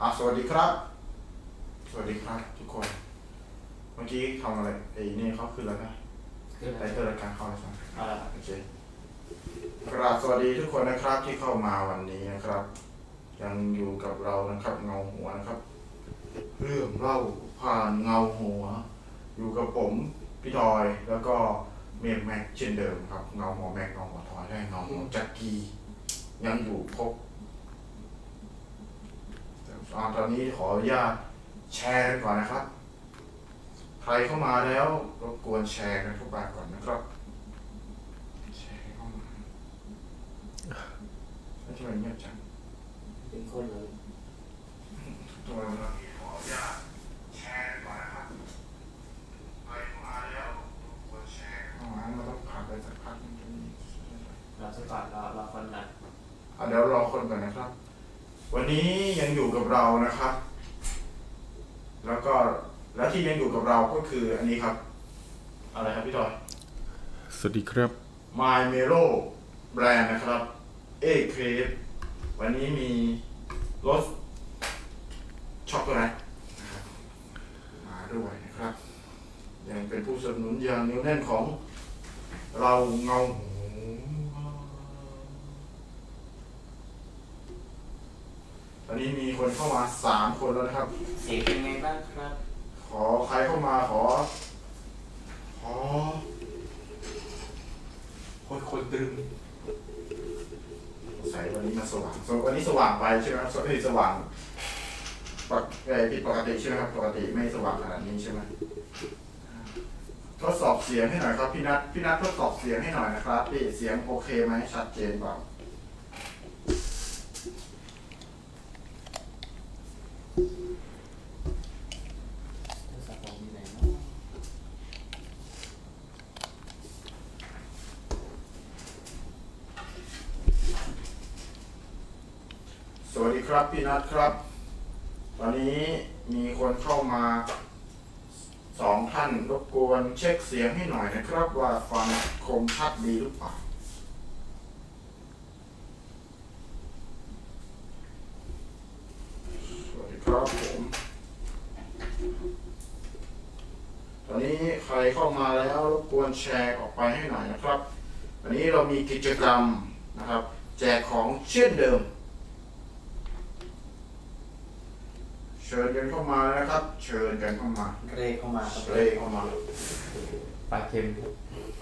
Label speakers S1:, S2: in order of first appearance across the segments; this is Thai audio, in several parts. S1: อ่ะสวัสดีครับ สวัสดีครับ ทุกคน เมื่อกี้ทำอะไรไอ้นี่เขาขึ้นแล้วนะ
S2: ขึ้น
S1: ไต
S2: แล้ว
S1: เติ้ลรายการเขาแล้วใช่ไหม
S2: เอาละ
S1: โอเคกราบสวัสดีทุกคนนะครับที่เข้ามาวันนี้นะครับ ยังอยู่กับเรานะครับเงาหัวนะครับ เรื่องเล่าผ่านเงาหัว อยู่กับผมพี่ทอยแล้วก็เมมแม็กเช่นเดิมครับเงาหัวแม็กเงาหัวทอยได้เงาหัวจักรียังอยู่ครบแต่ตอนนี้ขออนุญาตแชร์ก่อนนะครับ ใครเข้ามาแล้วรบกวนแชร์กันพวกเราก่อนนะครับ แชร์เข้ามาแล้วทำไมเงียบจัง
S2: เป็นคนเลย
S1: ทำไมมันขออนุญาตแชร์ก่อนนะครับไปเข้ามาแล้วกดแชร์เข้ามามันต้องผ่านไปสักพักหนึงจะมี
S2: เราสักก่อนเราเราคนหนัก
S1: อ่ะเดี๋ยวรอคนก่อนนะครับ วันนี้ยังอยู่กับเรานะครับ แล้วก็แล้วที่ยังอยู่กับเราก็คืออันนี้ครับ อะไรครับพี่จอย
S3: สวัสดีครับ
S1: My Melo แบรนด์นะครับ A c r e p วันนี้มีรสช็อกโกแลตนะครับมาด้วยนะครับ ยังเป็นผู้สนับสนุนอย่างเหนียวแน่นของ เราเงาหูตอนนี้มีคนเข้ามาสามคนแล้วนะครับ
S2: เสียงเป็นไงบ้างครับ
S1: ขอใครเข้ามาขอ ขอคนคนตรึงใส่วันนี้มาสว่างสววันนี้สว่างไปใช่ไหมครับสวเอ้ยสว่างปกเอ่อผิดปกติใช่ไหมครับ ปกติไม่สว่างขนาดนี้ใช่ไหมทดสอบเสียงให้หน่อยครับพี่นัทพี่นัททดสอบเสียงให้หน่อยนะครับพี่เสียงโอเคไหมชัดเจนเปล่า
S2: โทรศัพท์ผมอยู่ไหนนะ
S1: สวัสดีครับพี่นัทครับ ตอนนี้มีคนเข้ามา สองท่านรบกวนเช็คเสียงให้หน่อยนะครับว่าความคมชัดดีหรือเปล่าสวัสดีครับผม ตอนนี้ใครเข้ามาแล้วรบกวนแชร์ออกไปให้หน่อยนะครับ วันนี้เรามีกิจกรรมนะครับ แจกของเช่นเดิม เชิญกันเข้ามานะครับ เชิญกันเข้ามา
S2: เกรย์เข้ามาครับ
S1: เลยเข้ามา
S2: ปลาเค็ม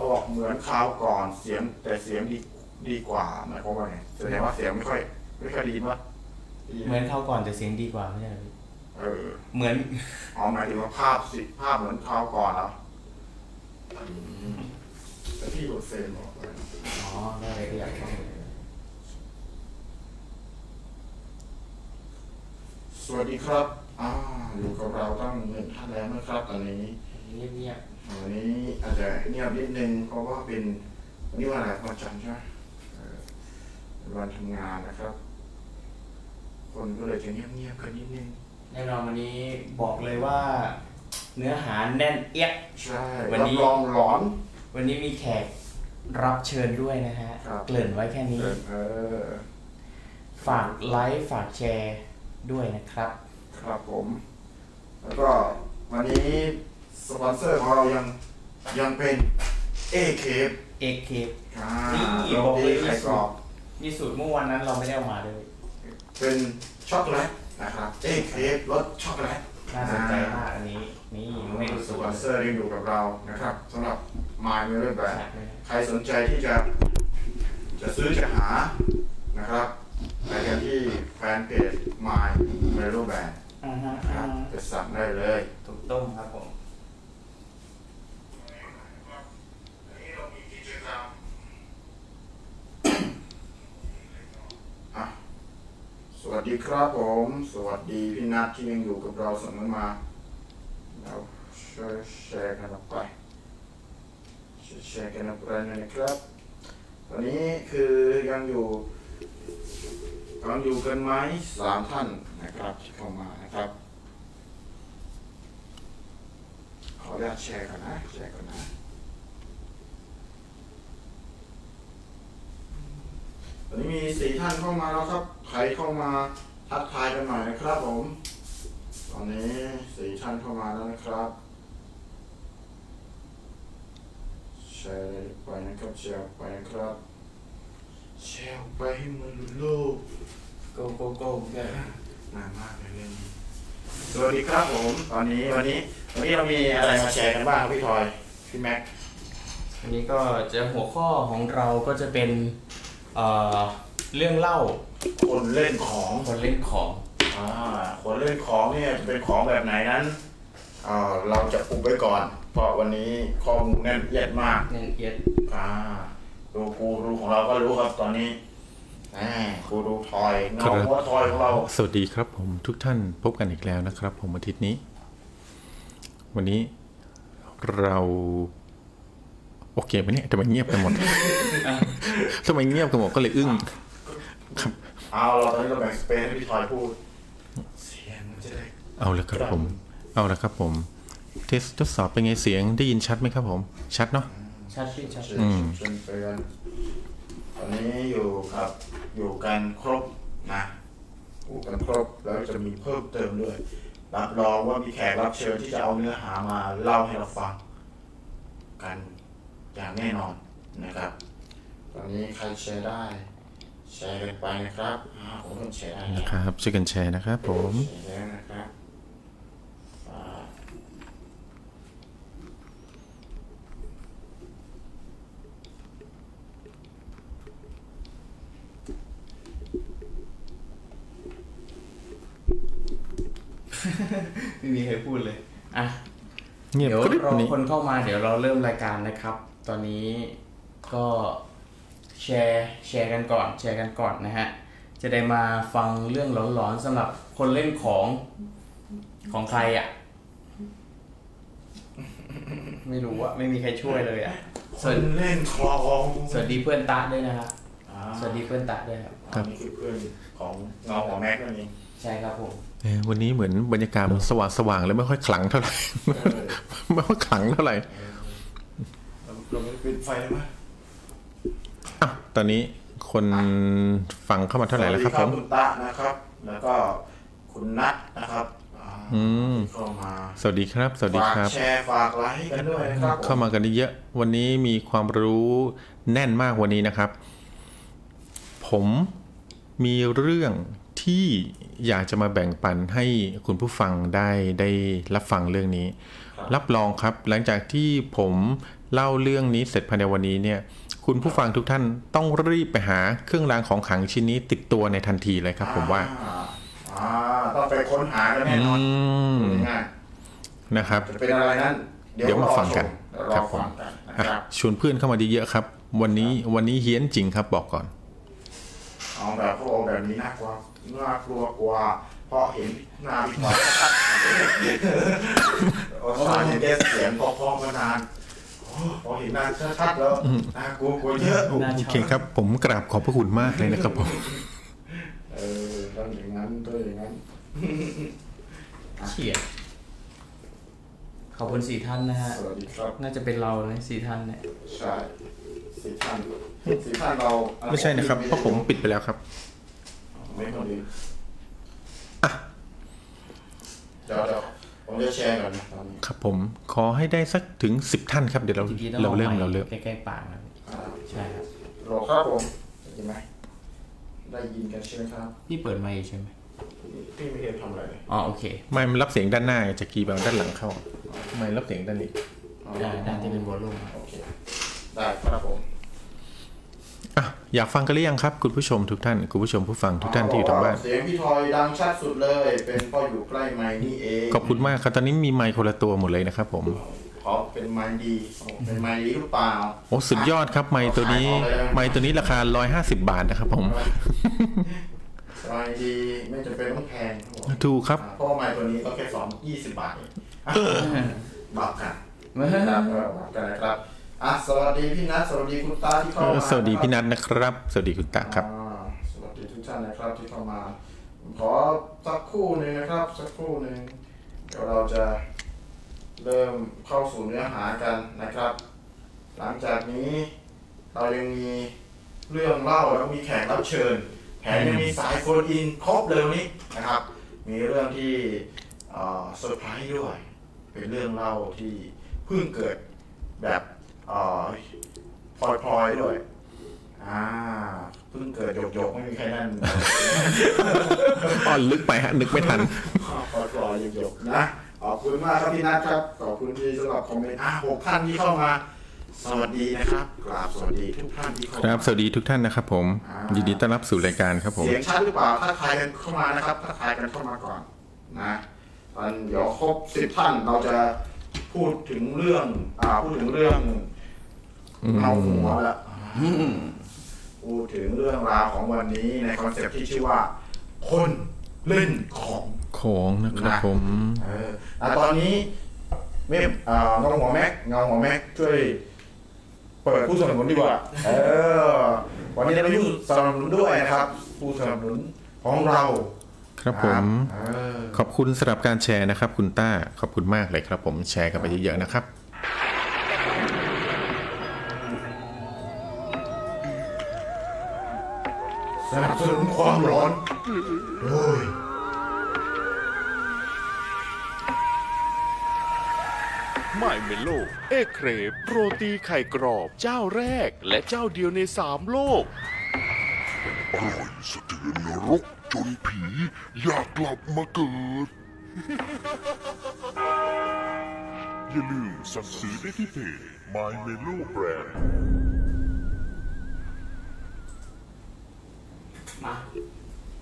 S1: ออกเหมือนคราวก่อนเสียงแต่เสียงดีดีกว่าหมายความว่าไงแสดงว่าเสียงไม่ค่อย ไม่ค่อยดีมั้ย
S4: เหมือนเขาวก่อนแต่เสียงดีกว่าไม่ใช่เหรอพี่
S1: เออ
S4: เหมือน
S1: อ๋อหมายถึงว่าภาพสิภาพเหมือนคราวก่อนเหรออืมแต่พี่โรเซนบอกไว้นะ
S2: อ๋อได้เลยอยากเข้าไปเลย
S1: สวัสดีครับอ่าอยู่กับเราตั้งหนึ่งท่านแล้วนะครับตอนนี้
S2: เงียบเงียบ
S1: วันนี้อาจจะเงียบนิดนึงเพราะว่าเป็นวันนี้วันอะไรวันจันทร์ใช่ไหมเออเป็นวันทำงานนะครับ คนก็เลยจะเงียบเงียบๆกันนิดนึง
S2: แน่นอนวันนี้บอกเลยว่า เนื้อหาแน่นเอียด
S1: ใช่
S4: วัน
S1: รับ
S4: นี้
S1: รองหลอน
S4: วันนี้มีแขกรับเชิญด้วยนะฮะ
S1: ครับ
S4: เกริ่นไว้แค่นี้
S1: เออ
S4: ฝากไลค์ฝากแชร์ด้วยนะครับ
S1: ครับผม แล้วก็วันนี้สปอนเซอร์ของเรายังยังเป็นเอเคฟ
S4: AK
S1: อ่า
S4: นี่
S1: โร
S4: บอกเล
S1: ตี
S4: ย
S1: ไข่กรอบ
S4: นี่สูตรเมื่อวันนั้นเราไม่ได้เอามาด้วย
S1: เป็นช็อกโกแลตนะครับเอเคฟรสช็อกโกแลต
S4: น่าสนใจมากอันนี้ นี่ไม่รู้
S1: ส
S4: สูต
S1: ป
S4: ร
S1: อนเซอร์ยังอยู่กับเรานะครับสำหรับ My m i r r o r Brand
S4: ชัดเลย
S1: ใครสนใจที่จะ จะซื้อจะหานะครับไปกันที่แฟนเพจ My m i r r o r Brand
S4: อ่าฮะ
S1: นะค
S4: อ่า
S1: รับ
S4: ฮะ
S1: ไปสั่งได้เลย
S2: ถูกต้มครับผม
S1: อ่ะสวัสดีครับผม สวัสดีพี่นัทที่ยังอยู่กับเราเสมอมาเราช่วยแชร์กันออกไปช่วยแชร์กันออกไปหน่อยนะครับ ตอนนี้คือยังอยู่ยังอยู่กันไหมสามท่านนะครับที่เข้ามานะครับ ขออนุญาตแชร์ก่อนนะแชร์ก่อนนะตอนนี้มีสี่ท่านเข้ามาแล้วครับ ใครเข้ามา ทักทายกันหน่อยนะครับผม ตอนนี้สี่ท่านเข้ามาแล้วนะครับ แชร์เลยไปนะครับแชร์ออกไปนะครับ แชร์ออกไปให้มันหลุดโลก
S4: โกโก้โก้เนี่ย
S1: นานมากเลยเรื่องนี้สวัสดีครับผม ตอนนี้วันนี้วันนี้เรามีอะไรมาแชร์กันบ้างครับพี่ทอย พี่แม็ก
S4: วันนี้ก็จะหัวข้อของเราก็จะเป็นเอ่อเรื่องเล่า
S1: คนเล่นของ
S4: คนเล่นของ
S1: อ่าคนเล่นของเนี่ยจะเป็นของแบบไหนนั้นอ่าเราจะอุบไว้ก่อน เพราะวันนี้ข้อมูลแน่นเอียดมาก
S4: เนียนเอียด
S1: อ่าดูกูรูของเราก็รู้ครับตอนนี้แหมกูรูทอยเงาหัวทอยของเรา
S3: สวัสดีครับผมทุกท่านพบกันอีกแล้วนะครับ ผมอาทิตย์นี้ วันนี้เรา โอเคไหมเนี่ยทำไมเงียบกัน หมด ทำไมเงียบกันหมดก็เลยอึ้ง
S1: เอาเราตอนนี้เราแบ่งสเปซให้พี่ทอยพูดเสียงมันจะได้
S3: เอาละครับผม เอาละครับผม เทสทดสอบเป็นไงเสียงได้ยินชัดไหมครับผม ชัดเนาะ
S4: ชัดพี่ชัด
S1: ชิญชวนเตือนตอนนี้อยู่ครับ อยู่กันครบนะอยู่กันครบแล้วจะมีเพิ่มเติมด้วย รับรองว่ามีแขกรับเชิญที่จะเอาเนื้อหามาเล่าให้เราฟัง กันอย่างแน่นอนนะครับ ตอนนี้ใครแชร์ได้ แชร์กันไปนะครับอ่าผมต้องแชร์ได้นะครับ
S3: ครับช่วยกันแชร์นะครับผม
S1: เสร็จแล้วนะครับอ่า
S4: ไม่มีใครพูดเลยอ่ะ
S3: เงียบ
S4: เดี๋ยว
S3: กริบ
S4: รอ
S3: วันนี้
S4: คนเข้ามาเดี๋ยวเราเริ่มรายการนะครับ ตอนนี้ก็แชร์แชร์กันก่อน แชร์กันก่อนนะฮะ จะได้มาฟังเรื่องหลอนๆสำหรับคนเล่นของของใครอะ่ะ ไม่รู้อะไม่มีใครช่วยเลยอะ่ะ
S1: ค
S4: สวัส
S1: นเล่นคลอง
S4: สวัสดีเพื่อนตะด้วยนะครับ
S1: อ่า
S4: สวัสดีเพื่อนตะด้วยครับ
S1: อันนี้คือเพื่อนของเงาหัวแม็กซ์นั่นเอง
S4: ใช่ครับผม
S3: เออวันนี้เหมือนบรรยากาศมันสว่างสว่างๆแล้วไม่ค่อยขลังเท่าไหร่ ไม่ค่อยขลังเท่าไหร่
S1: เราเราไม่ปิดไฟได้ไหม
S3: อ่ะตอนนี้คนฟังเข้ามาเท่าไหร่แล้วครับผม
S1: สวัสดีคุณตะนะครับ แล้วก็คุณนัทนะครับอ่า
S3: อืม
S1: เข้ามา
S3: สวัสดีครับ สวัสดีครั
S1: ฝา
S3: บ
S1: กแชร์ฝากไลค์กันด้วยนะครับ
S3: เข้ามากันเยอะๆวันนี้มีความรู้แน่นมากวันนี้นะครับ ผมมีเรื่องที่อยากจะมาแบ่งปันให้คุณผู้ฟังได้ได้รับฟังเรื่องนี้ รับรองครับ หลังจากที่ผมเล่าเรื่องนี้เสร็จภายในวันนี้เนี่ย คุณผู้ฟังทุกท่านต้องรีบไปหาเครื่องรางของขลังชิ้นนี้ติดตัวในทันทีเลยครับ ผมว่า
S1: อ่อ่าต้องไปค้นหากันแน่
S3: อื
S1: นอน
S3: ม
S1: ง่าย
S3: นะครับ
S1: ๆจะเป็นอะไรนั้น
S3: เดี๋ยวมาฟังกัน
S1: เดี๋ยวรอ
S3: ครับผม
S1: ฟังกันนะ
S3: อ่ะ
S1: ครับ
S3: ชวนเพื่อนเข้ามาเยอะๆครับ วันนี้วันนี้เฮี้ยนจริงครับบอกก่อน
S1: เอาแบบพวกเอาแบบนี้น่ากลัวน่ากลัวกว่าเพราะเห็นหน้าพี่ทอยชัด ๆโอ้ยเห็นได้เสียงพอๆมานานโอ้พอเห็นหน้าชัดๆแล้วน่ากลัวกว่าเยอะ
S4: น่า
S3: โอ
S4: ชอ
S3: เค
S4: บ
S3: ครับ ผมกราบขอบพระคุณมากเลยนะครับผม
S1: เออต้องอย่างนั้นต้องอย่างนั้น
S4: เฉียดขอบคุณสี่ท่านนะฮะ
S1: สวัสดีครับ
S4: น่าจะเป็นเรานะสี่ท่านเนี่ย
S1: ใช่สีท่านสีท่านเรา
S3: ไม่ใช่นะครับ เพราะผมปิดไปแล้วครับ
S1: ไม่คนดีเดี๋ยวเดี๋ยวผมจะแชร์ก่อนนะตอนนี้
S3: ครับผมขอให้ได้สักถึง 10 ท่านครับเดี๋ยวเรา
S4: จริงๆต้อง
S3: เราเริ่ม
S4: อไค์
S3: เราเริ่ม
S4: ใกล้ๆปากนะ
S1: อ่า
S4: ใช่ครับ
S1: โหลครับผมได้ยินไหมได้ยินกันใช่ไหมครับ
S4: พี่เปิดไมค์ใช่ไหม
S1: พี่ไม่เห็นทำอะไรเลย
S4: อ๋อโอเค
S3: ไม่มันรับเสียงด้านหน้าจะกีย์แบบด้านหลังเข้า ไม่รับเสียงด้านนี้
S4: ได้ได้ที่เป็นวอลลุ่ม
S1: โอเค ได้ครับผม
S3: อ่ะอยากฟังกันหรือยังครับ คุณผู้ชมทุกท่านคุณผู้ชมผู้ฟังทุกท่านที่อยู่ทางบ้าน
S1: เสียงพี่ทอยดังชัดสุดเลย เป็นเพ่ออยู่ใกล้ไม้นี่เอง
S3: ขอบคุณมากครับตอนนี้มีไมค์คนละตัวหมดเลยนะครับผม
S1: ขอเป็นไม้ดีโอ้เป็นไม้ดีหรือเปล่า
S3: โอ้สุดยอดครับไมค์ตัวนี้ไมค์ตัวนี้ราคา 150 บาทนะครับ ผม
S1: ไม้ดีไม่จำเป็นต้องแพงครับผม
S3: ถูกครับ
S1: เพราะว่าไม้ตัวนี้ก็แค่สองยี่สิบบาทเองบักกันบักกันนะครับอ่ะสวัสดีพี่นัทสวัสดีคุณตาที่เข้ามา
S3: สวัสดีพี่นัทนะครับ สวัสดีคุณตาครับ
S1: อ่าสวัสดีทุกท่านนะครับที่เข้ามาผมขอสักครู่หนึ่งนะครับ สักครู่หนึ่งเดี๋ยวเราจะเริ่มเข้าสู่เนื้อหากันนะครับ หลังจากนี้เรายังมีเรื่องเล่าแล้วมีแขกรับเชิญ แถมยังมีสายโฟนอินครบเลยวันนี้นะครับ มีเรื่องที่เอ่อเซอร์ไพรส์ด้วย เป็นเรื่องเล่าที่เพิ่งเกิดแบบเอ่อพลอยๆด้วย อ่าเพิ่งเกิดหยกๆไม่มีใครนั่น
S3: อ่อนลึกไปฮะนึกไม่ทัน
S1: ขอรอยังยกนะขอบคุณมากครับพี่นัทครับ ขอบคุณที่สำหรับคอมเมนต์อ่ะหกท่านที่เข้ามา สวัสดีนะครับกราบสวัสดีทุกท่านที่เข้า
S3: ครั
S1: มา
S3: บ สวัสดีทุกท่านนะครับผม ยินดีต้อนรับสู่รายการครับผม
S1: เสียงชัดหรือเปล่าถ้าทายกันเข้ามานะครับถ้าทายกันเข้ามาก่อนนะตอนเดี๋ยวครบสิบท่านเราจะพูดถึงเรื่องอ่าพูดถึงเรื่องเงาหัวละพูดถึงเรื่องราวของวันนี้ในคอนเซปต์ที่ชื่อว่า คนเล่นของ
S3: ของนะครับผม
S1: เอออ่ะตอนนี้เว็บเอ่อเงาหัวแม็กเงาหัวแม็กช่วยเปิดผู้สนับสนุนดีกว่าเออวันนี้เราอยู่สนับสนุนด้วยนะครับ ผู้สนับสนุนของเรา
S3: ครับผม
S1: เออ
S3: ขอบคุณสำหรับการแชร์นะครับ คุณต้า ขอบคุณมากเลยครับ ผมแชร์กันไปเยอะๆนะครับ
S1: สนับสนุนความร้อนโอ้ย
S5: ไม่เมโล เอเครปโรตีไข่กรอบเจ้าแรก และเจ้าเดียวในสามโลก
S6: อร่อยสะเทือนนรกจนผีอยากกลับมาเกิด อย่าลืมสั่งซื้อได้ที่เพจ My Melo Brand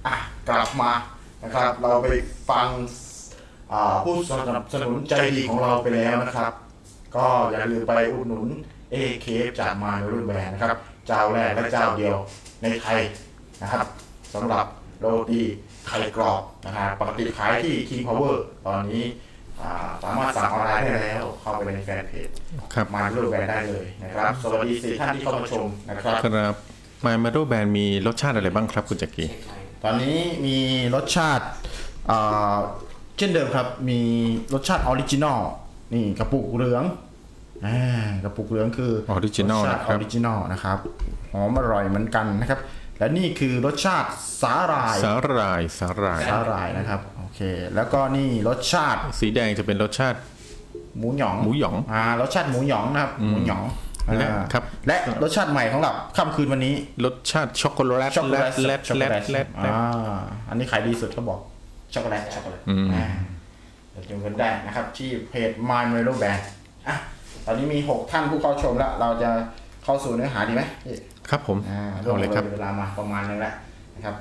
S1: อ่ะกลับมานะครับ เราไปฟังอ่าผู้สนับสนุนใจดีของเราไปแล้วนะครับ ก็อย่าลืมไปอุดหนุนเอเคฟจากมาในรุ่นแบรนด์นะครับ เจ้าแรกและเจ้าเดียวในไทยนะครับสำหรับโรตีไข่กรอบนะครับปกติขายที่ King Power ตอนนี้อ่าสามารถสั่งออนไลน์ได้แล้ว เข้าไปในแฟนเพจ
S3: ครับ
S1: มาในรุ่นแบรนด์ได้เลยนะครับ สวัสดีสี่ท่านที่เข้ามาชมนะครับ
S3: ครับมามาโดแบรนด์มีรสชาติอะไรบ้างครับ คุณจักรี
S1: ตอนนี้มีรสชาติอ่าเช่นเดิมครับ มีรสชาติออริจินอลนี่กระปุกเหลืองอ่ากระปุกเหลืองคือ
S3: ออริจินอล
S1: รสชา
S3: นะ
S1: ติ
S3: ค
S1: ออ
S3: รับ
S1: ริจินอลนะครับหอมอร่อยเหมือนกันนะครับ และนี่คือรสชาติสาหร่าย
S3: สาหร่ายสาหร่าย
S1: สาหร่ายนะครับโอเค แล้วก็นี่รสชาติ
S3: สีแดงจะเป็นรสชาติ
S1: หมูหยอง
S3: หมูหยอง
S1: อ่ารสชาติหมูหยองนะครับหมูหยอง
S3: และ
S1: อ่า
S3: ครับ
S1: และรสชาติใหม่ของเราค่ำคืนวันนี้
S3: รสชาติช็อกโกแลต
S1: ช็อกโกแลต
S3: แลต
S1: ช็อก
S3: แล
S1: โก
S3: ต
S1: แลต
S3: แลตแลต
S1: อ่าอันนี้ขายดีสุดเขาบอกช็อกโกแลตช็อกโกแลต
S3: อืม
S1: เดี๋ยวเจอกันได้นะครับ ที่เพจ My m e l o Band อ่ะตอนนี้มี 6 ท่านผู้เข้าชมแล้ว เราจะเข้าสู่เนื้อหาดีไหมพี่
S3: ครับผม
S1: อ่า
S3: เอาเลยครับ
S1: วมเวลามาประมาณนึงแล้วนะครับ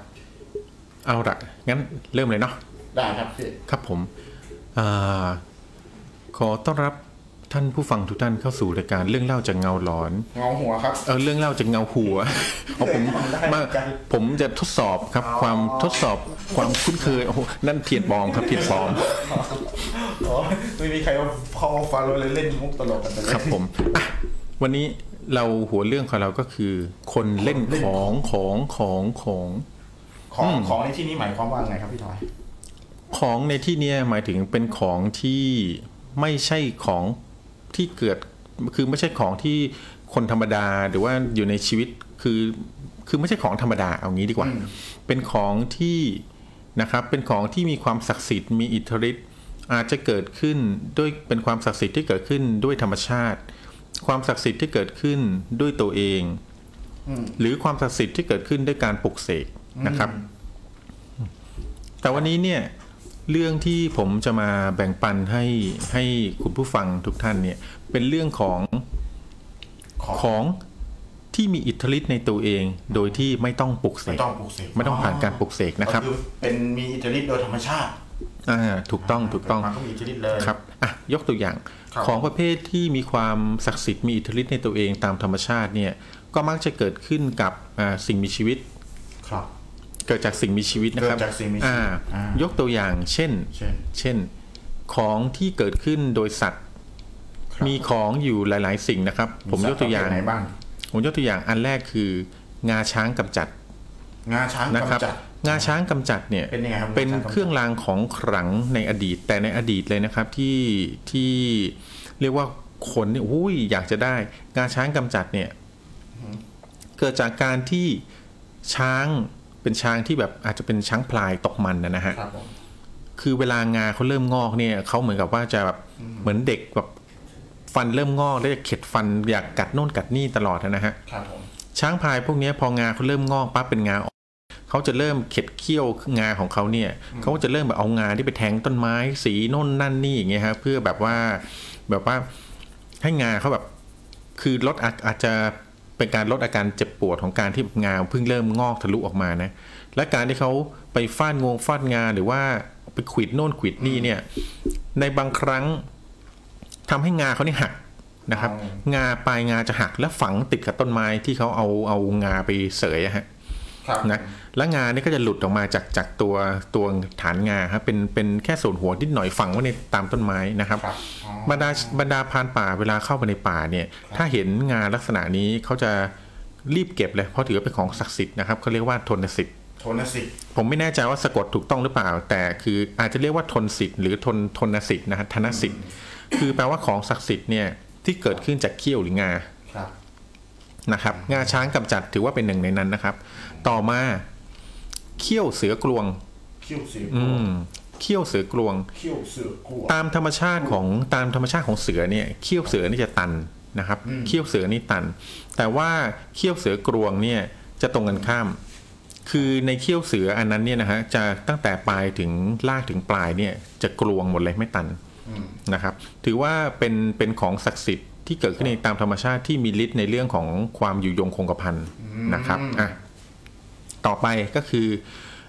S3: เอาละงั้นเริ่มเลยเนาะ
S1: ได้ครับพี่
S3: ครับผมอาขอต้อนรับท่านผู้ฟังทุกท่านเข้าสู่รายการเรื่องเล่าจากเงาหลอน
S1: เงาหัวครับ
S3: เออเรื่องเล่าจากเงาหัว เอาผมมาผมจะทดสอบครับ ความทดสอบความคุ้นเคยโอ้โหนั่นเทียนบองครับเทียนบ อง
S1: อ๋อ ไม่มีใครว่าพอฟาโรห์เลยเล่นมุกตลกกันไปเลย
S3: ครับผมอ่ะวันนี้เราหัวเรื่องของเราก็คือ คนเล่นของของของของ
S1: ของของในที่นี้หมายความว่าไงครับพี่ทอย
S3: ของในที่เนี้ยหมายถึงเป็นของที่ไม่ใช่ของที่เกิดคือไม่ใช่ของที่คนธรรมดาหรือว่าอยู่ในชีวิตคือคือไม่ใช่ของธรรมดาเอางี้ดีกว่า เป็นของที่นะครับเป็นของที่มีความศักดิ์สิทธิ์มีอิทธิฤทธิ์อาจจะเกิดขึ้นด้วยเป็นความศักดิ์สิทธิ์ที่เกิดขึ้นด้วยธรรมชาติ ความศักดิ์สิทธิ์ที่เกิดขึ้นด้วยตัวเอง หรือความศักดิ์สิทธิ์ที่เกิดขึ้นด้วยการปลุกเสกนะครับ แต่วันนี้เนี่ยเรื่องที่ผมจะมาแบ่งปันให้ให้คุณผู้ฟังทุกท่านเนี่ยเป็นเรื่องของ
S1: ของ
S3: ของที่มีอิทธิฤทธิ์ในตัวเอง โดยที่ไม่ต้องปลุกเส
S1: ไม่
S3: ก
S1: ต้องปลูกเสก
S3: ไม่ต้องผ่านการปลุกเสกนะครับ
S1: ก็อเป็นมีอิทธิฤทธิ์โดยธรรมชาติ
S3: อ่าถูกต้องถูกต้อง
S1: มันก็มีอิทธิฤทธิ์เลย
S3: ครับอ่ะยกตัวอย่าง
S1: ครับ
S3: ของประเภทที่มีความศักดิ์สิทธิ์มีอิทธิฤทธิ์ในตัวเองตามธรรมชาติเนี่ยก็มักจะเกิดขึ้นกับอ่าสิ่งมีชีวิต
S1: ครับ
S3: เกิดจากสิ่งมีชีวิตนะครับ
S1: เกิดจากสิ่งมีชีวิต
S3: อ่า
S1: อ่าย
S3: กตัวอย่างเช่น
S1: เช่น
S3: เช่น ของที่เกิดขึ้นโดยสัตว์
S1: ครับ
S3: มีของอยู่หลาย ๆ สิ่งนะครับ ผมยกตัวอย่าง
S1: สัตประเภทไหนบ้าง
S3: ผมยกตัวอย่างอันแรกคืองาช้างกำจัด
S1: งาช้าง
S3: นะครับ
S1: กำจัด
S3: งาช้างกำจัดเนี่ย
S1: เป็นยังไงครับ
S3: เป็น
S1: งาช้างกำจัด
S3: เครื่องรางของขลังในอดีต แต่ในอดีตเลยนะครับที่ที่เรียกว่าคนเนี่ยอุ้ยอยากจะได้งาช้างกำจัดเนี่ยเกิดจากการที่ช้าง เป็นช้างที่แบบอาจจะเป็นช้างพลายตกมันนะนะฮะ
S4: ครับผม
S3: คือเวลางาเขาเริ่มงอกเนี่ยเขาเหมือนกับว่าจะแบบเหมือนเด็กแบบฟันเริ่มงอกแล้วจะเข็ดฟันอยากกัดโน่นกัดนี่ตลอดนะฮะ
S4: ครับผม
S3: ช้างพลายพวกเนี้ยพองาเขาเริ่มงอกปั๊บเป็นงาออกเขาจะเริ่มเข็ดเขี้ยวงาของเขาเนี่ยเขาก็จะเริ่มแบบเอางาที่ไปแทงต้นไม้ สีโน่นนั่นนี่อย่างเงี้ยฮะเพื่อแบบว่าแบบว่าให้งาเขาแบบคือลดอาอาจจะเป็นการลดอาการเจ็บปวดของการที่งาเพิ่งเริ่มงอกทะลุออกมานะและการที่เขาไปฟาดงวงฟาดงาหรือว่าไปขวิดโน่นขวิดนี่เนี่ยในบางครั้งทำให้งาเขาเนี่ยหักนะครับ งาปลายงาจะหักและฝังติดกับต้นไม้ที่เขาเอาเอางาไปเสยอะฮะ
S4: ครับ
S3: นะและงานี่ก็จะหลุดออกมาจากจากตัวตัวฐานงาฮะเป็นเป็นแค่ส่วนหัวนิดหน่อยฝังไว้ในตามต้นไม้นะครับ
S4: ครับอ๋อ
S3: บรรดาบรรดาพรานป่าเวลาเข้าไปในป่าเนี่ย ถ้าเห็นงาลักษณะนี้เขาจะรีบเก็บเลยเพราะถือว่าเป็นของศักดิ์สิทธิ์นะครับเขาเรียกว่าทนสิทธิ์
S7: โทนสิก
S3: ผมไม่แน่ใจว่าสะกดถูกต้องหรือเปล่า แต่คืออาจจะเรียกว่าทนสิทธิ์หรือทนทนสิทธิ์นะฮะธนสิทธิ์คือแปลว่าของศักดิ์สิทธิ์เนี่ยที่เกิดขึ้นจากเขี้ยวหรืองา
S4: ครับ
S3: นะครับงาช้างกำจัดถือว่าเป็นหนึ่งในนั้นนะครับ ต่อมาเขี้ยวเสือกลวง
S7: คิ้วเสือ
S3: อืมเขี้ยวเสือกลวง
S7: เขี้ยวเสือกลัว
S3: ตามธรรมชาติของตามธรรมชาติของเสือเนี่ยเขี้ยวเสือนี่จะตันนะครับเขี้ยวเสือนี่ตัน แต่ว่าเขี้ยวเสือกลวงเนี่ยจะตรงกันข้าม คือในเขี้ยวเสืออันนั้นเนี่ยนะฮะจะตั้งแต่ปลายถึงลากถึงปลายเนี่ยจะกลวงหมดเลยไม่ตันนะครับ ถือว่าเป็นเป็นของศักดิ์สิทธิ์ที่เกิดขึ้นในตามธรรมชาติที่มีฤทธิ์ในเรื่องของความอยู่ยงคงกระพันนะครับอ่ะต่อไปก็คือ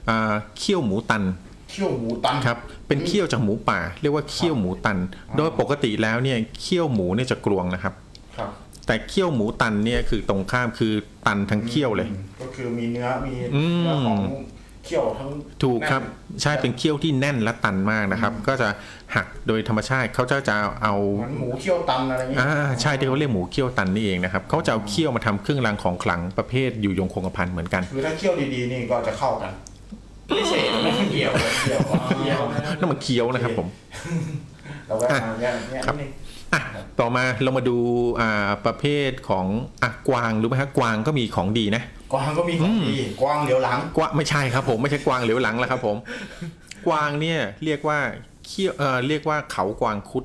S3: อ่าเขี้ยวหมูตัน
S7: เขี้ยวหมูตัน
S3: ครับเป็นเขี้ยวจากหมูป่า เรียกว่าเขี้ยวหมูตัน โดยปกติแล้วเนี่ยเขี้ยวหมูเนี่ยจะกลวงนะครับ
S7: ครับ
S3: แต่เขี้ยวหมูตันเนี่ยคือตรงข้ามคือตันทั้งเขี้ยวเลย
S7: ก็คือมีเนื้อ มี
S3: อืม
S7: เนื้อของเขี้ยวทั้ง
S3: ถูกครับ
S7: แน่น
S3: ใช่เป็นเขี้ยวที่แน่นและตันมากนะครับ ก็จะหักโดยธรรมชาติเขาจะจะเอา
S7: เหมือนหมูเขี้ยวตันอะไรอย่างเงี้ย
S3: อ่าใช่ที่เขาเรียกหมูเขี้ยวตันนี่เองนะครับเขาจะเอาเขี้ยวมาทำเครื่องรางของขลังประเภทอยู่ยงคงกระพันเหมือนกัน
S7: คือถ้าเขี้ยวดีๆนี่ก็จะเข้ากัน
S4: ไม่ใช่ไม่เกี่ยวเลย
S7: เขี้ยวเขี้ยวนะ
S3: นั่นมันเคี้ยวนะครับผม
S7: เราแวะมาแยกแยก
S3: ครับ
S7: นิดนึง
S3: อ่ะต่อมาเรามาดูอ่าประเภทของอ่ะกวางรู้ไหมฮะกวางก็มีของดีนะ
S7: กวางก็มีของดีกวางเหลียวหลัง
S3: กวางไม่ใช่ครับผมไม่ใช่กวางเหลวหลังแล้วครับผม กวางเนี่ยเรียกว่าเขี้ยวเอ่อเรียกว่าเขากวางคุด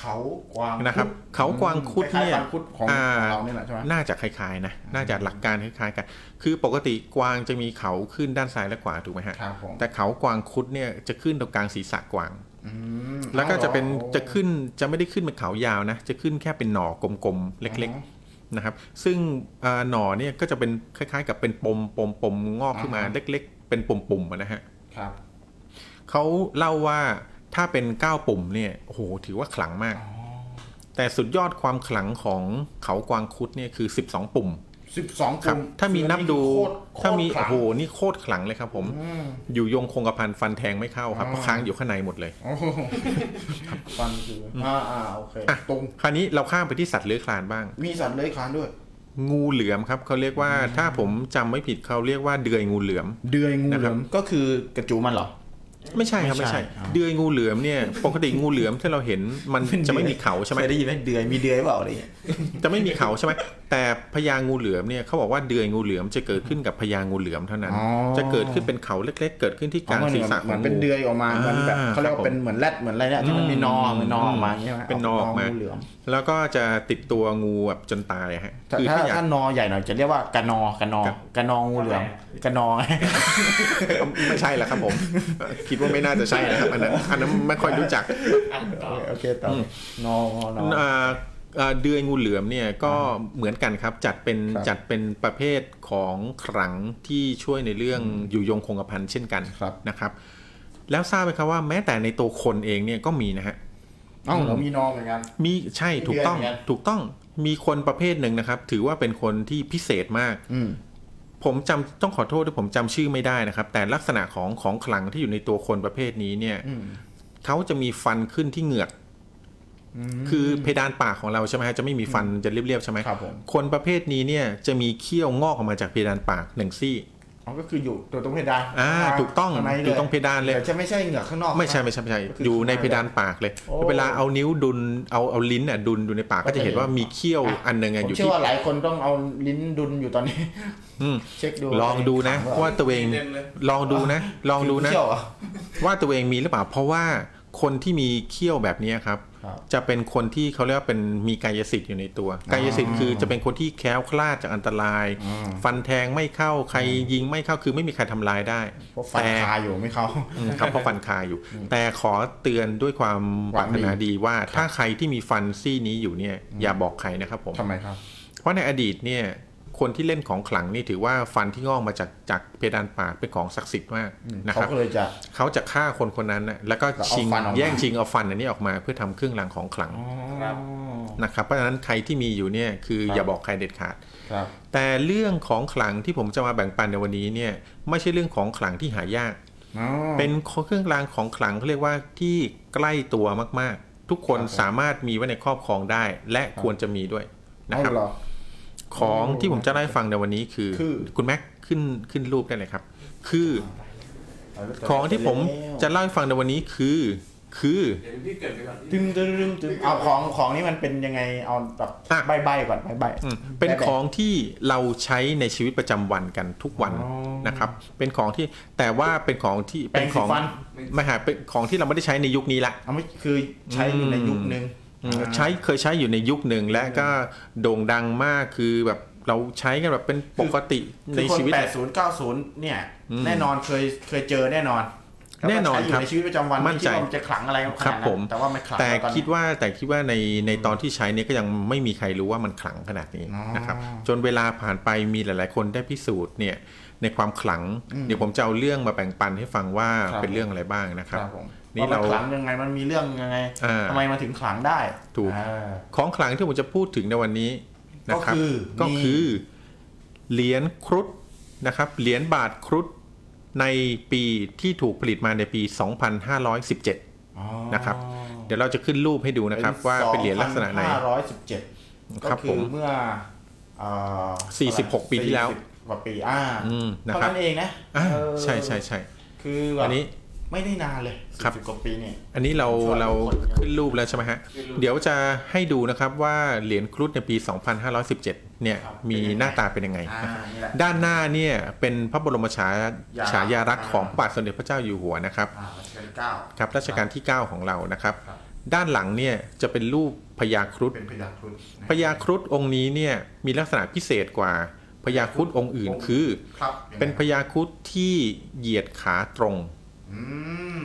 S7: เขากวาง
S3: นะครับ เขากวางคุดเนี่ย
S7: คล้ายๆกวางคุดของ
S3: า
S7: เราเนี่ยแหละใช่ไหม
S3: น่าจะคล้ายๆนะน่าจะหลักการคล้ายๆกัน คือปกติกวางจะมีเขาขึ้นด้านซ้ายและขวาถูกไหมฮะ
S7: ครับผม
S3: แต่เขากวางคุดเนี่ยจะขึ้นตรงกลางศีรษะกวาง
S7: อืม
S3: แล้วก็จะเป็น
S7: อาหรอ
S3: จะขึ้นจะไม่ได้ขึ้นเป็นเขายาวนะจะขึ้นแค่เป็นหน่อกลมๆเล็ก
S7: อ๋อ
S3: ๆนะครับ ซึ่งอ่าหน่อเนี่ยก็จะเป็นคล้ายๆ กับเป็นปมปมปมงอกขึ้นมา
S7: อ่าฮะ
S3: เล็ก ๆ เป็นปุ่มๆอะนะฮะ
S7: ครับ
S3: เขาเล่าว่าถ้าเป็นเก้าปุ่มเนี่ยโอ้โหถือว่าขลังมาก แต่สุดยอดความขลังของเขากวางคุดเนี่ยคือ 12 ปุ่ม
S7: สิบสอง
S3: ครับ ถ้ามีนับดูถ้ามีโอ้โห
S7: โห
S3: นี่โคตรขลังเลยครับผม อยู่ยงคงกระพันฟันแทงไม่เข้าครับเพราะค้างอยู่ข้างในหมดเลย
S7: ฟันคืออ่าอ่าโอเค
S3: อ่ะ
S7: ตรง
S3: คราวนี้เราข้ามไปที่สัตว์เลื้อยคลานบ้าง
S7: มีสัตว์เลื้อยคลานด้วย
S3: งูเหลือมครับเขาเรียกว่าถ้าผมจำไม่ผิดเขาเรียกว่าเดือยงูเหลือม
S7: เดือยงู
S3: นะ
S7: เห
S3: ค
S7: ลื
S3: รั
S7: อบ มก็คือกระจูมันเหรอ
S3: ไม่ใช่ครับไม่ใช่ เดือยงูเหลือมเนี่ยปกติงูเหลือมที่เราเห็นมันจะไม่มีเขาใช่ไหม
S4: เคยได้ยินไหมเดือยมีเดือยเปล่าอะไรอย่างเงี้ย
S3: จะไม่มีเขาใช่ไหมแต่พญางูเหลือมเนี่ยเขาบอกว่าเดือยงูเหลือมจะเกิดขึ้นกับพญางูเหลือมเท่านั้น
S7: อ๋อ
S3: จะเกิดขึ้นเป็นเขาเล็ก ๆ เกิดขึ้นที่กลาง
S7: มันเห
S3: ศี
S7: มื
S3: ร
S7: อน
S3: ษะข
S7: เหมื
S3: อ
S7: อง น
S3: งู
S7: เป็นเดือยออกมาเหมือนแบบ
S3: อ่า
S7: เขาเรียกว่าเป็นเหมือนแรดเหมือนอะไรเนี่ยที่มันมีนอ
S3: อืม
S7: มันนอออกมาใช่ไหม
S3: เป็นนอออกมา
S7: เหลือม
S3: แล้วก็จะติดตัวงูแบบจนตายฮะ
S7: แต่
S3: คือ
S7: ถ้า
S3: ถ้าอยาก
S7: ถ้านอใหญ่หน่อยจะเรียกว่ากระนอกระนอ
S3: ครับ
S7: กระนองู เหลือมกระนอ
S3: ไม่ใช่แล้วครับผมเอ่อคิดว่าไม่น่าจะใช่นะครับอันนั้นอันนั้นไม่ค่อยรู้จัก
S7: โอเคโอเคต่ออนอนอ
S3: อ่าอ่าเดือยงูเหลือมเนี่ยก็เหมือนกันครับจัดเป็น
S7: ครับ
S3: จัดเป็นประเภทของขลังที่ช่วยในเรื่องอยู่ยงคงกระพันเช่นกันนะครับ แล้วทราบไหมครับว่าแม้แต่ในตัวคนเองเนี่ยก็มีนะฮะ
S7: เอ้าเรามีนอเหมือนกัน
S3: มีใช่ถูกต้อง
S7: เดือยเหมือนกัน
S3: ถูกต้องมีคนประเภทหนึ่งนะครับ ถือว่าเป็นคนที่พิเศษมาก
S7: อืม
S3: ผมจำต้องขอโทษด้วยผมจำชื่อไม่ได้นะครับ แต่ลักษณะของของขลังที่อยู่ในตัวคนประเภทนี้เนี่ย
S7: อืม
S3: เขาจะมีฟันขึ้นที่เหงือก คือเพดานปากของเราใช่ไหมฮะจะไม่มีฟันจะเรียบๆใช่ไหม
S7: ครับผม
S3: คนประเภทนี้เนี่ยจะมีเขี้ยวงอกออกมาจากเพดานปากหนึ่งซี่
S1: อ๋อก็คืออยู่ตัวตรงเพดาน
S3: อ่าถูกต้อง
S1: ข้าในเล
S3: อยู่ตรงเพดานเลย
S1: แต่จะไม่ใช่เหงือกข้างนอก
S3: ไม่ใช่ไม่ใช่ไม่ใช่
S1: ก็คือ
S3: อยู่ในเพดานปากเลย
S1: โอ้
S3: เวลาเอานิ้วดุนเอาเอาลิ้นอ่ะดุนอยู่ในปากก็จะเห็นว่ามีเขี้ยวอันหนึ่ง
S1: ผ
S3: อะ
S1: ม
S3: อยู่
S1: เชื่อ
S3: ที่
S1: ว่าหลายคนต้องเอาลิ้นดุนอยู่ตอนนี้
S3: อืม
S1: เช็คดู
S3: ลองดูนะว่าตัวเอง
S8: เต็มเลย
S3: ลองดูนะ ลองดูนะ
S1: เชี่ยวเหรอ
S3: ว่าตัวเองมีหรือเปล่า เพราะว่าคนที่มีเขี้ยวแบบนี้ครับ
S1: ครับ
S3: จะเป็นคนที่เขาเรียกว่าเป็นมีกายสิทธิ์อยู่ในตัว กายสิทธิ์คือจะเป็นคนที่แคล้วคลาดจากอันตราย ฟันแทงไม่เข้าใครยิงไม่เข้าคือไม่มีใครทำลายได้
S1: เพราะฟัน
S3: แต่
S1: คาอยู่ไม่เข้า
S3: อืมครับเพราะฟันคาอยู่ แต่ขอเตือนด้วยความ
S1: ห
S3: ป
S1: วั
S3: ราง ร
S1: ดี
S3: ถนาดีว่าถ้าใครที่มีฟันซี่นี้อยู่เนี่ยอย่าบอกใครนะครับผม
S1: ทำไมครับ
S3: เพราะในอดีตเนี่ยคนที่เล่นของขลังนี่ถือว่าฟันที่งอกมาจากจากเพดานปากเป็นของศักดิ์สิทธิ์มากนะค
S1: เขา
S3: รับ
S1: ก็เลยจะ
S3: เขาจะฆ่าคนคนนั้นน่ะแล้วก็
S1: แล้วเอา
S3: ชิง
S1: ฟันออกมา
S3: แย่งชิงเอาฟันอันนี้ออกมาเพื่อทำเครื่องรางของขลัง
S8: ครับ
S3: นะครับเพราะฉะนั้นใครที่มีอยู่เนี่ยคืออย่าบอกใครเด็ดขาด
S1: ครับ
S3: แต่เรื่องของขลังที่ผมจะมาแบ่งปันในวันนี้เนี่ยไม่ใช่เรื่องของขลังที่หายาก เป็นเครื่องรางของขลังเขาเรียกว่าที่ใกล้ตัวมากๆ ทุกคนสามารถมีไว้ในครอบครองได้ และควรจะมีด้วยนะครับ
S1: เอาเหรอ
S3: ของที่ผมจะเล่าให้ฟังในวันนี้คือ
S1: คือ
S3: คุณแม็กขึ้นขึ้นรูปได้เลยครับ คือของที่ผมจะเล่าให้ฟังในวันนี้คือ คือ
S8: เดี๋ยวพี่เกิดไปก่อนพี่
S1: ตึมตึมตึมตึมเอาของของนี่มันเป็นยังไงเอาแบบ
S3: อ่ะ
S1: ใบใบก่อนใบใบ
S3: อืมเป็นของที่เราใช้ในชีวิตประจำวันกันทุกวัน
S1: อ๋อ
S3: นะครับ เป็นของที่แต่ว่าเป็นของที่
S1: แปรง
S3: เป็นของ
S1: สีฟัน
S3: ไม่หาเป็นของที่เราไม่ได้ใช้ในยุคนี้ละ
S1: เอาไม่คือใช้อยู่ในยุคนึง
S3: อืม
S1: อ่า
S3: ใช้เคยใช้อยู่ในยุคหนึ่งและก็โด่งดังมากคือแบบเราใช้กันแบบเป็นปกติใน
S1: คือคน
S3: ชีวิต
S1: แปดศูนย์เก้าศูนย์เนี่ย
S3: อืม
S1: แน่นอนเคยเคยเจอแน่นอนล้วก็
S3: แน่นอน
S1: ใช้อ
S3: ครั
S1: ยู่
S3: บ
S1: ในชีวิตประจำวัน
S3: มั่นใจ
S1: ไคิดว่าจะขลังอะไรขนาดนั้น
S3: ครับผม
S1: แต่ว่ามันขลัง
S3: แต่
S1: อนนี้
S3: คิดว่าแต่คิดว่าในในตอนที่ใช้เนี่ยก็ยังไม่มีใครรู้ว่ามันขลังขนาดนี้
S1: อ๋อ
S3: นะครับจนเวลาผ่านไปมีหลาย ๆ คนได้พิสูจน์เนี่ยในความขลัง
S1: อืม
S3: เดี๋ยวผมจะเอาเรื่องมาแบ่งปันให้ฟังว่า
S1: ครับ
S3: เป็นเรื่องอะไรบ้างนะครับ
S1: ครับผม
S3: นี่
S1: นี่เรา
S3: เรา
S1: ขลังยังไงมันมีเรื่องยังไง
S3: อ่า
S1: ทำไมมาถึงขลังได้
S3: ถูก
S1: อ่า
S3: ของขลังที่ผมจะพูดถึงในวันนี้นะครับ
S1: ก็คือ
S3: ก็
S1: มี
S3: คือเหรียญครุฑนะครับเหรียญบาทครุฑในปีที่ถูกผลิตมาในปี 2517
S1: อ๋อ
S3: นะครับ เดี๋ยวเราจะขึ้นรูปให้ดูนะครับว่าเป็นเหรียญลักษณะไหน
S1: ห้าร้อยสิบเจ็ด
S3: ค
S1: ก็
S3: รับ
S1: คื
S3: ผม
S1: อเมื่อเอ่อ
S3: สี่สิบหกปีที่แล้ว
S1: 40กว่าปีอ่า
S3: อืมนะ
S1: เท่า
S3: ครับ
S1: นั้นเองนะ
S3: อ่า
S1: เออ
S3: ใช่ใช่ใช่
S1: คือแบ
S3: อั
S1: บ
S3: นนี้
S1: ไม่ได้นานเลย
S3: ครับ
S1: สี่สิบกว่าปีเนี่ย
S3: อันนี้เรา
S1: ช่วย
S3: เรา
S1: คนเนี่ย
S3: ขึ้นรูปแล้วใช่ไหมฮะ เดี๋ยวจะให้ดูนะครับว่าเหรียญครุฑในปี 2517 เนี่ยมีหน้าตาเป็นยังไง
S1: อ่า
S3: นะครับ
S1: นี่แหละ
S3: ด้านหน้าเนี่ยเป็นพระบรมฉาย
S1: ยา
S3: ฉายาลักษณ์ของพระบาทสมเด็จพระเจ้าอยู่หัวนะครับ
S1: อ่ารัชกาลที่เก้า
S3: ครับรัชกาลที่ 9 ของเรานะครับ
S1: ครับ
S3: ด้านหลังเนี่ยจะเป็นรูปพญาครุฑ
S1: เป็นพยาครุฑนะ
S3: พญาครุฑองค์นี้เนี่ยมีลักษณะพิเศษกว่าพญาครุฑองค์อื่น คือ
S1: ครับ
S3: เป็นพญาครุฑที่เหยียดขาตรง
S1: อืม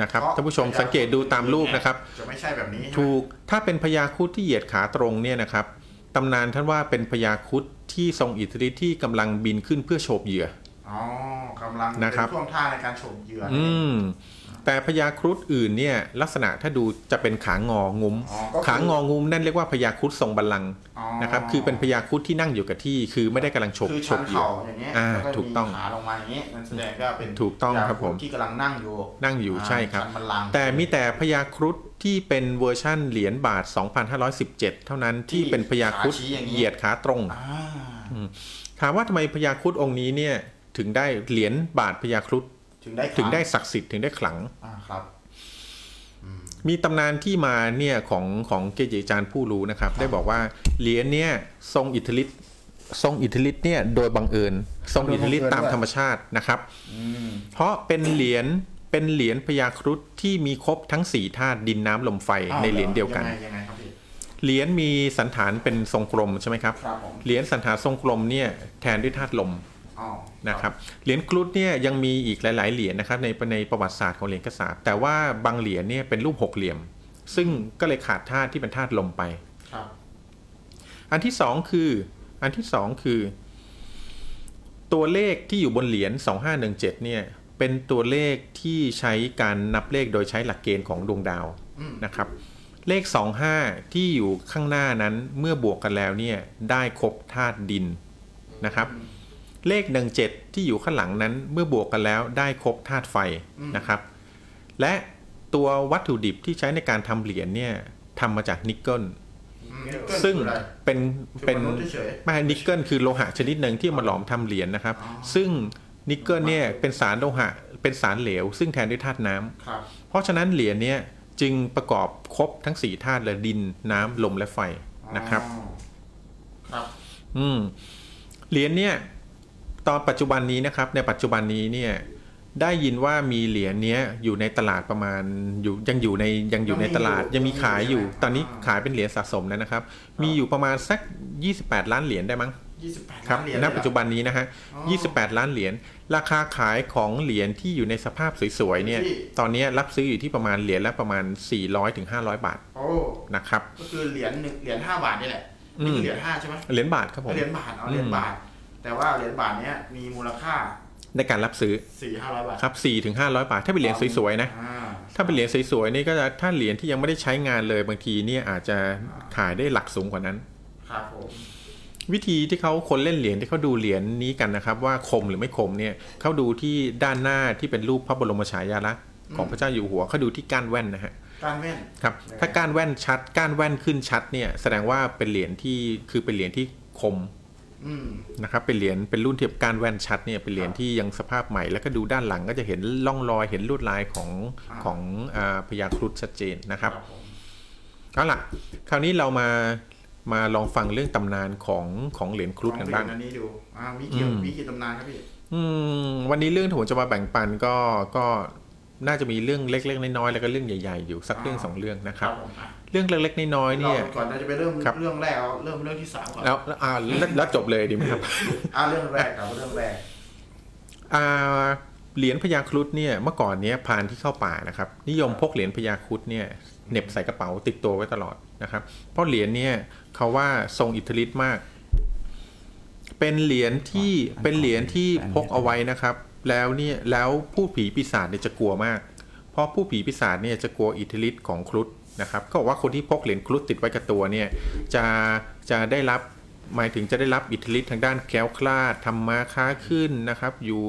S3: นะครับ
S1: เพราะ
S3: ท่านผู้ชม
S1: พญาครุฑ
S3: สังเกตดูตามรูปนะครับ
S1: จะไม่ใช่แบบนี้
S3: ถูกถ้าเป็นพญาครุฑที่เหยียดขาตรงเนี่ยนะครับตำนานท่านว่าเป็นพญาครุฑที่ทรงอิทธิฤทธิ์ที่กำลังบินขึ้นเพื่อโฉบเหยื่อ
S1: อ๋อกำลังเป็
S3: นะครับ
S1: ช่วงท่าในการโฉบเหยื่อ
S3: อืมแต่พญาครุฑอื่นเนี่ยลักษณะถ้าดูจะเป็นขางองุ้ม
S1: อ๋อก็คือ
S3: ขางองงุ้มนั่นเรียกว่าพญาครุฑทรงบัลลังก์
S1: อ๋อ
S3: นะครับคือเป็นพญาครุฑที่นั่งอยู่กับที่ คือไม่ได้กำลังฉก
S1: คือ
S3: ฉ
S1: ชั
S3: ก
S1: น
S3: อยู่
S1: เข่าอย่างเงี้ย
S3: อ่า
S1: แล้ว
S3: ถูกต้อง
S1: มีขาลงมาอย่างเงี้ยนั่นแสดงก็เป็น
S3: ถูกต้องครับผม
S1: ที่กำลังนั่งอยู่
S3: นั่งอยู่ใช่ครับ
S1: ชันบัลลังก์
S3: แต่มีแต่พญาครุฑที่เป็นเวอร์ชั่นเหรียญบาท 2517 เท่านั้นที่
S1: ที่
S3: เป็นพญาครุฑ
S1: ขาชี้อย่างนี้
S3: เหยียดขาตรง
S1: อ่า
S3: ถามว่าทำไมพญาครุฑองค์นี้เนี่ยถึงได้เหรียญบาทพญาครุฑ
S1: ถึงได้
S3: ถึงได้ศักดิ์สิทธิ์ถึงได้ขลัง
S1: อ่าครับ
S3: มีตำนานที่มาเนี่ยของของเกจิอาจารย์ผู้รู้นะครับ ได้บอกว่าเหรียญเนี่ยทรงอิทธิฤทธิ์ทรงอิทธิฤทธิ์เนี่ยโดยบังเอิญ ทรงอิทธิฤทธิ์ตามธรรมชาตินะครับเพราะเป็นเหรียญเป็นเหรียญพญาครุฑที่มีครบทั้ง4ธาตุดินน้ำลมไฟ
S1: อ้า
S3: ในเหรียญเดียวกัน
S1: งไงยังไงครับพี่
S3: เหรียญมีสันฐานเป็นทรงกลมใช่ไหมครับ
S1: ครับผม
S3: เหรียญสันฐานทรงกลมเนี่ยแทนด้วยธาตุลม
S1: อ๋อ
S3: นะครับเหรียญกรุฑเนี่ยยังมีอีกหลาย ๆ เหรียญนะครับในในประวัติศาสตร์ของเหรียญกระสาบแต่ว่าบางเหรียญเนี่ยเป็นรูปหกเหลี่ยม ซึ่งก็เลยขาดธาตุที่เป็นธาตุลมไป
S1: ครับ
S3: อันที่สองคือ อันที่สองคือ ตัวเลขที่อยู่บนเหรียญ2517เนี่ยเป็นตัวเลขที่ใช้การนับเลขโดยใช้หลักเกณฑ์ของดวงดาว
S1: อืม
S3: นะครับ เลข 25 ที่อยู่ข้างหน้านั้นเมื่อบวกกันแล้วเนี่ยได้ครบธาตุดินนะครับ เลข 17 ที่อยู่ข้างหลังนั้นเมื่อบวกกันแล้วได้ครบธาตุไฟนะครับ และตัววัตถุดิบที่ใช้ในการทำเหรียญเนี่ยทำมาจากนิกเกิล
S1: อื
S3: ซึ่งเป็น
S7: คือ
S3: เป็น
S7: มนุษย์เฉย
S3: ไม่นิกเกิลคือโลหะชนิดหนึ่งที่เอามาหลอมทำเหรียญนะครับ ซึ่งนิกเกิลเนี่ยเป็นสารโลหะเป็นสารเหลว ซึ่งแทนด้วยธาตุน้ำ
S7: ครับ
S3: เพราะฉะนั้นเหรียญเนี่ยจึงประกอบครบทั้งสี่ธาตุเลยดินน้ำลมและไฟนะครับ
S7: อ๋อครับ
S3: อืมเหรียญเนี่ยตอนปัจจุบันนี้นะครับ ในปัจจุบันนี้เนี่ยได้ยินว่ามีเหรียญเนี้ยอยู่ในตลาดประมาณอยู่ยังอยู่ในยังอยู่ในตลาดยังมีขายอยู่ ตอนนี้ขายเป็นเหรียญสะสมแล้วนะครับ มีอยู่ประมาณสัก 28 ล้านเหรียญได้มั้ง
S7: ยี่สิบแปด
S3: ครับ
S7: เหรียญ
S3: ณ
S7: เลยเหอ
S3: ปัจจุบันนี้นะฮะ
S7: อ๋อ
S3: 28 ล้านเหรียญราคาขายของเหรียญที่อยู่ในสภาพสวยๆเนี่ย
S7: ที่
S3: ตอนนี้รับซื้ออยู่ที่ประมาณเหรียญละประมาณ 400-500ถึง500บาท
S7: โอ้
S3: นะครับ
S7: ก็คือเหรียญหนึ่งเหรียญห้าบาทนี่แหละ
S3: อืม
S7: นี่คือเหรียญห้าใช่ไหม
S3: เหรียญบาทครับผม
S7: เหรียญบาทเอาเหรียญบาท แต่ว่าเหรียญบาทเนี้ยมีมูลค่า
S3: ในการรับซื้อ
S7: สี่ห้าร้อยบาท
S3: ครับสี่ถึงห้าร้อยบาท ถ้าเป็นเหรียญสวยๆนะ
S7: อ่า
S3: ถ้าเป็นเหรียญสวยๆนี่ก็จะถ้าเหรียญที่ยังไม่ได้ใช้งานเลยบางทีเนี่ยอาจจะขายได้หลักสูงกว่านั้น
S7: ครับผม
S3: วิธีที่เขาคนเล่นเหรียญที่เขาดูเหรียญนี้กันนะครับ ว่าคมหรือไม่คมเนี่ยเขาดูที่ด้านหน้าที่เป็นรูปพระบรมฉายาลักษณ์ของพระเจ้าอยู่หัวเขาดูที่ก้านแว่นนะฮะ
S7: การแว่น
S3: ครับถ้าก้านแว่นชัดก้านแว่นขึ้นชัดเนี่ยแสดงว่าเป็นเหรียญที่คือเป็นเหรียญที่คม
S7: อืม
S3: นะครับเป็นเหรียญเป็นรุ่นเทียบก้านแว่นชัดเนี่ยเป็นเหรียญที่ยังสภาพใหม่แล้วก็ดูด้านหลังก็จะเห็นร่องรอยเห็นลวดลายของของอ่าพญาครุฑชัดเจนนะครับ
S7: ผม
S3: เอาล่ะ คราวนี้เรามามาลองฟังเรื่องตำนานของของเหรียญครุฑกันบ้าง
S7: ลอดูอันนี้ดูอ่ามีเกี่ยว
S3: อืม
S7: มีกี่ตำนานครับพี่
S3: อืมวันนี้เรื่องที่ผมจะมาแบ่งปันก็ก็น่าจะมีเรื่องเล็กๆน้อยๆแล้วก็เรื่องใหญ่ๆอยู่สักเรื่อง
S7: อ๋อ
S3: สองเรื่องนะครับ
S7: ผมอ่ะ
S3: เรื่องเล็กๆน้อยๆเนี่ย
S7: ราก่อนเราจะไปเริ่ม
S3: ครับ
S7: เรื่องแรกเอาเริ่มเรื่องที่สามก่อน
S3: แล้วแล้วอ่าแล้วแล้วจบเลยดีไหมครับ
S7: อ่าเรื่องแรกกับเรื่องแรก
S3: อ่าเหรียญพญาครุฑเนี่ยเมื่อก่อนเนี้ยพรานที่เข้าป่านะครับ นิยมพกเหรียญพญาครุฑเนี่ยเหน็บใส่กระเป๋าติดตัวไว้ตลอดนะครับ เพราะเหรียญเนี่ยเขาว่าทรงอิทธิฤทธิ์มาก เป็นเหรียญที่เป็นเหรียญที่พกเอาไว้นะครับ แล้วเนี่ยแล้วผู้ผีปีศาจเนี่ยจะกลัวมาก เพราะผู้ผีปีศาจเนี่ยจะกลัวอิทธิฤทธิ์ของครุฑนะครับเขาบอกว่าคนที่พกเหรียญครุฑติดไว้กับตัวเนี่ยจะจะได้รับหมายถึงจะได้รับอิทธิฤทธิ์ทางด้านแคล้วคลาดทำมาค้าขึ้นนะครับ อยู่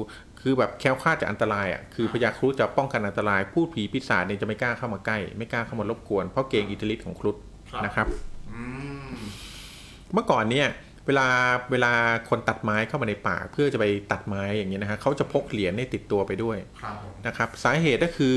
S3: คือแบบแคล้วคลาดจากอันตรายอ่ะคือพญาครุฑจะป้องกันอันตราย ผู้ผีปีศาจเนี่ยจะไม่กล้าเข้ามาใกล้ ไม่กล้าเข้ามารบกวนเพราะเกรงอิทธิฤทธิ์ของครุฑ
S7: ครับ
S3: นะครับ
S7: อืม
S3: เมื่อก่อนเนี่ยเวลาเวลาคนตัดไม้เข้ามาในป่าเพื่อจะไปตัดไม้อย่างเงี้ยนะฮะเขาจะพกเหรียญเนี่ยติดตัวไปด้วย
S7: ครับผม
S3: นะครับสาเหตุก็คือ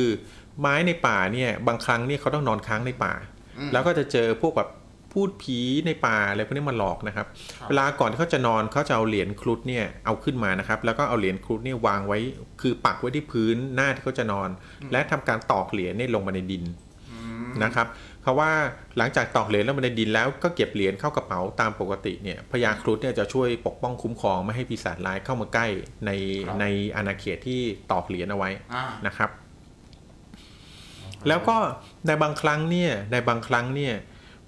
S3: ไม้ในป่าเนี่ยบางครั้งเนี่ยเขาต้องนอนค้างในป่า
S7: อืม
S3: แล้วก็จะเจอพวกแบบพูดผีในป่าอะไรพวกนี้มาหลอกนะครับ
S7: ครับ
S3: เวลาก่อนที่เขาจะนอนเขาจะเอาเหรียญครุฑเนี่ยเอาขึ้นมานะครับแล้วก็เอาเหรียญครุฑเนี่ยวางไว้ คือปักไว้ที่พื้นหน้าที่เขาจะนอน และทำการตอกเหรียญเนี่ยลงมาในดิน
S7: อืม
S3: นะครับเพราะว่าหลังจากตอกเหรียญแล้วมันในดินแล้วก็เก็บเหรียญเข้ากระเป๋าตามปกติเนี่ยพญาครุฑเนี่ยจะช่วยปกป้องคุ้มครองไม่ให้ปีศาจร้ายเข้ามาใกล้ในในอาณาเขตที่ตอกเหรียญเอาไว้
S7: อ่า
S3: นะครับ แล้วก็ในบางครั้งเนี่ยในบางครั้งเนี่ย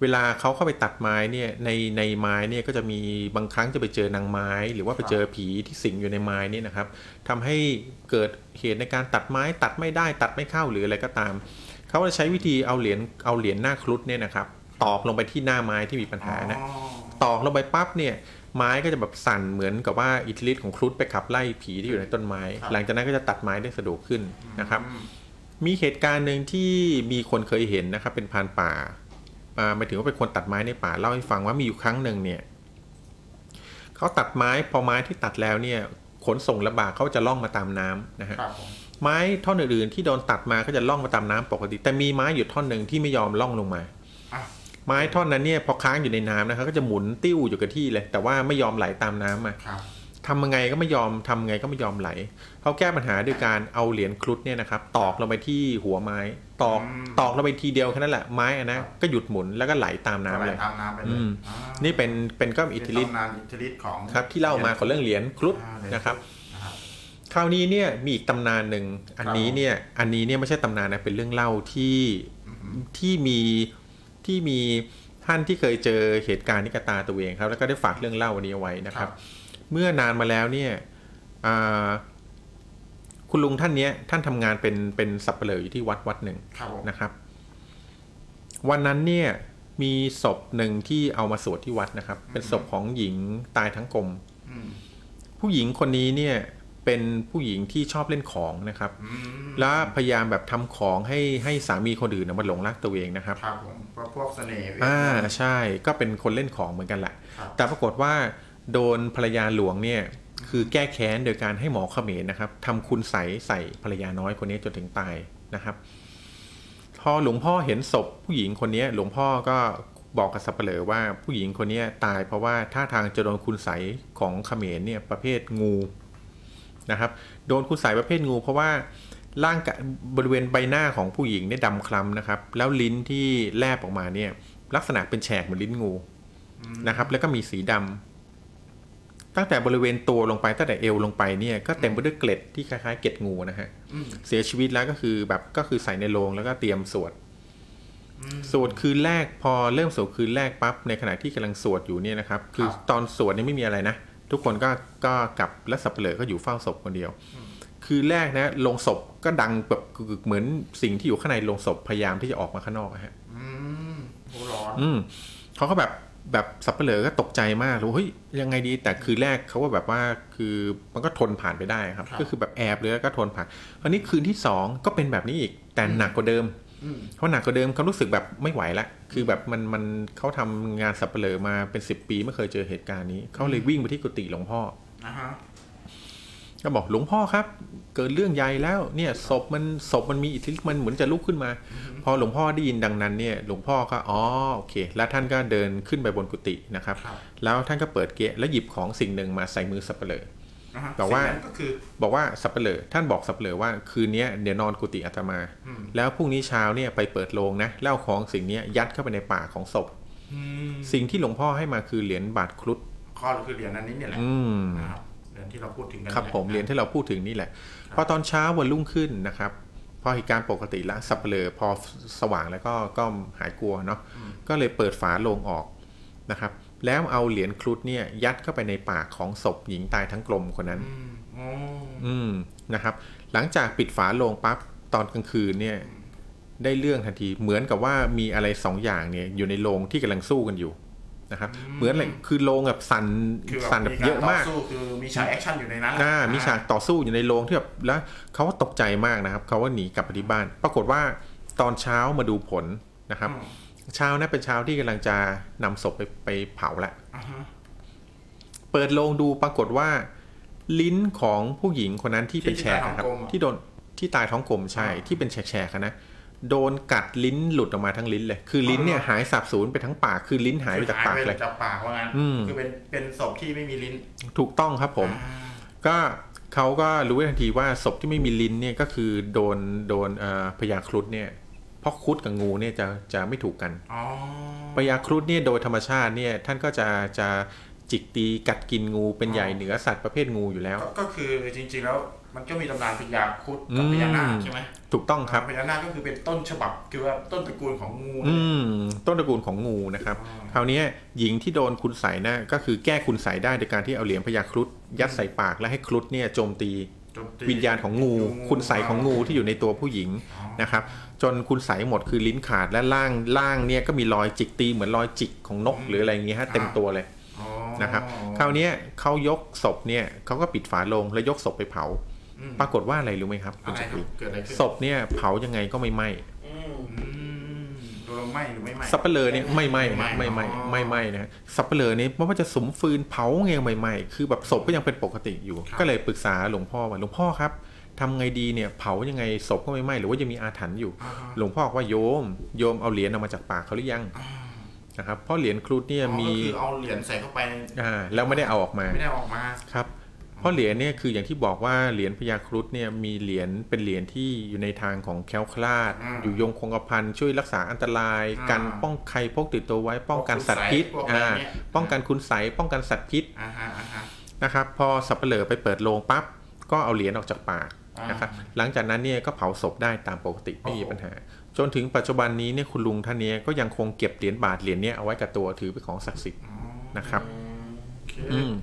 S3: เวลาเขาเข้าไปตัดไม้เนี่ยในในไม้เนี่ยก็จะมีบางครั้งจะไปเจอนางไม้ หรือว่าไปเจอผีที่สิงอยู่ในไม้เนี่ยนะครับทำให้เกิดเหตุในการตัดไม้ตัดไม่ได้ตัดไม่เข้าหรืออะไรก็ตาม เขาจะใช้วิธีเอาเหรียญเอาเหรียญหน้าครุฑเนี่ยนะครับตอกลงไปที่หน้าไม้ที่มีปัญหานะ
S7: อ๋อ
S3: ตอกลงไปปั๊บเนี่ยไม้ก็จะแบบสั่นเหมือนกับว่าอิทธิฤทธิ์ของครุฑไปขับไล่ผีที่อยู่ในต้นไม้ หลังจากนั้นก็จะตัดไม้ได้สะดวกขึ้นนะครับ
S7: อืม
S3: มีเหตุการณ์หนึ่งที่มีคนเคยเห็นนะครับ เป็นพรานป่าอ่าหมายถึงว่าเป็นคนตัดไม้ในป่าเล่าให้ฟังว่ามีอยู่ครั้งหนึ่งเนี่ยเขาตัดไม้พอไม้ที่ตัดแล้วเนี่ยขนส่งลำบากเขาจะล่องมาตามน้ำนะฮะ
S7: ครับผม
S3: ไม้ท่อนอื่นๆที่โดนตัดมาก็จะล่องมาตามน้ำปกติ แต่มีไม้อยู่ท่อนหนึ่งที่ไม่ยอมล่องลงมา
S7: อ่ะ
S3: ไม้ท่อนนั้นเนี่ยพอค้างอยู่ในน้ำนะครับก็จะหมุนติ้วอยู่กับที่เลย แต่ว่าไม่ยอมไหลตามน้ำมา
S7: ครับ
S3: ทำยังไงก็ไม่ยอมทำยังไงก็ไม่ยอมไหลเขาแก้ปัญหาด้วยการเอาเหรียญครุฑเนี่ยนะครับตอกลงไปที่หัวไม้ตอกตอกลงไปทีเดียวแค่นั้นแหละไม้อันนะก็หยุดหมุนแล้วก็ไหลตามน้ำเลย
S7: ตามน้ำไปเล
S3: อื
S7: ย
S3: ม
S7: อ่า
S3: นี่เป็นเป็นก็อิทธิฤทธิ์
S7: เป็นตำนานอิทธิฤทธิ์ของ
S3: ครับที่เล่ามาของเรื่องเหรียญครุฑ
S7: อ่าเหรียญครุฑ
S3: นะครับ
S7: นะครับ
S3: คราวนี้เนี่ยมีอีกตำนานหนึ่งอันนี้
S7: ครับ
S3: เนี่ยอันนี้เนี่ยไม่ใช่ตำนานนะเป็นเรื่องเล่าที่ที่มีที่มีท่านที่เคยเจอเหตุการณ์นี้กับตาตัวเองครับ แล้วก็ได้ฝากเรื่องเล่าวันนี้เอาไว้นะครับ เมื่อนานมาแล้วเนี่ยอ่าคุณลุงท่านเนี้ยท่านทำงานเป็นเป็นสับเปลืออยู่ที่วัดวัดหนึ่ง
S7: ครับผม
S3: นะครับ วันนั้นเนี่ยมีศพหนึ่งที่เอามาสวดที่วัดนะครับ เป็นศพของหญิงตายทั้งกลม
S7: อืม
S3: ผู้หญิงคนนี้เนี่ยเ เป็นผู้หญิงที่ชอบเล่นของนะครับ แล้วพยายามแบบทำของให้ให้สามีคนอื่นนะมันหลงรักตัวเองนะครับ
S7: ครับผมเพราะพวกเสน่ห์เว้ย
S3: อ่าใช่ก็เป็นคนเล่นของเหมือนกันแหละ
S7: ครับ
S3: แต่ปรากฏว่าโดนภรรยาหลวงเนี่ยคือแก้แค้นโดยการให้หมอเขมรนะครับทำคุณใสใส่ภรรยาน้อยคนนี้จนถึงตายนะครับ พอหลวงพ่อเห็นศพผู้หญิงคนนี้หลวงพ่อก็บอกกับสับเปลือว่าผู้หญิงคนนี้ตายเพราะว่าท่าทางจะโดนคุณใสของเขมรเนี่ยประเภทงูนะครับโดนคุณใสประเภทงู เพราะว่า ร่างกายบริเวณใบหน้าของผู้หญิงเนี่ยดำคล้ำนะครับ แล้วลิ้นที่แลบออกมาเนี่ย ลักษณะเป็นแฉกเหมือนลิ้นงูนะครับ แล้วก็มีสีดำตั้งแต่บริเวณตัวลงไปตั้งแต่เอวลงไปเนี่ยก็เต็มไปด้วยเกล็ดที่คล้ายๆเกล็ดงูนะฮะเสียชีวิตแล้วก็คือแบบก็คือใส่ในโรงแล้วก็เตรียมสวดสวดคืนแรกพอเริ่มสวดคืนแรกปั๊บในขณะที่กำลังสวดอยู่เนี่ยนะครับ คือตอนสวดเนี่ยไม่มีอะไรนะทุกคนก็ก็กลับและสับเปลือก็อยู่เฝ้าศพคนเดียว คืนแรกนะโลงศพก็ดังแบบกึกๆเหมือนสิ่งที่อยู่ข้างในโลงศพพยายามที่จะออกมาข้างนอกอะฮะ
S7: อืมโหร้อน
S3: อืมเขาก็แบบแบบสับเปลือก็ตกใจมากรู้เฮ้ยยังไงดีแต่คืนแรกเขาก็แบบว่าคือมันก็ทนผ่านไปได้ครับ ก็คือแบบแอบเลยแล้วก็ทนผ่านคราวนี้คืนที่สองก็เป็นแบบนี้อีกแต่หนักกว่าเดิมเพราะหนักกว่าเดิมเขารู้สึกแบบไม่ไหวละคือแบบมันมันเขาทำงานสับเปลือมาเป็นสิบปีไม่เคยเจอเหตุการณ์นี้เขาเลยวิ่งไปที่กุฏิหลวงพ่อ
S7: นะฮะ
S3: ก็บอกหลวงพ่อครับ เกิดเรื่องใหญ่แล้วเนี่ยศพมันศพมันมีอิทธิฤทธิ์มันเหมือนจะลุกขึ้นมา พอหลวงพ่อได้ยินดังนั้นเนี่ยหลวงพ่อก็อ๋อโอเค แล้วท่านก็เดินขึ้นไปบนกุฏินะครับ
S7: ครับ
S3: แล้วท่านก็เปิดเกะแล้วหยิบของสิ่งหนึ่งมาใส่มือสับเปลอ
S7: นะฮะ
S3: แต่ว่า
S7: สิ่งนั้นก็คือ
S3: บอกว่าสับเปลอท่านบอกสับเปลอว่าคืนเนี้ยเดี๋ยวนอนกุฏิอาตมา
S7: อืม
S3: แล้วพรุ่งนี้เช้าเนี่ยไปเปิดโลงนะแล้วเอาของสิ่งเนี้ยยัดเข้าไปในป่ากของศพ
S7: อืม
S3: สิ่งที่หลวงพ่อให้มาคือเหรียญบาทครุฑ
S7: ข้อคือเหรียญอันนี้เนี่ยแหละ
S3: อืม
S7: นะครับเหรียญที่เราพูดถึงกัน
S3: ครับผมเหรียญที่เราพูดถึงนี่แหละ พอตอนเช้าวันรุ่งขึ้นนะครับ พอเหตุการณ์ปกติละสับเปลือพอสว่างแล้วก็ก็หายกลัวเนาะก็เลยเปิดฝาโลงออกนะครับ แล้วเอาเหรียญครุฑเนี่ยยัดเข้าไปในปากของศพหญิงตายทั้งกลมคนนั้น
S7: อืมโอ้
S3: อืมนะครับ หลังจากปิดฝาโลงปั๊บตอนกลางคืนเนี่ยได้เรื่องทันทีเหมือนกับว่ามีอะไรสองอย่างเนี่ยอยู่ในโรงที่กำลังสู้กันอยู่นะครับเหมือนอะไรคือโรงแบบสั่น
S7: คือ
S3: สั่นแบ
S7: แบบ
S3: บ
S7: มี
S3: เย
S7: การต่อ
S3: อะมาก
S7: สู้คือมีฉากแอคชั่นอยู่ในนั้นแหละ
S3: อ่ามีฉากต่อสู้อยู่ในโรงที่แบบแล้วเขาก็ตกใจมากนะครับเขาว่าหนีกลับไปที่บ้าน ปรากฏว่าตอนเช้ามาดูผลนะครับ เช้านะเป็นเช้าที่กำลังจะนำศพไปไปเผาละ
S7: อ่าฮะ
S3: เปิดโรงดูปรากฏว่า ลิ้นของผู้หญิงคนนั้นที่เป็นแฉกอะครับ
S7: ที่
S3: ที่
S7: ตายท้องกลมอะ
S3: โดนที่ตายท้องกลมใช่ที่เป็นแฉกๆอะนะโดนกัดลิ้นหลุดออกมาทั้งลิ้นเลย คือลิ้นเนี่ยหายสาบสูญไปทั้งปากคือลิ้นหายไปจากปาก
S7: คือห
S3: เลย
S7: จากปากว่างั้น
S3: อืม
S7: คือเป็นเป็นศพที่ไม่มีลิ้น
S3: ถูกต้องครับผม ก็เขาก็รู้ได้ทันทีว่าศพที่ไม่มีลิ้นเนี่ยก็คือโดนโดนเอ่อพญาครุฑเนี่ยเพราะครุฑกับงูเนี่ยจะจะไม่ถูกกัน
S7: อ๋อ
S3: พญาครุฑเนี่ยโดยธรรมชาติเนี่ยท่านก็จะจะจิกตีกัดกินงูเป็นใหญ่เหนือสัตว์ประเภทงูอยู่แล้ว
S7: ก็ก็คือจริงๆแล้วมันก็มีตำนานพญาครุดกับพญานาคใช่ไหม
S3: ถูกต้องครับ
S7: พญานาคก็คือเป็นต้นฉบับคือว่าต้นตระกูลของงู
S3: อืมต้นตระกูลของงูนะครับ คราวเนี้ยหญิงที่โดนคุณใส่นะก็คือแก้คุณใส่ได้โดยการที่เอาเหรียญพญาครุฑยัดใส่ปากและให้ครุฑเนี่ยโจมตี
S7: โจมตี
S3: วิญญาณของงู คุณใสของงูที่อยู่ในตัวผู้หญิงนะครับ จนคุณใสหมดคือลิ้นขาดและล่างล่างเนี่ยก็มีรอยจิกตีเหมือนรอยจิกของนก หรืออะไรอย่างเงี้ยฮะเต็มตัวเลย
S7: อ๋อ
S3: นะครับ คราวเนี้ยเขายกศพเนี่ยเขาก็ปิดฝาโลงแล้วยกศพไปเผา
S7: อืม
S3: ปรากฏว่าอะไรรู้ไหมครับคุ
S7: อะ
S3: ณ
S7: ไร
S3: จั
S7: ค
S3: ก
S7: รับ
S3: รี
S7: เกิดอะไรขึ้น
S3: ศพเนี่ยเผายังไงก็ไม่ไหม้
S7: อืมโดนไหมหรือไม่ไหม
S3: สับเปลือเนี่ยไม่ไหม้ฮะ
S7: ไม่
S3: ไม่
S7: ไห
S3: ไห
S7: ม้
S3: ม้
S7: อ๋อ
S3: ไม่ไหม้นะฮะสับเปลือเนี่ยไม่ว่าจะสมฟืนเผาไงก็ไม่ไหม้คือแบบศพก็ยังเป็นปกติอยู่ ก็เลยปรึกษาหลวงพ่อว่าหลวงพ่อครับทำไงดีเนี่ยเผายังไงศพก็ไม่ไหม้หรือว่ายังมีอาถรรพ์อยู่
S7: อ่าฮะ
S3: หลวงพ่อบอกว่าโยมโยมเอาเหรียญออกมาจากปากเขาหรือยังนะครับเพราะเหรียญครุฑเนี่ย
S7: อ๋อ
S3: มี
S7: ก็คือเอาเหรียญใส่เข้าไป
S3: อ่าแล้วไม่ได้เอาออกมา
S7: ไม่ได้เอาออกมา
S3: ครับเพราะเหรียญเนี่ยคืออย่างที่บอกว่าเหรียญพญาครุฑเนี่ยมีเหรียญเป็นเหรียญที่อยู่ในทางของแคล้วคลาด อยู่ยงคงกระพันช่วยรักษาอันตรายกันป้องใครพกติดตัวไว้ ป้องกันสัตว์พิษอ่าป้องกันคุณใสยป้องกันสัตว์พิษ
S7: อ่าฮะอ่าฮะ
S3: นะครับพอสับเปลือไปเปิดโลงปั๊บก็เอาเหรียญออกจากปาก
S7: อ่าน
S3: นะครับหลังจากนั้นเนี่ยก็เผาศพได้ตามปกติไม่มีปัญหา จนถึงปัจจุบันนี้เนี่ยคุณลุงท่านเนี้ยก็ยังคงเก็บเหรียญบาทเหรียญเนี้ยเอาไว้กับตัวถือเป็นของศักดิ์สิทธิ์
S7: อ๋อ
S3: นะครับ
S7: โอเค
S3: อืม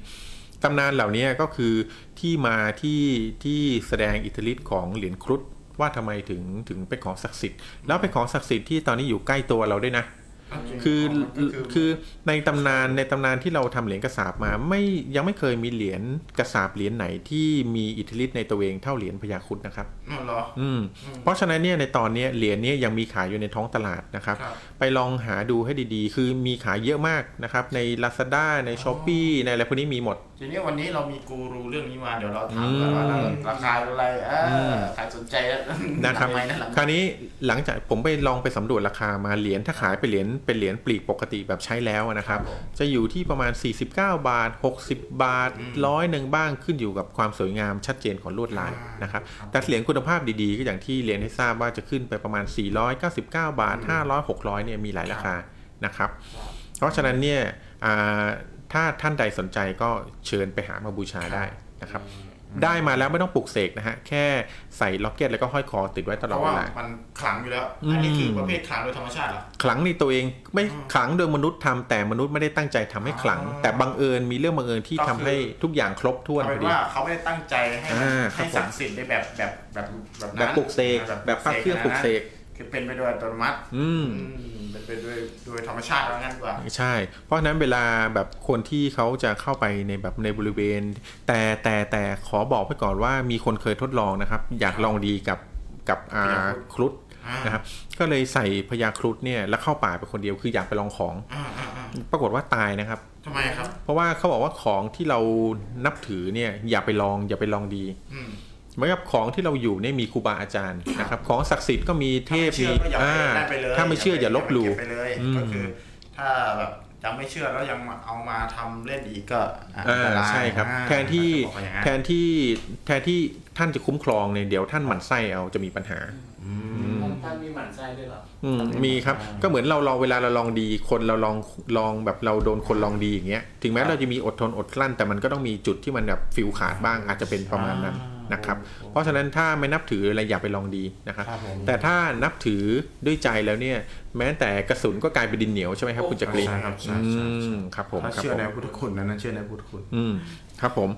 S3: ตำนานเหล่านี้ก็คือที่มาที่ที่แสดงอิทธิฤทธิ์ของเหรียญครุฑว่าทำไมถึงถึงเป็นของศักดิ์สิทธิ์แล้วเป็นของศักดิ์สิทธิ์ที่ตอนนี้อยู่ใกล้ตัวเราด้วยนะ คือ
S1: ก็คือ
S3: คือในตำนานในตำนานที่เราทำเหรียญกระสาบมา ไม่ยังไม่เคยมีเหรียญกระสาบเหรียญไหนที่มีอิทธิฤทธิ์ในตัวเองเท่าเหรียญพญาครุดนะครับ
S1: อ๋อเหรอ
S3: อืมเพราะฉะนั้นเนี่ยในตอนเนี้ยเหรียญเนี้ยังมีขายอยู่ในท้องตลาดนะครับ
S1: ครับ
S3: ไปลองหาดูให้ดีๆ คือมีขายเยอะมากนะครับ ใน Lazada ใน s h อ p e e ในอะไรพวกนี้มีหมด
S1: ทีนี้วันนี้เรามีกูรูเรื่องนี้มาเดี๋ยวเราถามกันว่า
S3: อืม
S1: ราคาเท่าไหรเออ
S3: ม
S1: อใครสนใจแล้ว
S3: นะครับ
S1: หลังไมค์นะหลัง
S3: คราวนี้หลังจากผมไปลองไปสำรวจราคามาเหรียญถ้าขายเป็นเหรียญเป็นเหรียญปลีกปกติแบบใช้แล้วนะครับ จะอยู่ที่ประมาณ 49 บาท 60 บาทร้อยหนึ่งบ้างขึ้นอยู่กับความสวยงามชัดเจนของลวดลายนะครับแต่เหรียญคุณภาพดีๆ ก็อย่างที่เรียนให้ทราบว่าจะขึ้นไปประมาณ 499 บาท 500 600เนี่ยมีหลายราคานะครับ เพราะฉะนั้นเนี่ยอ่าถ้าท่านใดสนใจก็เชิญไปหามาบูชาได้นะครับ ได้มาแล้วไม่ต้องปลุกเสกนะฮะ แค่ใส่ล็อกเก็ตแล้วก็ห้อยคอติดไว้ต
S1: เพ
S3: ลอด
S1: ราะ
S3: เว
S1: ว่า
S3: ลา
S1: มันขลังอยู่แล้ว อันนี้คือประเภทขลังโดยธรรมชาติเหรอ
S3: ขลังในตัวเองไม่ขลังโดยมนุษย์ทำแต่มนุษย์ไม่ได้ตั้งใจทำให้ขลัง แต่บังเอิญมีเรื่องบังเอิญที่
S1: ก็คือ
S3: ทำให้ทุกอย่างครบถ้วน
S1: เอา
S3: พ
S1: เป็
S3: อน ดี
S1: ว่าเขาไม่ได้ตั้งใจให้มัน
S3: อ่าครับ
S1: ให้ศักดิ์สิทธิ์ได้แบบแบบแบบแบบ
S3: แบบปลุกเสกแบบพระเครื่องปลุกเสก
S1: คือเป็นไปโดยอัตโนมัติ
S3: อืม
S1: อืมเป็นไปโดยโดยธรรมชาติแล้วงั้นดีกว่า
S3: ใช่ เพราะฉะนั้นเวลาแบบคนที่เขาจะเข้าไปในแบบในบริเวณ แต่แต่แต่ขอบอกไปก่อนว่ามีคนเคยทดลองนะครับ อยากลองดีกับกับอา
S1: พญา
S3: ครุฑ
S1: อ่าน
S3: นะครับ ก็เลยใส่พญาครุฑเนี่ยแล้วเข้าป่าไปคนเดียวคืออยากไปลองของ
S1: อ่าอ่าอ่า
S3: ปรากฏว่าตายนะครับ
S1: ทำไมครับ
S3: เพราะว่าเขาบอกว่าของที่เรานับถือเนี่ยอย่าไปลองอย่าไปลองดี
S1: อืม
S3: เหมือนกับของที่เราอยู่เนี่ยมีครูบาอาจารย์นะครับ ของศักดิ์สิทธิ์ก็มีเทพ
S1: ถ้าไม่เชื่อ
S3: มี
S1: ก็อย่าไป
S3: อ่า
S1: ได้ไปเลย
S3: ถ้าไม่เชื่ออย่าลบหลู่
S1: เก็ไปเลย
S3: อืม
S1: ก็คือ ถ้าแบบยังไม่เชื่อแล้วยังเอามาทำเล่นอีกก็อ่ะ
S3: อ่า
S1: อันตาย
S3: ใช่ครับ
S1: อ่า
S3: แทนที่
S1: จะบอกว่าอย่างนั้น
S3: แทนที่แทนที่ท่านจะคุ้มครองเนี่ยเดี๋ยวท่านหมั่นไส้เอาจะมีปัญหา
S4: ของท่านมีหมั่นไส้ด้วยเหรอ
S3: อืมมีครับ ก็เหมือนเราลองเวลาเราลองดี คนเราลองลองแบบเราโดนคนลองดีอย่างเงี้ยถึงแม้เราจะมีอดทนอดกลั้น แต่มันก็ต้องมีจุดที่มันแบบฟิลขาดบ้างอาจจะเป็นประมาณนั้นนะครับเพราะฉะนั้นถ้าไม่นับถืออะไรอย่าไปลองดีนะครับ
S4: ครับผม
S3: แต่ถ้านับถือด้วยใจแล้วเนี่ย แม้แต่กระสุนก็กลายเป็นดินเหนียวใช่ไหมครับคุณจักรี
S1: ใช่ครับ
S3: อื
S1: ใช่ใช่
S3: มครับผม
S1: ถ้า
S3: ครับ
S1: เชื่อ
S3: ผม
S1: ในพุทธคุณนะนั้นเชื่อในพุทธคุณ
S3: อืมครับผม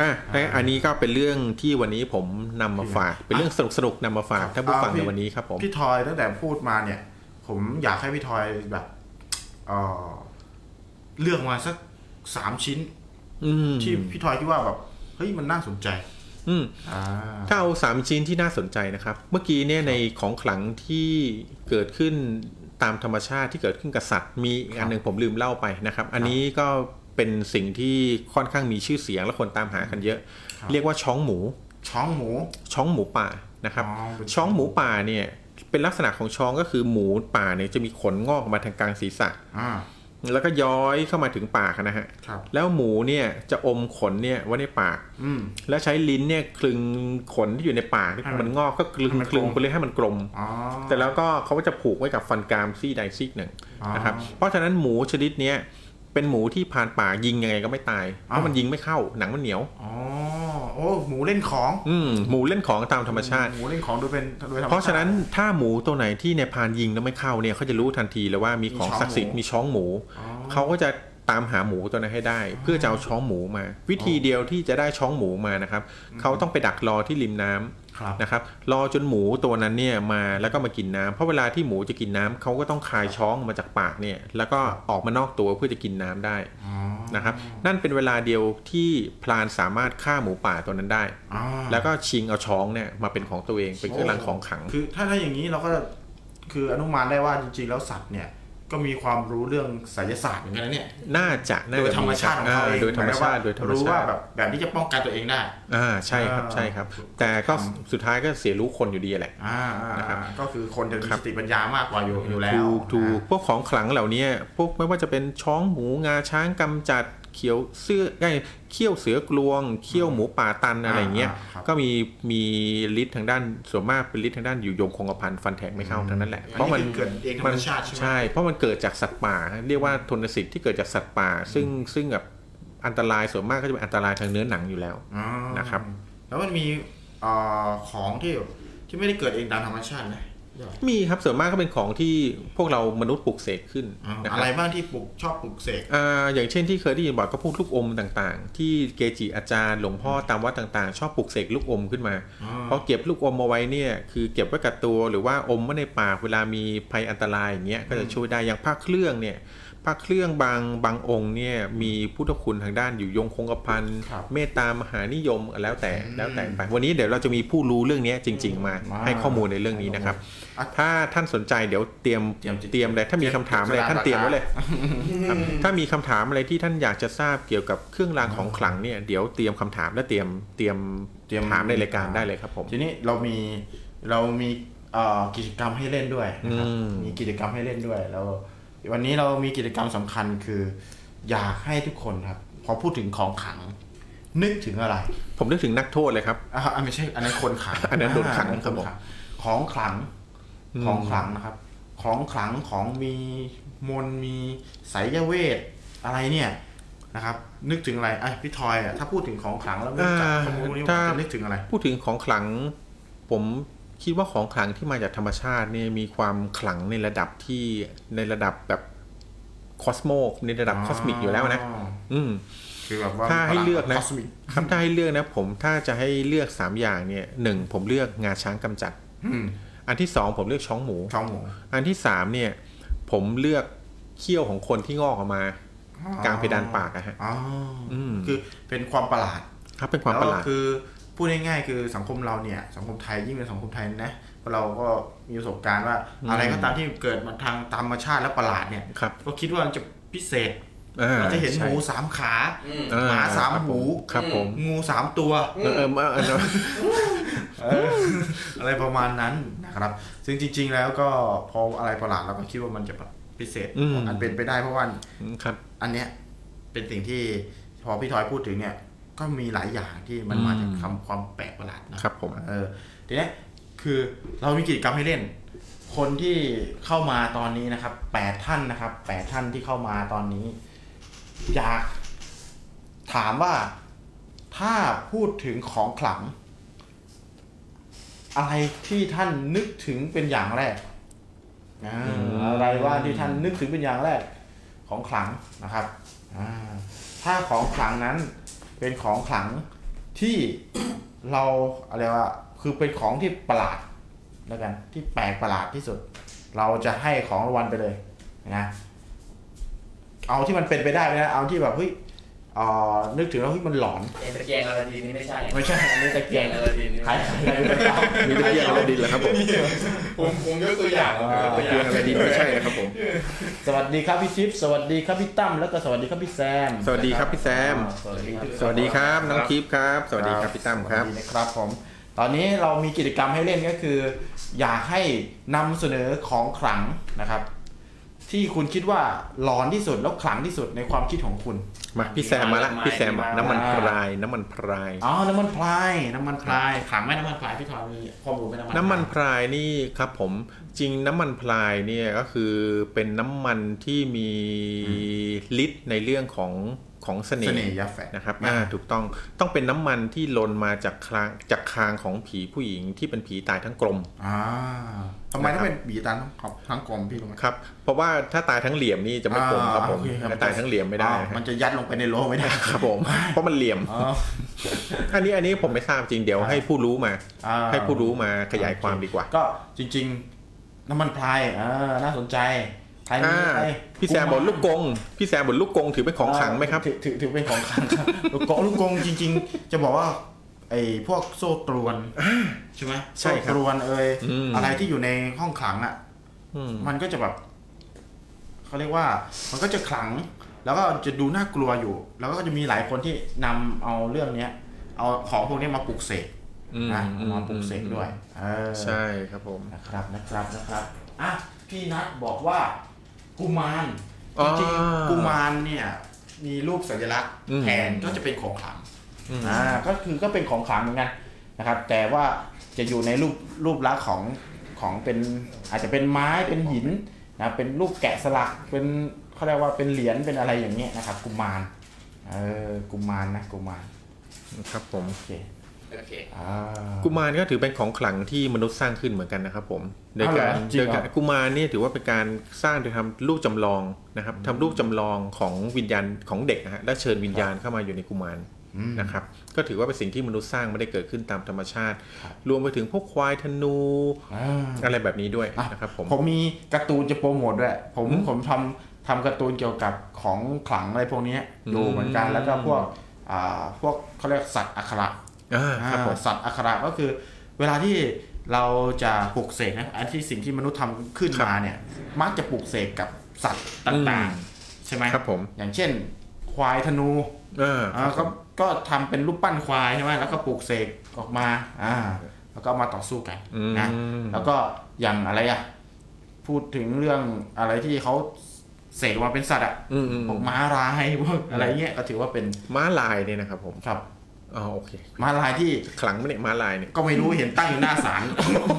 S3: อ่ะและอันนี้ก็เป็นเรื่องที่วันนี้ผมนำมาฝาก เป็นเรื่องสนุกสนุกๆนำมาฝากท่านผู้ฟัง
S1: อ่าพี่
S3: ในวันนี้ครับผม
S1: พี่ทอยตั้งแต่พูดมาเนี่ย ผมอยากให้พี่ทอยแบบเอ่อเลือกมาสักสามชิ้น
S3: อืม
S1: ที่พี่ทอยคิดว่าแบบเฮ้ยมันน่าสนใจ
S3: อืม
S1: อ่า
S3: ถ้าเอาสามชิ้นที่น่าสนใจนะครับ เมื่อกี้เนี่ยในของขลังที่เกิดขึ้นตามธรรมชาติที่เกิดขึ้นกับสัตว์ มีอีกอันหนึ่งผมลืมเล่าไปนะครับ อันนี้ก็เป็นสิ่งที่ค่อนข้างมีชื่อเสียงและคนตามหากันเยอะ เรียกว่าช้องหมู
S1: ช้องหมู
S3: ช้องหมูป่านะครับ
S1: อ๋อเป็น
S3: ช้องหมูป่าเนี่ยเป็นลักษณะของช้องก็คือหมูป่าเนี่ยจะมีขนงอกออกมาทางกลางศีรษะ
S1: อ่า
S3: แล้วก็ย้อยเข้ามาถึงปากนะฮะ
S1: ครับ
S3: แล้วหมูเนี่ยจะอมขนเนี่ยไว้ในปาก
S1: อืม
S3: แล้วใช้ลิ้นเนี่ยคลึงขนที่อยู่ในปากที่
S1: ให้มัน
S3: มันงอกก็คลึง
S1: ให้มัน
S3: คลึง
S1: กลม
S3: ไปเลยให้มันกลม
S1: อ๋อ
S3: แต่แล้วก็เขาก็จะผูกไว้กับฟันกรามซี่ใดซี่หนึ่ง
S1: อ๋อ
S3: นะครับ เพราะฉะนั้นหมูชนิดเนี้ยเป็นหมูที่ผ่านป่ายิงยังไงก็ไม่ตาย เพราะ
S1: อ้าว
S3: มันยิงไม่เข้าหนังมันเหนียว
S1: อ๋อโอ้หมูเล่นของ
S3: อืมหมูเล่นของตามธรรมชาติ
S1: หมูเล่นของโดยเป็นโดยธมชติ
S3: เพราะฉะนั้นถ้าหมูตัวไหนที่ในพรานยิงแล้วไม่เข้าเนี่ยเขาจะรู้ทันทีเลยว่ามีของ
S1: มีช้อง
S3: ศักดิ์สิทธิ์
S1: หมู
S3: มีช้องหมู
S1: อ๋อ
S3: เขาก็จะตามหาหมูตัวนั้นให้ได้ เพื่อจะเอาช้องหมูมา วิธีเดียวที่จะได้ช้องหมูมานะครับ เขาต้องไปดักรอที่ริมน้ำ
S1: ครับ
S3: นะครับ รอจนหมูตัวนั้นเนี่ยมาแล้วก็มากินน้ำเพราะเวลาที่หมูจะกินน้ำเขาก็ต้องคายช้องออกมาจากปากเนี่ยแล้วก็ออกมานอกตัวเพื่อจะกินน้ำได้
S1: อ๋อ
S3: นะครับ นั่นเป็นเวลาเดียวที่พรานสามารถฆ่าหมูป่าตัวนั้นได้
S1: อ่า
S3: แล้วก็ชิงเอาช้องเนี่ยมาเป็นของตัวเองเป็นเครื่องรางของขลัง
S1: คือถ้าถ้าอย่างนี้เราก็คืออนุมานได้ว่าจริงๆแล้วสัตว์เนี่ย ก็มีความรู้เรื่องไสยศาสตร์เหมือนกันนะเนี่ย
S3: น่าจะน่
S1: โดย
S3: จะ
S1: ธรรมชาติของเขาเอง
S3: โดยธรรมชาติโดยธรรม
S1: รู้
S3: ชา
S1: ว่า
S3: ติ
S1: แบบแบบนี้จะป้องกันตัวเองได้
S3: อ่าใช่ครับ
S1: อ่า
S3: ใช่ครับ แต่ก็สุดท้ายก็เสียรู้คนอยู่ดีแหละ
S1: อ่าอ่า
S3: นะครับ
S1: ก็คือคนจะมี
S3: ครับ
S1: สติปัญญามากกว่าอยู่อยู่แล้ว
S3: ถูกถูก
S1: นะ
S3: พวกของขลังเหล่านี้พวกไม่ว่าจะเป็นช้องหมูงาช้างกำจัดเขียวเสื้อไอ้เขี้ยวเสือกลวง เขี้ยวหมูป่าตันอะไรอย่างเงี้ย
S1: อ่าครับ
S3: ก็มีมีฤทธิ์ทางด้านส่วนมากเป็นฤทธิ์ทางด้านอยู่ยงคงกระพันฟันแทงไม่เข้าทั้งนั้นแหละ
S1: เพราะมันเกิดเองธรรมชาติใช่ไหม
S3: ใช่เพราะมันเกิดจากสัตว์ป่า เรียกว่าทนสิทธิ์ที่เกิดจากสัตว์ป่า ซึ่งซึ่งแบบอันตรายส่วนมากก็จะเป็นอันตรายทางเนื้อหนังอยู่แล้ว
S1: อ๋อ
S3: นะครับ
S1: แล้วมันมีเอ่อของที่ที่ไม่ได้เกิดเองตามธรรมชาตินะ
S7: ยอด
S3: มีครับส่วนมากก็เป็นของที่พวกเรามนุษย์ปลูกเสกขึ้น
S7: อ้าว
S3: นะ
S7: อะ
S3: ครับ
S7: ไรบ้างที่ปลุกชอบปลุกเสก
S3: อ่าอย่างเช่นที่เคยได้ยินบ่อยก็พวกลูกอมต่างๆ ที่เกจิอาจารย์หลวงพ่อตามวัดต่างๆ ชอบปลูกเสกลูกอมขึ้นมา
S7: อ่า
S3: เพราะเก็บลูกอมเอาไว้เนี่ยคือเก็บไว้กับตัวหรือว่าอมไว้ในปากเวลามีภัยอันตรายอย่างเงี้ยก็จะช่วยได้อย่างผ้าเครื่องเนี่ยผ้าเครื่องบางบางองค์เนี่ยมีพุทธคุณทางด้านอยู่ยงคงกระพัน
S1: ครับ
S3: เมตตามหานิยมแล้วแต่แล้วแต่ไปวันนี้เดี๋ยวเราจะมีผู้รู้เรื่องเนี้ยจริง ๆ มาให้ข้อมูลในเรื่องนี้นะครับ ถ้าท่านสนใจเดี๋ยวเตรียม
S7: เตรียมจิต
S3: เตรียมเลยถ้ามีคำถามอะไร
S7: เตรียมกระดาษ
S3: ท่านเตรียมไว้เลย
S7: ปากก
S3: ครับถ้ามีคำถามอะไรที่ท่านอยากจะทราบเกี่ยวกับเครื่องรางของขลังเนี่ยเดี๋ยวเตรียมคำถามและเตรียมเตรียม
S1: เตรียม
S3: ถามในรายการได้เลยครับผม
S1: ทีนี้เรามีเรามีเอ่อกิจกรรมให้เล่นด้วยนะครับ
S3: อืม
S1: มีกิจกรรมให้เล่นด้วยแล้ววันนี้เรามีกิจกรรมสำคัญคือ อยากให้ทุกคนครับ พอพูดถึงของขลัง นึกถึงอะไร
S3: ผมนึกถึงนักโทษเลยครับ
S1: อ่ะอ่ะไม่ใช่ อันนั้นคนขลัง
S3: อันนั้นโดนขัง
S1: าอัค
S3: ครับ
S1: น
S3: ผม
S1: ขลังของขลัง
S3: อืม
S1: ของขลังนะครับ ของขลังของมีมนต์มีไสยเวทอะไรเนี่ยนะครับ นึกถึงอะไรอ่ะพี่ทอยอ่ะถ้าพูดถึงของขลังแล้วนึกจากคำพูดนี้ว่าจะนึกถึงอะไร
S3: พูดถึงของขลัง ผมคิดว่าของขลังที่มาจากธรรมชาติเนี่ยมีความขลังในระดับที่ในระดับแบบคอสโมในระดับคอสมิกอยู่แล้วนะอืม
S1: คือแบบว่า
S3: ถ้าให้เลือกนะ
S1: พง cosmic
S3: ครับถ้าให้เลือกนะผมถ้าจะให้เลือกสามอย่างเนี่ยหนึ่งผมเลือกงาช้างกำจัด
S1: อืม
S3: อันที่สองผมเลือกช้องหมู
S1: ช่องหมู
S3: อันที่สามเนี่ยผมเลือกเขี้ยวของคนที่งอกออกมา กลางเพดานปากอะฮะ
S1: อ๋ออ
S3: ม
S1: คือเป็นความประหลาด
S3: ครับเป็นความประหลาด
S1: แวคือพูดง่ายๆคือสังคมเราเนี่ย สังคมไทยยิ่งเป็นสังคมไทยนะเราก็มีประสบการณ์ว่า
S3: อืม
S1: อะไรก็ตามที่เกิดมาทางธรรมชาติและประหลาดเนี่ย
S3: ครับ
S1: ก็คิดว่ามันจะพิเศษ
S3: อ่
S1: เราจะเห็นห
S3: ใช่
S1: มูสามขา
S4: อืม
S3: อ่
S1: หมาสาม
S3: ครับผ
S1: หู
S3: ครับผม
S1: งูสามตัว
S3: เออเออเออเออ
S1: เอออะไรประมาณนั้นนะครับ ซึ่งจริง ๆ แล้วก็พออะไรประหลาดเราก็คิดว่ามันจะแบบพิเศษ
S3: อืม
S1: อันเป็นไปได้เพราะว่า
S3: ครับ
S1: อันเนี้ยเป็นสิ่งที่พอพี่ทอยพูดถึงเนี่ย ก็มีหลายอย่างที่มันมาจากคำความแปลกประหลาดนะครับ
S3: ผม
S1: เออทีเนี้ยคือเรามีกิจกรรมให้เล่น คนที่เข้ามาตอนนี้นะครับแปดท่านนะครับแปดท่านที่เข้ามาตอนนี้ อยากถามว่าถ้าพูดถึงของขลัง อะไรที่ท่านนึกถึงเป็นอย่างแรกอ่าอะไรว่าที่ท่านนึกถึงเป็นอย่างแรก ของขลังนะครับอ่าถ้าของขลังนั้นเป็นของขลังที่ เราอะไรว่า คือเป็นของที่ประหลาดแล้วกัน ที่แปลกประหลาดที่สุด เราจะให้ของรางวัลไปเลยนะ เอาที่มันเป็นไปได้ไหมนะเอาที่แบบเฮ้ยเอ่อนึกถึงแล้วเฮ้ยมันหลอน
S4: เอ็นตะแกรงอาราดีนนี่ไม่ใช่
S1: ไม่ใช่อันนี้ตะ
S4: ตะแก
S1: เกี
S4: ร
S1: ยง
S4: งอาราดีนนี่
S1: ใคร
S4: ไม่ใช่
S1: ใครไม่เอา
S3: มีตะเกียงอะไรดินแล้วครับผม
S7: ผมผมยกตัวอย่างแล้ว
S3: ตะเกียงอะไรดินไม่ใช่นะครับผม
S1: สวัสดีครับพี่ชิปสวัสดีครับพี่ตั้มแล้วก็สวัสดีครับพี่แซม
S3: สวัสดีครับพี่แซม
S1: สวัสดีครับ
S3: สวัสดีครับน้องทิพย์ครับ สวัสดีครับพี่ตั้มครับ
S1: สวัสดีนะครับผม ตอนนี้เรามีกิจกรรมให้เล่นก็คือ อยากให้นำเสนอของขลังนะครับ ที่คุณคิดว่าหลอนที่สุดแล้วขลังที่สุดในความคิดของคุณ
S3: มาพี่แซมมาละพี่แซมมาน้ำมันพรายน้ำมันพราย
S1: อ๋อ น้ำมันพลาย น้ำมันพลาย ขลังไหมน้ำมันพลายพี่ทอมีข้อมูลไหมน้ำมัน
S3: น้ำมันพรายนี่ครับผมจริงน้ำมันพรายเนี่ยก็คือเป็นน้ำมันที่มีฤทธิ์ในเรื่องของของเสน่
S1: เส
S3: ห์
S1: น่ห์ยาแฝด
S3: นะครับอ่าถูกต้องต้องเป็นน้ำมันที่ลนมาจากคางจากคางของผีผู้หญิงที่เป็นผีตายทั้งกลม
S1: อ่าทำไมต้องเป็นบีตันของทั้งกลมพี่รู้ไหม
S3: ครับเพราะว่าถ้าตายทั้งเหลี่ยมนี่จะไม่กลมครับผม
S1: อ่าโอเ
S3: ถ้าตายทั้งเหลี่ยมไม่ได้
S1: อ่ามันจะยัดลงไปในโลไม่ได้
S3: ครับผมเพราะมันเหลี่ยม
S1: อ๋อ
S3: อันนี้อันนี้ผมไม่ทราบจริงเดี๋ยวให้ผู้รู้มา
S1: อ่า
S3: ให้ผู้รู้มาขยายความดีกว่า
S1: ก็จริง ๆ น้ำมันพลายอ่าน่าสนใจใครมี
S3: อ่า
S1: ใคร
S3: พี่แซมบนลูกกงพี่แซมบนลูกกงถือเป็นของขลังไหมครับ
S1: ถือถือถือเป็นของขลัง ครับลูกกงลูกกงจริง ๆ จะบอกว่าไอ้พวกโซ่ตรวนใช่ไหม
S3: ใช่
S1: โซ่
S3: ครั
S1: ต
S3: บ
S1: รวนเอ่ย
S3: อืม
S1: อะไรที่อยู่ในห้องขลังอ่ะ
S3: อืม
S1: มันก็จะแบบเขาเรียกว่ามันก็จะขลัง แล้วก็จะดูน่ากลัวอยู่ แล้วก็จะมีหลายคนที่นำเอาเรื่องเนี้ย เอาของพวกเนี้ยมาปลุกเสก
S3: อืม
S1: นะ
S3: อืม
S1: มาปลุกเสกด้วยเออ
S3: ใช่ครับผม
S1: นะครับนะครับนะครับอ่ะพี่นัทบอกว่ากุมาร
S3: อ๋อ
S1: จริงๆกุมารเนี่ยมีรูปสัญลักษณ์
S3: อืม
S1: แผนก็จะเป็นของขลังอ่าก็คือก็เป็นของขลังเหมือนกันนะครับ แต่ว่าจะอยู่ในรูปรูปลักษณ์ของของเป็นอาจจะเป็นไม้เป็นหินนะเป็นรูปแกะสลักเป็นเขาเรียกว่าเป็นเหรียญเป็นอะไรอย่างเงี้ยนะครับ กุมารเออกุมารนะกุมาร
S3: ครับผม
S1: โอเค
S4: โอเค
S1: อ่า
S3: กุมารก็ถือเป็นของขลังที่มนุษย์สร้างขึ้นเหมือนกันนะครับผมโดย
S1: อ้าวเหรอ
S3: การ
S1: จริง
S3: โด
S1: เหรอ
S3: ยการกุมารเนี่ยถือว่าเป็นการสร้างโดยทำรูปจำลองนะครับทำรูปจำลองของวิญญาณของเด็กนะฮะและเชิญวิญญาณเข้ามาอยู่ในกุมาร
S1: อืม
S3: นะครับ ก็ถือว่าเป็นสิ่งที่มนุษย์สร้างไม่ได้เกิดขึ้นตามธรรมชาติ
S1: ครับ
S3: รวมไปถึงพวกควายธนู
S1: อ่า
S3: อะไรแบบนี้ด้วย
S1: อ่ะ
S3: นะครับผม
S1: ผมมีการ์ตูนจะโปรโมทด้วย ผม
S3: อืม
S1: ผมทำทำการ์ตูนเกี่ยวกับของขลังอะไรพวกนี้อยู่
S3: อืม
S1: เหมือนกันแล้วก็พวกอ่าพวกเขาเรียกสัตว์อัคระ
S3: อ่าครับผม
S1: อ่าสัตว์อัคระก็คือ เวลาที่เราจะปลุกเสกนะอันที่สิ่งที่มนุษย์ทำขึ้นมาเนี่ย มักจะปลุกเสกกับสัตว์ต่าง
S3: อืม
S1: ๆ ใช่ไหม
S3: ครับผม
S1: อย่างเช่น ควายธนู
S3: อ่า
S1: อ่า
S3: ค
S1: ก็
S3: รับผม
S1: ก็ทำเป็นรูปปั้นควายใช่ไหมแล้วก็ปลุกเสกออกมาอ่าแล้วก็เอามาต่อสู้กัน
S3: อืม
S1: นะ แล้วก็อย่างอะไรอ่ะ พูดถึงเรื่องอะไรที่เขาเสกมาเป็นสัตว์อ่ะ
S3: อืมอืม
S1: พวกม้าลายพวกอะไรเงี้ยก็ถือว่าเป็น
S3: ม้าลายเนี่ยนะครับผม
S1: ครับ
S3: อ๋อโอเค
S1: ม้าลายที่
S3: ขลังไหมเนี่ยม้าลายเนี่ย
S1: ก็ไม่รู้เห็นตั้งอยู่หน้าศาล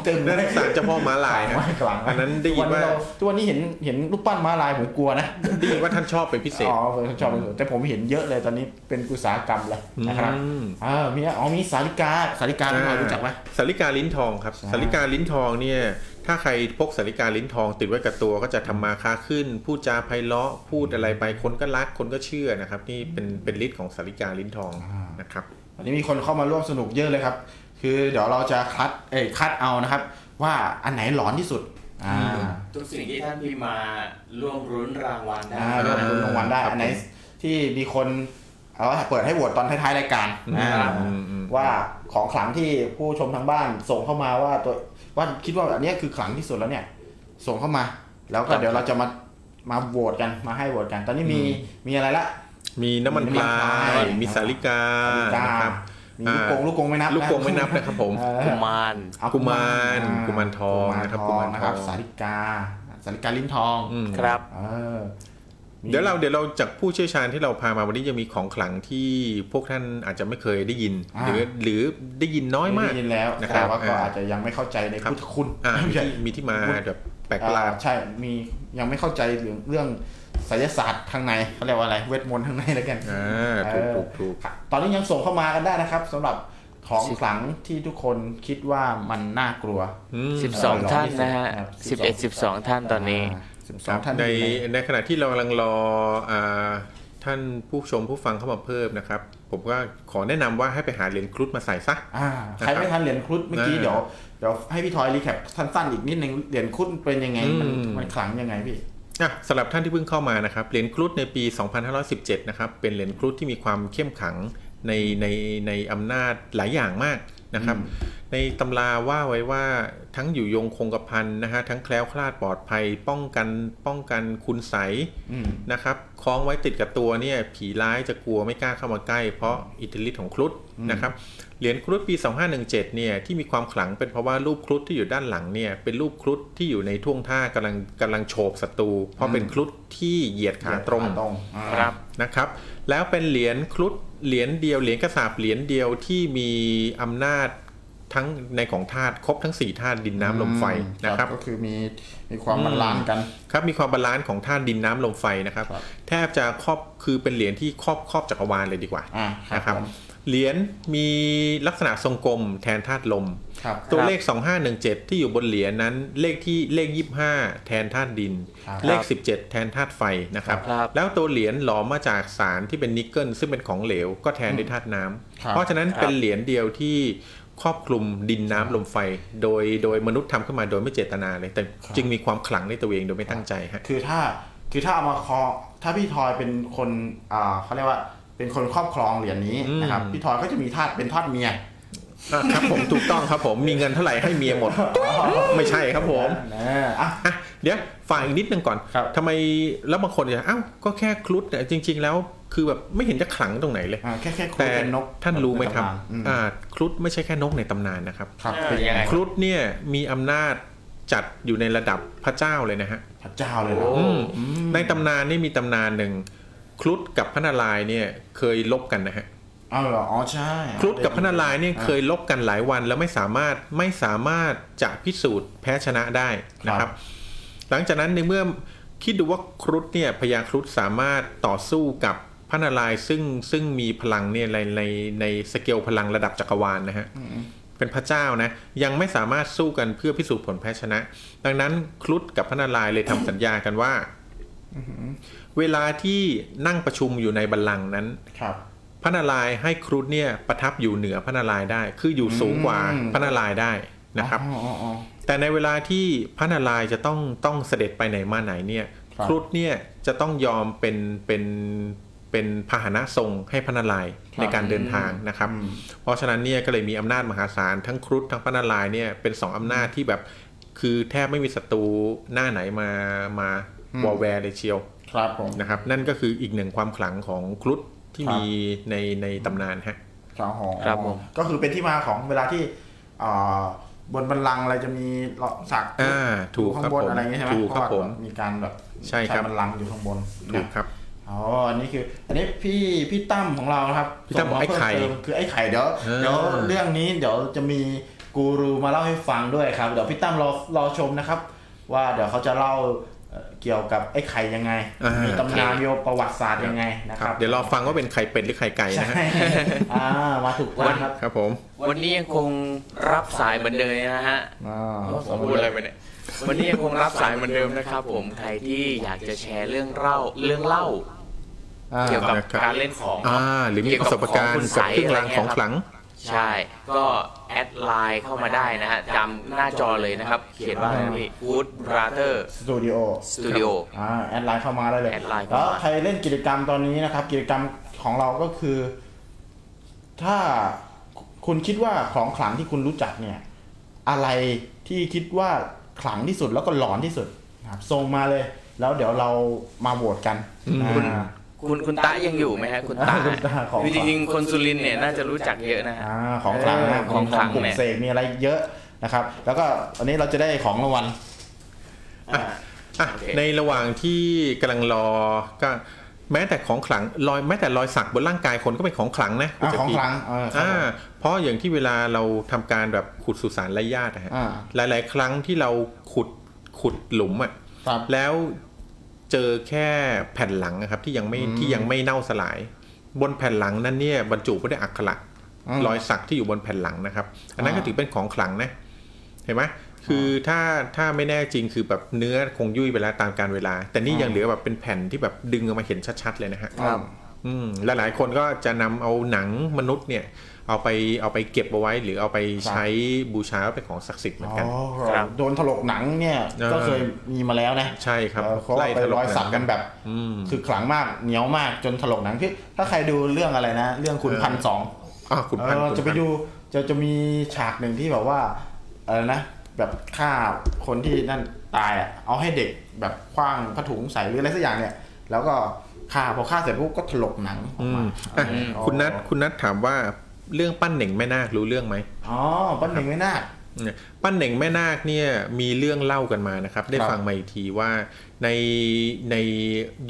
S1: เต็มเล
S3: นั่
S1: ย
S3: นสารเจ้าพ่อม้าลาย
S1: ขลัง
S3: นะ
S1: มากขลัง
S3: อันนั้นได้ยินว่า
S1: ทุกเรทุกวันนี้เห็นเห็นรูปปั้นม้าลายผมกลัวนะ
S3: ได้ยินว่าท่านชอบเป็นพิเศษ
S1: อ๋อผมชอบแต่ผมเห็นเยอะเลยตอนนี้เป็นกุศลกรรมเลยนะครับ
S3: อืม
S1: อ่ามีอ๋อมีสาริกาสาริกาที่เรารู้จักไหม
S3: สาริกาลิ้นทองครับ
S1: ใช่
S3: สาริกาลิ้นทองเนี่ยถ้าใครพกสาริกาลิ้นทองติดไว้กับตัวก็จะทำมาค้าขึ้น พูดจาไพเราะพูดอะไรไปคนก็รักคนก็เชื่อนะครับนี่เป็นเป็นฤทธิ์ของสาริกาลิ้นทองนะครับ
S1: วันนี้มีคนเข้ามาร่วมสนุกเยอะเลยครับ คือเดี๋ยวเราจะคัด เอ้ยคัดเอานะครับ ว่าอันไหนหลอนที่สุด อ่า
S4: ทุกสิ่งที่ท่านพิมพ์มาร่วมรุ้นรางวัลได้
S1: อ่าเลือกคุณรางวัลได้
S3: ครับ
S1: อันไหนที่มีคนเอาละเปิดให้โหวตตอนท้ายๆรายการอ่า
S3: อืมอืม
S1: ว่าของขลังที่ผู้ชมทางบ้านส่งเข้ามาว่าตัวว่าคิดว่าอันเนี้ยคือขลังที่สุดแล้วเนี่ย ส่งเข้ามา แล้วก็เดี๋ยวเราจะมามาโหวตกันมาให้โหวตกัน ตอนนี้มีมีอะไรละ
S3: มีน้ำมันปลา
S1: น้ำมันพราย
S3: มีสาริกานะครับ
S1: มีลูกกง
S3: อ่า
S1: ลูกกงไม่นับนะ
S3: ลูกกงไม่นับนะครับผม
S1: เออ
S4: กุมาร
S1: เอา
S3: กุมารกุมารทองนะครับ
S1: กุมารทอง
S3: กุมารทอง
S1: นะครับ สาริกา สาริกาลิ้นทอง
S3: อืม
S4: ครับ
S1: เออมี
S3: เดี๋ยวเราเดี๋ยวเราจากผู้เชี่ยวชาญที่เราพามาวันนี้จะมีของขลังที่พวกท่านอาจจะไม่เคยได้ยิน หรือหรือได้ยินน้อยมาก
S1: ได้ยินแล้ว
S3: นะครั
S1: แต่
S3: บ
S1: ว่าก็
S3: อ่า
S1: อาจจะยังไม่เข้าใจใน
S3: ครับ
S1: พุทธคุณ
S3: อ่ามี
S1: ไม่ใช่
S3: ที่มีที่มาแบบแปลกประหลาด
S1: อ่าใช่มียังไม่เข้าใจเรื่องเรื่องไสยศาสตร์ทางในเขาเรียกว่าอะไรเวทมนต์ทางในแล้วกัน
S3: อ่าถูกถูกถูก
S1: ครับตอนนี้ยังส่งเข้ามากันได้นะครับสำหรับของขลังที่ทุกคนคิดว่ามันน่ากลัว
S5: 12 ท่านนะฮะ
S1: 12
S5: 11 12 ท่านตอนนี้
S1: าสิบสองท่าน
S3: ใน
S1: ที่อยู่
S3: ในขณะที่เรากำลังรออาท่านผู้ชมผู้ฟังเข้ามาเพิ่มนะครับ ผมก็ขอแนะนำว่าให้ไปหาเหรียญครุฑมาใส่ซะ
S1: อ่าใครไม่ทันเหรียญครุฑเมื่อกี้
S3: เออ
S1: เดี๋ยวเดี๋ยวให้พี่ทอยรีแคปสั้นๆอีกนิดนึงเหรียญครุฑเป็นยังไงมัน
S3: อืม
S1: มันขลังยังไงพี่
S3: อ่ะสำหรับท่านที่เพิ่งเข้ามานะครับเหรียญครุฑในปี 2517 นะครับเป็นเหรียญครุฑที่มีความเข้มขังในในในอำนาจหลายอย่างมากนะครับ ในตำราว่าไว้ว่าทั้งอยู่ยงคงกระพันนะฮะทั้งแคล้วคลาดปลอดภัย ป้องกันป้องกันคุณใสย
S1: อืม
S3: นะครับคล้องไว้ติดกับตัวเนี่ยผีร้ายจะกลัวไม่กล้าเข้ามาใกล้ เพราะอิทธิฤทธิ์ของครุฑนะครับเหรียญครุฑปี 2517เนี่ยที่มีความขลังเป็นเพราะว่ารูปครุฑที่อยู่ด้านหลังเนี่ยเป็นรูปครุฑที่อยู่ในท่วงท่ากำลังกำลังโฉบศัตรูเพราะเป็นครุฑที่เหยียดขาตรง
S1: ตรงอ่า
S3: ครับนะครับแล้วเป็นเหรียญครุฑเหรียญเดียวเหรียญกระสาบเหรียญเดียวที่มีอำนาจทั้งในของธาตุครบทั้งสี่ธาตุดินน้ำลมไฟนะครับ
S1: ก็คือมีมีความบาลานซ์กัน
S3: ครับมีความบาลานซ์ของธาตุดินน้ำลมไฟนะครับ
S1: ครับ
S3: แทบจะครอบคือเป็นเหรียญที่ครอบครอบจักรวาลเลยดีกว่า
S1: อ่าครับ
S3: นะครับ
S1: ผม
S3: เหรียญมีลักษณะทรงกลมแทนธาตุลม
S1: ครับ
S3: ตัวเลข 2517 ที่อยู่บนเหรียญนั้นเลขที่เลข 25 แทนธาตุดิน
S1: ครับ
S3: เลข 17 แทนธาตุไฟนะครับ
S5: ครับ
S3: แล้วตัวเหรียญหลอมมาจากสารที่เป็นนิกเกิลซึ่งเป็นของเหลวก็แทนด้วยธาตุ
S1: ครั
S3: น้ำ
S1: บ
S3: เพราะฉะนั้นเป็นเหรียญเดียวที่ครอบคลุมดินน้ำลมไฟ โดยโดยมนุษย์ทำขึ้นมาโดยไม่เจตนาเลย แต่จึงมีความขลังในตัวเองโดยไม่ตั้งใจฮะ
S1: คือถ้าคือถ้าเอามาคอถ้าพี่ทอยเป็นคนอ่าเขาเรียกว่าเป็นคนครอบครองเหรียญนี้
S3: อืม
S1: นะครับพี่ทอยก็จะมีทาสเป็นทาสเมีย
S3: อ่ะครับผมถูกต้องครับผมมีเงินเท่าไหร่ให้เมียหมด ไม่ใช่ครับผม
S1: นะอ่ะ
S3: อ่ะเดี๋ยวฝากอีกนิดนึงก่อน
S1: ครับ
S3: ทำไมแล้วบางคนจะอ้าวก็แค่ครุฑเนี่ยจริง ๆ แล้วคือแบบไม่เห็นจะขลังตรงไหนเลย
S1: อ่าแค่แค่คุย
S3: แต่
S1: เป็นนก
S3: ท่านรู้ไหมครับ
S1: อืม
S3: อ่าครุฑไม่ใช่แค่นกในตำนานนะครับ
S1: ครับ
S4: เออ
S1: เป็นยังไง
S3: ครุฑเนี่ยมีอำนาจจัดอยู่ในระดับพระเจ้าเลยนะฮะ
S1: พระเจ้าเลยเหรอ
S4: โอ้
S3: อืมในตำนานนี่มีตำนานหนึ่งครุฑกับพระนารายณ์เนี่ยเคยลบกันนะฮะ
S1: เอาเหรออ๋อใช่
S3: ครุฑกับพระนารายณ์เนี่ยเคยลบกันหลายวันแล้วไม่สามารถไม่สามารถจะพิสูจน์แพ้ชนะได้นะครับ หลังจากนั้นในเมื่อคิดดูว่าครุฑเนี่ยพญาครุฑสามารถต่อสู้กับ พระนารายณ์ซึ่งซึ่งมีพลังเนี่ยในในในสเกลพลังระดับจักรวาลนะฮะ เป็นพระเจ้านะ ยังไม่สามารถสู้กันเพื่อพิสูจน์ผลแพ้ชนะ ดังนั้นครุฑกับพระนารายณ์เลยทำ สัญญากันว่า เวลาที่นั่งประชุมอยู่ในบัลลังก์นั้น
S1: ครับ
S3: พระนารายณ์ให้ครุฑเนี่ยประทับอยู่เหนือพระนารายณ์ได้ คืออยู่สูงกว่า
S1: อืม
S3: พระนารายณ์ได้นะครับ
S1: อ๋ออ๋ออ๋อ
S3: แต่ในเวลาที่พระนารายณ์จะต้องต้องเสด็จไปไหนมาไหนเนี่ย
S1: ครับ
S3: ครุฑเนี่ยจะต้องยอมเป็นเป็นเป็นพาหนะทรงให้พระนารายณ์ในการเดินทางนะครับ เพราะฉะนั้นเนี่ยก็เลยมีอำนาจมหาศาลทั้งครุฑทั้งพระนารายณ์เนี่ยเป็นสองอำนาจที่แบบคือแทบไม่มีศัตรูหน้าไหนมามาวอลแวร์เลยเชียว
S1: ครับผม
S3: นะครับ นั่นก็คืออีกหนึ่งความขลังของครุฑที่มีในในตำนานฮะ
S1: ครับผม
S5: ครับผม
S1: ก็คือเป็นที่มาของเวลาที่อ่าบนบันลังก์อะไรจะมีเลาะสัก
S3: อ่าถูก
S1: ข้า
S3: ครับ
S1: งบน
S3: ผม
S1: อะไรอย่างเงี้ยใช่ไหม
S3: ถูกครับ
S1: เพาะว่า
S3: ผม
S1: มีการแบบ
S3: ใช่ครับ
S1: บันลังก์อยู่ข้างบน
S3: ถูก
S1: นะครับ อ๋ออันนี้คือ อันนี้พี่พี่ตั้มของเรานะครับ
S3: พี่ตั้ม
S1: ส่งา
S3: ไอ้ไข่
S1: เพิ่มเติมคือไอ้ไข่เดี๋ยว
S3: เออ
S1: เดี๋ยวเรื่องนี้เดี๋ยวจะมีกูรูมาเล่าให้ฟังด้วยครับเดี๋ยวพี่ตั้มรอรอชมนะครับ ว่าเดี๋ยวเขาจะเล่าเอ่อเกี่ยวกับไอ้ไข่ยังไงมีตำนานมีประวัติศาสตร์ยังไงนะ
S3: ค
S1: ค
S3: รั
S1: รั
S3: บบ เดี๋ยวรอฟังว่าเป็นไข่เป็ดหรือไข่ไก่
S1: ใช่
S3: นะฮะ
S1: อ่ามาถูกวันครับ
S3: ครับผม
S5: วันนี้ยังคงรับสายเหมือนเดิมนะฮะผมพูดอะไรไปเนี่ยวันนี้ยังคงรับสายเหมือนเดิมนะครับ ผมใครที่อยากจะแชร์เรื่องเล่าเรื่องเล่า
S1: อ่า
S5: เกี่ยวกับการเล่นของ
S3: อ่าหรือมีประสบการณ์กับเครื่องรางของขลัง
S5: ใช่ก็แอดไลน์เข้ามาได้นะฮะจำหน้าจอเลยนะครับ เขียนว่าอะไรนะพี่ Good Brother
S1: สตูดิโอ
S5: Studio
S1: อ่าแอดไลน์เข้ามาได้เลย
S5: แอดไลน์เข้า
S1: แล้
S5: มา
S1: วใครเล่นกิจกรรมตอนนี้นะครับ กิจกรรมของเราก็คือ ถ้าคุณคิดว่าของขลังที่คุณรู้จักเนี่ย อะไรที่คิดว่าขลังที่สุดแล้วก็หลอนที่สุดนะครับส่งมาเลย แล้วเดี๋ยวเรามาโหวตกันอ่า
S5: คุณคุณตะยังอยู่ไหมฮะคุณตะ
S1: คุณตะของ
S5: คือจริงๆคนสุรินทร์เนี่ยน่าจะรู้จักเยอะนะฮะ
S1: อ่าของขลังนะ
S5: เออของขลัง
S1: ปลุก
S5: เนี่ย
S1: เสกมีอะไรเยอะนะครับ แล้วก็อันนี้เราจะได้ของรางวัล
S5: อ่า
S3: อ่ะ
S5: โอเค
S3: ในระหว่างที่กำลังรอก็แม้แต่ของขลังรอยแม้แต่รอยสักบนร่างกายคนก็เป็นของขลังนะ
S1: อ่า
S3: คุณ
S1: ของ
S3: จักรี
S1: ขลังเออครับ
S3: อ่า
S1: ผม
S3: เพราะอย่างที่เวลาเราทำการแบบขุดสุสานไร้ญาตินะฮะ
S1: อ่า
S3: หลาย ๆ ครั้งที่เราขุดขุดหลุมอ่ะ
S1: ครับ
S3: แล้วเจอแค่แผ่นหลังนะครับที่ยังไม่ที่ยังไม่เน่าสลาย บนแผ่นหลังนั้นเนี่ยบรรจุไว้ด้วยอักขระ
S1: อืม
S3: รอยสักที่อยู่บนแผ่นหลังนะครับ อันนั้นก็
S1: อ่า
S3: ถือเป็นของขลังนะ เห็นไหมคืออถ้าถ้าไม่แน่จริงคือแบบเนื้อคงยุ่ยไปแล้วตามการเวลา แต่นี่ยังเหลือแบบเป็นแผ่นที่แบบดึงออกมาเห็นชัดๆเลยนะฮะ
S1: ครับ
S3: อืมและหลายคนก็จะนำเอาหนังมนุษย์เนี่ย เอาไปเอาไปเก็บเอาไว้ หรือเอาไปใช้บูชาว่าเป็นของศักดิ์สิทธิ์เหมือนกัน
S1: อ๋อ
S5: ครับ
S1: โดนถลกหนังเนี่ย
S3: เออ
S1: ก็เคยมีมาแล้วนะ
S3: ใช่ครับ
S1: เออเขาเอาไป
S3: ถล
S1: ร้อยสักกันแบบ
S3: อืม
S1: คือขลังมากเหนียวมากจนถลกหนังที่ถ้าใครดูเรื่องอะไรนะ เรื่องขุนพันสอง
S3: อ่ะคุณ
S1: เอ
S3: พันธุ์
S1: อ
S3: คุณ
S1: จะไป
S3: พันธุ์
S1: ดูจะจะมีฉากหนึ่งที่แบบว่าอะไรนะ แบบฆ่าคนที่นั่นตายอะเอาให้เด็กแบบคว้างผ้าถุงใส่หรืออะไรสักอย่างเนี่ย แล้วก็ฆ่าพอฆ่าเสร็จปุ๊บก็ถลกหนังออกมา
S3: อ่ะ
S1: เออ
S3: คุณนัทคุณนัทถามว่าเรื่องปั้นเหน่งแม่นาครู้เรื่องไหม
S1: อ๋อปั้นหนึ่งไม่น่า
S3: เนี่ยปั้นเหน่งแม่นาคเนี่ยมีเรื่องเล่ากันมานะครับ ได้
S1: ครับ
S3: ฟังมาอีกทีว่าในใน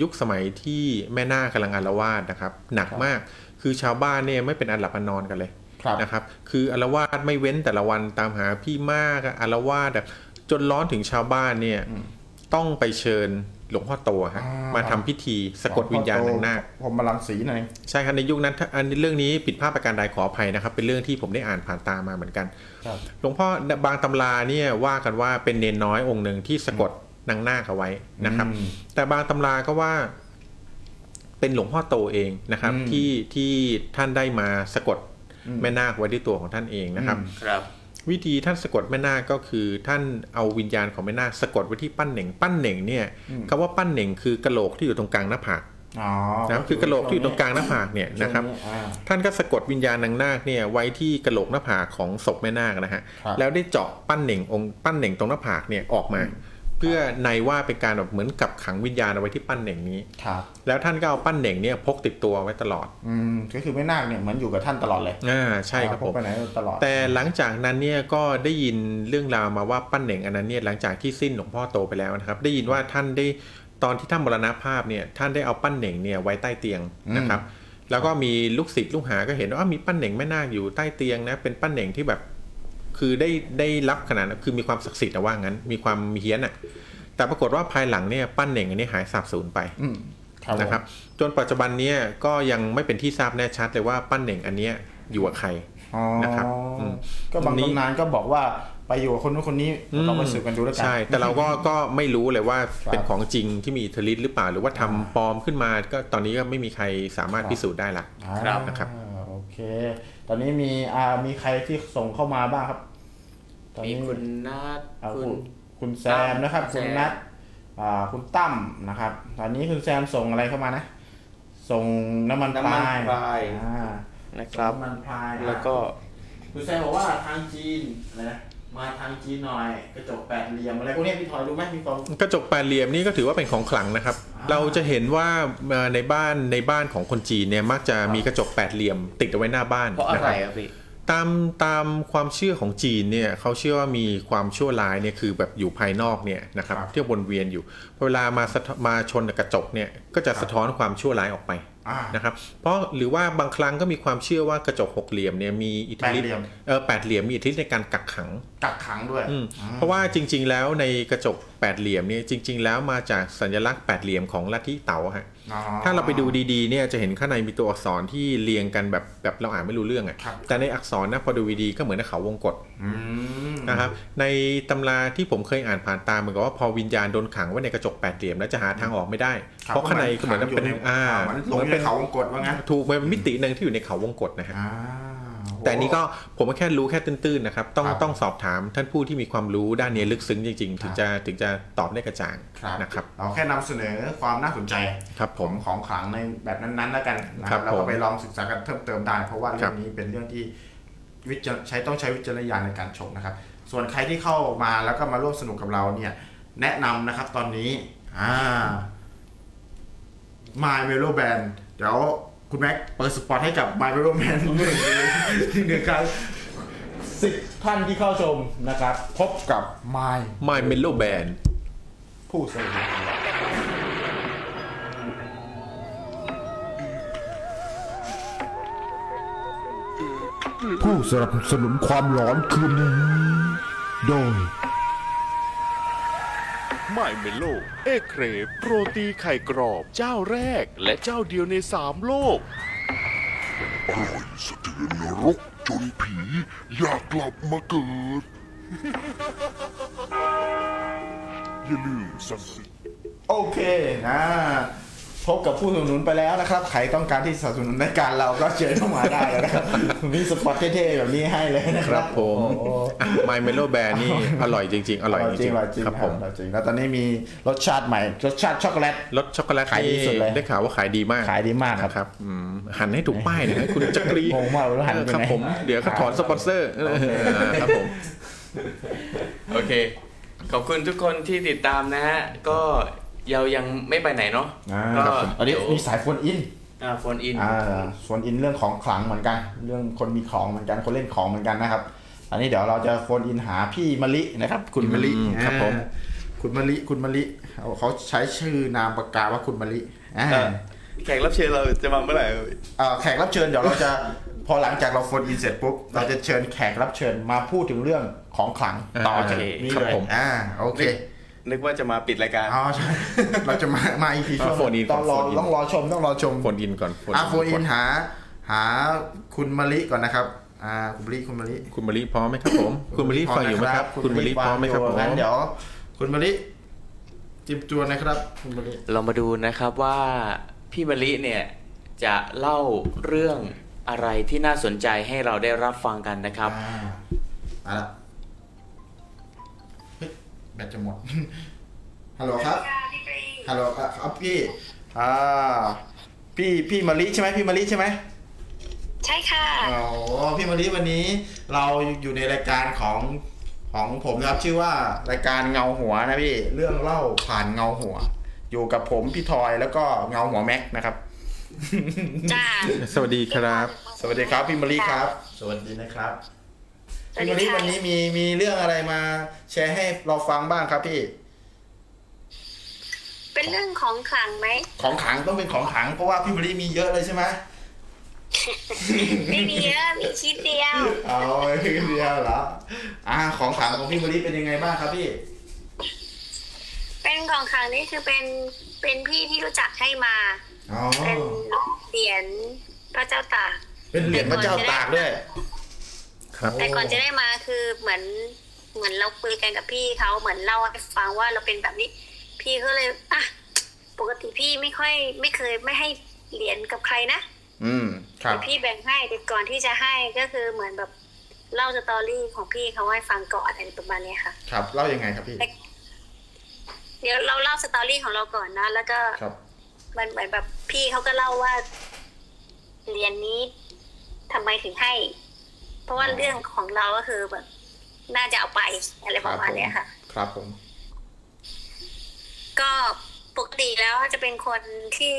S3: ยุคสมัยที่แม่นาคกำลังอาละวาดนะครับ หนัก
S1: ครับ
S3: มากคือชาวบ้านเนี่ยไม่เป็นอันหลับอันนอนกันเลย
S1: ครับ
S3: นะครับ คืออาละวาดไม่เว้นแต่ละวันตามหาพี่มากอาละวาดแบบจนร้อนถึงชาวบ้านเนี่ยต้องไปเชิญหลวงพ่อโตฮะ
S1: อ่าม
S3: มาทำพิธีสะกดวิญญาณนางนาค
S1: ผมมาลังสีหน่อย
S3: ใช่ครับในยุคนั้นถ้าอันเรื่องนี้ผิดพลาดประการใดขออภัยนะครับ เป็นเรื่องที่ผมได้อ่านผ่านตามาเหมือนกัน
S1: ครับ
S3: หลวงพ่อบางตำราเนี่ยว่ากันว่าเป็นเนนน้อยองค์หนึ่งที่สะกดนางนาคเอาไว้นะครับ
S1: อืม
S3: แต่บางตำราก็ว่า เป็นหลวงพ่อโตเองนะครับ
S1: อืม
S3: ที่ที่ท่านได้มาสะกด
S1: อืม
S3: แม่นาคไว้ที่ตัวของท่านเองนะครับ
S5: ครับ
S3: วิธีท่านสะกดแม่นาคก็คือ ท่านเอาวิญญาณของแม่นาคสะกดไว้ที่ปั้นเหน่งปั้นเหน่งเนี่ยคำว่าปั้นเหน่งคือกะโหลกที่อยู่ตรงกลางหน้าผาก
S1: อ๋อ
S3: นะครับคือกะโหลกที่อยู่ตรงกลางหน้าผากเนี่ยนะครับ
S1: ช่วงอ่า
S3: ท่านก็สะกดวิญญาณนางนาคเนี่ยไว้ที่กระโหลกหน้าผากของศพแม่นาคนะฮะ
S1: ครับ
S3: แล้วได้เจาะปั้นเหน่งองค์ปั้นเหน่งตรงหน้าผากเนี่ยออกมา เพื่อในว่าเป็นการแบบเหมือนกับขังวิญญาณเอาไว้ที่ปั้นเหน่งนี้
S1: ครับ
S3: แล้วท่านก็เอาปั้นเหน่งเนี่ยพกติดตัวไว้ตลอด
S1: อืมก็คือไม่นาคเนี่ยเหมือนอยู่กับท่านตลอดเลย
S3: อ่าใช่ครับ
S1: พ
S3: ผ
S1: ก
S3: ม
S1: ไปไหนตลอด
S3: แต่หลังจากนั้นเนี่ยก็ได้ยินเรื่องราวมาว่าปั้นเหน่งอันนั้นเนี่ยหลังจากที่สิ้นหลวงพ่อโตไปแล้วนะครับ ได้ยินว่าท่านได้ตอนที่ท่านมรณภาพเนี่ยท่านได้เอาปั้นเหน่งเนี่ยไว้ใต้เตียงนะครับ แล้วก็มีลูกศิษย์ลูกหาก็เห็นว่าอ้าวมีปั้นเหน่งแม่นาคอยู่ใต้เตียงนะเป็นปั้นเหน่งที่แบบ คือได้ได้รับขนาดนั้นคือมีความศักดิ์สิทธิ์นะว่างั้น มีความเฮี้ยนอะแต่ปรากฏว่าภายหลังเนี่ยปั้นเหน่งอันนี้หายสาบสูญไป
S1: ครับผม
S3: นะครับ จนปัจจุบันเนี้ยก็ยังไม่เป็นที่ทราบแน่ชัดเลยว่าปั้นเหน่งอันเนี้ยอยู่กับใคร
S1: อ๋อ
S3: นะครับอืม
S1: ก็บาง
S3: ตรงนี้
S1: ตำนานก็บอกว่าไปอยู่กับคนนู้นคนนี้เราไปสืบกันดูแล้วกัน
S3: ใช่ แต่เราก็ก็ไม่รู้เลยว่า
S1: ครับ
S3: เป็นของจริงที่มีอิทธิฤทธิ์หรือเปล่า หรือว่าทำปลอมขึ้นมา ก็ตอนนี้ก็ไม่มีใครสามารถ
S1: ครับ
S3: พิสูจน์ได้ละ
S1: ครับ
S3: นะครับ
S1: โอเค ตอนนี้มีอ่ามีใครที่ส่งเข้ามาบ้างครับ ตอน
S5: มี
S1: นี้
S5: คุณนัท
S1: อ่า
S5: คุ
S1: คุณ ณคุณแซมนะครับ
S5: แซม
S1: คุณนัทอ่าคุณตั้มนะครับ ตอนนี้คุณแซมส่งอะไรเข้ามานะ ส่งน้ำมันพ
S4: น้ำมัน
S1: ราย
S4: พราย
S1: อ่า
S5: นะครับ
S1: น้ำมันพรายนะ
S5: แล้วก็
S4: คุณแซมบอกว่าทางจีนอะไรนะมาทางจีนหน่อยกระจกแปดเหลี่ยมอะไรพวกเนี้ยพี่ทอยรู้ไหมพี่ฟอง
S3: กระจกแปดเหลี่ยมนี่ก็ถือว่าเป็นของขลังนะครับ เราจะเห็นว่าเอ่อในบ้านในบ้านของคนจีนเนี่ยมักจะมีกระจกแปดเหลี่ยม ติดเอาไว้หน้าบ้าน
S5: เพราะอะ
S3: น
S5: ไร
S3: คบ
S5: ครับพี่
S3: ตามตามความเชื่อของจีนเนี่ยเขาเชื่อว่ามีความชั่วร้ายเนี่ยคือแบบอยู่ภายนอกเนี่ยนะครับที่วนเวียนอยู่พอเวลามาสะทมาชนกับกระจกเนี่ยก็จะสะท้อนความชั่วร้ายออกไป
S1: อ่า
S3: นะครับเพราะหรือว่าบางครั้งก็มีความเชื่อว่ากระจกหกเหลี่ยมเนี่ยมีอิทธิ
S1: แป
S3: ฤท
S1: ดเหลี่
S3: ธิ์
S1: ยม
S3: เออแปดเหลี่ยมมีอิทธิฤทธิ์ในการกักขัง
S1: กักขังด้วย
S3: อืมเพราะว่าจริง ๆ แล้วในกระจกแปดเหลี่ยมเนี่ยจริง ๆ แล้วมาจากสัญลักษณ์แปดเหลี่ยมของลัทธิเต๋าฮะ
S1: อ๋อ
S3: ถ้าเราไปดูดีๆเนี่ยจะเห็นข้างในมีตัวอักษรที่เรียงกันแบบแบบเราอ่านไม่รู้เรื่อง
S1: ครั
S3: อะ่ะ
S1: บ
S3: แต่ในอักษรนะพอดูดีๆก็เหมือนเขาวงกต
S1: อืม
S3: นะครับในตำราที่ผมเคยอ่านผ่านตามเหมือนกับว่าพอวิญญาณโดนขังไว้ในกระจกแปดเหลี่ยมแล้วจะหาทางออกไม่ได้
S1: ครับ
S3: เพราะข้างในก็เหมือนกับเป็น
S1: ขังยู่ใ
S3: อ่า
S1: เหมือนลงอยู่ในเขาวงกฏว่างั้น
S3: ถูกมันเป็นมิติหนึ่งที่อยู่ในเขาวงกฏนะฮะ
S1: อ่า
S3: แต่อันนี้ก็ผมก็แค่รู้แค่ตื้นๆนะครับต้อง
S1: ครับ
S3: ต้องสอบถามท่านผู้ที่มีความรู้ด้านนี้ลึกซึ้งจริง ๆ ถึงจะถึงจะตอบได้กระจ่าง
S1: ครับ
S3: นะครับ
S1: เราแค่นำเสนอความน่าสนใจ
S3: ครับผม
S1: ของขลังในแบบนั้นๆแล้วกันนะค
S3: ครั
S1: รับบ แล้ว
S3: ผ
S1: ก็
S3: ม
S1: ไปลองศึกษากันเพิ่มเติมได้ เพราะว่า
S3: ค
S1: เรื่
S3: รั
S1: อบ งนี้เป็นเรื่องที่วิจารใช้ต้องใช้วิจารณญาณในการชมนะครับ ส่วนใครที่เข้ามาแล้วก็มาร่วมสนุกกับเราเนี่ย แนะนำนะครับตอนนี้อ่า My Melo Band เดี๋ยวคุณแม็กเปิดสปอตให้กับ My Melo Band หนึ่งหนึ่งครั้งสิบท่านที่เข้าชมนะครับ พบกับ My
S3: My Mellow Band
S1: ผู้สนุกของเรา
S6: ผู้สนับสนุนความหลอนคืนนี้ โดย
S9: ไมเมโล เอเครปโปรตีไข่กรอบเจ้าแรก และเจ้าเดียวในสามโลก
S6: อร่อยสะเทือนนรกจนผีอยากกลับมาเกิด อย่าลืมสั่งซื้อ
S1: โอเคนะพบกับผู้สนับสนุนไปแล้วนะครับ ใครต้องการที่สนับสนุนในการเราก็เชิญเข้ามาได้นะครับ มีสปอตเท่ๆแบบนี้ให้เลยนะค
S3: ค
S1: รั
S3: รั
S1: บบ
S3: ผม
S1: โอ้โห
S3: My Mellow Band นี่อร่อยจริง ๆ อร่อยจริง
S1: อร่อยจริงครั
S3: ๆครั
S1: บบ ผ
S3: ผม ม
S1: อร่อยจริงแล้วตอนนี้มีรสชาติใหม่รสชาติช็อกโกแลต
S3: รสช็อกโกแลต
S1: ขายดี
S3: นี่
S1: สุดเลย
S3: ได้ข่าวว่าขายดีมาก
S1: ขายดีมากครับ
S3: ครับอืมหันให้ถูกป้ายหนอย นะคุณจักรี
S1: งงมากเลยว่าหันไปไหน
S3: ครับผม เดี๋ยวก็ถอนสปอนเซอร์เออครับผม
S5: โอเค ขอบคุณทุกคนที่ติดตามนะฮะ ก็เรายังไม่ไปไหนเนาะ
S1: อ่า
S5: ก็
S1: ครับผมอันนี้
S5: เดี๋ยว
S1: มีสายโฟนอิน
S5: อ่าโฟนอิน
S1: อ่าโฟนอินเรื่องของขลังเหมือนกัน เรื่องคนมีของเหมือนกันคนเล่นของเหมือนกันนะครับ อันนี้เดี๋ยวเราจะโฟนอินหาพี่มะลินะครับ คุณมะลิ
S3: อืมครับผม
S1: อ่าคุณมะลิคุณมะลิเอาเขาใช้ชื่อนามปากกาว่าคุณมะลิอ่า
S5: เออ แขกรับเชิญเราจะมาเมื่อไหร่ครับ
S1: เอ่อแขกรับเชิญเดี๋ยวเราจะ พอหลังจากเราโฟนอินเสร็จปุ๊บ เราจะเชิญแขกรับเชิญมาพูดถึงเรื่องของขลังต่อ
S3: อ่า
S1: จาก
S5: โอเค
S1: นี้
S3: ครับ
S1: เลย
S3: ผม
S1: อ่าโอเค
S5: นึกว่าจะมาปิดรายการ
S1: อ๋อใช่ เราจะมามาอีกทีช่วง
S3: โฟนอินก่
S1: ต้
S3: อ
S1: อน งรอ
S3: โฟนอิน
S1: ต้องรอชมต้องรอชม
S3: โฟนอินก่อน
S1: อ่ะโฟนอินหา หาคุณมะลิก่อนนะครับอ่าคุณมะลิคุณมะลิ
S3: คุณมะลิพร้อมไหมครับผม คุณมะลิฟังอยู่ไหมครับ คุณมะลิพร้อมไหมครับผม
S1: งั้นเดี๋ยว คุณมะลิจิบจวนนะครับคุณมะลิ
S5: เรามาดูนะครับว่าพี่มะลิเนี่ยจะเล่าเรื่องอะไรที่น่าสนใจให้เราได้รับฟังกันนะครับ
S1: อ่าเอาละเฮ้ยแบตจะหมด ฮัลโหลครับ ฮัลโหลครับครับพี่ อ่า พี่พี่มะลิใช่ไหมพี่มะลิใช่ไหม
S10: ใช่ค่ะ
S1: อ๋อพี่มะลิวันนี้เราอยู่ในรายการของของผมนะครับชื่อว่ารายการเงาหัวนะพี่ เรื่องเล่าผ่านเงาหัว อยู่กับผมพี่ทอยแล้วก็เงาหัวแม็กนะครับ
S10: จ้า
S3: สวัสดีครับ
S1: สวัสดีครับพี่มะลิครับ สวัสดีนะครับ
S10: สวัส
S1: พี่
S10: ดี
S1: มะลิ
S10: ค่ะ
S1: วันนี้มีมีเรื่องอะไรมา แชร์ให้เราฟังบ้างครับพี่
S10: เป็นเรื่องของขลังไหม
S1: ของขลังต้องเป็นของขลังเพราะว่าพี่มะลิมีเยอะเลยใช่ไหม
S10: ไม่มีเยอะ มีชิ้นเดียว
S1: เอาไอ้เดียวเหรออ่าของขลังของพี่มะลิเป็นยังไงบ้างครับพี่
S10: เป็น ของขลังนี่คือเป็นเป็นพี่ที่รู้จักให้มา
S1: อ๋อ
S10: เป็นเหรียญพระเจ้าตาก
S1: เป็นเหรียญพระเจ้าตากด้วย
S3: ครับ
S10: แต่ก่อนจะได้มาคือเหมือนเหมือนเราคุยกันกับพี่เขาเหมือนเล่าให้ฟังว่าเราเป็นแบบนี้ พี่ก็เลยอ่ะปกติพี่ไม่ค่อย ไม่เคยไม่ให้เหรียญกับใครนะ
S1: อืมครับ
S10: แต่พี่แบ่งให้แต่ก่อนที่จะให้ก็คือเหมือนแบบเล่าสตอรี่ของพี่เขาให้ฟังก่อนอะไรประมาณเนี้ยค่ะ
S1: ครับเล่ายังไงครับพี่
S10: เดี๋ยวเราเล่าสตอรี่ของเราก่อนนะ แล้วก็
S1: ครับ
S10: มันเหมือนแบบพี่เขาก็เล่าว่าเหรียนนี้ทำไมถึงให้ เพราะว่าเรื่องของเราก็คือแบบน่าจะเอาไปอะไรประมาณเนี้ยค่ะ
S1: ครับผม
S10: ก็ปกติแล้วจะเป็นคนที่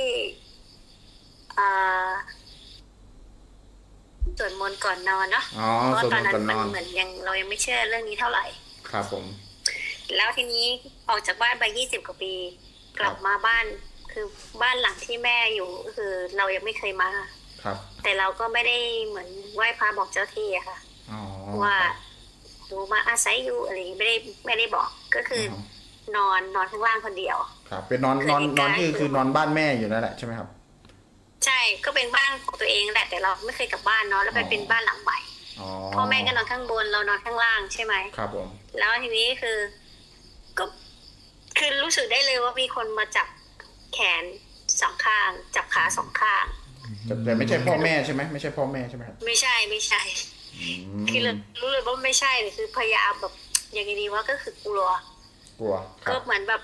S10: เอ่อสวดมนต์ก่อนนอนเนาะ
S1: อ๋อ
S10: เพราะว่า
S1: สวด
S10: ตอ
S1: มนต์
S10: นนั้
S1: ก่อน นน
S10: มัน
S1: อน
S10: เหมือนยังเรายังไม่เชื่อเรื่องนี้เท่าไหร่
S1: ครับผม
S10: แล้วทีนี้ออกจากบ้านไปยี่สิบกว่าปี กลับ
S1: ครับ
S10: มาบ้านคือบ้านหลังที่แม่อยู่ก็คือเรายังไม่เคยมา
S1: ครับ
S10: แต่เราก็ไม่ได้เหมือนไหว้พระบอกเจ้าที่อะค่ะ
S1: อ๋อ
S10: ว่าหนูมาอาศัยอยู่อะไรอย่างงี้ไม่ได้ไม่ได้บอกก็คืออ
S1: อ
S10: นอนนอนข้างล่างคนเดียว
S1: ครับเป็นนอนนอนนอน
S10: เคยมีการ
S1: นี่คือนอนบ้านแม่อยู่นั่นแหละใช่ไหมครับ
S10: ใช่ก็เป็นบ้านของตัวเองแหละแต่เราไม่เคยกลับบ้านเนาะแล้วไป
S1: อ๋อ
S10: เป็นบ้านหลังใหม่
S1: อ๋อ
S10: พ่อแม่ก็นอนข้างบนเรานอนข้างล่างใช่ไหม
S1: ครับผม
S10: แล้วทีนี้คือ ก็คือรู้สึกได้เลยว่ามีคนมาจับแขนสองข้าง จับขาสองข้าง
S1: แต่แต่ไม่ใช่พ่อแม่ใช่ไหมไม่ใช่พ่อแม่ใช่ไหมครับ
S10: ไม่ใช่ไม่ใช่
S1: ม
S10: คือเรารู้เลยว่าไม่ใช่คือพยายามแบบยังไงดีว่าก็คือกลัว
S1: กลัวครั
S10: ก็
S1: บ
S10: เหมือนแบบ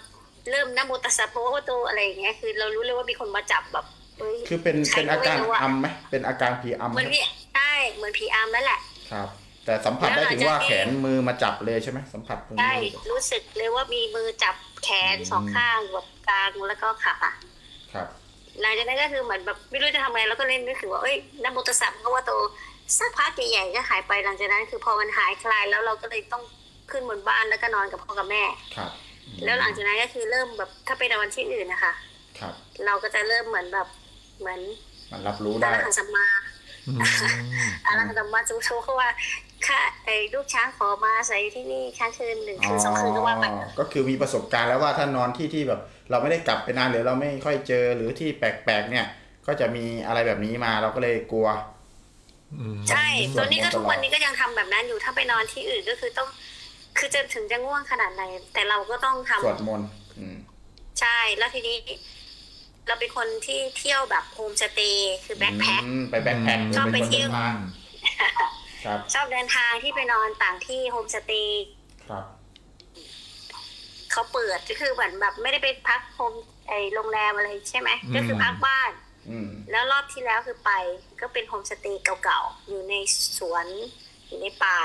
S10: เริ่มน้ำมูตสสะโพโตอะไรอย่างเงี้ยคือเรารู้เลยว่ามีคนมาจับแบบฮ้ย
S1: คือเป็น
S10: ใค
S1: เป็นอาการ
S10: ไม่ะ
S1: อัมไหมเป็นอาการผีอัม
S10: เห
S1: ไหม
S10: มือนพี่ใช่เหมือนผีอำนั่นแหละ
S1: ครับ แต่สัมผัส
S10: แล้ว
S1: ได้
S10: หลัง
S1: ถึงว่า
S10: จากที่
S1: แขนมือมาจับเลยใช่ไหมสัมผัสตรงนี้
S10: ใช่รู้สึกเลยว่ามีมือจับแขนสองข้างแบบกลางแล้วก็ขา
S1: ครับ
S10: หลังจากนั้นก็คือเหมือนแบบไม่รู้จะทำไงแล้วก็เล่นนึกถึงว่าเอ้ยน้ำมูตสสะโพโตสักพักใหญ่ๆก็หายไปหลังจากนั้น คือพอมันหายคลายแล้วเราก็เลยต้องขึ้นบนบ้านแล้วก็นอนกับพ่อกับแม่
S1: ครับ
S10: แล้วหลังจากนั้นก็คือเริ่มแบบถ้าเป็นวันที่อื่นนะคะ
S1: ครับ
S10: เราก็จะเริ่มเหมือนแบบเหมือน
S1: มันรับรู้
S10: อา
S1: ได้
S10: รังสัมมาอารังสัมมาจูชูเขาว่าค่ะไอ้ลูกช้างขอมาอาศัยที่นี่ค้างคืนหนึ่ง
S1: อ๋
S10: คืนสองคืนก็ว่าไป
S1: อก็คือมีประสบการณ์แล้วว่าถ้านอนที่ที่แบบ เราไม่ได้กลับไปนานหรือเราไม่ค่อยเจอหรือที่แปลกๆเนี่ย ก็จะมีอะไรแบบนี้มาเราก็เลยกลัว
S10: ใช่
S1: ส่
S10: ต
S1: วน
S10: อนนี้ก็
S1: ตลอด
S10: ทุกวันนี้ก็ยังทำแบบนั้นอยู่ถ้าไปนอนที่อื่นก็คือต้อง คือจะถึงจะง่วงขนาดไหนแต่เราก็ต้องทำ
S1: สวดมนต์อืม
S10: ใช่แล้วทีนี้ เราเป็นคนที่เที่ยวแบบโฮมสเตย์คือแบ็คแพ็ค
S1: อืมไปแบ็คแพ็ค
S10: ชอบไป
S1: นคน
S10: เที่ยว
S1: ดินทางครับ
S10: ชอบเดินทางที่ไปนอนต่างที่โฮมสเตย์
S1: ครับ
S10: เขาเปิดก็คือเหมือนแบบไม่ได้ไปพักโฮมไอโรงแรมอะไรใช่ไหมก็คือพักบ้าน
S1: อืม
S10: แล้วรอบที่แล้วคือไปก็เป็นโฮมสเตย์เก่าๆ อยู่ในสวนอยู่ในป่า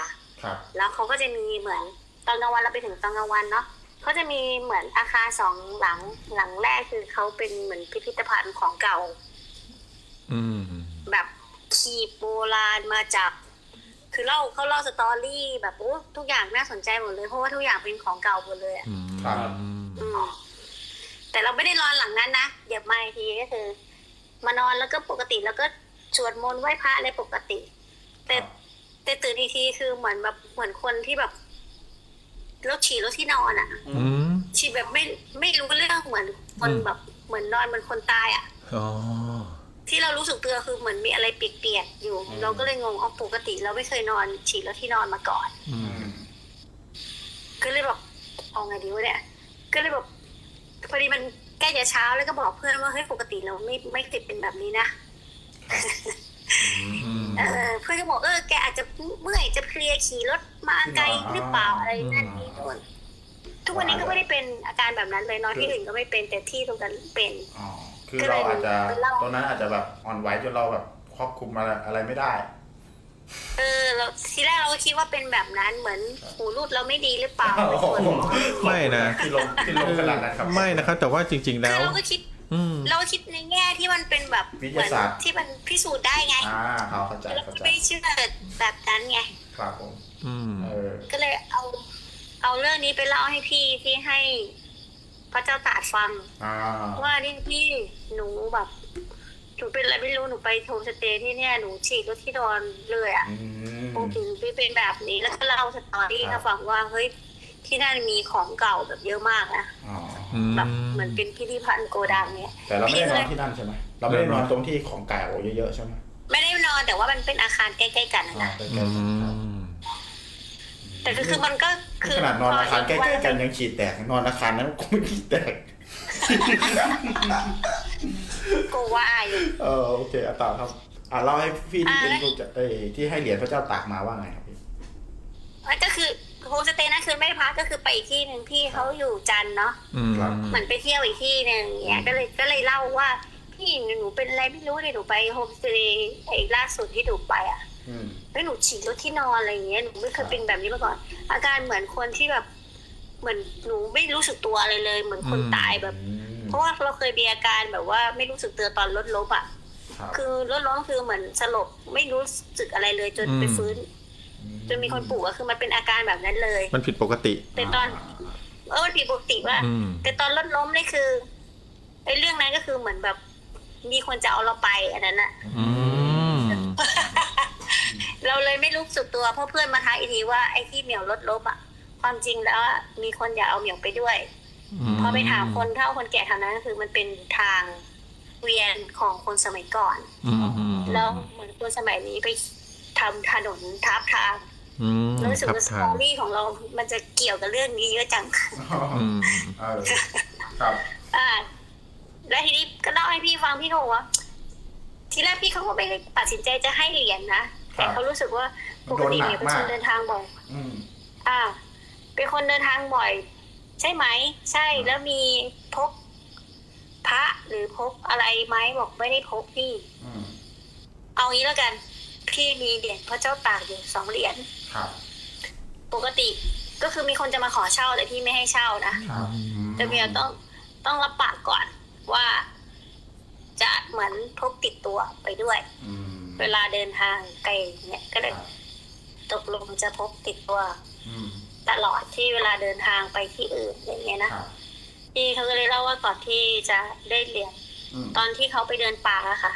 S1: ครับ
S10: แล้วเขาก็จะมีเหมือนตอนกลางวันเราไปถึงตอนกลางวันเนาะเขาจะมีเหมือนอาคารสองหลังหลังแรกคือเขาเป็นเหมือนพิพิธภัณฑ์ของเก่า
S3: อืม
S10: แบบขีบโบราณมาจาก คือเล่าเขาเล่าสตอรี่แบบโอ้ทุกอย่างน่าสนใจหมดเลยเพราะว่าทุกอย่างเป็นของเก่าหมดเลยอะ
S3: อืม
S1: ครับ
S10: อืมแต่เราไม่ได้นอนหลังนั้นนะเดี๋ยวมาอีกทีก็คือ มานอนแล้วก็ปกติแล้วก็สวดมนต์ไหว้พระอะไรปกติ แต่
S1: ครับ
S10: แต่ตื่นอีกทีคือเหมือนแบบเหมือนคนที่แบบรถฉี่รถที่นอนอะ่ะ
S3: อืม
S10: ฉี่แบบไม่ไม่รู้เรื่องเหมือนคนแบบเหมือนนอนเหมือนคนตายอ่ะ
S3: อ๋อ
S10: ที่เรารู้สึกตัวคือเหมือนมีอะไรเปียกๆอยู่ เราก็เลยงงอ๋อปกติ เราไม่เคยนอนฉี่รถที่นอนมาก่อน
S3: อืม
S10: ก็เลยแบบเอาไงดีวะเนี่ย ก็เลยแบบพอดีมันใกล้จะเช้าแล้วก็บอกเพื่อนว่าเฮ้ยปกติเราไม่ไม่ติดเป็นแบบนี้นะเออเพื่อนก็บอกเออแกอาจจะเมื่อยจะเพลียขี่รถมาไกลหรือเปล่าอะไรนั่นนี่นู่นทุกวันนี้ก็ไม่ได้เป็นอาการแบบนั้นเลยนอนที่อื่นก็ไม่เป็นแต่ที่ตรงนั้นเป็น
S1: อ๋อ คือเราอาจจะตอนนั้นอาจจะแบบอ่อนไหวจนเราแบบครอบคลุมอะไรอะไรไม่ได้
S10: เออเราทีแรกเราก็คิดว่าเป็นแบบนั้นเหมือนหูรูดเราไม่ดีหรือเป ล่า
S1: โอ้โห
S3: ไม่นะ
S1: ที่ลงที่ลงขนาดนั้นครับ
S3: ไม่นะครับ แต่ว่าจริง ๆ
S10: คื
S3: แล้
S10: อ
S3: ว
S10: เราก็คิด
S3: อืม
S10: เราคิดในแง่ที่มันเป็นแบบ
S1: วิท
S10: เหมื
S1: ยานศาสตร์
S10: ที่มันพิสูจน์ได้ไง
S1: อ่าครับเข้าใจ
S10: เรา
S1: เข้าใจ
S10: ไม่เชื่อแบบนั้นไง
S1: ครับผม
S3: อืม
S1: เออ
S10: ก็เลยเอาเอาเรื่องนี้ไปเล่าให้พี่ที่ให้พระเจ้าตากฟัง
S1: อ่า
S10: ว่านี่พี่หนูแบบหนูเป็นอะไรไม่รู้หนูไปโฮมสเตย์ที่เนี่ยหนูฉีดรถที่นอนเลยอะ
S1: อืม
S10: ปกติหนูไม่เป็นแบบนี้แล้วก็เล่าสตอรี่
S1: ครั
S10: ให้
S1: บ
S10: ฟังว่าเฮ้ยที่นั่นมีของเก่าแบบเยอะมากนะ
S1: อ๋อ
S3: อืม
S10: แบบเหมือนเป็นพิพิธภัณฑ์โกดังเนี่ย
S1: แต่เราไม่ได้นอน
S10: พี่ก็เลย
S1: ที่นั่นใช่ไหมเราไม่ได้นอนตรงที่ของเก่าเยอะๆใช่ไหม
S10: ไม่ได้นอนแต่ว่ามันเป็นอาคารใกล้ๆกันนะ
S1: อ่า
S10: นะ
S1: ใกล้
S3: อื
S1: ๆครับ
S3: ม
S10: แต่ก็คือมันก็คือ
S1: ขนาดนอนอาคาร
S10: พ
S1: ใกล้ๆกันยังฉีดแตกนอนอาคารนั้น ก็ไม่ฉีดแตก
S10: โกว่าอยู่
S1: เออโอเคอ่ะต่อครับอ่ะเล่าให้พี่ที่เป็น
S10: อ่ะ
S1: คนจะเอ้ยที่ให้เหรียญพระเจ้าตากมาว่าไงครับพี่
S10: อ่ะก็คือโฮมสเตย์นั่นคือไม่ได้พักก็คือไปอีกที่หนึ่งที่เขาอยู่จันทน์เนาะ
S3: อืม
S10: เหมือนไปเที่ยวอีกที่หนึ่งอย่างเงี้ยก็เลยก็เลยเล่าว่าพี่หนูเป็นอะไรไม่รู้เนี่ยหนูไปโฮมสเตย์ไอ้ล่าสุดที่หนูไปอ่ะ
S1: อืม
S10: แล้วหนูฉีกรถที่นอนอะไรอย่างเงี้ยหนูไม่เคยเป็นแบบนี้มาก่อน อาการเหมือนคนที่แบบ เหมือนหนูไม่รู้สึกตัวอะไรเลย เหมือนคน
S3: อืม
S10: ตายแบบ เพราะว่าเราเคยมีอาการแบบว่าไม่รู้สึกตัวตอนรถล้มอ่ะ
S1: ครับ
S10: คือรถล้มคือเหมือนสลบไม่รู้สึกอะไรเลยจนไป
S3: อืม
S10: ฟื้น จนมีคนปลุกก็คือมันเป็นอาการแบบนั้นเลย
S3: มันผิดปกติ
S10: แต่ตอนเออมันผิดปกติว่า
S3: อืม
S10: แต่ตอนรถล้มนี่คือไอ้เรื่องนั้นก็คือเหมือนแบบ มีคนจะเอาเราไปอันนั้นอะ
S3: อืม
S10: เราเลยไม่รู้สึกตัวเพราะเพื่อนมาทักอีกทีว่าไอ้ที่เหมียวรถล้มอะความจริงแล้วอะมีคนอยากเอาเหมียวไปด้วย พอไปถามคนเฒ่าคนแก่แถวนั้นก็คือมันเป็นทางเวียนของคนสมัยก่อน
S3: อืมอืม
S10: แล้วเหมือนคนสมัยนี้ไปทำถนนทับทาง
S3: อืม
S10: แล้วรู้สึก
S3: ครับ
S10: ว่าส
S3: ทา
S10: ต
S3: ง
S10: อรี่ของเรา มันจะเกี่ยวกับเรื่องนี้เยอะจัง
S3: อืม
S1: เออครับ
S10: อ่าแล้วทีนี้ก็เล่าให้พี่ฟังพี่เขาบอกว่า ทีแรกพี่เขาก็ไม่ได้ตัดสินใจจะให้เหรียญนะแต่เขารู้สึกว่าปกติเนี่ยเป็นคนเดินทางบ่อย
S1: อืม
S10: อ่า เป็นคนเดินทางบ่อย ใช่ไหม ใช่แล้วมีพกพระหรือพกอะไรไหมบอกไม่ได้พกพี่
S1: อืม
S10: เอางี้แล้วกัน พี่มีเหรียญพระเจ้าตากอยู่สองเหรียญ
S1: ครับ
S10: ปกติ ก็คือมีคนจะมาขอเช่าแต่พี่ไม่ให้เช่านะ
S1: ครับ
S10: แต่เมียต้องต้องรับปากก่อนว่า จะเหมือนพกติดตัวไปด้วย
S1: อืม
S10: เวลาเดินทางไกลเนี่ยก็เลยตกลงจะพกติดตัว
S1: อืม
S10: ตลอดที่เวลาเดินทางไปที่อื่นอะไรเงี้ยนะครับ พี่เขาก็เลยเล่าว่าก่อนที่จะได้เหรียญ
S1: อืม
S10: ตอนที่เขาไปเดินป่าอะค่ะ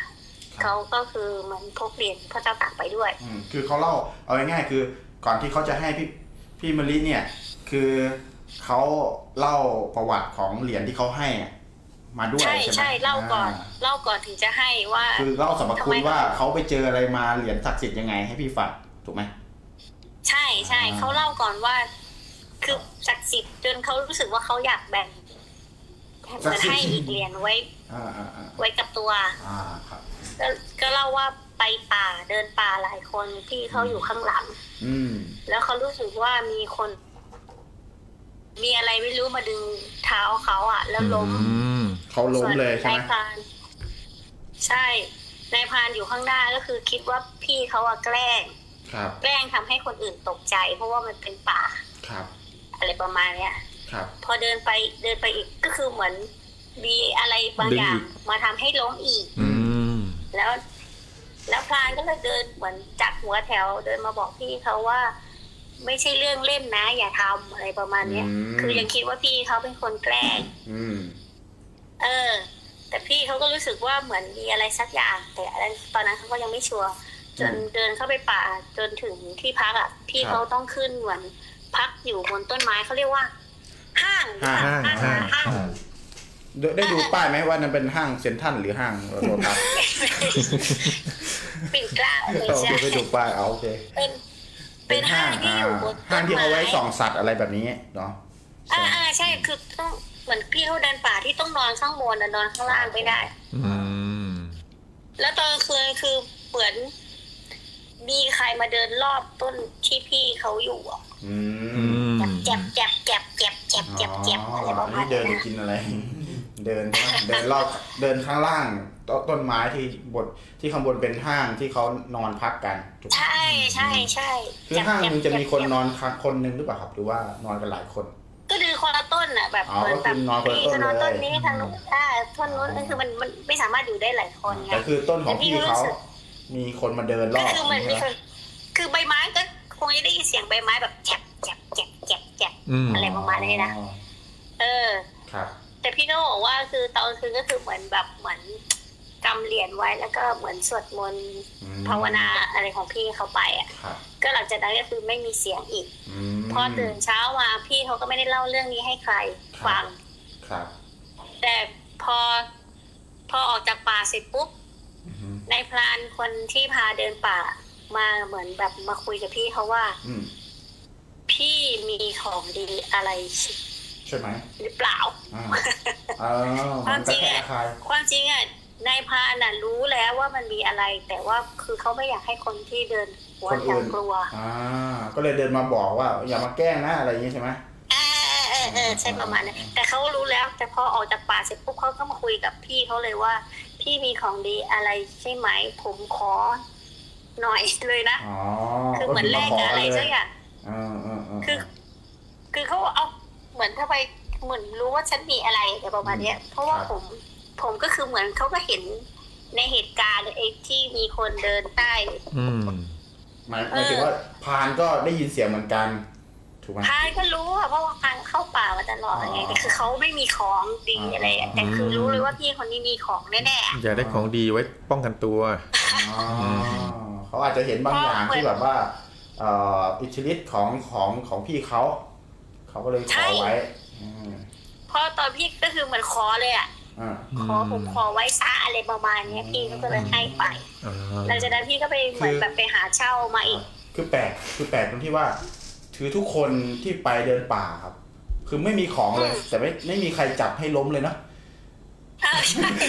S10: เขาก็คือเหมือนพกเหรียญพระเจ้าตากไปด้วย
S1: อืมคือเขาเล่าเอาง่ายๆคือก่อนที่เขาจะให้พี่พี่มะลิเนี่ย คือเขาเล่าประวัติของเหรียญที่เขาให้อะมาด้วย
S10: ใช่
S1: ใช่ไหม
S10: ใช่เล่าก่อน
S1: า
S10: เล่าก่อนถึงจะให้ว่า
S1: คือเล่าสรรพ
S10: ทำ
S1: คุ
S10: ไม
S1: ณว่าเขาไปเจออะไรมาเหรียญศักดิ์สิทธิ์ยังไงให้พี่ฟังถูกไหม
S10: ใช่ใช่
S1: อ่า
S10: เขาเล่าก่อนว่า คือศักดิ์สิทธิ์จนเขารู้สึกว่าเขาอยากแบ่งเหมือนให้อีกเหรียญไว้
S1: อ่าอ่าอ่า
S10: ไว้กับตัว
S1: อ่าครับ
S10: ก็ก็เล่าว่าไปป่าเดินป่าหลายคนพี่เขาอยู่ข้างหลัง
S1: อืม
S10: แล้วเขารู้สึกว่ามีคน มีอะไรไม่รู้มาดึงเท้าเขาอ่ะ แล้วล้ม
S1: เขาล้มเลยใช่
S10: ส่วน
S1: ไหม
S10: นายพรานใช่นายพรานอยู่ข้างหน้าก็คือคิดว่าพี่เขาอะแกล้ง
S1: ครับ
S10: แกล้งทำให้คนอื่นตกใจ เพราะว่ามันเป็นป่า
S1: ครับ
S10: อะไรประมาณเนี้ย
S1: ครับ
S10: พอเดินไปเดินไปอีกก็คือเหมือนมีอะไรบาง
S3: ดึง
S10: อย่าง
S3: อีก
S10: มาทำให้ล้มอีก
S3: อืม
S10: แล้ว แล้วพรานก็เลยเดินเหมือนจากหัวแถวเดินมาบอกพี่เขาว่า ไม่ใช่เรื่องเล่นนะ อย่าทำอะไรประมาณเนี้ย คือยังคิดว่าพี่เขาเป็นคนแกล้ง
S1: อืม
S10: เออ แต่พี่เขาก็รู้สึกว่าเหมือนมีอะไรสักอย่าง แต่อันนั้นตอนนั้นเขาก็ยังไม่ชัวร์จนเดินเข้าไปป่าจนถึงที่พักอ่ะพี่เขาต้องขึ้นเหมือนพักอยู่บนต้นไม้เขาเรียกว่า ห้าง
S1: ห้าง
S10: ห้าง
S1: ห้าง
S10: ห้าง
S1: ห้างได้ได้ดูป้ายไหมว่านั้นเป็นห้างเซ็นทรัลหรือห้างโล ตัส
S10: ปิ่นเกล้าเลย
S1: โอ
S10: ใช่
S1: เคไปดูป้ายเอาโอเค
S10: เป็น เป็นห้างที่อยู่บนต้นไม้
S1: ห้างที่เอาไว้ส่องสัตว์อะไรแบบนี้เนาะ
S10: อ่าอ่าใช่คือต้องเหมือนพี่เขาเดินป่าที่ต้องนอนข้างบนน่ะนอนข้างล่างไม่ได้
S3: อืม
S10: แล้วตอนกลางคืนคือเหมือนมีใครมาเดินรอบต้นที่พี่เขาอยู่อ่ะ
S1: อื
S3: อื
S1: ม
S3: ม
S10: แจบแจบแจบแจบแจบแจบแจบอะไรประมาณ
S1: นี่เดินไป
S10: นี้น
S1: กินอะไร เดินใช่ไหมเดินรอบเดินข้างล่างต้นต้นไม้ที่บนที่ข้างบนเป็นห้างที่เขานอนพักกันถูกไหม
S10: ใช่ใช่ใช่
S1: คือห้างหนึ่งจะมีคนนอนค้างคนหนึ่งหรือเปล่าครับหรือว่านอนกันหลายคน
S10: ก็ดือคนละต้นอ่ะแบบ
S1: อ๋อ
S10: เหมือน
S1: ก็
S10: แบบ
S1: คื
S10: พี่
S1: อ
S10: ก็
S1: น
S10: น
S1: อ
S10: อน น
S1: ต้
S10: ต้
S1: น
S10: น
S1: นี้
S10: นี้
S1: ทา
S10: ทาง ง
S1: นู้
S10: นู้
S1: น
S10: นได้ต้นนู้นก็คือมันมันไม่สามารถอยู่ได้หลายคนไง
S1: แต่คือต้นของพี่เขา
S10: แต่พี่รู้สึก
S1: มีคนมาเดินรอ
S10: ก็
S1: บ
S10: คือมันมีคนคือใบไม้ก็คงจะได้ยินเสียงใบไม้แบบแจบแจบแจบแจบแจบ
S3: อืม
S10: อะไรประมาณนี้นะ
S1: อ๋อ
S10: เออ
S1: ครับ
S10: แต่พี่ก็บอกว่าคือตอนคืนก็คือเหมือนแบบเหมือนกำเหรียญไว้แล้วก็เหมือนสวดมนต์
S1: อืม
S10: ภาวนาอะไรของพี่เขาไปอ่ะ
S1: ครับ
S10: ก็หลังจากนั้นก็คือไม่มีเสียงอีก
S1: อืม
S10: พอตื่นเช้ามาพี่เขาก็ไม่ได้เล่าเรื่องนี้ให้ใครฟัง
S1: ครับ
S10: แต่พอพอออกจากป่าเสร็จปุ๊บนายพรานคนที่พาเดินป่ามาเหมือนแบบมาคุยกับพี่เขาว่า
S1: อืม
S10: พี่มีของดีอะไร
S1: ใช่ไหม
S10: หรือเปล่า
S1: อ่า เออของตะแคงคาย
S10: ความจริงอ่ะนายพรานน่ะรู้แล้วว่ามันมีอะไร แต่ว่าคือเขาไม่อยากให้คนที่เดินหัว
S1: คน
S10: อ
S1: อื่
S10: ยาน กกลัว
S1: อ่า ก็เลยเดินมาบอกว่า อย่ามาแกล้งนะอะไรอย่างงี้ใช่ไหม
S10: เออเออเออใช่ประมาณนั้นแต่เขารู้แล้ว แต่พอออกจากป่าเสร็จปุ๊บเขาก็มาคุยกับพี่เขาเลยว่า พี่มีของดีอะไรใช่ไหม ผมขอหน่อยเลยนะ
S1: อ๋อ
S10: คือเหมือนแลกกับอะไรสักอย่าง
S1: อ่าอ่าอ่า
S10: คือ คือเขาเอาเหมือนทำไมเหมือนรู้ว่าฉันมีอะไรอะไรประมาณเนี้ย เพราะว่าผมผมก็คือเหมือนเขาก็เห็นในเหตุการณ์ไอ้ที่มีคนเดินใต้
S3: อืม
S1: หมายหมายถึงว่าพานก็ได้ยินเสียงเหมือนกัน ถูกไหม
S10: พายก็รู้อะเพราะว่าพายเข้าป่ามาตลอดไง
S1: อ๋อ
S10: แต่คือเขาไม่มีของดีอะไรอะแต่คือรู้เลยว่าพี่คนนี้มีของแน่
S3: อย่าได้ของดีไว้ป้องกันตัว
S1: อ๋อ เขาอาจจะเห็นบางอย่างที่แบบว่าเอ่ออิทธิฤทธิ์ของของของพี่เขา เขาก็เลยขอไว้อืม
S10: ๆเพราะตอนพี่ก็คือเหมือนขอเลยอะ
S1: อ่า
S10: ขอผมขอไว้ซะอะไรประมาณเนี้ยพี่ก็เลยให้ไป
S3: อ่า
S10: หลังจากนั้นพี่ก็ไปเหมือนแบบไปหาเช่ามาอีก
S1: คือแปลกคือแปลกตรงที่ว่า ถือทุกคนที่ไปเดินป่าครับ คือไม่มีของเลย แต่ไม่ไม่มีใครจับให้ล้มเลยนะ
S10: เออใช่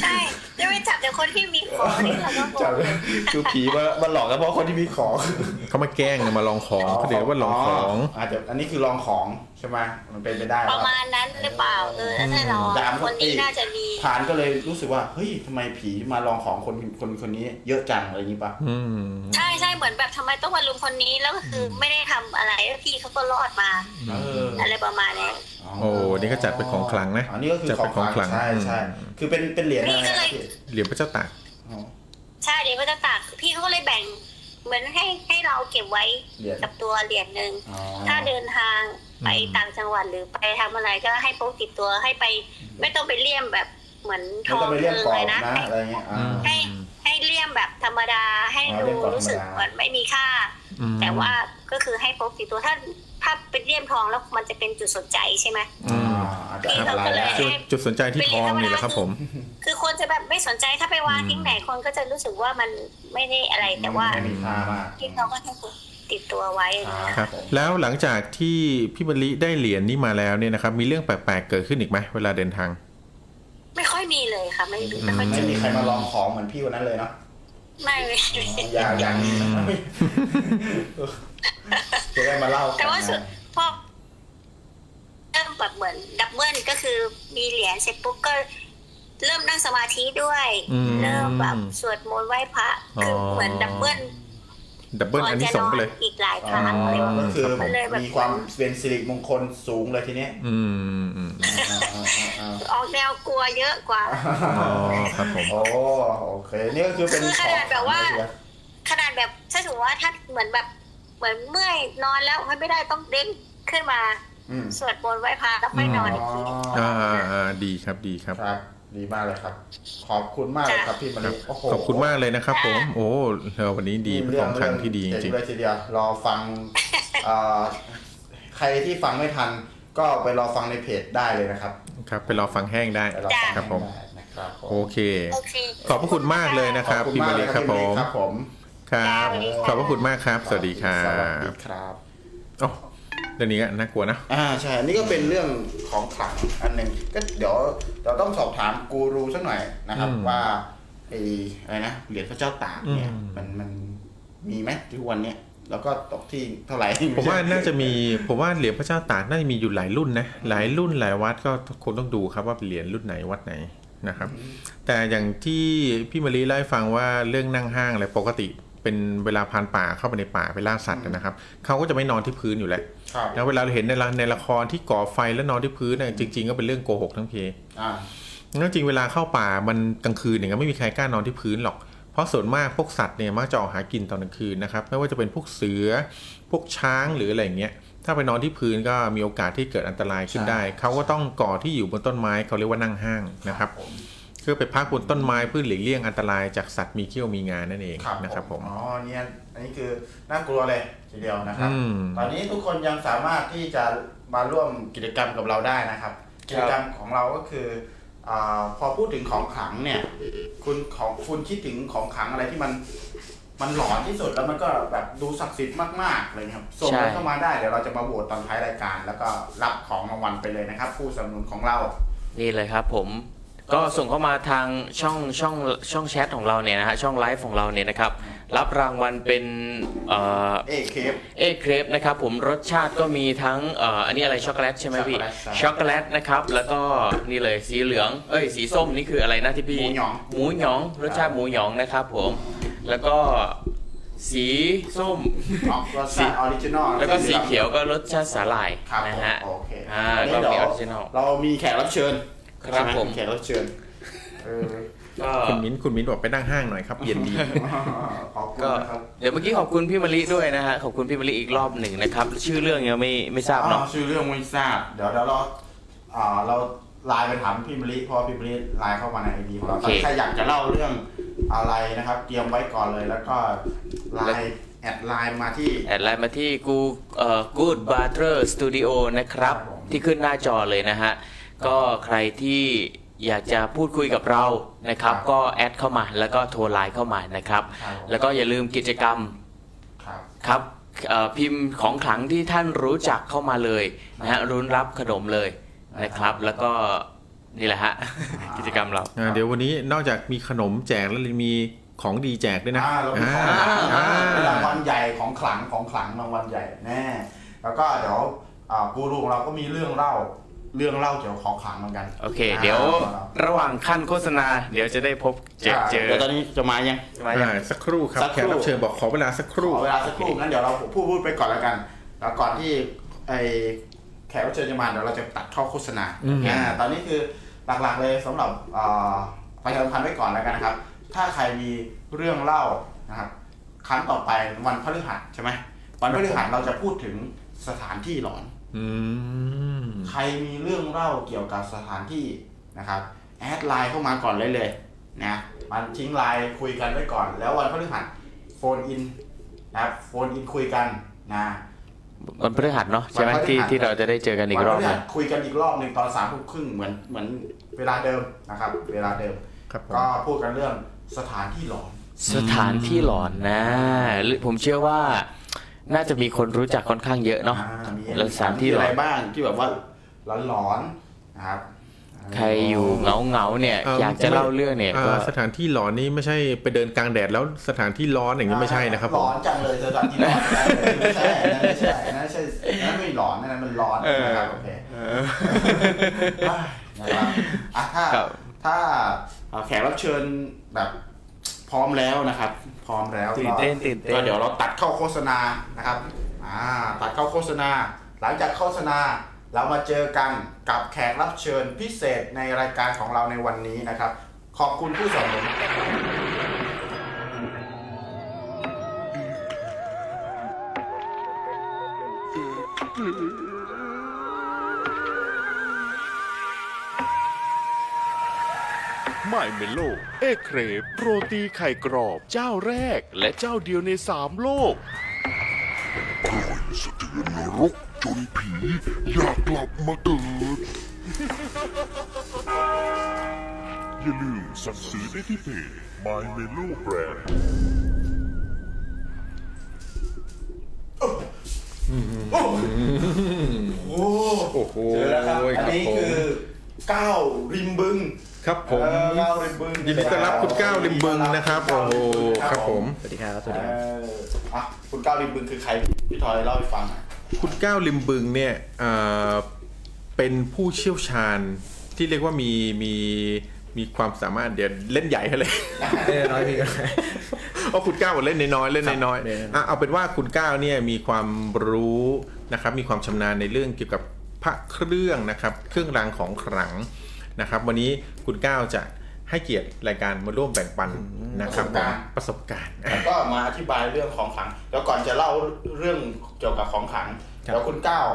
S10: ใช่จะไปจับแต่คนที่มีของนี่เราก็ง
S1: จับ
S10: ง
S1: เลยคือผีมามาหลอกกันเพราะคนที่มีของ
S3: เขามาแกล้งนะมาลองของเขาเรียกว่าลองของ
S1: อาจจะอันนี้คือลองของใช่ไหมมันเป็นไปได้
S10: ประ
S1: ว่า
S10: มาณนั้นหรือเปล่าเออน่าจะรอ
S1: ดาม
S10: คน
S1: คน
S10: นี้
S1: อีก
S10: น่าจะมี
S1: ผานก็เลยรู้สึกว่าเฮ้ยทำไมผีมาลองของคนคนคนนี้เยอะจังอะไรอย่างนี้ปะ
S3: อืม
S10: ใช่ใช่เหมือนแบบทำไมต้องมาลุมคนนี้แล้วก็คือไม่ได้ทำอะไรแล้วพี่เขาก็รอดมา
S1: เออ
S10: อะไรประมาณนี้
S3: โอ้นี่ก็จัดเป็นของขลังนะ
S1: อันนี้ก็คือ
S3: จัด
S1: ขอน ง
S3: เป็ของข
S1: ข
S3: ลั
S1: ลั
S3: ง
S1: งใช่ใช่
S3: อืม
S1: คือเป็นเป็นเหรียญอะไร
S10: พี่ก็
S1: นะ
S10: เลย
S1: พี่
S3: เหรียญพระเจ้าตาก
S1: อ๋อ
S10: ใช่เดี๋ยวก็จะตากพี่เขาก็เลยแบ่ง เหมือนให้ให้เราเก็บไว้
S1: เหรียญ
S10: กับตัวเหรียญหนึ่ง
S1: อ๋อ
S10: ถ้าเดินทางไป
S3: อืม
S10: ต่างจังหวัดหรือไปทำอะไรก็ให้พกติดตัวให้ไป ไม่ต้องไปเลี่ยมแบบเหมือนท
S1: ไม่
S10: อ
S1: ต้
S10: ง
S1: องไป
S10: เล
S1: เรียกกรอบ
S10: ยนะ
S1: นะอะไรเงี้ยอ่า
S10: ให้ให้เลี่ยมแบบธรรมดาให้
S1: อ๋อ
S10: ดู
S1: เลี่ยมกรอบ
S10: รู้สึก
S1: ธรรมดา
S10: เหมือนไม่มีค่า
S3: อืม
S10: แต่ว่าก็คือให้พกติดตัวถ้าถ้าเป็นเลี่ยมทองแล้วมันจะเป็นจุดสนใจใช่ไหม
S3: อืม
S1: อาจจะอันตรายแล้ว
S3: จุดจุดสนใจที่ทองนี่แหละครับผม
S10: คือคนจะแบบไม่สนใจถ้าไปวางทิ้งไหนคนก็จะรู้สึกว่ามันไม่ได้อะไรแต่ว่า
S1: ไม่มีค่ามาก
S10: ที่เขาก็ให้ติดตัวไว้อย่างเงี้ย
S3: ครับ แล้วหลังจากที่พี่บรรลิได้เหรียญนี้มาแล้วเนี่ยนะครับ มีเรื่องแปลกๆเกิดขึ้นอีกไหมเวลาเดินทาง
S10: ไม่ค่อยมีเลยค่ะ ไม่ไม่ค่อยเจ
S1: ไม่
S10: อ
S1: มีใครมาลองของเหมือนพี่วันนั้นเลยเนาะ
S10: ไม่ไม่
S1: อ๋ออย่างอย่างจะได้มาเล่ากันนะ
S10: แต่ว่าสุดพอเริ่มแบบเหมือนดับเบิลก็คือมีเหรียญเสร็จปุ๊บก็ เริ่มนั่งสมาธิด้วย
S3: อืม
S10: เริ่มแบบสวดมนต์ไหว้พระคืออ
S3: อ
S10: เหมือนดับเบิล
S3: ดับเบิล
S10: ก่อ
S3: อั
S10: น
S3: น
S10: จะ
S3: นี้
S10: น
S3: สอ
S10: อง
S3: ไป
S10: น
S3: เลย
S10: อีกหลายครั้งอะไรประมาณ
S1: ก็
S10: นี้
S1: คือ
S3: ครับผม
S1: มีความเป็นสิริมงคลสูงเลยทีเนี้ย
S3: อืมอืม
S10: ออกแนวกลัวเยอะกว่า
S3: อ๋อครับผม
S1: โอ้โอเค นี่ก็คือเป็น
S10: คือขนาดแบบว่า
S1: ของเลย
S10: ขนาดแบบถ้าถือว่าถ้าเหมือนแบบเหมือนเมื่อยนอนแล้วไม่ได้ต้องเด้งขึ้นมา
S1: อืม
S10: สวดมนต์ไหว้พระแล้วค่อยนอน
S1: อ๋
S10: อีกที
S1: อ
S3: อ่าอ่าดีครับดีครับ
S1: ครับ ดีมากเลยครับ ขอบคุณมากเลยครับพี่มะลิโโห
S3: ขอบคุณมากเลยนะครับผม โอ้เราวันนี้ดีเป็นของขลังที่ดีจริง
S1: เเลยทีเดียวรอฟังเอ่อใครที่ฟังไม่ทัน ก็ไปรอฟังในเพจได้เลยนะครับ
S3: ๆ ครับ ไปรอฟังแห้งได้
S1: ไปรอฟัง
S3: ครับผม
S1: ได้นะครับผม
S3: โอเค
S10: โอเค
S3: ขอบพระคุณมากเลยนะ
S1: ข
S3: ค
S1: อบ
S3: รับ
S1: คุณมาม
S3: พี่าก
S1: เล
S3: ลี
S1: ย
S3: ครับผม
S1: ครับผม
S3: ครับ ขอบพระคุณมากครับ สวัสดีครั
S1: สวัสดี
S3: บ
S1: ครับ
S3: โอ้เรื่องนี้ก็น่ากลัวนะ
S1: อ่าใช่อันนี่ก็เป็นเรื่องของขลังอันหนึ่งก็เดี๋ยวเราต้องสอบถามกูรูสักหน่อยนะครับ
S3: อืม
S1: ว่าไอ้อะไรนะเหรียญพระเจ้าตากเนี่ย
S3: อืม
S1: มันมันมีไหมทุกวันเนี่ยแล้วก็ตกที่เท่าไหร่
S3: ผมว่าน่าจะมีผมว่าเหรียญพระเจ้าตากน่าจะมีอยู่หลายรุ่นนะหลายรุ่นหลายวัดก็คนต้องดูครับว่าเป็นเหรียญรุ่นไหนวัดไหนนะครับ แต่อย่างที่พี่มารีเล่าให้ฟังว่าเรื่องนั่งห้างอะไรปกติ เป็นเวลาพรานป่าเข้าไปในป่าไปล่าสัตว์นะครับเขาก็จะไม่นอนที่พื้นอยู่แล้ว
S1: ครับ
S3: นะเวลาเราเห็นในละในละครที่ก่อไฟแล้วนอนที่พื้นน่ะจริง ๆ ก็เป็นเรื่องโกหกทั้งเพ
S1: อ่า
S3: แล้วจริงเวลาเข้าป่ามันกลางคืนเนี่ยไม่มีใครกล้านอนที่พื้นหรอก เพราะส่วนมากพวกสัตว์เนี่ยมักจะออกหากินตอนกลางคืนนะครับไม่ว่าจะเป็นพวกเสือ พวกช้างหรืออะไรอย่างเงี้ยถ้าไปนอนที่พื้นก็มีโอกาสที่เกิดอันตรายขึ้นได้ เขาก็ต้องก่อที่อยู่บนต้นไม้เขาเรียกว่านั่งห้างนะครับ
S1: ผม
S3: คือไปพักบนต้นไม้เพื่อหลีกเลี่ยงอันตรายจากสัตว์มีเขี้ยวมีงานนั่นเอง
S1: ครับ
S3: นะครับ ผม
S1: อ๋อเนี่ยอันนี้คือน่ากลัวเลยทีเดียวนะครับ
S3: อืม
S1: ตอนนี้ทุกคนยังสามารถที่จะมาร่วมกิจกรรมกับเราได้นะครับ กิจกรรมของเราก็คืออาพอพูดถึงของขลังเนี่ย คุณของคุณคิดถึงของขลังอะไรที่มัน มันหลอนที่สุดแล้วมันก็แบบดูศักดิ์สิทธิ์มากๆเลยนะครับส่ง
S5: ใช่
S1: กันเข้ามาได้เดี๋ยวเราจะมาโหวตตอนท้ายรายการ แล้วก็รับของรางวัลไปเลยนะครับ ผู้สนับสนุนของเรา
S5: นี่เลยครับผมก็ส่งเข้ามาทางช่องช่องช่องแชทของเราเนี่ยนะฮะช่องไลฟ์ของเราเนี่ยนะครับ รับรางวัลเป็นเอ่อ
S1: เอเคฟ
S5: เอกเครปนะครับผมรสชาติก็มีทั้งเอ่ออันนี้อะไรช็อกโกแลตใช่ไหมพี่
S1: ช็
S5: ช็
S1: อ
S5: อก ก
S1: โก
S5: โก
S1: แล
S5: แล
S1: ต
S5: ตนะครับ แล้วก็นี่เลยสีเหลืองเอ้ยสีส้มนี่คืออะไรนะที่
S1: ห
S5: พี่
S1: มูหยอง
S5: หมูหยอง รสชาติหมูหยองนะครับผม แล้วก็สีส้ม
S1: ออกรสชาติออริจินอล
S5: แล้วก็สีเขียวก็รสชาติสาหร่าย
S1: ครับผ
S5: นะ
S1: ม
S5: ฮะ
S1: โอเค
S5: อ่า
S1: วันนี้
S5: ก็
S1: เดี๋
S5: มี
S1: ยว
S5: original
S1: เรามีแขกรับเชิญ
S5: ครับผม
S1: แขกรับเชิญเออ
S5: ก็
S3: คุณมิ้นคุณมิ้นบอกไปนั่งห้างหน่อยครับเย็นดี
S1: ขอบคุณ
S5: ก็
S1: นะครับ
S5: เดี๋ยวเมื่อกี้ขอบคุณพี่มะลิด้วยนะฮะขอบคุณพี่มะลิอีกรอบหนึ่งนะครับ ชื่อเรื่องยังไม่ไม่ทราบเนาะ
S1: อ๋อชื่อเรื่องไม่ทราบเดี๋ยวเดี๋ยวเราอ่าเราไลน์ไปถามพี่มะลิเพราะว่าพี่มะลิไลน์เข้ามาในไอดีของเรา
S5: โอเค
S1: ใครอยากจะเล่าเรื่องอะไรนะครับ เตรียมไว้ก่อนเลยแล้วก็ไลน์แอดไลน์มาที่
S5: แอดไลน์มาที่กูเอ่อ Good Butter Studio นะครับ
S1: ครับผม
S5: ที่ขึ้นหน้าจอเลยนะฮะ ก็ใครที่อยากจะพูดคุยกับเรานะครับ ก็แอดเข้ามาแล้วก็โทรไลน์เข้ามานะครับ แล้วก็อย่าลืมกิจกรรม
S1: ครับ
S5: ครับเอ่อพิมพ์ของขลังที่ท่านรู้จักเข้ามาเลยนะฮะรุ้นรับขนมเลยนะครับ แล้วก็นี่แหละฮะ กิจกรรมเรา
S3: อ่าเดี๋ยววันนี้นอกจากมีขนมแจกแล้วยังมีของดีแจกด้วยนะ
S1: อ่าเรามีของ
S3: อ่า
S1: ขลัง
S5: อ่า
S1: เป็นรางวัลใหญ่ของขลังของขลังรางวัลใหญ่แน่ แล้วก็เดี๋ยวอ่ากูรูของเราก็มีเรื่องเล่าเรื่องเล่าเกี่ยวกับของขลังเหมือนกัน
S5: โอเค เดี๋ยวระหว่างขั้นโฆษณา เดี๋ยวจะได้พบเจอเจอ
S1: เดี๋ยวตอนนี้จะมายัง
S3: อ่าสักครู่ครับ
S1: สักค
S3: แข
S1: รู่
S3: กรับเชิญบอกขอเวลาสักครู่
S1: ขอเวลาสักครู่งั้นเดี๋ยวเราพูดพูดไปก่อนแล้วกัน แล้วก่อนที่ไอแขกรับเชิญจะมาเดี๋ยวเราจะตัดเข้าโฆษณา
S3: อืม
S1: อ่าตอนนี้คือหลักๆเลยสำหรับเอ่อประชาสัมพันธ์ไว้ก่อนแล้วกันนะครับ ถ้าใครมีเรื่องเล่านะครับครั้งต่อไปวันพฤหัสใช่ไหมวันพฤหัสเราจะพูดถึงสถานที่หลอน
S3: อืม
S1: ใครมีเรื่องเล่าเกี่ยวกับสถานที่นะครับแอดไลน์เข้ามาก่อนเลยเลยนะมันทิ้งไลน์คุยกันไว้ก่อน แล้ววันพฤหัสโฟนอินนะครับโฟนอินคุยกันนะ
S5: วันพฤหัสเนาะใช่ไหมที่ที่เราจะได้เจอกันอีกรอบ
S1: วันพฤ
S5: ห
S1: หั
S5: นึ่
S1: ส
S5: ง
S1: คุยกันอีกรอบหนึ่งตอนสามทุ่มครึ่งเหมือนเหมือนเวลาเดิมนะครับ เวลาเดิม
S3: ครับผม
S1: ก็พูดกันเรื่องสถานที่หลอน
S5: สถานที่หลอนนะหรือผมเชื่อว่าน่าจะมีคนรู้จักค่อนข้างเยอะเนาะ
S1: อ่ามี
S5: แล้วสถานที่หล
S1: อะ
S5: อ
S1: ไร
S5: น
S1: บ้างที่แบบว่าหลอนหลอนๆนะครับ
S5: ใครอยู่เหงาเหงาๆเนี่ย
S3: เอ่ออ
S5: อยากจะเล่าเรื่องเนี่ยก็
S3: อ่าสถานที่หลอนนี่ไม่ใช่ไปเดินกลางแดดแล้วสถานที่ร้อนอย่างนี้ไม่ใช่นะครับผ
S1: ร้อ
S3: ม
S1: นจังเลยเธอตอนที่ร้อนจังเลยไม่ใช่นะไม่ใช่นะไม่ใช่นั่นไม่ร้อนนะนั่นมันร้อนนะครับโอเคนะครับอ่ะถ้า
S5: ครับ
S1: ถ้าเอ่อแขกรับเชิญแบบพร้อมแล้วนะครับ พร้อมแล้วก็
S5: ตื่นเต้นตื่นเต้
S1: ก็
S5: น
S1: เดี๋ยวเราตัดเข้าโฆษณานะครับอ่าตัดเข้าโฆษณา หลังจากโฆษณาเรามาเจอกันกับแขกรับเชิญพิเศษในรายการของเราในวันนี้นะครับ ขอบคุณผู้สนับสนุน
S9: ไมเมโล เอเครปโปรตีไข่กรอบเจ้าแรก และเจ้าเดียวในสามโลก
S6: อร่อยสะเทือนนรกจนผีอยากกลับมาเกิด อย่าลืมสั่งซื้อได้ที่เพจ My Melo Brand
S1: โอ้
S3: โอ้โห
S1: เจอแล้วครับ อันนี้
S3: ครับผม
S1: คือก้าวริมบึง
S3: ครับผ
S1: เออ
S3: ม
S1: ก้าวริมบึง
S3: ยินดีต้อนรับคุณก้าวริมบึงนะครับโอ้โหครับผม
S1: เอออ่ะคุณก้าวริมบึงคือใครพี่ทอยเล่าให้ฟังหน่อย
S3: คุณก้าวลิมบึงเนี่ยเอ่อเป็นผู้เชี่ยวชาญที่เรียกว่ามีมีมีความสามารถเดี๋ยวเล่นใหญ่ให้เลย
S4: เล่นน้อยพี่ก็ได้
S3: เพราะคุณก้าวเล่นน้อยๆเล่นน้อย
S4: ครับ
S3: ๆอ่ะเอาเป็นว่าคุณก้าวเนี่ยมีความรู้นะครับมีความชำนาญในเรื่องเกี่ยวกับพระเครื่องนะครับเครื่องรางของขลังนะครับ วันนี้คุณก้าวจะให้เกียรติรายการมาร่วมแบ่งปันนะครับ
S1: ประสบการณ์
S3: ผมประสบการณ์
S1: แล้วก็มาอธิบายเรื่องของขลัง แล้วก่อนจะเล่าเรื่องเกี่ยวกับของขลัง
S4: ครับ
S1: แล้วคุณก้าว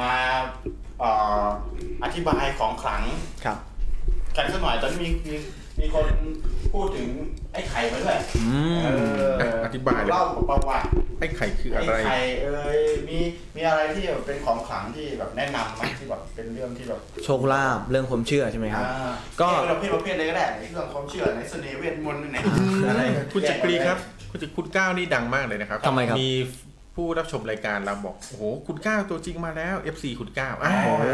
S1: มาเอ่ออธิบายของขลัง
S4: ครับ
S1: กันสักหน่อยตอนนี้มีมีมีคนพูดถึงไอ้ไข่มาด้วย
S3: อืม
S1: เออ
S3: อ
S1: อ
S3: ธิบายเลย
S1: เล่าประวัติ
S3: ไอ้ไข่คือ
S1: ไอ้
S3: อะไร
S1: ไข่เอ้ยมีมีอะไรที่แบบเป็นของขลังที่แบบแนะนำไหมที่แบบเป็นเรื่องที่แบบ
S11: โชคลาภเรื่องความเชื่อใช่ไหมครับ
S1: อ่า
S11: ก็
S1: ประเภทประเภทเลยก็ได้ไหนเรื่องความเชื่อไหนเสน่ห์เวทมนต์ไหนอะไร
S3: คุณจักรีครับ คุณจักรคุณก้าวนี่ดังมากเลยนะครับ
S11: ทำไมครับ
S3: มีผู้รับชมรายการเราบอกโอ้โหคุณก้าวตัวจริงมาแล้ว FC คุณก้าวอ่า
S1: โอ้โห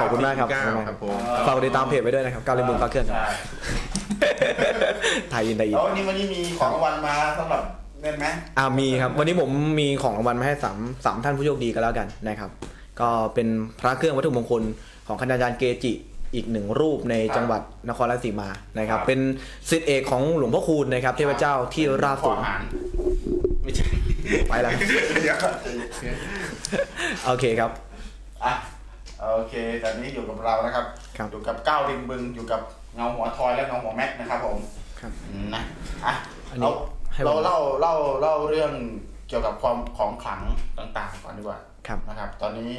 S11: ขอบคุณมากครับ
S3: ก้าวครับผม
S11: ฝากกดติดตามเพจไว้ด้วยนะครับก้าวเล่นบุญปาร์เกิลครับ
S1: ใช่
S11: ไทยอินไทยอิน
S1: แล้ววันนี้วันนี้มีของรางวัลมาสำหรับเล่นไหม
S11: อ่ามีครับ วันนี้ผมมีของรางวัลมาให้สามสามท่านผู้โชคดีก็แล้วกันนะครับ ก็เป็นพระเครื่องวัตถุมงคลของคณาจารย์เกจิอีกหนึ่งรูปในจังหวัดนครราชสีมานะครับ เป็นศิษย์เอกของหลวงพ่อคูณนะครับเทพเจ้าที่ราบ
S1: ขอ
S11: สูง
S1: อาหารไม่ใช่
S11: ไปแล้วครับ
S1: เดี๋ยวก่อน
S11: โอเคครับ
S1: อ่ะโอเคตอนนี้อยู่กับเรานะครับ
S11: ครับ
S1: อยู่กับก้าวริมบึงอยู่กับเงาหัวทอยและเงาหัวแม็กนะครับผม
S11: ครับ
S1: อืมนะอ่ะ
S11: อันนี้
S1: เรา
S11: ให้
S1: เรา
S11: ผม
S1: เล่าเล่าเล่าเรื่องเกี่ยวกับความของขลังต่างๆก่อนดีกว่า
S11: ครับ
S1: นะครับ ตอนนี้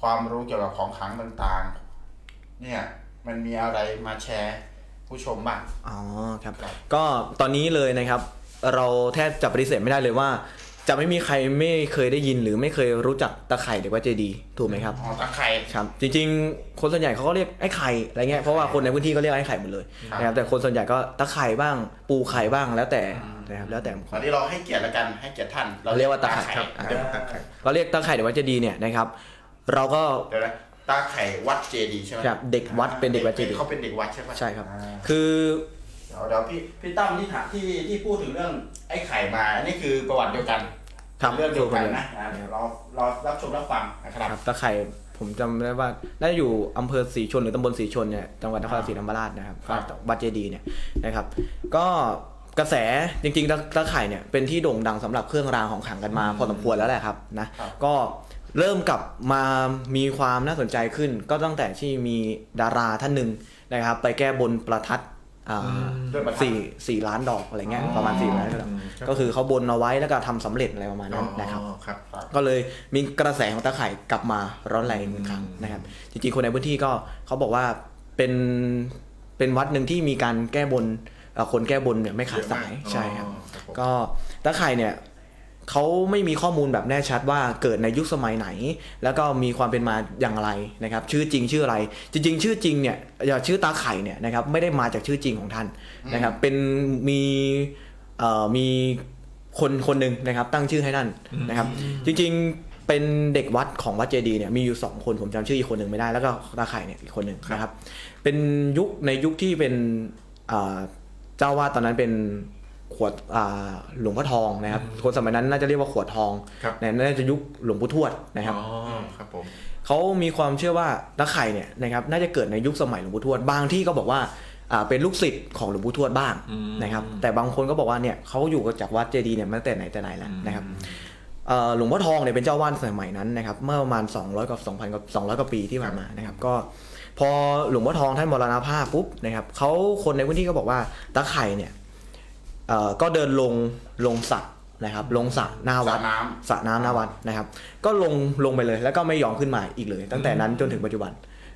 S1: ความรู้เกี่ยวกับของขลังต่างๆ เนี่ยมันมีอะไรมาแชร์ผู้ชมบ้าง
S11: อ๋อครับ
S1: ครับ
S11: ก็ตอนนี้เลยนะครับ เราแทบจะปฏิเสธไม่ได้เลยว่า จะไม่มีใครไม่เคยได้ยินหรือไม่เคยรู้จักตะไข่หรือว่าเจดีย์ถูกไหมครับ
S1: อ๋อตะไคร้
S11: ครับจริงๆ คนส่วนใหญ่เขาก็เรียกไอ้ไข่อะไรเงี้ยเพราะว่าคนในพื้นที่ก็เรียกไอ้ไข่หมดเลย
S1: ครับ
S11: นะครับแต่คนส่วนใหญ่ก็ตะไข่บ้าง ปูไข่บ้างแล้วแต่นะครับแล้วแต่
S1: ตอนนี้เราให้เกียรติละกันให้เกียรติท่าน
S11: เราเรียกว่าตะไข่
S1: ครับ
S11: อ่า
S1: เดี๋ยวนะ
S11: เราเรียกตะไข่เดี๋ยวว่าจะดีเนี่ยนะครับ เราก็
S1: เดี๋ยวนะตาไข่วัดเจดีย์ใช่ไหม
S11: ครับเด็กวัดเป็นเด็กวัดเจดีย์
S1: เขาเป็นเด็กวัดใช่ปะ
S11: ใช่ครับ
S1: อ่า
S11: คือ
S1: เดี๋ยวเดี๋ยวพี่พี่ตั้มที่ถามที่ที่พูดถึงเรื่องไอ้ไข่มาอันนี้คือประวัติเดียวกัน
S11: ครับ
S1: เรื่องเดียวกัน
S11: ถูกไหม
S1: นะอ่าเดี๋ยวเราเรารับชมรับฟังนะครับ
S11: ครับตะไข่ผมจำได้ว่าน่าจะอยู่อำเภอสีชนหรือตำบลสีชนเนี่ยจังหวัดนครศรีธรรมราชนะครับ
S1: ครับ
S11: วัดเจดีย์เนี่ยนะครับ ก็กระแสจริงๆตะตะไข่เนี่ยเป็นที่โด่งดังสำหรับเครื่องรางของขลังกันมาพอสมควรแล้วแหละครับนะ
S1: ครับ
S11: ก็เริ่มกลับมามีความน่าสนใจขึ้น ก็ตั้งแต่ที่มีดาราท่านหนึ่งนะครับ ไปแก้บนประทัดอ่า
S1: ด้วยประทัด
S11: สี่สี่ล้านดอกอะไรเงี้ยประมาณสี่ล้านดอกก็คือเขาบนเอาไว้แล้วก็ทำสำเร็จอะไรประมาณนั้นนะครับ
S3: อ๋อครับ
S11: ก็เลยมีกระแสของตะไคร่กลับมาร้อนแรงอีกครั้งนะครับ จริงๆ คนในพื้นที่ก็เขาบอกว่าเป็นเป็นวัดหนึ่งที่มีการแก้บนเอ่อคนแก้บนเนี่ยไม่ขาดสาย
S3: เยอะมาก
S11: ใช่ครับ
S3: อ๋อครับผม
S11: ก็ตะไคร่เนี่ยเขาไม่มีข้อมูลแบบแน่ชัดว่าเกิดในยุคสมัยไหน แล้วก็มีความเป็นมาอย่างไรนะครับ ชื่อจริงชื่ออะไร จริง ๆ ชื่อจริงเนี่ยอย่าชื่อตาไข่เนี่ยนะครับไม่ได้มาจากชื่อจริงของท่านนะครับ เป็นมีเอ่อมี คนคนหนึ่งนะครับตั้งชื่อให้นั่นนะครับ จริงๆเป็นเด็กวัดของวัดเจดีย์เนี่ยมีอยู่ 2 คนผมจำชื่ออีกคนหนึ่งไม่ได้ แล้วก็ตาไข่เนี่ยอีกคนหนึ่งนะครับ เป็นยุคในยุคที่เป็นอ่าเจ้าวาดตอนนั้นเป็นขวดอ่าหลวงพ่อทองนะครับ คนสมัยนั้นน่าจะเรียกว่าขวดทอง
S3: ครับ
S11: เนี่ยน่าจะยุคหลวงปู่ทวดนะครับ
S3: อ๋อครับผม
S11: เขามีความเชื่อว่าตะไคร่เนี่ยนะครับน่าจะเกิดในยุคสมัยหลวงปู่ทวดบางที่ก็บอกว่าอ่าเป็นลูกศิษย์ของหลวงปู่ทวดบ้างนะครับ แต่บางคนก็บอกว่าเนี่ยเขาอยู่กับจากวัดเจดีย์เนี่ยมาตั้งแต่ไหนแต่ไหนแล้วนะครับเอ่อหลวงพ่อทองเนี่ยเป็นเจ้าวาดสมัยนั้นนะครับเมื่อประมาณ 200กับ2,000กับ200กว่าปีที่ผ่านมานะครับก็ พอหลวงพ่อทองท่านมรณภาพปุ๊บนะครับเขาคนในพื้นที่ก็บอกว่าตะไคร่เนี่ยเอ่อก็เดินลงลงสระนะครับลงสระหน้าวัด
S1: สระน้ำ
S11: สระน้ำหน้าวัดนะครับ ก็ลงลงไปเลยแล้วก็ไม่ยอมขึ้นมาอีกเลย ตั้งแต่นั้นจนถึงปัจจุบัน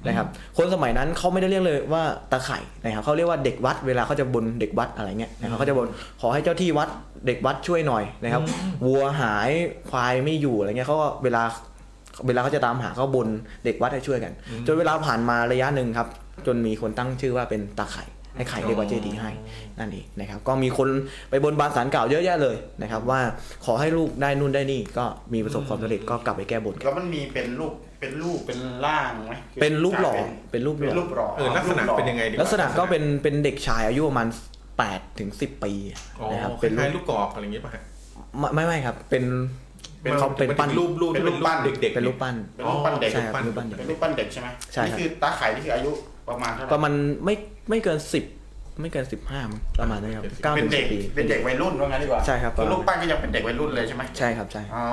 S11: นะครับ คนสมัยนั้นเขาไม่ได้เรียกเลยว่าตาไข่นะครับเขาเรียกว่าเด็กวัดเวลาเขาจะบนเด็กวัดอะไรเงี้ยนะครับเขาจะบนขอให้เจ้าที่วัดเด็กวัดช่วยหน่อยนะครับวัวหายควายไม่อยู่อะไรเงี้ยเขาก็เวลาเวลาเขาจะตามหาเขาบนเด็กวัดให้ช่วยกันจนเวลาผ่านมาระยะหนึ่งครับ จนมีคนตั้งชื่อว่าเป็นตาไข่ให้ไข่เรียกว่าเจดีย์ให้ นั่นเองนะครับก็มีคนไปบนบานสารกล่าวเยอะแยะเลยนะครับ ว่าขอให้ลูกได้นู่นได้นี่ก็มีประสบความสำเร็จก็กลับไปแก้บนกัน
S1: แล้วมันมีเป็นรูปเป็นรูปเป็นร่างไหม
S11: เป็นรูปหล่อ
S1: เป็น
S11: เป็นรูปห
S1: เป็น
S11: ล่อ
S1: รูปหล่อ
S3: เออลักษณะเป็นยังไงดีว่า
S11: ลักษณะก็เป็นเป็นเด็กชายอายุประมาณ8ถึง10 ปี
S3: อ๋อ
S11: นะครับ
S3: ค
S11: เป็นรู
S3: ล้าย
S11: ป
S3: ๆลูกกอกอะไรอย่างเงี้ยป่ะฮะ
S11: ไม่ไม่ไม่ครับ เป็นเป็นเขาเป็น
S3: มั
S11: ปั้น
S3: รูปรูปรูปปั้นเด็กๆ
S11: เป็นรูปปั้น
S1: เป็นรูปปั้นเด็ก
S11: ใช่ครับรูปปั้นเด็ก
S1: เป็นรูปปั้นเด็กใช่ไหม
S11: ใช่ครับ
S1: นี่คือตาไข่นี่คืออายุประมาณเท่าไห
S11: ป
S1: ร่
S11: ระมาณไม่ไม่เกิน 10 ไม่เกิน 15ประมาณนี้ครับ9
S1: เป็น
S11: ถึง
S1: เด็ก
S11: 10ปี
S1: เป็นเด็กวัยรุ่นว่างั้นดีกว่า
S11: ใช่ครับ
S1: คือ
S11: ประมาณ
S1: รูปปั้นก็ยังเป็นเด็กวัยรุ่นเลยใช่ไหม
S11: ใช่ครับใช่
S1: อ๋อ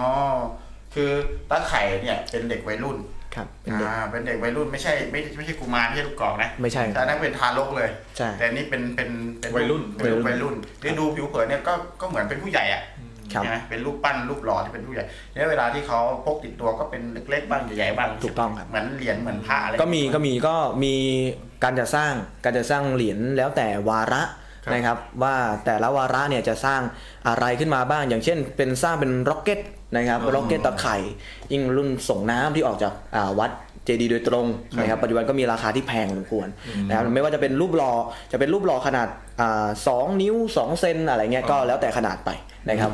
S1: คือตาไข่เนี่ยเป็นเด็กวัยรุ่น
S11: ครับเป็นเด็ก
S1: อ่า เป็นเด็กวัยรุ่นไม่ใช่ไม่ไม่ใช่กุมารไม่ใช่ลูกกอกนะ
S11: ไม่ใช่
S1: แต่อันนั้นเป็นทารกเลย
S11: ใช่
S1: แต่อันนี่เป็นเป็นเป็น
S3: วัยรุ่น
S1: เป็นวัยรุ่นที่ดูผิวเผินเนี่ยก็ก็เหมือนเป็นผู้ใหญ่อ่ะ
S11: ครับ
S1: ใช่ไหมเป็นรูปปั้นรูปหล่อที่เป็นผู้ใหญ่แล้วเวลาที่เขาพกติดตัวก็เป็นเล็กๆบ้างใหญ่ๆบ้าง
S11: ถูกต้องครับ
S1: เหมือนเหรียญเหมือนผ้าอะไร
S11: ก็มีก็มีก็มีการจะสร้างการจะสร้างเหรียญแล้วแต่วาระนะครับ ว่าแต่ละวาระเนี่ยจะสร้างอะไรขึ้นมาบ้าง อย่างเช่น เป็นสร้างเป็นร็อกเก็ตนะครับร็อกเก็ตตะไคร่ยิ่งรุ่นส่งน้ำที่ออกจากอ่าวัดเจดีย์โดยตรงนะครับปัจจุบันก็มีราคาที่แพงพอสมควรนะครับไม่ว่าจะเป็นรูปหล่อจะเป็นรูปหล่อขนาดอ่าสองนิ้วสองเซนอะไรเงี้ยก็แล้วแต่ขนาดไปนะครับ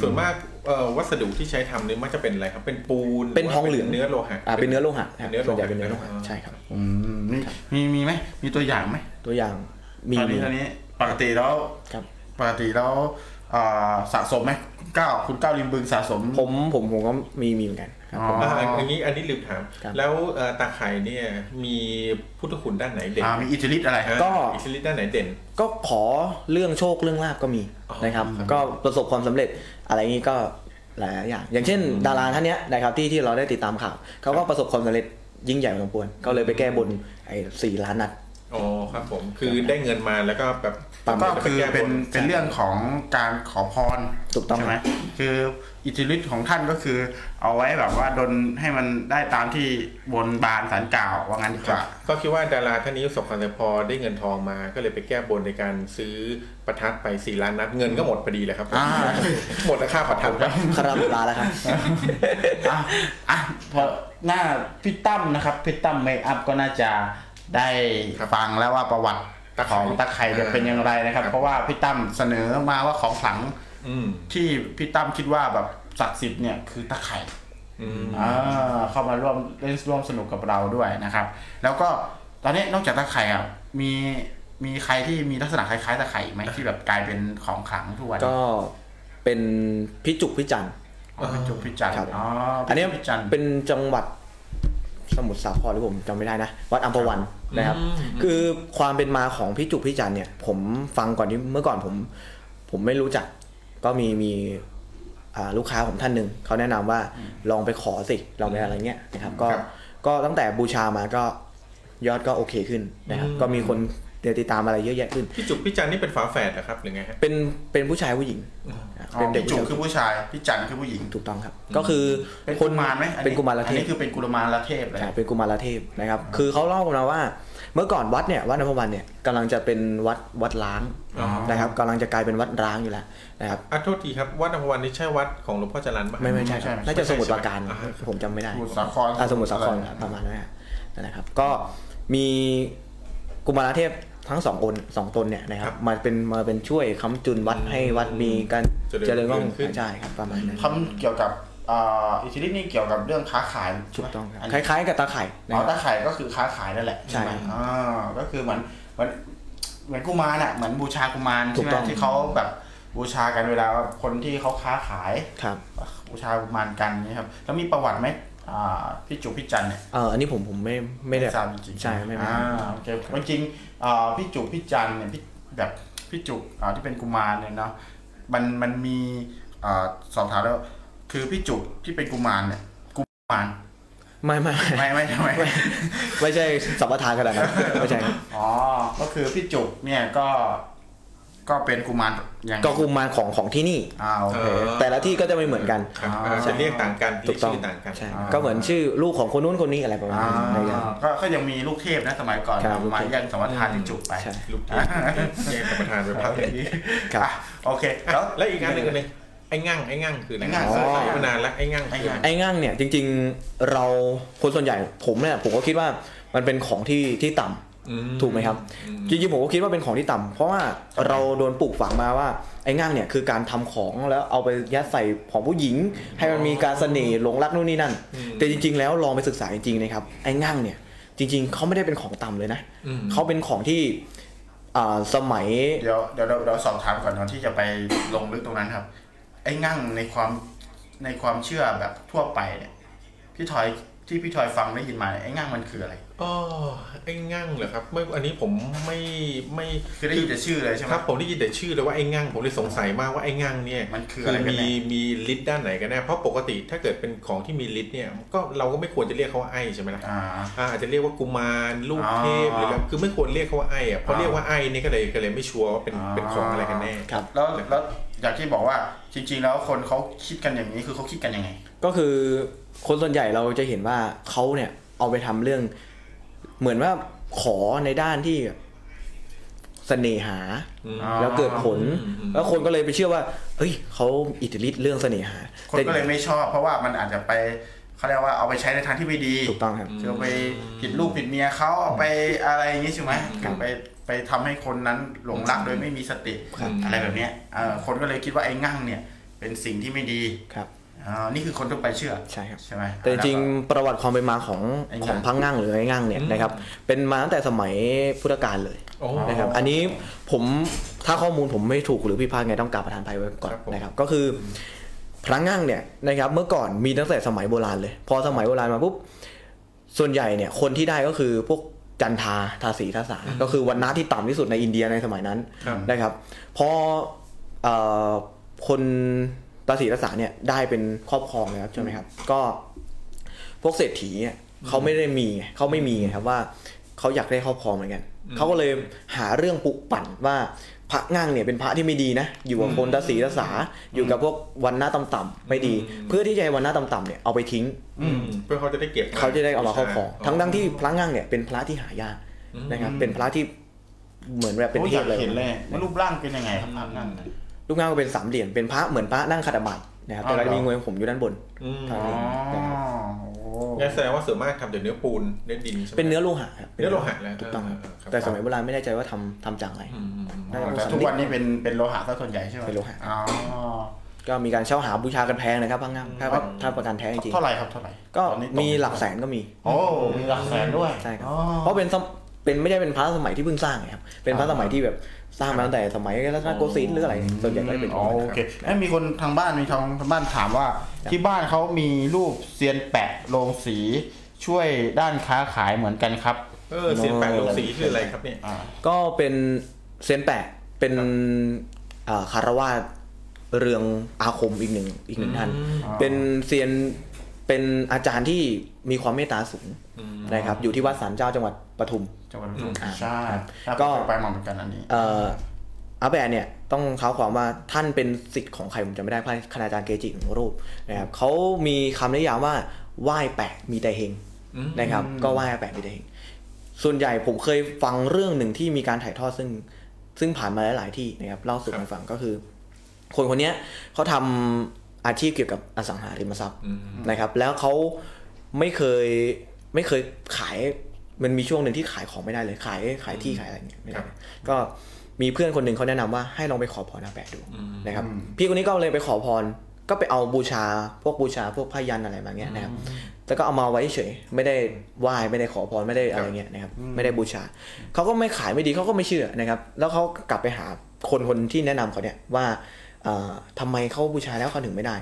S3: ส่วนมากเอ่อวัสดุที่ใช้ทำเนี่ยมักจะเป็นอะไรครับ เป็นปูน
S11: เป็นทองเหลือง
S3: รืเนื้อโลหะ
S11: อ่าเป็นเนื้อโลหะค
S3: เป็น
S11: รับ
S3: เนื้อโล
S11: ส่วนใหญ่
S3: หะ
S11: เป็นเนื้อโลหะใช่ครับ
S1: อืมนี่มีมีไหมมีตัวอย่างไหม
S11: ตัวอย่างมี
S1: ตอนนี้ตอนนี้ปกติแล้ว
S11: ครับ
S1: ปกติแล้วอ่าสะสมไหมคุณก้าวคุณก้าวริมบึงสะสม
S11: ผมผมผมก็มีมีเหมือนกันครับ
S1: อ๋อ
S3: อ่าอันนี้อันนี้ลืมถาม
S11: ครับ
S3: แล้วเอ่อตาไข่เนี่ยมีพุทธคุณด้านไหนเด่น
S1: อ่ามีอิทธิฤทธิ์อะไร
S11: ก็
S3: อิทธิฤทธิ์ด้านไหนเด่น
S11: ก็ขอเรื่องโชคเรื่องลาบก็มีนะครับ ก็ประสบความสำเร็จอะไรอย่างนี้ก็หลายๆอย่าง อย่างเช่น ดาราท่านเนี้ยนะครับที่ที่เราได้ติดตามข่าวเขาก็ประสบความสำเร็จยิ่งใหญ่พอสมควรก็เลยไปแก้บนไอ้สี่ล้านนัด
S3: อ๋อครับผมคือได้เงินมาแล้วก็แบบ
S1: ก็คือเป็น
S3: แก้บ
S1: เป็นเรื่องของการขอพร
S11: ถูกต้อง
S1: ใช่ไหมคืออิทธิฤทธิ์ของท่านก็คือเอาไว้แบบว่าดนให้มันได้ตามที่บนบานสันกล่าวว่างั้นดีกว่า
S3: ก็คิดว่าดาราท่านนี้ประสบความสำเร็จพอได้เงินทองมาก็เลยไปแก้บนในการซื้อประทัดไปสี่ล้านนัดเงินก็หมดพอดีเลยครับผม
S1: อ่า
S3: หมดราคาประทัดไป
S11: ครับลาแล้วครับ
S1: อ่ะอ่ะพอหน้าพี่ตั้มนะครับพี่ตั้มเมคอัพก็น่าจะได้ฟังแล้วว่าประวัติ
S3: ตะไค
S1: ข
S3: ร้
S1: องตะไคร่จะเป็นอย่างไรนะครับ
S3: ครับ
S1: เพราะว่าพี่ตั้มเสนอมาว่าของขลัง
S3: อืม
S1: ที่พี่ตั้มคิดว่าแบบศักดิ์สิทธิ์เนี่ยคือตะไคร่
S3: อืม
S1: อ่าเข้ามาร่วมเล่นร่วมสนุกกับเราด้วยนะครับ แล้วก็ตอนนี้นอกจากตะไคร่อ่ะมีมีใครที่มีลักษณะคล้ายๆตะไคร่อีกไหมที่แบบกลายเป็นของขลังทุกวัน
S11: ก็เป็นพิจุกพิจันทร์
S1: อ๋อเป็นจุกพิจันทร์
S11: ครับ
S1: อ๋อ
S11: อั
S1: อั
S11: น
S1: น
S11: เนี้
S1: นี้
S11: ย
S1: พิจันทร์
S11: เป็นจังหวัดสมุทรสาครหรือผมจำไม่ได้นะ วัดอัมพวันนะครับ คือความเป็นมาของพี่จุกพี่จันเนี่ย ผมฟังก่อนที่เมื่อก่อนผม ผมไม่รู้จัก ก็มีมีอ่าลูกค้าผมท่านหนึ่งเขาแนะนำว่าลองไปขอสิลองไปอะไรเงี้ยนะครับ ก็
S3: ครับ
S11: ก็ตั้งแต่บูชามาก็ยอดก็โอเคขึ้นนะครับ ก็มีคนเดี๋ยวติดตามอะไรเยอะแยะขึ้น
S3: พี่จุกพี่จันนี่เป็นฝาแฝดเหรอครับหรือไงฮะ
S11: เป็นเป็นผู้ชายผู้หญิงครับ
S1: อ๋
S11: เป็น
S1: อ
S11: เด็ก
S1: พี่จุก
S11: ผู้ชาย
S1: คือผู้ชายพี่จันทร์คือผู้หญิง
S11: ถูกต้องครับ ก็คือ
S1: เป็นกุมารไหมอั
S11: เป็นกุมาร
S1: อั
S11: เท
S1: น
S11: พ
S1: นี้คือเป็นกุมารเทพเลย
S11: ใช่เป็นกุมารเทพนะครับ คือเขาเล่ามาว่า เมื่อก่อนวัดเนี่ยวัดนพวันเนี่ยกำลังจะเป็นวัดวัดล้าง
S3: อ๋อ
S11: นะครับกำลังจะกลายเป็นวัดร้างอยู่แล้วนะครับ
S3: อ่ะโทษทีครับวัดอัมพวันนี่ใช่วัดของหลวงพ่อจรันปะ
S11: ไม่ไม่ใช่
S1: ไม่
S11: ค
S1: ใช่
S11: รับ
S1: ไม่ใช่
S11: น่าจะสมุทรปราการ
S3: อ่า
S11: ผมจำไม่ได้
S1: สมุทรสาคร
S11: อ่สมุทรสาครครับประมาณนั้นนะนั่นแหละครับ ก็มีกุมารเทพทั้งสองอนสองตนเนี่ยนะครับมาเป็นมาเป็นช่วยค้ำจุนวัดให้วัดมีการ
S3: เจ
S11: เจ
S3: ริ
S11: ริ
S3: ญ
S11: ญ
S3: รุ่
S11: รุ่
S3: ง
S11: ง
S3: เรืองขึ้น
S11: ใช่ครับประมาณนั้น
S1: คำเกี่ยวกับอ่าอิทธิฤทธิ์นี่เกี่ยวกับเรื่องค้าขาย
S11: ถูกต้องครับ
S1: น
S11: ค
S1: นี้
S11: ล้าย ๆ กับตาไข่นะ
S1: อ๋อ
S11: ครับ
S1: ตะไคร่ก็คือค้าขายนั่นแหละ
S11: ใช่
S1: ไหมอ่าก็คือเหมือนเหมือนเหมือนกุมารอ่ะเหมือนบูชากุมาร
S11: ถู
S1: ใช่ไห
S11: ก
S1: ม
S11: ต้อง
S1: ที่เขาแบบบูชากันเวลาคนที่เขาค้าขาย
S11: ครับ
S1: บูชากุมารกันนี่ครับแล้วมีประวัติไหมอ่าพี่จุกพี่จันเนี่ย
S11: เอออันนี้ผมผมไม่ไม่ได้
S1: ทราบจริงๆ
S11: ใช่ไม่ได้
S1: อ่าโอเคจริงๆอ่าพี่จุกพี่จันเนี่ยพี่แบบพี่จุกอ่าที่เป็นกุมารเนี่ยเนาะมันมันมีอ่าสอบถามแล้ว คือพี่จุกที่เป็นกุมารเนี่ยกุมาร
S11: ไม่ไม่ไม่
S1: ไม่ไม่ทำไม
S11: ไม่ใช่สัมปทานข นาดนั้นไม่ใช่ครับ
S1: อ๋อก็คือพี่จุกเนี่ยก็ก็เป็นกุมารอย่าง
S11: ก็คุมมาของของที่นี่
S1: อ่าโอเค
S3: เออ
S11: แต่ละที่ก็จะไม่เหมือนกัน
S3: ครับ
S1: อ่า
S3: จะเรียกต่างกันเรี
S11: ถู
S3: ย
S11: ก
S3: ก
S11: ต้อง
S3: ชื่อต่างกัน
S11: ใช่
S1: อ่า
S11: ก็เหมือนชื่อลูกของคนนู้นคนนี้อะไรประมาณ
S1: อ่า
S11: นั้นนะครับ
S1: ก็ก็ยังมีลูกเทพนะสมัยก่อน
S11: ครับ
S1: มาแย่งสมรทานพี่จุกไป
S11: ใช่
S3: ลูกทีมแยกกับประธานไปพักหนึ่ง
S11: ครับ
S1: อ่ะโอเค
S3: อ่ะ แล้วอีกงานหนึ่งอันหนึงไอ้งั่งไอ้งั่งคืออะไร
S1: ไอ้งั่ง
S3: อ๋อใส่มานานแล้วไอ้งั่งคืออะไร
S11: ไอ้ง่างเนี่ยจริงๆเราคนส่วนใหญ่ผมเนี่ยผมก็คิดว่ามันเป็นของที่ที่ต่ำ
S3: อืม
S11: ถูกไหมครับ
S3: อืม
S11: จริงๆผมก็คิดว่าเป็นของที่ต่ำเพราะว่าเราโดนปลูกฝังมาว่าไอ้ง่างเนี่ยคือการทำของแล้วเอาไปยัดใส่ของผู้หญิง ให้มันมีการเสน่ห์หลงรักนู่นนี่นั่น แต่จริง ๆ แล้วลองไปศึกษาจริงๆนะครับไอ้ง่างเนี่ยจริง ๆเขาไม่ได้เป็นของต่ำเลยนะเขาเป็นของที่อ่าสมัย
S1: เดี๋ยวเดี๋ยวเราเราสอบถามก่อนก่อนที่จะไปลงลึกตรงนั้นครับ ไอ้งั่งในความในความเชื่อแบบทั่วไปเนี่ยพี่ทอย ที่พี่ทอยฟังได้ยินมาเนี่ยไอ้ง่างมันคืออะไร
S3: อ๋อไอ้งั่งเหรอครับไม่อันนี้ผมไม่ไม่
S1: คือได้ยินแต่ชื่อเลยใช่ไหม
S3: ครับผมได้ยินแต่ชื่อเลยว่าไอ้งั่งผมเลยสงสัยมากว่าไอ้งั่งเนี่ย
S1: มันคืออะไรกันแน่
S3: มีมีลิ์ด้านไหนกันแน่เพราะปกติถ้าเกิดเป็นของที่มีลิ์เนี่ยก็เราก็ไม่ควรจะเรียกเขาว่าไอ้ใช่ไหมล่ะ
S1: อ่า
S3: อาอาจจะเรียกว่ากุมารลูกเทพ
S1: อ๋อ
S3: หรืออะไรคือไม่ควรเรียกเขาว่าไอ้อะเพราะ
S1: อ๋อ
S3: เรียกว่าไอ้นี่ก็เลยก็เลยไม่ชัวร์ว่าเป็น
S1: อ๋อ
S3: เป็นของอะไรกันแน่
S11: ครับ
S1: แล้วแล้วอย่างที่บอกว่าจริง ๆ แล้วคนเขาคิดกันอย่างนี้คือเขาคิดกันยังไง
S11: ก็คือคนส่วนใหญ่เราจะเห็นว่าเขาเนี่ยเอาไปทำเรื่อง เหมือนว่าขอในด้านที่เสน่หา
S3: อืม
S1: อ๋อ
S11: แล้วเกิดผล
S3: อืมอืม
S11: แล้วคนก็เลยไปเชื่อว่า เฮ้ยเขาอิทธิฤทธิ์เรื่องเสน่หา
S1: คนก็เลยไม่ชอบ เพราะว่ามันอาจจะไปเขาเรียกว่าเอาไปใช้ในทางที่ไม่ดี
S11: ถูกต้องครับ
S1: จะไปผิดลูกผิดเมียเขาเอาไปอะไรอย่างนี้ใช่ไหมคือไปไปทำให้คนนั้นหลงรักโดยไม่มีสติ
S3: ครับ
S1: อะไรแบบเนี้ยเอ่อคนก็เลยคิดว่าไอ้งั่งเนี่ย เป็นสิ่งที่ไม่ดี
S11: ครับ
S1: อ่านี่คือคนทั่วไปเชื่อ
S11: ใช่ครับ
S1: ใช่ไหม
S11: แต่จริงๆประวัติความเป็นมาของ
S1: ไอ้งั่ง
S11: ของพังงั่งหรือไอ้งั่งเนี่ยนะครับ เป็นมาตั้งแต่สมัยพุทธกาลเลย
S3: โอ้
S11: นะครับ อันนี้ผมถ้าข้อมูลผมไม่ถูกหรือผิดพลาดไงต้องกราบประธานภัยไว้ก่อน
S3: ครับผม
S11: นะครับ ก็คือพระงั่งเนี่ยนะครับ เมื่อก่อนมีตั้งแต่สมัยโบราณเลย พอสมัยโบราณมาปุ๊บส่วนใหญ่เนี่ยคนที่ได้ก็คือพวกจันทาทาสีทาสาก็คือวันนะที่ต่ำที่สุดในอินเดียในสมัยนั้นนะครับ พอเอ่อคนตาสีทาสาเนี่ยได้เป็นครอบครองแล้วใช่ไหมครับก็ พวกเศรษฐีเนี่ยเขาไม่ได้มีไงเขาไม่มีไงครับว่าเขาอยากได้ครอบครองเหมือนกันเขาก็เลยหาเรื่องปลุกปั่นว่าพระง่างเนี่ยเป็นพระที่ไม่ดีนะ อยู่กับคนตาสีตาสาอยู่กับพวกวันหน้าต่ำๆไม่ดี เพื่อที่จะให้วันหน้าต่ำๆเนี่ยเอาไปทิ้ง
S3: อืมเพื่อเขาจะได้เก็บ
S11: เขาจะได้เอามาครอบครองทั้งทั้งๆที่พระง่างเนี่ยเป็นพระที่หายากนะครับ เป็นพระที่เหมือนแบบเป็นเท
S1: อยา
S11: พ
S1: ก
S11: เลย
S1: เห็นเลยว่ารูปร่างเป็นยังไงครับนั่งนั่ง
S11: ลูกง่างก็เป็นสามเหลี่ยมเป็นพระเหมือนพระนั่งขัดบัตนะครับแต่
S1: อ้าวเหรอ
S11: เรามีงวยผมอยู่ด้านบน
S3: อืม
S11: ทาง
S1: อ๋อ
S11: นี้นะครับ
S1: โอ้โห
S3: งั้นแสดงว่าส่วนมากทำจากเนื้อปูนเนื้อดินใช่ไหม
S11: เป็นเนื้อโลหะครับ
S3: เนื้อโลหะแล้ว
S11: ถูกต้องครับ
S3: เออเออครับ
S11: แต่สมัยโบราณไม่แน่ใจว่าทำทำจากอะไร
S3: อืมอืมอืม
S11: ได้ครับ
S1: แต่ทุกวันนี้เป็นเป็นโลหะซะส่วนใหญ่ใช่ไหม
S11: เป็นโลหะ
S1: อ๋อ
S11: ก็มีการเช่าหาบูชากันแพงนะครับพังงามถ้าประถ้าประกันแท้จริง
S1: เท่าไหร่ครับเท่าไหร่
S11: ๆก็
S1: ตอนนี้ต
S11: มีหลักแสนก็มี
S1: โอ้มีหลักแสนด้วย
S11: ใช่ครับ
S1: อ๋อ
S11: เพราะเป็นสมเป็นไม่ใช่เป็นพระสมัยที่เพิ่งสร้างไงครับเป็นพระสมัยที่แบบสร้างมาตั้งแต่สมัยรัตนโกสินทร์หรืออะไรส่วนใหญ่ก็จะเป็น
S1: อ๋อ
S11: ประมาณ
S1: โอเค
S11: นั้นครับ
S1: เอ้ยมีคนทางบ้านมีทางทางบ้านถามว่า ที่บ้านเขามีรูปเซียนแปะโรงสี ช่วยด้านค้าขายเหมือนกันครับ
S3: เออเสียนแปดลงสีคืออะไรครับเนี่ย
S11: ก็เป็นเซยนแปะเป็นอ่าคารวาสเรืองอาคมอีกหนึ่งอีกหนึ่งท่านเป็นเซียนเป็นอาจารย์ที่มีความเมตตาสูงนะครับอยู่ที่วัดสารเจ้าจังหวัดปทุม
S1: จังหวัดปทุมใช่
S11: ก็
S1: ก็ไปมาเหมือนกันอันนี้
S11: เอ่ออาแบะเนี่ยต้องเท้าความว่าท่านเป็นศิษย์ของใครผมจำไม่ได้พระคณาจารย์เกจิของรูปนะครับเขามีคำนิยามว่าไหว้แปะมีแต่เฮงนะครับ ก็ไหว้อาแปะมีแต่เฮงส่วนใหญ่ผมเคยฟังเรื่องหนึ่งที่มีการถ่ายทอดซึ่งซึ่งผ่านมาหลายๆที่นะครับเล่าสู่กันฟังก็คือ คนคนเนี้ยเขาทำอาชีพเกี่ยวกับอสังหาริมทรัพย์นะครับ แล้วเขาไม่เคยไม่เคยขายมันมีช่วงหนึ่งที่ขายของไม่ได้เลยขายขายที่ขายอะไรอย่างเงี้ยไม่ได้ก็มีเพื่อนคนหนึ่งเขาแนะนำว่าให้ลองไปขอพรอาแปะดูนะครับพี่คนนี้ก็เลยไปขอพรก็ไปเอาบูชาพวกบูชาพวกพยันอะไรมาเงี้ยนะครับแล้วก็เอามาไว้เฉยไม่ได้ไหว้ไม่ได้ขอพรไม่ได้อะไรเงี้ยนะครับไม่ได้บูชาเขาก็ไม่ขายไม่ดีเขาก็ไม่เชื่อนะครับ แล้วเขากลับไปหาคนคนที่แนะนำเขาเนี่ยว่า เอ่อทำไมเขาบูชาแล้วเขาถึงไม่ได้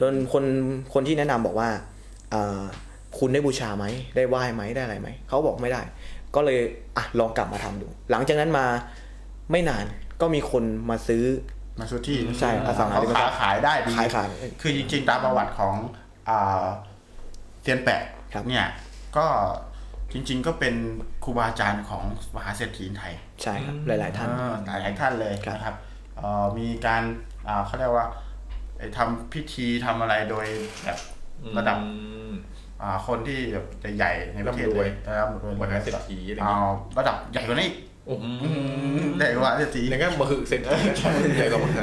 S11: จนคนคนที่แนะนำบอกว่าเอ่อคุณได้บูชาไหมได้ไหว้ไหมได้อะไรไหมเขาบอกไม่ได้ ก็เลยอ่ะลองกลับมาทำดู หลังจากนั้นมาไม่นานก็มีคนมาซื้อ
S1: มาซื้อที่
S11: ใช่อสังหาริมทรั
S1: เขา
S11: พย์
S1: ขายได้ดี
S11: ขายขาย
S1: คือจริงๆตามประวัติของอ่าเซียนแปะ
S11: ครับ
S1: เนี่ยก็จริง ๆ ก็เป็นครูบาอาจารย์ของมหาเศรษฐีไทย
S11: ใช่ครับหลาย ๆ ท่าน
S1: เออหลายๆท่านเลย
S11: ครับ
S1: นะครับเอ่อมีการอ่าเขาเรียกว่าไอ้ทำพิธีทำอะไรโดยแบบระดับอ่าคนที่แบบใหญ่ๆในประเทศ
S3: ร่ำร
S1: เล
S3: วย ย
S1: นะครับ
S3: มหาเศรษฐีอะไรอย่างเงี้ย
S1: าระดับใหญ่กว่านี้อีก
S3: โอ้โห
S1: ใหญ่กว่าเศรษฐี
S3: อย่างงั้นมาหึเซ็นใหญ่กว่ามาหึ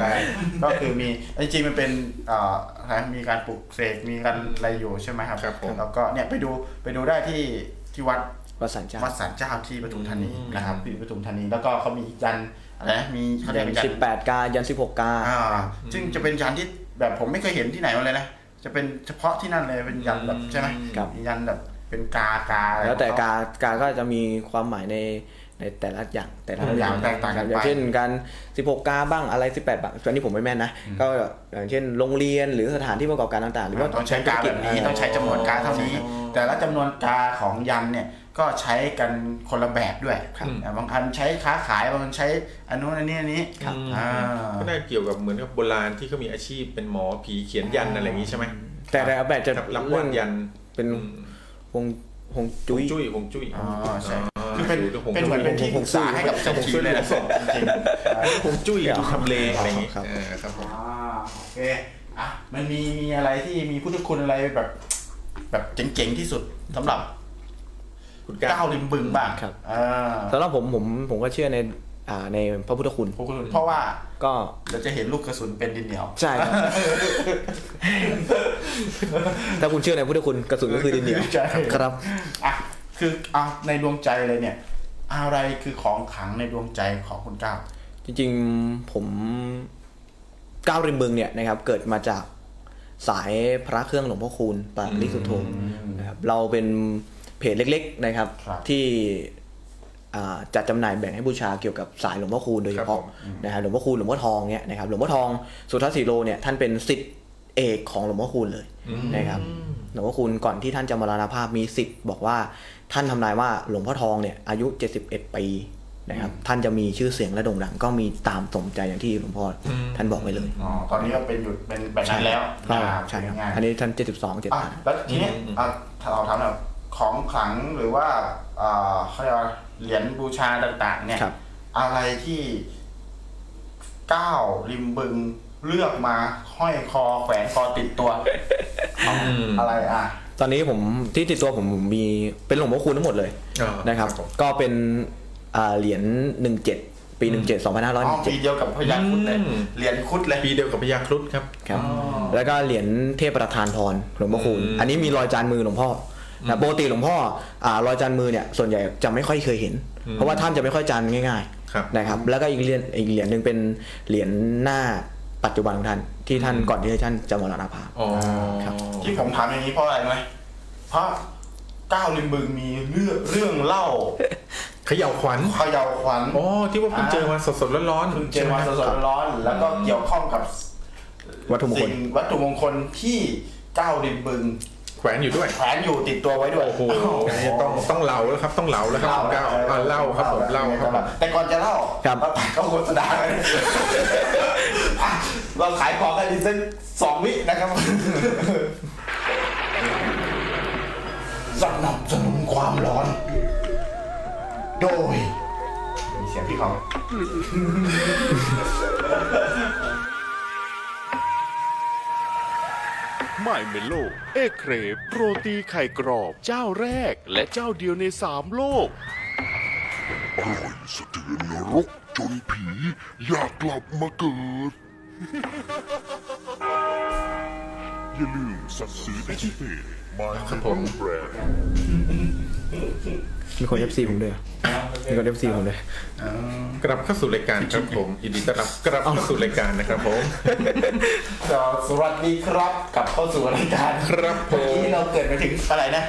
S1: ก็คือมีจริงๆมันเป็นเอ่ออะไรมีการปลูกเสกมีการอะไรอยู่ใช่ไหมครับครับแล้วก็เนี่ยไปดูไปดูได้ที่ที่วัด
S11: วัดสันเจ้า
S1: วัดสันเจ้าที่ปทุมธานีนะครับที่ปทุมธานีแล้วก็เขามียันอะไรนะมีเขาเรียกเป็นยัน
S11: สิบแปดกายันสิบหกกา
S1: อ่าซึ่งจะเป็นยันที่แบบผมไม่เคยเห็นที่ไหนมาเลยนะจะเป็นเฉพาะที่นั่นเลยเป็นยันแบบใช่ไหม
S11: ครับ
S1: มียันแบบเป็นกากาอะไร
S11: แล้วแต่
S1: ของเข
S11: กากาก็จะมีความหมายใน ในแต่ละอย่างแต่ละ
S1: แต่ละอย่างแตกต่างกันไป
S11: อย่างเช่นการ 16 กาบ้างอะไร 18บ้างอันนี้ผมไม่แม่นนะ ก็อย่างเช่นโรงเรียนหรือสถานที่ประกอบการต่างๆ หรือว่า
S1: ต้องใช้กาแบบนี้
S11: ธุรกิจ
S1: ต้องใช้จำนวนกาเท่านี้ แต่ละจำนวนกาของยันเนี่ยก็ใช้กันคนละแบบด้วยอ่าบางคันใช้ค้าขายบางคันใช้อันนู้นอันนี้อันนี้อ่า
S3: ก็น่าเกี่ยวกับเหมือนกับโบราณที่เขามีอาชีพเป็นหมอผีเขียนยันอะไรอย่างนี้ใช่ไหม
S11: แต่แต่ละแบบจะ
S3: รับรับวาดยัน
S11: เป็น
S3: อืม
S11: วงวงจุ้ย
S3: จุ้ยหงจุ้ย
S1: อ๋อใช่คือ
S3: อ
S1: เป็น
S3: ดู
S1: เป็นเหมือนเป็นที่ปรึกษาให้กับเจ้าทีมเลยแหละจริงๆ
S3: หงจุ้ยดูทำเลอะไรอย่างนี้
S11: ครับ
S3: เออครับผม
S1: อ่าโอเคอ่ะมันมีมีอะไรที่มีพุทธคุณอะไรแบบ แบบเจ๋งๆที่สุดสำหรับ
S3: คุณก้า
S1: ก้าวริมบึงบ้าง
S11: ครับ
S1: อ่า
S11: สำหรับผมผมผมก็เชื่อในอ่าในพระพุทธคุณ
S1: พุทธคุณเพราะว่า
S11: ก็
S1: เราจะเห็นลูกกระสุนเป็นดินเหนียว
S11: ใช่ ครับ ถ้าคุณเชื่อในพุทธคุณกระสุนก็คือดินเหนียว
S1: ใช่
S11: ครับ
S1: อ่ะคืออ่ะในดวงใจเลยเนี่ย อะไรคือของขลังในดวงใจของคุณก้าว
S11: จริงๆผมก้าวริมบึงเนี่ยนะครับ เกิดมาจากสายพระเครื่องหลวงพ่อคูณปาริสุทโธนะครับเราเป็นเพจเล็กๆนะครับ ที่อ่าจัดจำหน่ายแบ่งให้บูชาเกี่ยวกับสายหลวงพ่อคูณโดยเฉ
S3: ครับ
S11: พาะ
S3: ผม
S11: นะครับหลวงพ่อคูณหลวงพ่อทองเนี่ยนะครับหลวงพ่อทองสุทัศน์สีโลเนี่ยท่านเป็นสิทธิเอกของหลวงพ่อคูณเลยนะครับหลวงพ่อคูณก่อนที่ท่านจะมรณภาพมีสิทธิ์บอกว่าท่านทำนายว่าหลวงพ่อทองเนี่ยอายุ 71 ปีนะครับท่านจะมีชื่อเสียงและโด่งดังก็มีตามสมใจอย่างที่หลวงพ่ออท่านบอกไว้เลย
S1: อ๋อตอนนี้ก็เป็นหยุดเป็นแบบนั้นแล้ว
S11: ก็
S1: อ่า
S11: ใช่ครับ
S1: ง่ายๆ
S11: อันนี้ท่าน 72
S1: อ่ะ
S11: 75
S1: แล้วทีนี้อ่ะถ้าเราถามแบบของขลังหรือว่าอ่าเขาเรียกว่าเหรียญบูชาต่างๆ เนี่ย
S11: ครับ
S1: อะไรที่ก้าวริมบึงเลือกมาห้อยคอแขวนคอติดตัวเอาอะไรอ่ะ
S11: ตอนนี้ผมที่ติดตัวผมผมมีเป็นหลวงพ่อคูณทั้งหมดเลย
S3: อ่าน
S11: นะครับ ก็เป็นอ่าเหรียญ17 ปี 17
S1: อ๋อปี
S11: 2517
S1: เดียวกับพยาครุดเลย
S3: อืม
S1: เหรียญครุดเลย
S3: ปีเดียวกับพญาครุฑครับ
S11: ครับแล้วก็เหรียญเทพประธานพรหลวงพ่อคูณ
S3: อืม
S11: อันนี้มีรอยจานมือหลวงพ่ออนะปกติหลวงพ่ออ่ารอยจานมือเนี่ยส่วนใหญ่จะไม่ค่อยเคยเห็น เพราะว่าท่านจะไม่ค่อยจานง่าย ๆ
S3: ครับ
S11: นะครับแล้วก็อีกเหรียญอีกเหรียญหนึ่งเป็นเหรียญหน้าปัจจุบันของท่านที่ท่านก่อนที่ท่านจะมรณภาพ
S3: อ๋อ
S11: ครับ
S1: ที่ผมถามอย่างนี้เพราะอะไรรู้ไหมเพราะก้าวริมบึงมีเรื่องเรื่องเล่า
S3: เขย่าขวัญ
S1: เขย่าวขวัญ
S3: อ๋อที่ว่าเพิ่งเจอมาสดๆร้อนๆ
S1: เพิ่งเจ
S3: ใช่
S1: อ
S3: ไหม
S1: มาสดๆร้อนๆแล้วก็เกี่ยวข้องกับ
S11: วัตถุมงคล
S1: สิ่วัตถุมงคลที่เจ้าริมบึง
S3: แขวนอยู่ด้วย
S1: แขวนอยู่ติดตัวไว้ด้วย
S3: โอ้โหอันนี้ต้องต้องเหลาแล้วครับ ต้องเหลาแล้วครับคุณก้าวอ่ะเล่าครับผมเล่าครับผม
S1: แต่ก่อนจะเล่า
S11: ครับ
S1: เราตัดเข้าโฆษ ณาเลยเราขายของกันอีกสักสองวินะครับ สนับสนุนความร้อน โดยมีเสียงพี่เขา
S9: ไมเมโล เอเครปโรตีไข่กรอบเจ้าแรก และเจ้าเดียวในสามโลก
S6: อร่อยสะเทือนนรกจนผีอยากกลับมาเกิด อย่าลืมสั่งซื้อได้ที่เพจ My
S3: ครับผม
S6: Little Brand
S11: มีคนเอฟซีผมด้วยเหรอมีคนเอฟซีผมด้วย
S3: กลับเข้าสู่รายการครับผมยินดีต้อนรับกลับเข้าสู่รายการนะครับผม
S1: ก็สวัสดีครับกลับเข้าสู่รายการ
S3: ครับผ
S1: เอ
S3: ม
S1: กี้เราเกิดมาถึงอะไรนะ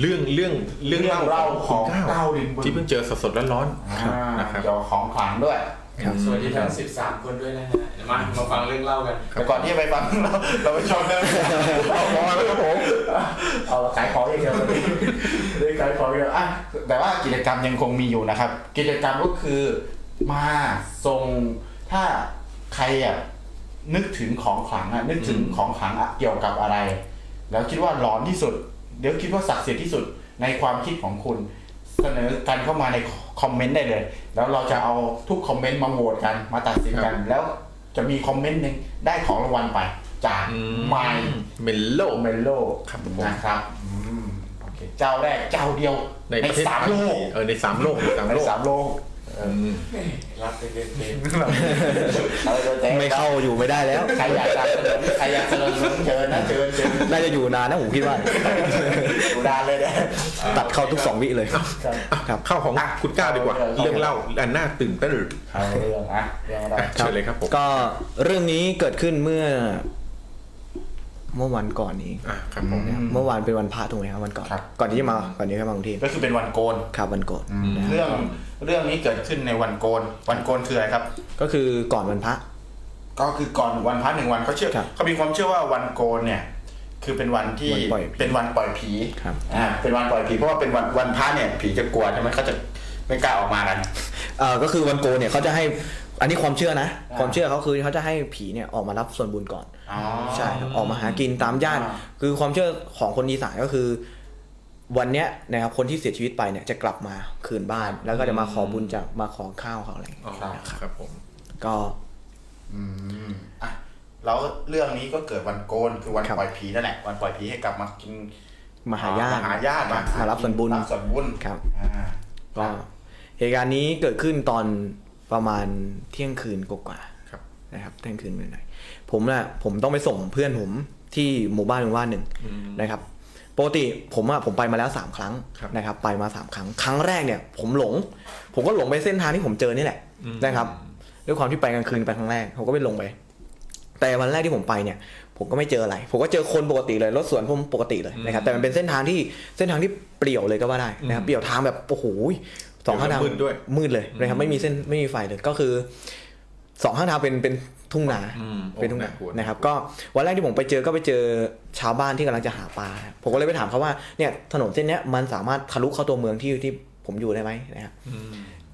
S3: เรื่องเรื่องเรื่อง
S1: เรื่อง
S3: เล่า
S1: เล่า
S3: ขอ
S1: ของ
S3: งคุณก้า
S1: ก้าว วริมบึง
S3: ที่เพิ่งเจอสดๆร้อน
S1: อ่า
S3: ๆนะครับ
S1: เกี่ยวของขลังด้วย
S5: สวัสดีทั้ง 13 คนด้วยนะฮะเดี๋ยวมามาฟังเรื่องเล่ากัน
S1: แต่ก่อนที่จะไปฟังเราเราไปชมเรื่องเอาพอแล้วครับผมเอาละขายของอย่างเดียววันนี้เรื่องขายของอย่างเดียวอ่ะแต่ว่ากิจกรรมยังคงมีอยู่นะครับ กิจกรรมก็คือมาส่งถ้าใครอ่ะนึกถึงของขลังอ่ะนึกถึงของขลังอ่ะเกี่ยวกับอะไร แล้วคิดว่าร้อนที่สุด เดี๋ยวคิดว่าศักดิ์สิทธิ์ที่สุดในความคิดของคุณ เสนอกันเข้ามาในคอมเมนต์ได้เลย แล้วเราจะเอาทุกคอมเมนต์มาโหวตกันมาตัดสินกัน แล้วจะมีคอมเมนต์หนึ่งได้ของรางวัลไป จากไมล์
S3: เมลโล
S1: โอเมโล
S3: ครับผม
S1: นะครับอืมโอเคเจ้าแรกเจ้าเดียว
S3: ใน
S1: ใน
S3: ประเทศ
S1: สามโลก
S3: เออในสามโลกในสาม
S1: ใน
S3: โลก
S1: สามโลก
S3: อืม
S5: รับเป็นเด็ก
S11: ไม่เข้าอยู่ไม่ได้แล้ว
S1: ใครอยากสนับสนุนใครอยากสนับสนุนเชิญนะเชิญเชิญ
S11: น่าจะอยู่นานนะผมคิดว่า
S1: ดูดานเลยนะ
S11: ตัดเข้าทุกสองวิเลยครับ
S3: เข้าของคุณก้าวดีกว่า
S1: เอาเลย
S3: เรื่องเล่าอันน่าตื่นเต้น
S1: เอาเรื่องอ่ะเรื่องอะไร
S3: อ่ะเชิญเลยครับผม
S11: ก็เรื่องนี้เกิดขึ้นเมื่อ เมื่อวันก่อนนี้
S3: อ่ะครับผม
S11: เมื่อวานเป็นวันพระถูกไหมครับวันก่อน
S1: ครับ
S11: ก่อนที่จะมาก่อนที่จะมากรุงเทพ
S1: ก็คือเป็นวันโกน
S11: ครับวันก่อน
S1: เรื่อง เรื่องนี้เกิดขึ้นในวันโกน วันโกนคืออะไรครับ
S11: ก็คือก่อนวันพระ
S1: ก็คือก่อนวันพระหนึ่งวันเขาเชื่อ
S11: ครับ
S1: เขามีความเชื่อว่าวันโกนเนี่ย คือเป็นวันที่
S11: วันปล่อยผี
S1: เป็นวันปล่อยผี
S11: ครับ
S1: อ่าเป็นวันปล่อยผีเพราะว่าเป็นวันวันพระเนี่ยผีจะกลัวใช่ไหมเขาจะไม่กล้าออกมากัน
S11: เอ่อก็คือวันโกนเนี่ยเขาจะให้อันนี้ความเชื่อนะ ความเชื่อเขาคือเขาจะให้ผีเนี่ยออกมารับส่วนบุญก่อน
S1: อ๋อ
S11: ใช่ครับออกมาหากินตามญาติ
S1: อ่า
S11: คือความเชื่อของคนอีสานก็คือ วันเนี้ยนะครับคนที่เสียชีวิตไปเนี่ยจะกลับมาคืนบ้าน แล้วก็จะมาขอบุญจากมาขอข้าวเขาอะไรอย่างเงี้ย
S3: ครับผม
S11: ก็
S1: อืมอ่ะแล้วเรื่องนี้ก็เกิดวันโกนคือวัน
S11: ครับ
S1: ปล่อยผีนั่นแหละวันปล่อยผีให้กลับมากิน
S11: มาหาญาติ
S1: มาหาญาติ
S11: ครับมารับส่วนบุญ
S1: รับส่วนบุญ
S11: ครับ
S1: อ่า
S11: ก็เหตุการณ์นี้เกิดขึ้นตอนประมาณเที่ยงคืนกว่าๆ
S3: ครับ
S11: นะครับเที่ยงคืนหน่อยๆผมน่ะผมต้องไปส่งเพื่อนผมที่หมู่บ้านหมู่บ้านหนึ่งนะครับปกติผมอะผมไปมาแล้วสามครั้งนะครับไปมาสามครั้ง ครั้งแรกเนี่ย ผมหลง ผมก็หลงไปเส้นทางที่ผมเจอนี่แหละนะครับด้วยความที่ไปกลางคืนไปครั้งแรกผมก็ไปหลงไป แต่วันแรกที่ผมไปเนี่ย ผมก็ไม่เจออะไร ผมก็เจอคนปกติเลยรถสวนผมปกติเลยนะครับ แต่มันเป็นเส้นทางที่เส้นทางที่เปลี่ยวเลยก็ว่าได้นะครับเปลี่ยวทางแบบโอ้โหสองข้างทาง
S3: มืดด้วย
S11: มืดเลยนะครับไม่มีเส้นไม่มีไฟเลยก็คือสองข้างทางเป็นเป็นทุ่งนาเป็นทุ่งนา
S3: โอ้น่ากลัว
S11: นะครับก็วันแรกที่ผมไปเจอก็ไปเจอชาวบ้านที่กำลังจะหาปลาผมก็เลยไปถามเขาว่าเนี่ยถนนเส้นเนี้ยมันสามารถทะลุเข้าตัวเมืองที่ที่ผมอยู่ได้ไหมนะครับ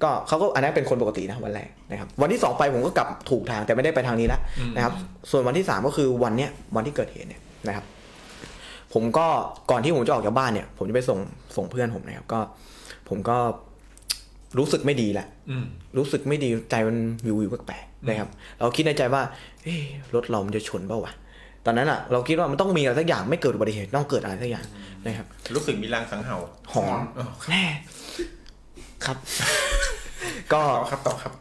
S11: ก็เขาก็อันนั้นเป็นคนปกตินะวันแรกนะครับวันที่สองไปผมก็กลับถูกทางแต่ไม่ได้ไปทางนี้แล้วนะครับส่วนวันที่สามก็คือวันเนี้ยวันที่เกิดเหตุเนี่ยนะครับ ผมก็ก่อนที่ผมจะออกจากบ้านเนี่ย ผมจะไปส่งส่งเพื่อนผมนะครับก็ ผมก็รู้สึกไม่ดีแหละ
S3: อืม
S11: รู้สึกไม่ดีใจมันวิววิวแปลกๆนะครับ เราคิดในใจว่าเอ๊ะรถเรามันจะชนเปล่าวะตอนนั้นอ่ะ เราคิดว่ามันต้องมีอะไรสักอย่างไม่เกิดอุบัติเหตุต้องเกิดอะไรสักอย่างนะครับ
S3: รู้สึกมีลางสังเห่า
S11: หอนแน่ ครับ ก็
S3: ต่อครับต่อครับ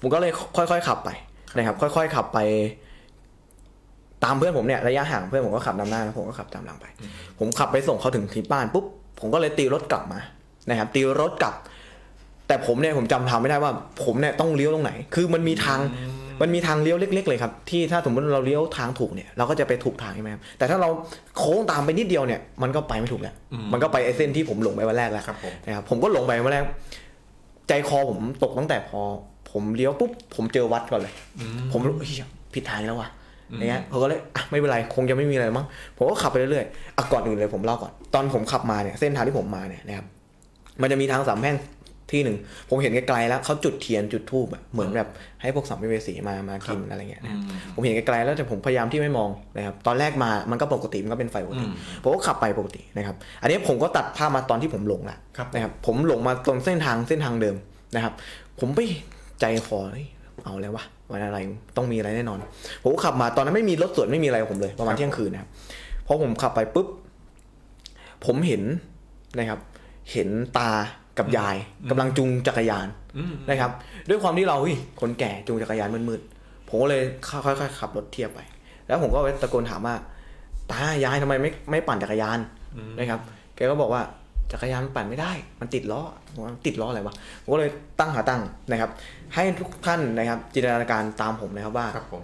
S11: ผมก็เลยค่อยๆขับไปนะครับ ค่อยๆขับไป ตามเพื่อนผมเนี่ยระยะห่างเพื่อนผมก็ขับนำหน้าแล้วผมก็ขับตามหลังไป ผมขับไปส่งเขาถึงที่บ้านปุ๊บผมก็เลยตีรถกลับมานะครับ ตีรถกลับ แต่ผมเนี่ยผมจำทางไม่ได้ว่า ผมเนี่ยต้องเลี้ยวตรงไหน คือมันมีทางมันมีทางเลี้ยวเล็ก ๆ เลยครับ ที่ถ้าสมมติเราเลี้ยวทางถูกเนี่ยเราก็จะไปถูกทางใช่ไหมครับแต่ถ้าเราโค้งตามไปนิดเดียวเนี่ย มันก็ไปไม่ถูกแล้วมันก็ไปไอ้เส้นที่ผมหลงไปวันแรกแล้ว
S3: ครับผม
S11: นะครับผมก็หลงไปวันแรก ใจคอผมตกตั้งแต่พอ ผมเลี้ยวปุ๊บผมเจอวัดก่อนเลย ผมรู้เฮียผิดทางอีกแล้ววะอย่างเงี้ยผมก็เลยอ่ะไม่เป็นไรคงจะไม่มีอะไรมั้งผมก็ขับไปเรื่อยๆอ่ะก่อนอื่นเลยผมเล่าก่อนตอนผมขับมาเนี่ยเส้นทางที่ผมมาเนี่ยนะครับมันจะมีทางสามแพร่งที่หนึ่งผมเห็นไกลๆแล้วเขาจุดเทียนจุดธูปอะเหมือนแบบให้พวกสัมภเวสีมามากินอะไรเงี้ยนะครับผมเห็นไกลๆแล้วแต่ผมพยายามที่ไม่มองนะครับตอนแรกมามันก็ปกติมันก็เป็นไฟปกติผมก็ขับไปปกตินะครับอันนี้ผมก็ตัดภาพมาตอนที่ผมหลงละ
S3: ครับ
S11: นะครับผมหลงมาตรงเส้นทางเส้นทางเดิมนะครับ ผมไปใจคอเฮ้ยเอาแล้ววะวันอะไรต้องมีอะไรแน่นอน ผมก็ขับมาตอนนั้นไม่มีรถสวนไม่มีอะไรกับผมเลย ประมาณเที่ยงคืนนะครับพอผมขับไปปุ๊บ ผมเห็นนะครับ เห็นตากับยายกำลังจูงจักรยานนะครับ ด้วยความที่เราเฮ้ยคนแก่จูงจักรยานมืดๆผมก็เลยค่อยๆขับรถเทียบไป แล้วผมก็ไปตะโกนถามว่า ตายายทำไมไม่ไม่ปั่นจักรยานนะครับ แกก็บอกว่าจักรยานมันปั่นไม่ได้ มันติดล้อผมว่าติดล้ออะไรวะผมก็เลยตั้งหาตั้งนะครับ ให้ทุกท่านนะครับ จินตนาการตามผมนะครับว่า
S3: ครับผม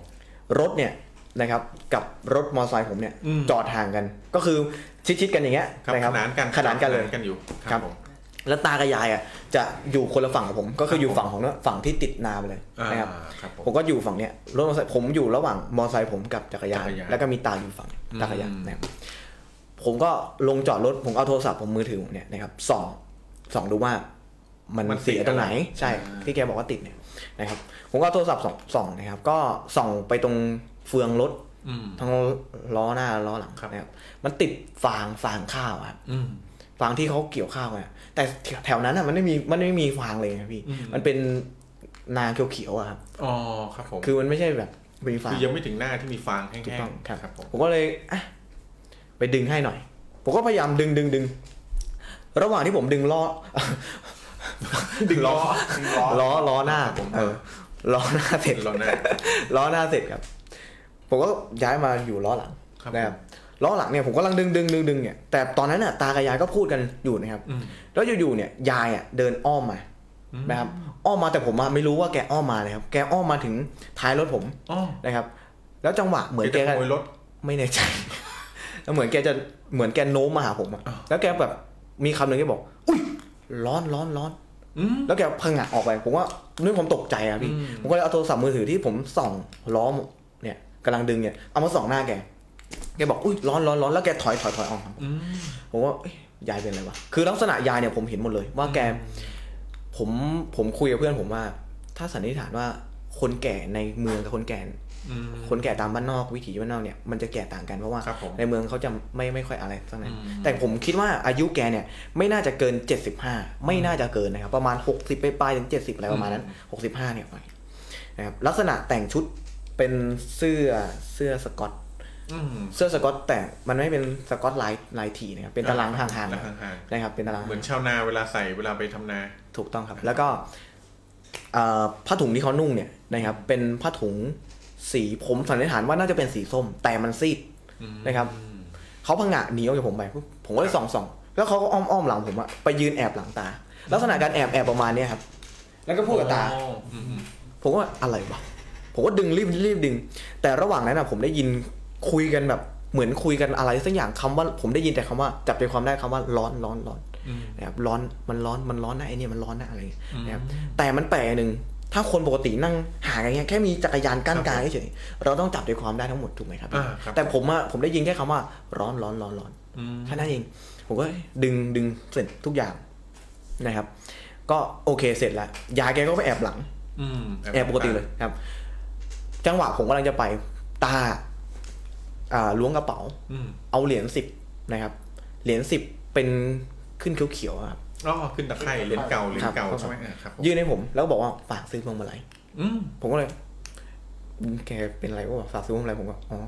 S11: รถเนี่ยนะครับกับรถมอเตอร์ไซค์ผมเนี่ย
S3: อืม
S11: จอดห่างกัน ก็คือชิดๆกันอย่างเงี้ย
S3: ครับ
S11: นะค
S3: ข
S11: รับ
S3: นานกัน
S11: ขนานกันเลย
S3: กันอยู่
S11: ครับ
S3: ผม
S11: แล้วตากับยายอ่ะจะอยู่คนละฝั่งกับผม ก็คืออยู่ฝั่งของฝั่งที่ติดนาไปเลย
S3: อ่า
S11: นะครับ
S3: ครับผม
S11: ผมก็อยู่ฝั่งเนี้ยรถมอเตอร์ไซค์ผมอยู่ระหว่างมอเตอร์ไซค์ผมกับจักรยาน
S3: จักรยาน
S11: แล้วก็มีตาอยู่ฝั่งตากับยานนะครับผมก็ลงจอดรถผมเอาโทรศัพท์ผมมือถือผมเนี่ยนะครับส่องส่องดูว่า มันเสียตรงไหนใช่ที่แกบอกว่าติดเนี่ยนะครับผมก็เอาโทรศัพท์ส่องส่องนะครับ ก็ส่องไปตรงเฟืองรถทั้งล้อหน้าล้อหลังนะครับ มันติดฟางฟางข้าวอะครับฟางที่เขาเกี่ยวข้าวไงแต่แถวนั้นอ่ะมันไม่มีมันไม่มีฟางเลยนะพี่ มันเป็นนาเขียวๆอะครับ
S3: อ๋อครับผม
S11: คือมันไม่ใช่แบบมีฟาง
S3: คือยังไม่ถึงหน้าที่มีฟางแห้ง
S11: ถูกต้อง
S3: ๆ
S11: ครับ
S3: ครับผม
S11: ผมก็เลยอ่ะไปดึงให้หน่อย ผมก็พยายามดึงดึงดึงระหว่างที่ผมดึงล้อ ดึงล้อล้อล้อหน้าเออล้อหน้าเสร็จ
S3: เราหน้า
S11: ล้อหน้าเสร็จครับ ผมก็ย้ายมาอยู่ล้อหลัง
S3: ครับ
S11: นะครับล้อหลังเนี่ยผมกำลังดึงดึงดึงดึงเนี่ยแต่ตอนนั้นน่ะตากับยายก็พูดกันอยู่นะครับแล้วอยู่ๆเนี่ยยายอ่ะเดินอ้อมมานะครับ อ้อมมาแต่ผมอะไม่รู้ว่าแกอ้อมมาเลยครับ แกอ้อมมาถึงท้ายรถผม
S3: อ้อ
S11: นะครับ แล้วจังหวะเหมือน
S3: เดี๋ยว
S11: แก
S3: จะข
S11: ก็
S3: โมยรถ
S11: ไม่แน่ใจ แล้วเหมือนแกจะเหมือนแกโน้มมาหาผมอะแล้วแกแบบมีคำหนึ่งแกบอก อุ้ยร้อนร้อนร้อน
S4: อืม
S11: แล้วแกพังงะออกไปผมว่าด้วยความตกใจอะพี่
S4: อืม
S11: ผมก็เลยเอาโทรศัพท์มือถือที่ผมส่องล้อมเนี่ยกำลังดึงเนี่ยเอามาส่องหน้าแกแกบอกอุ้ยร้อนร้อนร้อนแล้วแกถอยถอยถอยออกครับ
S4: อืม
S11: ผมว่าเอ๊ะยายเป็นอะไรวะคือลักษณะยายเนี่ยผมเห็นหมดเลย ว่าแกผมผมคุยกับเพื่อนผมว่า ถ้าสันนิษฐานว่าคนแก่ในเมืองกับคนแก่
S4: อืม
S11: คนแก่ตามบ้านนอกวิถีบ้านนอกเนี่ยมันจะแก่ต่างกันเพราะว่า
S4: ครับผม
S11: ในเมืองเขาจะไม่ไม่ค่อยอะไรสักไหน
S4: อืม
S11: แต่ผมคิดว่าอายุแกเนี่ยไม่น่าจะเกิน 75 ไม่น่าจะเกินนะครับประมาณ 60 ไปปลายๆถึง 70 อะไรประมาณนั้น 65 เนี่ยไปนะครับลักษณะแต่งชุดเป็นเสื้อเสื้อสกอต
S4: อืม
S11: เสื้อสกอตแต่มันไม่เป็นสกอตลายลายทีนะครับเป็นตารางห่างๆ
S3: ตารางห่าง
S11: นะครับเป็นตาราง
S3: เหมือนชาวนาเวลาใส่เวลาไปทำนา
S11: ถูกต้องครับ แล้วก็เอ่อผ้าถุงที่เขานุ่งเนี่ยนะครับเป็นผ้าถุงสีผมสันนิษฐานว่าน่าจะเป็นสีส้ม แต่มันซีด นะครับ เขาพังงะหนีออกจากผมไปปุ๊บผมก็เลยส่องส่องแล้วเขาก็อ้อมอ้อมหลังผมอะไปยืนแอบหลังตา ลักษณะการแอบแอบประมาณเนี้ยครับแล้วก็พูดกับตา ผมว่าอะไรวะผมก็ดึงรีบรีบดึง แต่ระหว่างนั้นอะผมได้ยินคุยกันแบบเหมือนคุยกันอะไรสักอย่างคำว่าผมได้ยินแต่คำว่าจับใจความได้คำว่าร้อนร้อนร้อนนะครับร้อนมันร้อนมันร้อนนะไอเนี่ยมันร้อนนะอะไรอย่างเงี้ยนะครับแต่มันแปลกอย่างหนึ่งถ้าคนปกตินั่งห่างกันอย่างเงี้ยแค่มีจักรยานกั้นกลางเฉยๆเราต้องจับใจความได้ทั้งหมดถูกไหมครับ
S3: อ่าครับ
S11: แต่ผมอะผมได้ยินแค่คำว่าร้อนร้อนร้อนร้อนแค่นั้นเองผมก็ดึงดึงเสร็จทุกอย่างนะครับ ก็โอเคเสร็จแล้วยายแกก็ไปแอบหลัง
S3: อืม
S11: แอร์ปกติเลยครับ จังหวะผมกำลังจะไปตาอ่าล้วงกระเป๋า
S3: อืม
S11: เอาเหรียญสิบนะครับ เหรียญสิบเป็นขึ้นเขียวๆอะครับ
S3: อ๋อขึ้นตะไคร่เหรียญเก่าเหรียญเก่า
S11: ครับ
S3: ใช่ไหมอ่าครับผม
S11: ยื่นให้ผมแล้วก็บอกว่าฝากซื้อพวงมาลัย
S3: อืม
S11: ผมก็เลยอืมแกเป็นอะไรวะฝากซื้อพวงมาลัยผมก็อ๋อ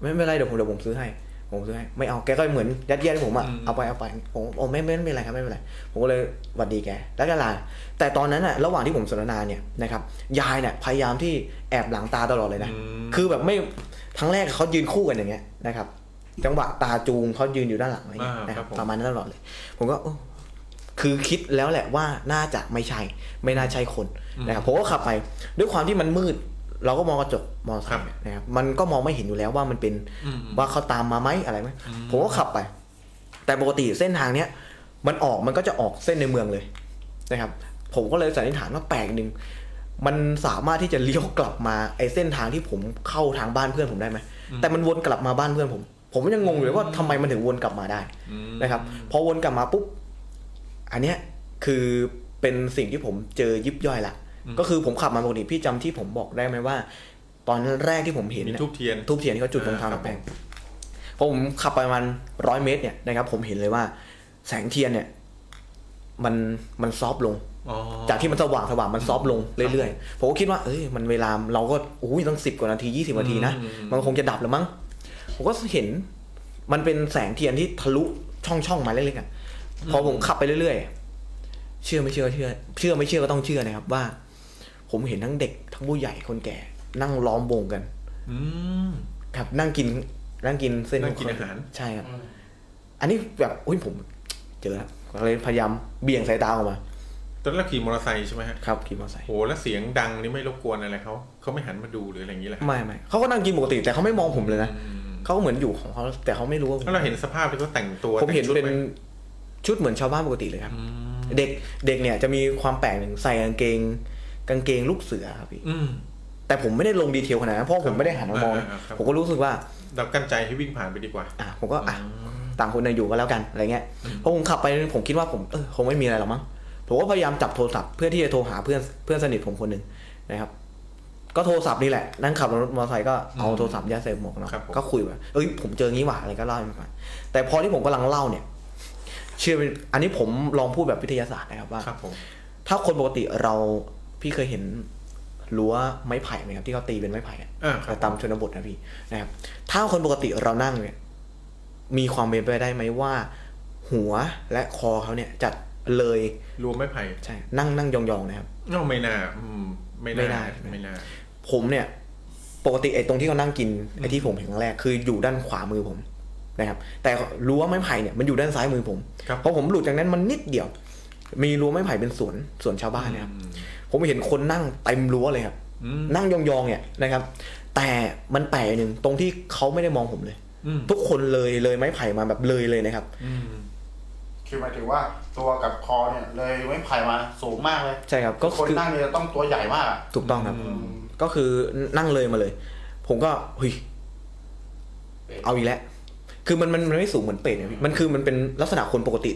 S11: ไม่ไม่เป็นไรเดี๋ยวผมเดี๋ยวผมซื้อให้ ผมซื้อให้ไม่เอาแกก็เหมือนยัดเยียดให้ผมอ่ะเอาไปเอาไปผมโอ้ไม่ไม่ไม่เป็นไรครับไม่เป็นไรผมก็เลยหวัดดีแกแล้วก็ลาแต่ตอนนั้นอะระหว่างที่ผมสนทนาเนี่ยนะครับยายเนี่ยพยายามที่แอบหลังตาตลอดเลยนะ คือแบบไม่ทั้งแรกเขายืนคู่กันอย่างเงี้ยนะครับ จังหวะตาจูงเขายืนอยู่ด้านหลังอะไรอย่างเงี้ยนะครับประมาณนั้นตลอดเลย ผมก็โอ้คือคิดแล้วแหละว่าน่าจะไม่ใช่ ไม่น่าใช่คนนะครับผมก็ขับไปด้วยความที่มันมืด เราก็มองกระจกมองทางนะครับมันก็มองไม่เห็นอยู่แล้วว่ามันเป็นว่าเขาตามมาไหมอะไรไหมผมก็ขับไป แต่ปกติเส้นทางเนี้ยมันออกมันก็จะออกเส้นในเมืองเลยนะครับ ผมก็เลยสันนิษฐานว่าแปลกหนึ่ง มันสามารถที่จะเลี้ยวกลับมาไอ้เส้นทางที่ผมเข้าทางบ้านเพื่อนผมได้ไหมแต่มันวนกลับมาบ้านเพื่อนผม ผมก็ยังงงอยู่เลยว่าทำไมมันถึงวนกลับมาได้นะครับ พอวนกลับมาปุ๊บอันเนี้ยคือเป็นสิ่งที่ผมเจอยิบย่อยละก็คือผมขับมาปกติพี่จำที่ผมบอกได้ไหมว่า ตอนแรกที่ผมเห็น
S3: มี
S11: เนี่ย
S3: ทูบเทียน
S11: ทูบเทียนที่เขาจุดตรงทาง
S3: อ่าครับ
S11: แปลงพอผมขับไปประมาณร้อยเมตรเนี่ยนะครับ ผมเห็นเลยว่า แสงเทียนเนี่ย มันมันซอฟต์ลง
S3: อ๋อ
S11: จากที่มันสว่างสว่างมันซอฟต์ลงเรื่อยๆ ผมก็คิดว่าเอ้ยมันเวลาเราก็อุ้ยต้องสิบกว่านาทียี่สิบนาทีนะ
S3: อืม
S11: มันคงจะดับแล้วมั้ง ผมก็เห็นมันเป็นแสงเทียนที่ทะลุช่องช่องๆมาเล็กๆอ่ะพอผมขับไปเรื่อยๆ เชื่อไม่เชื่อเชื่อ เชื่อไม่เชื่อก็ต้องเชื่อนะครับว่า ผมเห็นทั้งเด็กทั้งผู้ใหญ่คนแก่ นั่งล้อมวงกัน
S3: อืม
S11: ครับนั่งกินนั่งกินเส้น
S3: นั่งกิน
S11: ข
S3: อาหาร
S11: ใช่ครับ อันนี้แบบอุ้ยผม เจอแล้วก็เลยพยายามเบี่ยงสายตาออกมา
S3: ตอนนั้นเราขี่มอเตอร์ไซค์ใช่ไหมฮะ
S11: ครับขี่มอเตอร์ไซค์
S3: โหแล้วเสียงดังนี่ไม่รบกวนอะไรเขาเขาไม่หันมาดูหรืออะไรอย่างนี้แหละ
S11: ไม่ไม่เขาก็นั่งกินปกติ แต่เขาไม่มองผมเลยนะเขาก็เหมือนอยู่ของเขาแต่เขาไม่รู้ว่าผม
S3: แล้วเราเห็นสภาพที่เขาแต่งตัว
S11: ผมเห็น
S3: แต่งชุด
S11: เป็น
S3: ไ
S11: ชุดเหมือนชาวบ้านปกติเลยครับเด็กเด็กเนี่ยจะมีความแปลกหนึ่งใส่กางเกง กางเกงลูกเสือครับพี่
S3: อืม
S11: แต่ผมไม่ได้ลงดีเทลขนาดนั้นเพราะผมไม่ได้หันมามอง
S3: อ่าอ่าครับ
S11: ผมก็รู้สึกว่า
S3: เรากั้นใจให้วิ่งผ่านไปดีกว่า
S11: อ่ะผมก็อ่ะต่างคนต่างอยู่ก็แล้วกันอะไรเงี้ยพอผมขับไปผมคิดว่าผมเออคงไม่มีอะไรหรอกมั้งผมก็พยายามจับโทรศัพท์เพื่อที่จะโทรหาเพื่อนเพื่อนสนิทผมคนหนึ่งนะครับ ก็โทรศัพท์นี่แหละนั่งขับรถมอเตอร์ไซค์ก็เอาโทรศัพท์ยัดใส่หมวกเนาะ
S3: ครับผม
S11: ก็คุยว่าเอ้ยผมเจองี้หว่าอะไรก็เล่าให้มันฟังแต่พอที่ผมกำลังเล่าเนี่ย เชื่อเป็นอันนี้ผมลองพูดแบบวิทยาศาสตร์นะครับว่า
S3: ครับผม
S11: ถ้าคนปกติเราพี่เคยเห็นรั้วไม้ไผ่ไหมครับที่เขาตีเป็นไม้ไผ่อะ
S3: อ่าครับ
S11: ตามชนบทนะพี่นะครับ ถ้าคนปกติเรานั่งเนี่ยมีความเป็นไปได้ไหมว่า หัวและคอเขาเนี่ยจัดเลย
S3: รวมไม้ไผ่
S11: ใช่นั่งนั่งยองๆนะครับ
S3: เอ้าไม่น่าอืมไม่
S11: ไม่
S3: น่า
S11: น่า
S3: ไม่น่า
S11: ผมเนี่ย ปกติไอ้ตรงที่เขานั่งกินไอ้ที่ผมเห็นครั้งแรกคืออยู่ด้านขวามือผมนะครับ แต่รั้วไม้ไผ่เนี่ยมันอยู่ด้านซ้ายมือผม
S3: ครับ
S11: เพราะผมหลุดจากนั้นมันนิดเดียว มีรั้วไม้ไผ่เป็นสวนสวนชาวบ้านนะครับ ผมเห็นคนนั่งเต็มรั้วเลยครับ นั่งยองๆเนี่ยนะครับ แต่มันแปลกอย่างหนึ่งตรงที่เขาไม่ได้มองผมเลย ทุกคนเลยเลยไม้ไผ่มาแบบเลยเลยนะครับ
S1: คือหมายถึงว่าตัวกับคอเนี่ยเลยไม้ไผ่มาสูงมากเลย
S11: ใช่ครับก็
S1: คน
S11: คือ
S1: นั่งเนี่ยจะต้องตัวใหญ่มากอะ
S11: ถูกต้องครับ ก็คือนั่งเลยมาเลย ผมก็เฮ้ยเอาอีกแล้วคือมันมันมันไม่สูงเหมือนเป็ดเนี่ยพี่มันคือมันเป็นลักษณะคนปกติ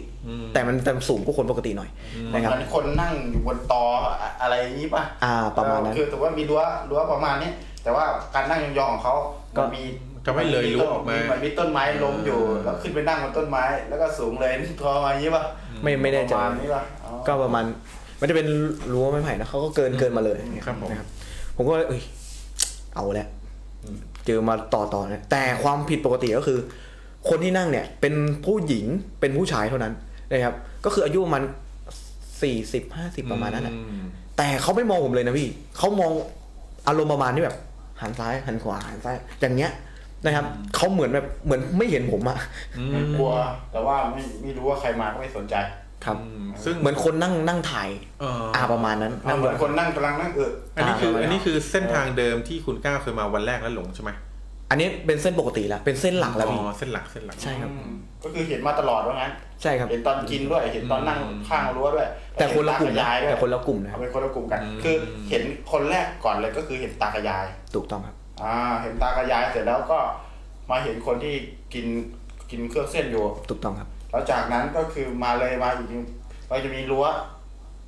S11: แต่มันแต่มันสูงกว่าคนปกติหน่อย
S1: เห
S11: นะครับ
S1: มือนคนนั่งอยู่บนตออะอะไรอย่างนี้ป่ะ
S11: อ่าประมาณนั้น
S1: เออคือถือว่ามีรั้วรั้วประมาณนี้ แต่ว่าการนั่งยองๆของเขา
S11: ก็
S1: มี
S3: ก็ไม่เลยรั้วออกมามี
S1: เหอนมีต้นไม้ล้มอยู่ แล้วขึ้นไปนั่งบนต้นไม้ แล้วก็สูงเลยตัวประมาณนี้ป่ะ
S11: ไม่ไม่แน่ใจ
S1: ประมาณนี้ป่ะอ๋อ
S11: ก็ประมาณมันจะเป็นรั้วไม้ไผ่นะเขาก็เกินเกินมาเลย
S3: ครับผม
S11: นะครับผมก็เลยเอ้ยเอาแล้วเจอมาต่อต่อเนี่ยแต่ความผิดปกติก็คือ คนที่นั่งเนี่ย เป็นผู้หญิงเป็นผู้ชายเท่านั้นนะครับ ก็คืออายุประมาณสี่สิบห้าสิบประมาณนั้นแหละแต่เขาไม่มองผมเลยนะพี่เขามองอารมณ์ประมาณที่แบบหันซ้ายหันขวาหันซ้ายอย่างเงี้ยนะครับเขาเหมือนแบบเหมือนไม่เห็นผมอะ
S1: กลัว แต่ว่าไม่ไม่รู้ว่าใครมาก็ไม่สนใจ
S11: ครับ
S3: ซึ่ง
S11: เหมือนคนนั่งนั่งถ่าย
S3: เออ
S11: อ่าประมาณนั้นนั่ง
S1: เห
S11: แบ
S1: มือน
S11: บ
S1: คนนั่งกำลังนั่งอึ
S3: อันนี้คือ
S11: อ่า
S3: อันนี้คือเส้นทางเดิมที่คุณก้าวเคยมาวันแรกแล้วหลงใช่ไหม
S11: อันนี้เป็นเส้นปกติแล้วเป็นเส้นหลักแล้ว
S3: อ๋
S11: พี่
S3: อเส้นหลักเส้นหลัก
S11: ใช่ครับ
S1: ก็คือเห็นมาตลอดว่างั้น
S11: ใช่ครับ
S1: เห็นตอนกินด้วย เห็นตอนนั่งข้างรั้วด้วย
S11: แต่คนละกลุ่ม
S1: เห็ตา
S11: นะ
S1: ยายด้วย
S11: แต่คนละกลุ่มนะค
S1: เอา
S11: รับ
S1: เป็นคนละกลุ่มกัน คือเห็นคนแรกก่อนเลยก็คือเห็นตากระยาย
S11: ถูกต้องครับ
S1: อ่า เห็นตากระยายเสร็จแล้วก็มาเห็นคนที่กินกินเครื่องเส้นอยู่
S11: ถูกต้องครับ
S1: แล้วจากนั้นก็คือมาเลยมาอีกเราจะมีรั้ว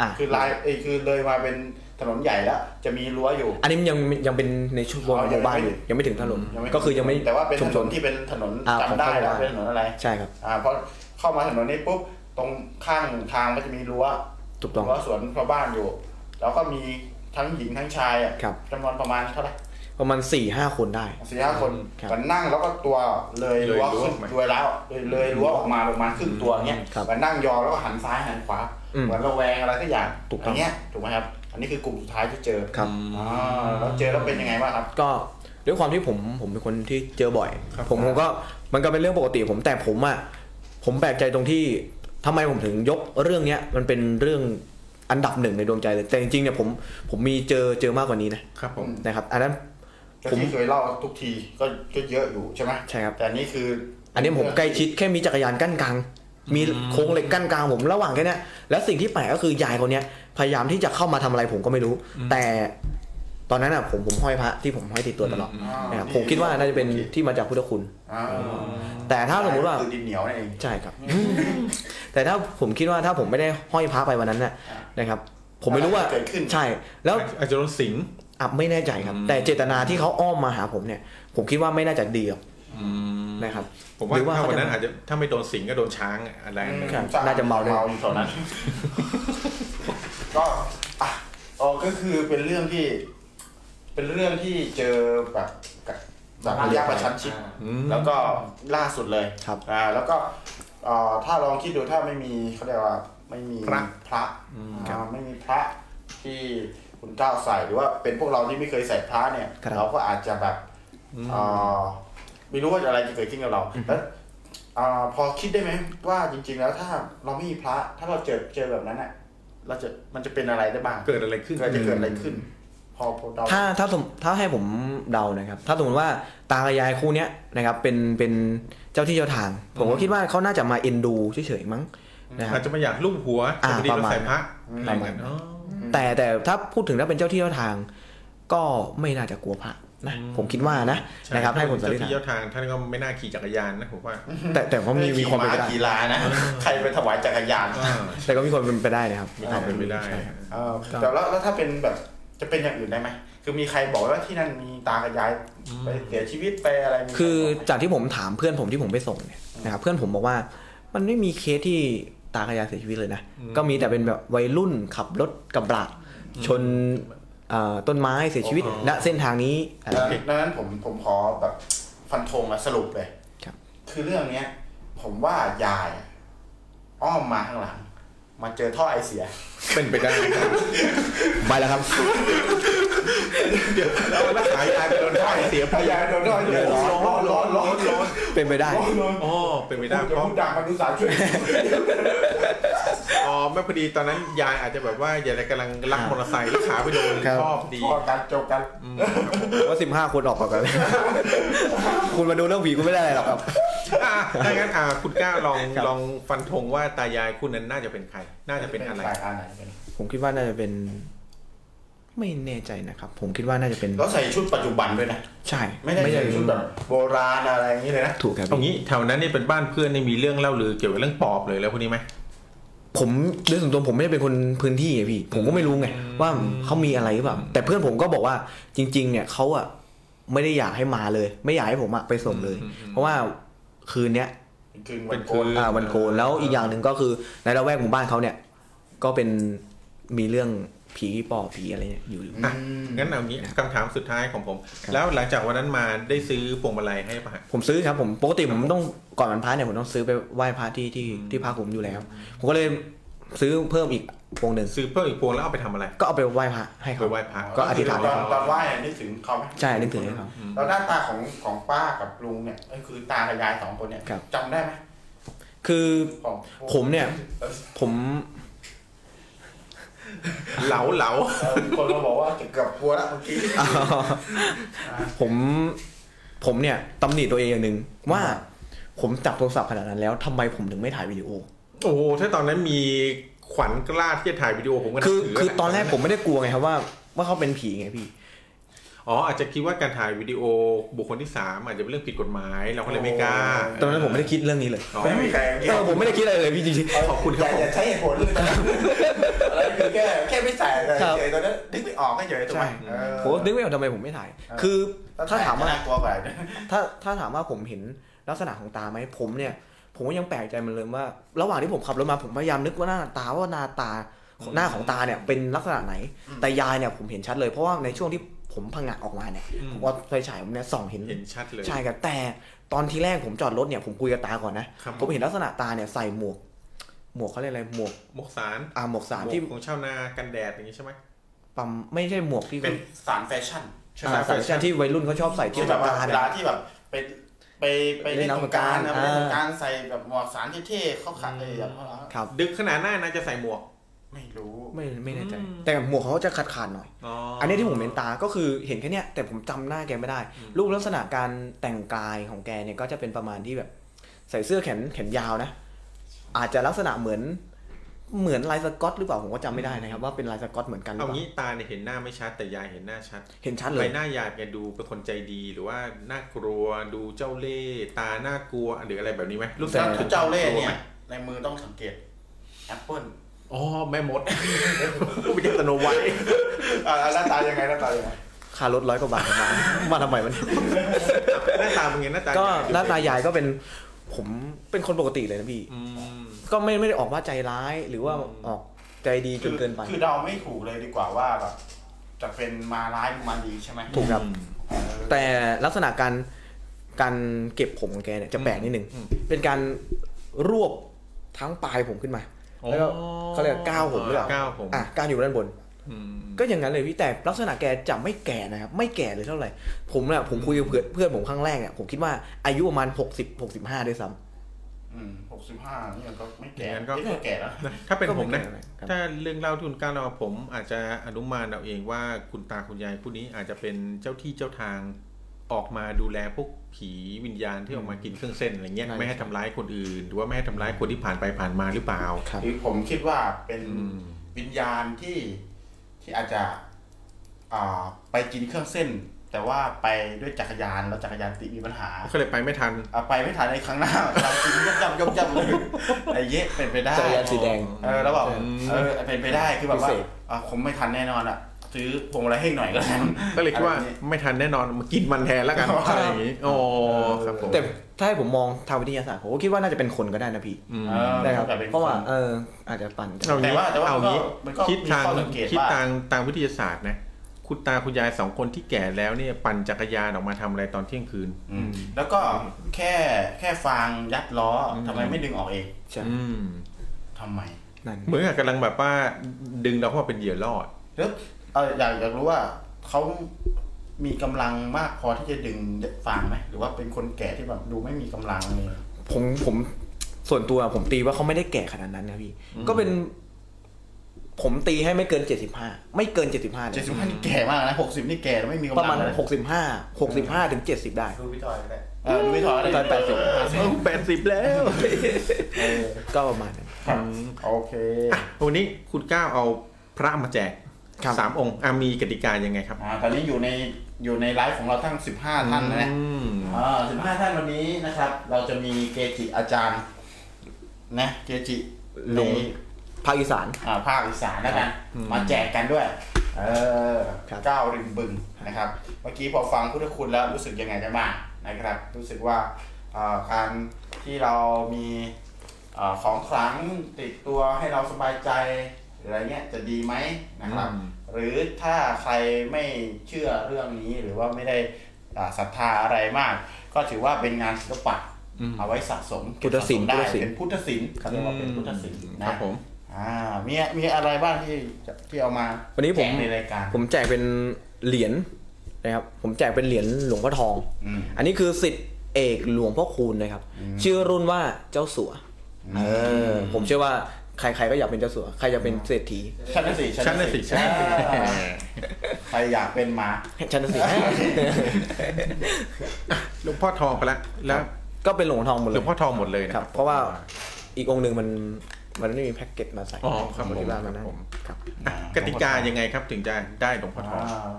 S11: อ่ะ
S1: คือลายเอยคือเลยมาเป็นถนนใหญ่แล้ว จะมีรั้วอยู่
S11: อันนี้มันยังยังเป็นในชุมชน
S1: อ๋อ
S11: ห
S1: ยังไม่
S11: มู่บ้านอยู่ยังไม่ถึงถนน
S1: ยังไม่
S11: ก็คือยังไม่
S1: แต่ว่าเป็น
S11: ชุ
S1: ถ
S11: มช
S1: น
S11: น
S1: นที่เป็นถนน
S11: อ่า
S1: จำได้
S11: ของ
S1: แล้ว
S11: ข้างบ้าน
S1: เป็นถนนอะไร
S11: ใช่ครับ
S1: อ่าพอเข้ามาถนนนี้ปุ๊บตรงข้างทางก็จะมีรั้ว
S11: ถูกต้อง
S1: รั้วสวนชาวบ้านอยู่ แล้วก็มีทั้งหญิงทั้งชายอ่ะ
S11: ครับ
S1: จำนวนประมาณเท่าไหร่
S11: ประมาณสี่ห้าคนได้
S1: สี่ห้าคน
S11: ครับ
S1: มันนั่งแล้วก็ตัวเลย
S3: เลย
S1: รั้ว
S3: รั้ว
S1: ขึ้น
S3: ออกมา
S1: เลยแล้วเลยเลยรั้วออกมาประมาณครึ่งตัวเนี้ย
S11: ครับ
S1: มันนั่งยองแล้วก็หันซ้ายหันขวา
S11: อืม
S1: เหมือนระแวงอะไรสักอย่าง
S11: ถูกต้
S1: อั
S11: อง
S1: นเนี้ยถูกไหมครับ อันนี้คือกลุ่มสุดท้ายที่เจอ
S11: ครับ
S1: อ่าแล้วเจอแล้วเป็นยังไงบ้างครับ
S11: ก็ด้วยความที่ผมผมเป็นคนที่เจอบ่อย
S3: ครับ
S11: ผมผมก็มันก็เป็นเรื่องปกติผมแต่ผมอ่ะผมแปลกใจตรงที่ทำไมผมถึงยกเรื่องเนี้ยมันเป็นเรื่องอันดับหนึ่งในดวงใจเลยแต่จริงๆเนี่ยผมผมมีเจอเจอมากกว่านี้นะครับ
S3: ผม
S11: นะครับ อันนั้น
S1: ก็
S11: ผม
S1: ที่เคยเล่าทุกทีก็ก็เยอะอยู่ใช่ไหม
S11: ใช่ครับ
S1: แต่อันนี้คืออั
S11: อันนี้ผมใกล้ชิดแค่มีจักรยานกั้นกลาง มีโค้งเหล็กกั้นกลางผมระหว่างแค่เนี้ยและสิ่งที่แปลกก็คือยายคนเนี้ยพยายามที่จะเข้ามาทำอะไรผมก็ไม่รู้ แต่ตอนนั้นอ่ะผมผมห้อยพระที่ผมห้อยติดตัวตลอดนะครับผมคิดว่าน่าจะเป็นที่มาจากพุทธคุณ
S1: อ่า
S11: แต่ถ้าสมมติว่า
S1: คือดินเหนียวนั่นเอง
S11: ใช่ครับ แต่ถ้าผมคิดว่าถ้าผมไม่ได้ห้อยพระไปวันนั้นน่ะนะครับ ผมไม่รู้ว่า
S1: เกิดขึ้น
S11: ใช่แล้ว
S3: อาจจะโดนสิง
S11: อ่ะไม่แน่ใจครับ แต่เจตนาที่เขาอ้อมมาหาผมเนี่ย ผมคิดว่าไม่น่าจะดีหรอกนะครับ
S3: ผมว่า
S11: หรือว่า
S3: ถ้าวันนั้นอา
S11: เขาจะ
S3: จจะถ้าไม่โดนสิงก็โดนช้างอะอะไรอย่างเงี้ย
S11: ครับน่าจะเมาด้วย
S1: อยู่แถวนั้น ก็อ่ะอ๋อก็คือเป็นเรื่องที่ เป็นเรื่องที่เจอแบบกับแบบระยะประชันชิดแล้วก็ล่าสุดเลย
S11: ครับ
S1: อ่าแล้วก็เอ่อถ้าลองคิดดูถ้าไม่มีเขาเรียกว่า ไม่มี
S3: พระ
S1: พระอ่าไม่มีพระที่คุณก้าวใส่หรือว่าเป็นพวกเราที่ไม่เคยใส่พระเนี่ย
S11: ครับ
S1: เราก็อาจจะแบบเอ่อไม่รู้ว่าอะไรจะเกิดขึ้นกับเราแล้วเอ่อพอคิดได้ไหมว่าจริง ๆ แล้วถ้าเราไม่มีพระ ถ้าเราเจอเจอแบบนั้นน่ะเราจะมันจะเป็นอะไรได้บ้าง
S3: เกิดอะไรขึ้น
S1: เกิดจะเกิดอะไรขึ้น พอพอเดา
S11: ถ้าถ้าสมถ้าให้ผมเดานะครับ ถ้าสมมติว่าตากับยายคู่เนี้ยนะครับเป็นเป็นเจ้าที่เจ้าทาง ผมก็คิดว่าเขาน่าจะมาเอ็นดูเฉยๆมั้งนะครับ
S3: อาจจะมาอยากลุ่มหัว
S11: อ่า
S3: แต่พอดี
S11: ประ
S3: เรา
S11: มาณ
S3: ใส่พระ
S11: นั้น
S3: อะไรกัน
S11: ประมาณนั้น
S3: อ๋อ
S11: แต่แต่ถ้าพูดถึงถ้าเป็นเจ้าที่เจ้าทาง ก็ไม่น่าจะกลัวพระนะ
S3: อืม
S11: ผมคิดว่านะ
S3: ใช่
S11: นะครับให้ผมสัน
S3: เจ้า
S11: นิษฐา
S3: ที่
S11: น
S3: เจ้าทางท่านก็ไม่น่าขี่จักรยานนะผมว่า
S11: แต่แต่ก็มีมีความเป็นไป
S1: ขี่
S11: ได้
S1: ขี่ลานะ ใครไปถวายจักรยาน
S3: เออ
S11: แต่ก็มีความเป็นไปได้นะครับ
S3: มีความเป็นไปได้
S1: เออแต่แล้วแล้วถ้าเป็นแบบจะเป็นอย่างอื่นได้ไหม คือมีใครบอกว่าที่นั่นมีตากับยายไปเสียชีวิตไปอะไรมีใร
S11: คือบ
S1: กไหม
S11: จากที่ผมถามเพื่อนผมที่ผมไปส่งเนี่ยนะครับเพื่อนผมบอกว่ามันไม่มีเคสที่ตากระยายเสียชีวิตเลยนะ ก็มีแต่เป็นแบบวัยรุ่นขับรถกระบะชนเอ่อต้นไม้เสียชีวิต
S3: อ๋อ
S11: ณเส้นทางนี้อะไร
S1: ดังนั้นดังนั้นผมผมขอแบบฟันธงและสรุปเลย
S11: ครับ
S1: คือเรื่องเนี้ย ผมว่ายายอ้อมมาข้างหลัง มาเจอท่อไอเสีย
S3: เป็นไปได้
S11: ไปแล้วครับ
S3: เดี๋ยวแล้วรักษายายไปโดนได้เสียพยานโดนได้เดี๋ยว
S1: ร้อนร้อนร้อนร้อนร้อน
S11: เป็นไปได้
S3: อ๋อเป็นไปได้
S1: จะ
S3: เพราะ
S1: พูดดังมันดูสารช่วย
S3: อ๋อไม่พอดีตอนนั้นยายอาจจะแบบว่ายายกำลังลักมอเตอร์ไซค์แล้วขาไปโดน
S11: ครับ
S3: ครอบดี
S1: ข้อกันจบกัน
S11: ผมว่าสิบห้าคนออกก่อนกัน คุณมาดูเรื่องผีคุณไม่ได้อะไรหรอกครับ
S3: อ่ะถ้างั้นอ่ะคุณก้าวลองลองฟันธงว่าตายายคู่นั้นน่าจะเป็นใคร น่าจะเป็นอะไร
S1: สายอะไร
S11: ผมคิดว่าน่าจะเป็น ไม่แน่ใจนะครับ ผมคิดว่าน่าจะเป็น
S1: แล้วใส่ชุดปัจจุบันด้วยนะ
S11: ใช่
S1: ไม่ได้ใส่ชุดแบบโบราณอะไรอย่างนี้เลยนะ
S11: ถูกครับ
S3: ตรงนี้แถวนั้นเนี่ยเป็นบ้านเพื่อนเนี่ยมีเรื่องเล่าลือเกี่ยวกับเรื่องปอบเลยแล้วพวกนี้ไหม
S11: ผมโดยส่วนตัวผมไม่ได้เป็นคนพื้นที่ไงพี่ ผมก็ไม่รู้ไงว่าเขามีอะไรหรือเปล่าแต่เพื่อนผมก็บอกว่าจริง ๆ เนี่ยเขาอะไม่ได้อยากให้มาเลย ไม่อยากให้ผมอะไปส่งเลย เพราะว่าคืนเนี้ย
S1: คืนวันโกน
S11: อ่าวันโกนแล้วอีกอย่างหนึ่งก็คือในละแวกหมู่บ้านเขาเนี่ย ก็เป็นมีเรื่อง ผีปอบผีอะไรเนี่ยอยู่
S3: อ่ะงั้นเอางี้คำถามสุดท้ายของผม
S11: ครับ
S3: แล้วหลังจากวันนั้นมาได้ซื้อพวงมาลัยให้ป่ะฮะ
S11: ผมซื้อครับผมปกติผมต้องก่อนวันพระเนี่ยผมต้องซื้อไปไหว้พระที่ที่ที่พระผมอยู่แล้ว ผมก็เลยซื้อเพิ่มอีกวงหนึ่ง
S3: ซื้อเพิ่มอีกพวงแล้วเอาไปทำอะไร
S11: ก็เอาไปไหว้พระให้
S3: ไป
S11: เขา
S3: ไหว้พระ
S11: ก็อธิษฐาน
S1: ต
S11: ให้
S1: อนต
S11: เขา
S1: อนไหว้นึกถึงเขาไหม
S11: ใช่นึกถึงให้เขา
S1: แล้วหน้าตาของของป้ากับลุงเนี่ยก็คือตากับยายสองคนเนี่ย
S11: ครับ
S1: จำได้ไหม
S11: คือ
S1: ของ
S11: ผมเนี่ย
S1: เออ
S11: ผม
S3: เหลาเหลา
S1: เออคนมาบอกว่าเกือบกลัวแล้วเมื่อกี้
S11: ผมผมเนี่ยตำหนิตัวเองอย่างหนึ่งว่าผมจับโทรศัพท์ขนาดนั้นแล้วทำไมผมถึงไม่ถ่ายวิดีโอ
S3: โอ้โหถ้าตอนนั้นมีขวัญกล้าที่จะถ่ายวิดีโอผมก็นับ
S11: คือ
S3: ถื
S11: คือ
S3: ล้วะ
S11: ตอนแรกผมไม่ได้กลัวไงครับว่าว่าเขาเป็นผีไงพี่
S3: อ๋ออาจจะคิดว่าการถ่ายวิดีโอบุคคลที่สามอาจจะเป็นเรื่องผิดกฎหมายเราก็เลยไม่กล้า
S11: ตอนนั้นผมไม่ได้คิดเรื่องนี้เลย
S3: อ๋อ
S1: ไม่มีใคร
S11: เออผมไม่ได้คิดอะไรเลยพี่จริง
S3: ขอบคุณ
S1: อ
S3: ครับ
S1: ย่า
S3: ผม
S1: อย่าใช้เหตุผลเลยนะอะไรคือแค่แค่ไม่ใส่เลย
S11: ครับ
S1: เฉยๆตอนนั้นนึกไม่ออกก็เฉยๆถูกไหม
S11: ใช่
S1: เออ
S11: ๆผมนึกไม่ออกทำไมผมไม่ถ่าย คือถ้าถามว่า
S1: น่กลัวกว่า
S11: ถ้าถ้าถามว่าผมเห็นลักษณะของตาไหมผมเนี่ย ผมก็ยังแปลกใจมันเลยว่า ระหว่างที่ผมขับรถมาผมพยายามนึกว่าหน้าตาว่าหน้าตาของหน้าของตาเนี่ยเป็นลักษณะไหน แต่ยายเนี่ยผมเห็นชัดเลย เพราะว่าในช่วงที่ผมพังงะออกมาเนี่ยผมว่าไฟฉายผมเนี่ยส่องเห็น
S3: เห็นชัดเลย
S11: ใช่ครับแต่ตอนที่แรกผมจอดรถเนี่ยผมคุยกับตาก่อนนะครับ ผมเห็นลักษณะตาเนี่ยใส่หมวก หมวกเขาเรียกอะไรหมวก
S3: หมวกสาร
S11: อ่าหมวกสารที่
S3: หวกของชาวนากันแดดอย่างนี้ใช่ไหม
S11: ปั๊มไม่ใช่หมวกที่
S1: เป็นสารแฟชั่น
S3: ใช่
S11: อ่าสาร
S3: แฟชั่น
S11: ที่วัยรุ่นเขาชอบใส่เที่ย
S1: ที่
S11: ว
S1: แบบว่า
S11: ตา
S1: เว
S11: เนี่ย
S1: ลาที่แบบไปไปไป
S11: เล่
S1: เล่
S11: น
S1: น
S11: น้ำ
S1: สงกรารนะ
S11: สงกรานต์
S1: ไปเล่น
S11: อ่า
S1: สงกรารใส่แบบหมวกสารเท่ๆเขาขัดเลยอ่ะเพราะว่า
S11: ครับ
S3: ดึกขนาดหน้านาจะใส่หมวก
S1: ไม่รู้
S11: ไม่ไม่แน่ใจ แต่หมวกเขาจะขาดขาดๆหน่อย
S3: อ๋อ
S11: อั
S3: อั
S11: นนี้ที่ผมเห็นตาก็คือเห็นแค่เนี้ยแต่ผมจำหน้าแกไม่ได้รูปลักษณะการแต่งกายของแกเนี่ยก็จะเป็นประมาณที่แบบ ใส่เสื้อแขนแขนยาวนะ อาจจะลักษณะเหมือนเหมือนลายสก๊อตหรือเปล่าผมก็จำไม่ได้นะครับว่าเป็นลายสก๊อตเหมือนกันหรื
S3: เอา
S11: อเปล่า
S3: งี้ตาเนี่ยเห็นหน้าไม่ชัดแต่ยายเห็นหน้าชัด
S11: เห็นชัดเล
S3: ใบ
S11: ย
S3: หน้ายายเนี่ยดูเป็นคนใจดีหรือว่าน่ากลัวดูเจ้าเล่ห์ตาน่ากลัวหรืออะไรแบบนี้ไหมรูป
S1: แต่
S3: ร่าง
S1: ถ้าเจ้าเล่ห์เนี่ยในมือต้องสังเกตแอปเปิ้ล
S3: อ๋อแม่ม ด ผู้เป็นสโนไวท์
S1: อ่าหน้าตายังไงหน้าตายังไง
S11: ค่ารถร้อยกว่าบาทมา มาทำไมวัน นี้
S3: หน้าตาเป็นไงหน้าตา
S11: ก็
S3: ยาย
S11: หน้าตายายก็เป็นผมเป็นคนปกติเลยนะพี่
S3: อืม
S11: ก็ไม่ไม่ได้ออกว่าใจร้ายหรือว่าออกใจดีจ
S1: คื
S11: น
S1: อ
S11: เกินไป
S1: คือเดาไม่ถูกเลยดีกว่าว่าแบบจะเป็นมาร้ายหรือมาดีใช่ไหม
S11: ถูกครับ
S1: เออ
S11: แต่ลักษณะการการเก็บผมของแกเนี่ยจะแปลกนิดนึง
S3: อืม
S11: เป็นการรวบทั้งปลายผมขึ้นมา
S3: อ๋อ
S11: แล้วก็เขาเรียกว่าก้าวผมหรือเปล่า
S3: ก้าวผม
S11: อ่ะการอยู่ด้านบน
S3: อืม
S11: ก็อย่างนั้นเลยพี่แต่ลักษณะแกจะไม่แก่นะครับ ไม่แก่เลยเท่าไหร่ ผมเนี่ยผมคุยกับเพื่อนเพื่อนผมครั้งแรกเนี่ยผมคิดว่าอายุประมาณ60 65ด้วยซ้ำ
S1: อืมหกสิบห้านี่ก็ไม่
S3: อ
S1: แก่
S3: ย่างนั้นก็
S1: ไม่แก่แล้ว
S3: ถ้าเป็นผมนะ
S11: ก็ไม่แก่อะไรครับ
S3: ถ้าเรื่องเล่าที่คุณก้าวเราผม อาจจะอนุมานเอาเองว่าคุณตาคุณยายผู้นี้อาจจะเป็นเจ้าที่เจ้าทางออกมาดูแลพวกผีวิญญาณที่ออกมากินเครื่องเส้นอะไรเงี้ยไม่ให้ทำร้ายคนอื่น หรือว่าไม่ให้ทำร้ายคนที่ผ่านไปผ่านมาหรือเปล่า
S11: ครับ
S1: คือผมคิดว่าเป็น
S3: อืม
S1: วิญญาณที่ที่อาจจะอ่าไปกินเครื่องเส้น แต่ว่าไปด้วยจักรยานแล้วจักรยานติดมีปัญหา
S3: ก็เลยไปไม่ทัน
S1: อ่ะไปไม่ทันในครั้งหน้าเรากินย่ำย่ำย่ำย่ำ เลยไอ้เยะเป็นไปได้
S11: จักรยานสีแดง
S1: เออแล้วแบบ
S3: อืม
S1: เออเป็นไปได้คือแบบว่า
S11: พิเศษ
S1: อ่ะผมไม่ทันแน่นอนอ่ะซื้อพวงมาลัยให้หน่อยก็แล้ว
S3: ก็เลยคิดว่าไม่ทันแน่นอนมากินมันแทนแล้วกันอะไรอย่างงี้อ๋อครับผม
S11: แต่ถ้าให้ผมมองทางวิทยาศาสตร์ผมก็คิดว่าน่าจะเป็นคนก็ได้นะพี่
S3: อืม
S11: นะครับ
S1: แต่ป็น
S11: เพราะว่าเอออาจจะปั่นจักรยาน
S3: เอางี้
S1: แต่ว่าแต่ว่า
S3: เอางี้
S1: ก็มันก็
S3: คิดทาง
S1: มีข้อสังเกต
S3: คิด
S1: ว่า
S3: ทางทางวิทยาศาสตร์นะคุณตาคุณยายสองคนที่แก่แล้วเนี่ยปั่นจักรยานออกมาทำอะไรตอนเที่ยงคืน
S1: อืมแล้วก็แค่แค่ฟางยัดล้ออทำไมไม่ดึงออกเอง
S11: ใช่
S3: อืม
S1: ทำไม
S11: นั่น
S3: เหมือนกับกำลังแบบว่าดึงเราเข้ามาเป็นเหยื่อล่อด
S1: แล้วเอออยากอยากรู้ว่าเขามีกำลังมากพอที่จะดึงฟางไหมหรือว่าเป็นคนแก่ที่แบบดูไม่มีกำลังเลย
S11: ผมผมส่วนตัวผมตีว่าเขาไม่ได้แก่ขนาดนั้นนะพี่ ก็เป็น ผมตีให้ไม่เกินเจ็ดสิบห้าไม่เกินเจ็ดสิบห้า
S1: เจ็ดสิบห้านี่แก่มากนะหกสิบนี่แก่แล้วไม่มีกำลั
S11: ประมาณ
S1: งเลย
S11: หกสิบห้าหกสิบห้าถึงเจ็ดสิบได้
S1: ดูพี่จอยก็ได้
S11: เอ
S1: เออไม่ถอย
S11: ตอนแปดสิบ
S3: แปดสิบแล้ว
S11: ก็ประมาณนั้น
S1: โอเค
S3: วันนี้คุณก้าวเอาพระมาแจก
S11: ครับ
S3: สามองค์อ่ะมีกติกายังไงครับ
S1: อ่าตอนนี้อยู่ในอยู่ในไลฟ์ของเราทั้ง 15 ท่านแล้วนะ
S3: อืม
S1: อ่าสิบห้าท่านวันนี้นะครับ เราจะมีเกจิอาจารย์นะเกจิใน
S11: ภาคอีสาน
S1: อ่าภาคอีสานแล้วกันมาแจกกันด้วย เออเก้าริมบึงนะครับ เมื่อกี้พอฟังพุทธคุณแล้วรู้สึกยังไงกันบ้างนะครับ รู้สึกว่าอ่าการที่เรามีอ่าของขลังติดตัวให้เราสบายใจหรืออะไรเงี้ยจะดีไหมนะครับ หรือถ้าใครไม่เชื่อเรื่องนี้หรือว่าไม่ได้อ่าศรัทธาอะไรมาก ก็ถือว่าเป็นงานศิลปะเอาไว้สะสม
S11: พุทธศิลป์
S1: เก็บ
S11: พุทธ
S1: สะสม
S11: ศิล
S1: ได้เป็นพุทธศิล
S11: ป์
S1: ป์เขาเรียกว่าเป็นพุทธศิลป์
S3: ค
S1: นะ
S3: รับผม
S1: อ่ามีมีอะไรบ้างที่จะที่เอามา
S11: วันนี้ผม
S1: แจกในรายการ
S11: ผมแจกเป็นเหรียญนะครับ ผมแจกเป็นเหรียญหลวงพ่อทอง
S1: อืม
S11: อันนี้คือสิทธิ์เอกหลวงพ่อคูณนะครับ ชื่อรุ่นว่าเจ้าสัวเออผมเชื่อว่าใครๆก็อยากเป็นเจ้าสัว ใครจะเป็นเศรษฐี
S1: ชั้นละสี่
S3: ชั้นละสิบชั้นละสิบ
S1: อ่าใครอยากเป็นหมา
S11: ชันเศรษฐี
S3: หลวงพ่อทองไปละแล้ว
S11: ก็เป็นหลวงพ่อทองหม
S3: ห
S11: ดเล
S3: ล
S11: ยว
S3: งพ่อทองหมดเลยนะ
S11: ครับ เพราะว่าอีกองค์หนึ่งมันมันไม่มีแพ็กเกจมาใส่
S3: อ๋อครับผม
S11: ที่บ้า
S3: ค
S11: นมั
S3: รับ
S11: นนะ
S3: ผมอ่ะกติกายังไงครับถึงจะได้หลวงพ่อทอง
S1: อ่า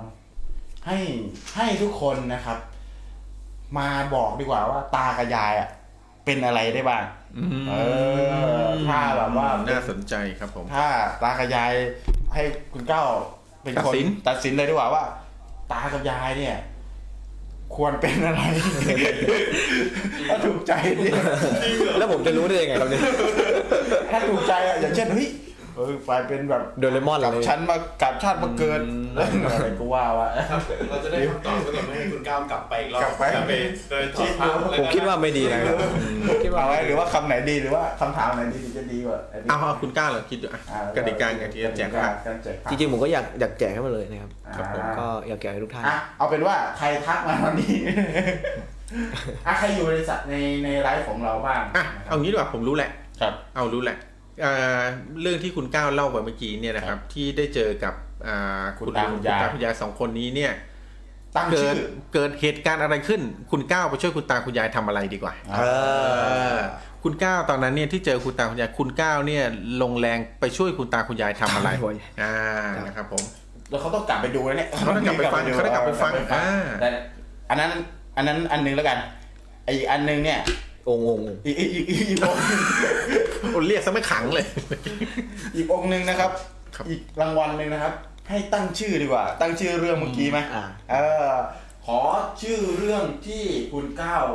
S1: ให้ให้ทุกคนนะครับ มาบอกดีกว่าว่า ตากับยายอ่ะ เป็นอะไรได้บ้าง เออถ้าแบบว่า
S3: น่าสนใจครับผม
S1: ถ้าตากับยายให้คุณเก้าเป็น
S3: ตั
S1: คน
S3: ดสิน
S1: ตัดสินเลยดีกว่าว่า ตากับยายเนี่ย ควรเป็น อะไร ถ้าถูกใจเนี่ย
S11: แล้วผมจะรู้ได้ยังไงครับเนี่ย
S1: ถ้าถูกใจอะอย่างเช่นเฮ้ยเออฝ่ายเป็นแบบ
S11: โดเรมอน
S1: กับ
S11: เลย
S1: ชั้นมากับชาติมาเกินอะไรก็ว่าว่า
S12: เราจะได้คำตอบเพื่อไม่ให้คุณก้าวกลับไปอีกรอบ
S1: กลับไป
S12: ไปเดินชิดแล้ว
S11: ผม
S12: ก็
S11: คิดว่าไม่ดีนะครับ
S1: คิดว่าไว้หรือว่าคำไหนดีหรือว่าคำถามไหนดีถึงจะดีกว่า
S3: เอาเอาคุณกล้าเหรอคิดดูอ่ะ
S1: อ่
S3: กติกาไงที่จะแจกค
S1: า
S3: รับ
S1: การแจก
S11: จริงๆผมก็อยากอยากแจกให้มันเลยนะครับ
S1: ครับผม
S11: ก็อยากแจกให้ทุกท่าน
S1: อ่ะเอาเป็นว่าใครทักมาวันนี้ อ่ะใครอยู่ในสัตว์ในในไลฟ์ของเราบ้าง
S3: อ่ะเอางี้ดีกว่าผมรู้แหละ
S1: ครับ
S3: เอารู้แหละเอ่อเรื่องที่คุณก้าวเล่าไปเมื่อกี้เนี่ยนะครับ ที่ได้เจอกับอ่า
S1: คุณตาคุณยาย
S3: คุณยายสองคนนี้เนี่ย
S1: ตั้ง
S3: เกิ
S1: ชื่
S3: ด
S1: อ
S3: เกิดเหตุการณ์อะไรขึ้น คุณก้าวไปช่วยคุณตาคุณยายทำอะไรดีกว่า
S1: เอ
S3: เออ คุณก้าวตอนนั้นเนี่ยที่เจอคุณตาคุณยายคุณก้าวเนี่ยลงแรงไปช่วยคุณตาคุณยายทำอะไร
S11: ทำอะไร
S3: อ่านะครับผม
S1: แล้วเขาต้องกลับไปดูแล้วเนี่ย
S3: เขาต้องกลับไปฟังเขาต้องกลับไปฟังอ่า
S1: แต่อันนั้นอันนั้นอันหนึงแล้วกันไออีกอันหนึงเนี่ย
S11: องค์องค์องค์
S1: อีกอีกอีกอีกอีกองค์หนึ่ง
S3: โอ้เรียกซะไม่ขังเลย
S1: อีกองค์หนึ่งนะครับ
S3: ครับ
S1: อีกรางวัลหนึ่งนะครับ ให้ตั้งชื่อดีกว่า ตั้งชื่อเรื่องเมื่อกี้ไหม
S11: อ่า
S1: เออขอชื่อเรื่องที่คุณก้าว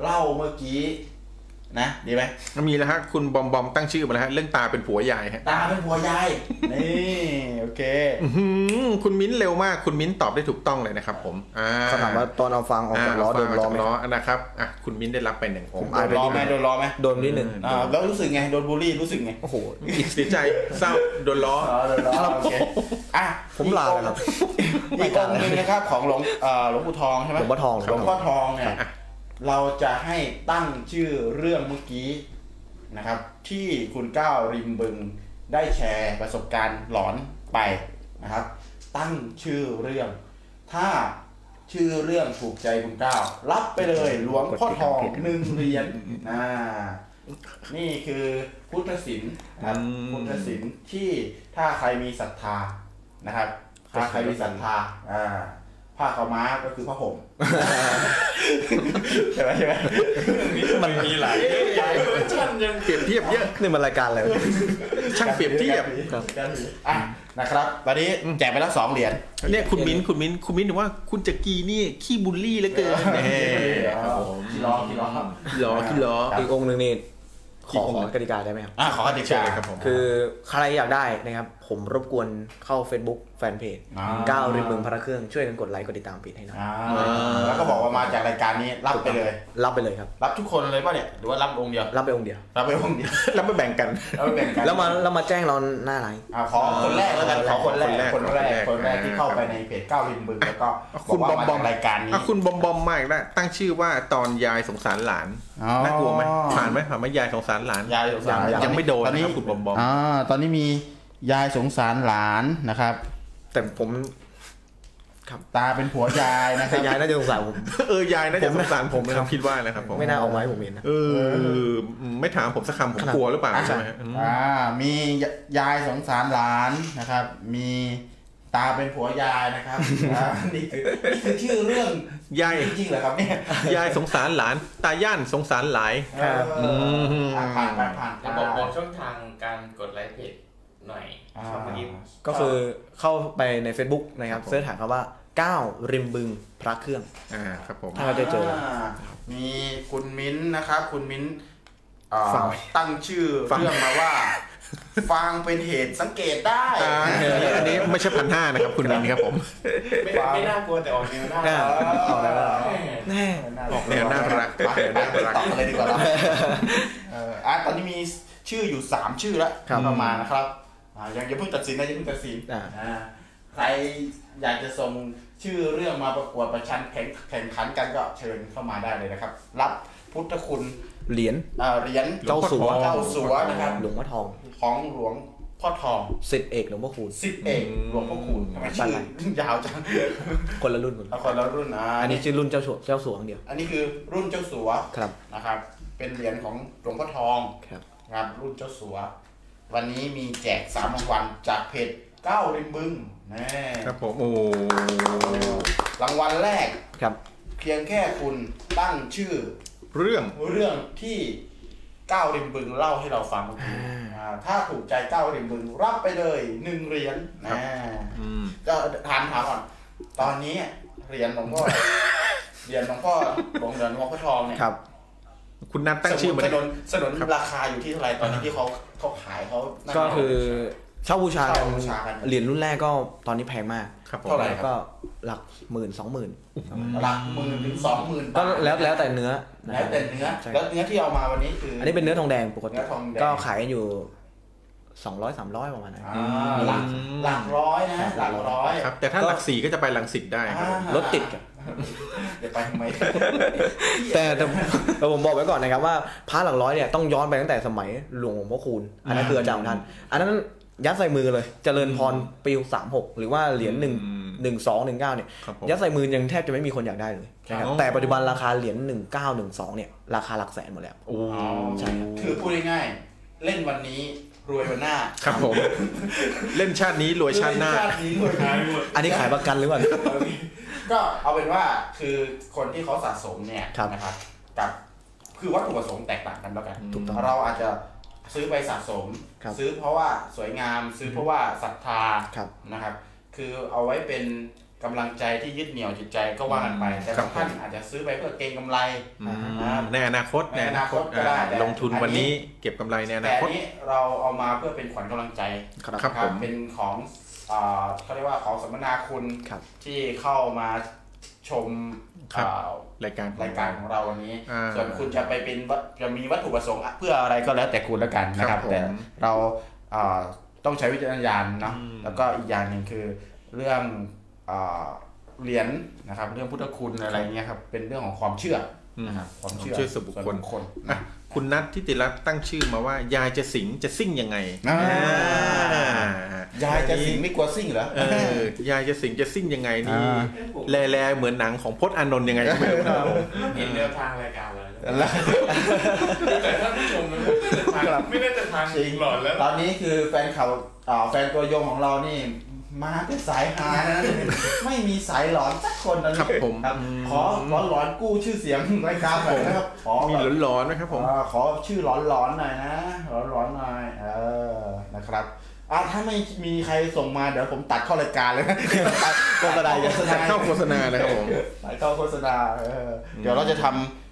S1: เล่าเมื่อกี้ นะดีไหม
S3: มีแล้วฮะคุณบอมบอมตั้งชื่อมาแล้วฮะเรื่องตาเป็นผัวยายฮะ
S1: ตาเป็นหัวยายนี่โอเค
S3: อื้อหือคุณมิ้นเร็วมากคุณมิ้นตอบได้ถูกต้องเลยนะครับผมอ่า
S11: เขาถามว่าตอนเอาฟังออกจากล้อโดน
S3: ฟัง
S11: ล้อ
S3: จา
S11: ไหม
S3: กล้อนะครับอ่ะคุณมิ้นได้รับไปหนึ่งผม
S11: ผม
S1: โด
S11: อ่าน
S1: น
S11: ไป
S1: ล้อ
S11: นิด
S1: ไหม
S11: นึง
S1: โดนล้อไหม
S11: โดนนิดนึง
S1: อ่าแล้วรู้สึกไงโดนบูลลี่รู้สึกไง
S11: โอ้โห
S3: เสียใจเศร้าโดนล้อ
S1: อ๋อโดนล้อโอเคอ่ะ
S11: ผมลาแล้วครับ
S1: อีกองค์หนึ่งนะครับ ของหลวงเอ่อหลวงปู่ทองใช่ไหม
S11: หลวงพ่อทอง
S1: หลวงพ่อทองเนี่ย
S3: ครับ
S1: เราจะให้ตั้งชื่อเรื่องเมื่อกี้นะครับ ที่คุณก้าวริมบึงได้แชร์ประสบการณ์หลอนไปนะครับ ตั้งชื่อเรื่อง ถ้าชื่อเรื่องถูกใจคุณก้าวรับไปเลยหลวงพ่อทองหนึ่งเหรียญนะนี่คือพุทธศิลป์นะครับพุทธศิลป์ที่ถ้าใครมีศรัทธานะครับ ถ้าใครมีศรัทธาอ่าผ้าขาวม้าก็คือผ้าห่ม ใช่ไหมใช่ไหม
S11: มันมีหลาย
S3: เปรียบเทียบเยอะ
S11: นี่มันรายการอะไรวะ
S3: ช่างเปรียบเทียบ
S1: อ่ะนะครับตอนนี้แจกไปแล้วสองเหรียญ
S3: เนี่ยคุณมิ้นคุณมิ้นคุณมิ้นถือว่าคุณจักรีนี่ขี้บูลลี่เหลือเกินแหมครับผม
S1: กี่ล้อกี่ล้อ
S3: ขี้ล้อขี้ล้อ
S11: อีกองค์หนึ่งนี่ข
S3: อี
S11: อก
S3: องค์หนึ่ง
S11: กติกาได้ไหมครับ
S1: อ่ะขอติดเชิญเลยครับผม
S11: คือใครอยากได้นะครับ ผมรบกวนเข้า Facebook แฟนเพจ
S1: อ่า
S11: ก้าวริมเมืองพระเครื่องช่วยกันกดไลค์กดติดตามเพจให้หน่อย
S1: อ่าแล้วก็บอกว่ามาจากรายการนี้รับไปเลย
S11: รับไปเลยครับ
S1: รับทุกคนเลยป่ะเนี่ยหรือว่ารับองค์เดียว
S11: รับไปองค์เดียว
S1: รับไปอง ค์เดียว
S3: แล้วมาแบ่งกัน
S1: แล้วแบ่งกัน
S11: แล้วมาแล้วมาแจ้งเราหน้าไลน์
S1: อ่ะขอคนแรกแล้วกันขอคนแรกคนแรก
S3: ค
S1: คน น
S3: แร
S1: แร
S3: ก
S1: กที่เข้าไปในเพจเก้าริมบึงแล้วก็บอกว่ามา
S3: คุณบอมบอ
S1: จาม กรายการนี้
S3: อ่ะคุณบอมบอมมากแล้วตั้งชื่อว่าตอนยายสงสารหลานน่ากลัวไหมผ่านไหมผ่านไหมยายสงสารหลาน
S1: ยายสงสาร
S3: ยังไม่โดนนะครับคุณบอมบอม
S1: อ่าตอนนี้มียายสงสารหลานนะครับ
S11: แต่ผม
S1: ตาเป็นผัวยายนะครับ
S11: ยายน่าจะสงสารผม
S3: เออยายน่าจะสงสารผมนะครับคิดว่านะครับผม
S11: ไม่น่าออกมาให้ผมเห็นนะ
S3: เออไม่ถามผมสักคำผมกลัวหรือเปล่าใช่ไหมฮะอืม
S1: อ่า มียยายสงสารหลานนะครับ มีตาเป็นผัวยายนะครับ อ่านี่คือนี่คือชื่อเรื่อง
S3: ยาย
S1: จริงๆเหรอครับเนี่ย
S3: ยายสงสารหลาน ตาย่านสงสารหลาย
S1: เอออ
S3: ม
S1: อ่ะผ่านผ่านผ่าน
S4: จะบอกบอกช่องทางการกดไลค์เพจหน่อยครับเมื่อกี้
S11: ก็คือเข้าไปใน Facebook นะครับเสิร์ชหาคำว่าก้าวริมบึงพระเครื่อง
S3: อ่าครับผม
S11: ถ้าเราจะเจอ
S1: ามีคุณมิ้นท์นะครับ คุณมิ้นท์อ่า
S11: ฟัง
S1: ตั้งชื่อ
S3: ฟัง
S1: เรื่องมาว่า ฟางเป็นเหตุสังเกตได้
S3: อ่าอันนี้ไม่ใช่พันห้านะครับคุณมินครับผม
S12: ไม่ไม่น่ากลัวแต่ออกแนวน่า
S11: อ่า
S12: ออกแนวน่ารัก
S11: แน่
S3: ออกแนวน่ารัก
S1: ไปไปไปต่อกันเลยดีกว่าเราเอออ่ะตอนนี้มีชื่ออยู่สามชื่อแล้ว
S11: ครับ
S1: ประมาณนะครับอ่ายังยังเพิ่งตัดสินนะยังเพิ่งตัดสิน
S11: อ่า
S1: อ่าใครอยากจะส่งชื่อเรื่องมาประกวดประชันแข่งแข่งขันกันก็เชิญเข้ามาได้เลยนะครับ รับพุทธคุณ
S11: เหรียญ
S1: เอ่อเหรียญ
S11: เจ้าสัว
S1: เจ้าสัวนะครับ
S11: หลวงพ่อทอง
S1: ของหลวงพ่อทอง
S11: สิทธิเอกหลวงพ่อคูณ
S1: สิบเอก
S3: อืม
S1: หลวงพ่อคูณทำไม
S11: บ้าน
S1: ชื่
S11: ไหน
S1: อยาวจัง
S11: คนละรุ่นคน
S1: ละครแล้วรุ่นอ่า
S11: อั
S1: อั
S11: น
S1: น
S11: นี้
S1: นี้
S11: ชื่อรุ่นเจ้าสัวเจ้าสัวอย่างเดียว
S1: อันนี้คือรุ่นเจ้าสัว
S11: ครับ
S1: นะครับ เป็นเหรียญของหลวงพ่อทอง
S11: ครับ
S1: ครับรุ่นเจ้าสัว วันนี้มีแจกสามรางวัลจากเพจเก้าริมบึงแน่
S3: ครับผมโอ้
S1: รางวัลแรก
S11: ครับ
S1: เพียงแค่คุณตั้งชื่อ
S3: เรื่อง
S1: เรื่องที่เก้าริมบึงเล่าให้เราฟังเมื่อกี้อ่าถ้าถูกใจเก้าริมบึงรับไปเลยหนึ่งเหรียญ
S3: ครับ
S1: แน่
S3: อืม
S1: ก็ถามถามก่อน ตอนนี้เหรียญหลวง พ่อ เหรียญหลวงพ่อหลวงเหรียญหลวงพ่อทองเนี่ย
S11: ครับ
S3: คุณนัทตั้งชื่อมา
S1: ส
S3: ได้
S1: นุนสนุน
S3: ครับ
S1: ราคาอยู่ที่เท่าไหร่ตอนนี้ที่เขาเขาขายเขานั่น
S11: ก็คือเช่าบูชากัน
S1: เช่าบูชากัน
S11: เหรียญรุ่นแรกก็ตอนนี้แพงมาก
S3: ครับผม
S1: เท่าไหร่
S11: ก็หลักหมื่นสองหมื่น
S1: หลักหมื่นถึงสองหมื่น
S11: ก็
S1: บาท
S11: แล้วแล้วแต่เนื้อนะค
S1: แล้
S11: รั
S1: ว
S11: บ
S1: แต่เนื้อ
S11: ใช่
S1: แล้วเนื้อที่เอามาวันนี้คือ
S11: อั
S1: อั
S11: นนี้เป็นเนื้อทองแดงปกติ
S1: เนื้อทองแดง
S11: ก็ขายกันอยู่สองร้อยสามร้อยประมาณนั้น
S1: หลัก
S3: อืม
S1: หลักร้อยนะหลักร้อย
S3: ครับ แต่ถ้าหลักสี่ก็จะไปหลังสิบได้ครับ
S1: อ่าร
S11: ถติดอะ
S1: เดี๋ยวไปทำไม
S11: แต่แต่แต่ผมบอกไว้ก่อนนะครับว่าพระหลักร้อยเนี่ยต้องย้อนไปตั้งแต่สมัยหลวงพ่อคูณอันนั้นคืออาจารย์ของท่านอันนั้นยัดใส่มือเลยเจริญพรปีสามหกหรือว่าเหรียญหนึ่ง
S3: อืม
S11: หนึ่งสองหนึ่งเก้าเนี่ย
S3: ครับผม
S11: ยัดใส่มือยังแทบจะไม่มีคนอยากได้เลยนะครับ
S3: อ๋อ
S11: แต่ปัจจุบันราคาเหรียญหนึ่งเก้าหนึ่งสองเนี่ยราคาหลักแสนหมดแล้ว
S3: โอ้
S11: ใช่ครับ
S1: คือพูดง่ายๆเล่นวันนี้รวยวันหน้า
S3: ครับผม เล่นชาตินี้รวยชาติหน้า
S1: เล่ชาตินี้รวยหายหมด
S11: อันนี้ขายประกันหรือเปล่า
S1: ก็เอาเป็นว่าคือคนที่เขาสะสมเนี่ย
S11: ครับ
S1: นะครับกับคือวัตถุประสงค์แตกต่างกันแล้วกัน
S11: ถูกต้อง
S1: เราอาจจะซื้อไปสะสม
S11: ครับ
S1: ซื้อเพราะว่าสวยงามซื้อเพราะว่าศรัทธา
S11: ครับ
S1: นะครับ คือเอาไว้เป็นกำลังใจที่ยึดเหนี่ยวจิตใจก็ว่ากันไป แต่
S3: ครับ
S1: บางท่าน
S3: ผม
S1: อาจจะซื้อไปเพื่อเก็งกำไร
S3: อืมในอนาคตในอนาคต
S1: ในอนาคตก็ได้แต่
S3: อ่าลงทุนวันนี้เก็บกำไรในอนา
S1: แต่
S3: ค
S1: อั
S3: ต
S1: นนี้เราเอามาเพื่อเป็นขวัญกำลังใจ
S11: ครับ
S3: ครับผม
S1: เป็นของอ่าเขาเรียกว่าของสัมมนาคุณ
S11: ครับ
S1: ที่เข้ามาชม
S3: ครับ
S1: อ่าร
S3: ายการ
S1: รายการของเราวันนี้
S3: อ่า
S1: ส่วนคุณจะไปเป็นวัตจะมีวัตถุประสงค์เพื่ออะไรก็แล้วแต่คุณแล้วกันนะค
S3: ครั
S1: รั
S3: บบ ผม
S1: แต่เราอ่าต้องใช้วิจารณญาณเนาะ
S3: อืม
S1: แล้วก็อีกอย่างหนึ่งคือเรื่องอ่าเหรียญนะครับ เรื่องพุทธคุณอะไรเงี้ยครับเป็นเรื่องของความเชื่อ
S3: อืม
S1: นะครับความ
S3: ผม
S1: เชื่อ
S3: เชื่อส่วนบุคคล
S1: ส่วนบุคคล
S3: อ่ะคุณนัททิติรัตน์ตั้งชื่อมาว่า ยายจะสิงจะซิ่งยังไง
S1: อ่า
S3: อ่าย
S1: ายจะสิงไม่กลัวสิ่งเหรอ
S3: เออยายจะสิงจะซิ่งยังไงนี่
S11: อ่า
S3: แลแลเหมือนหนังของพจน์อานนท์ยังไงก็ไม่รู้นะ
S12: เห็นแนวทางรายการแล้วแต่ท่านผู้ชมมันไม่ได้จะทางหลอดแล้ว
S1: ตอนนี้คือแฟนข่าวอ่าแฟนตัวยงของเรานี่ มาเป็นสายฮานะ ไม่มีสายหลอนสักคนตอนนี้
S3: ครับผม
S1: ครับขอขอหลอนกู้ชื่อเสียงรายการหน่อยนะครับขอ
S3: มี
S1: แบบ
S3: หลอนๆไหมครับผม
S1: อ่าขอชื่อหลอนหลอนๆหน่อยนะหลอนหลอนๆหน่อยเออนะครับอ่าถ้าไม่มีใครส่งมาเดี๋ยวผมตัดเข้ารายการเลยนะตัด โฆษณาอย่า
S3: ตัดเข้าโฆษณานะครับผม
S1: ตัดเข้าโฆษณาเออเดี๋ยวเราจะท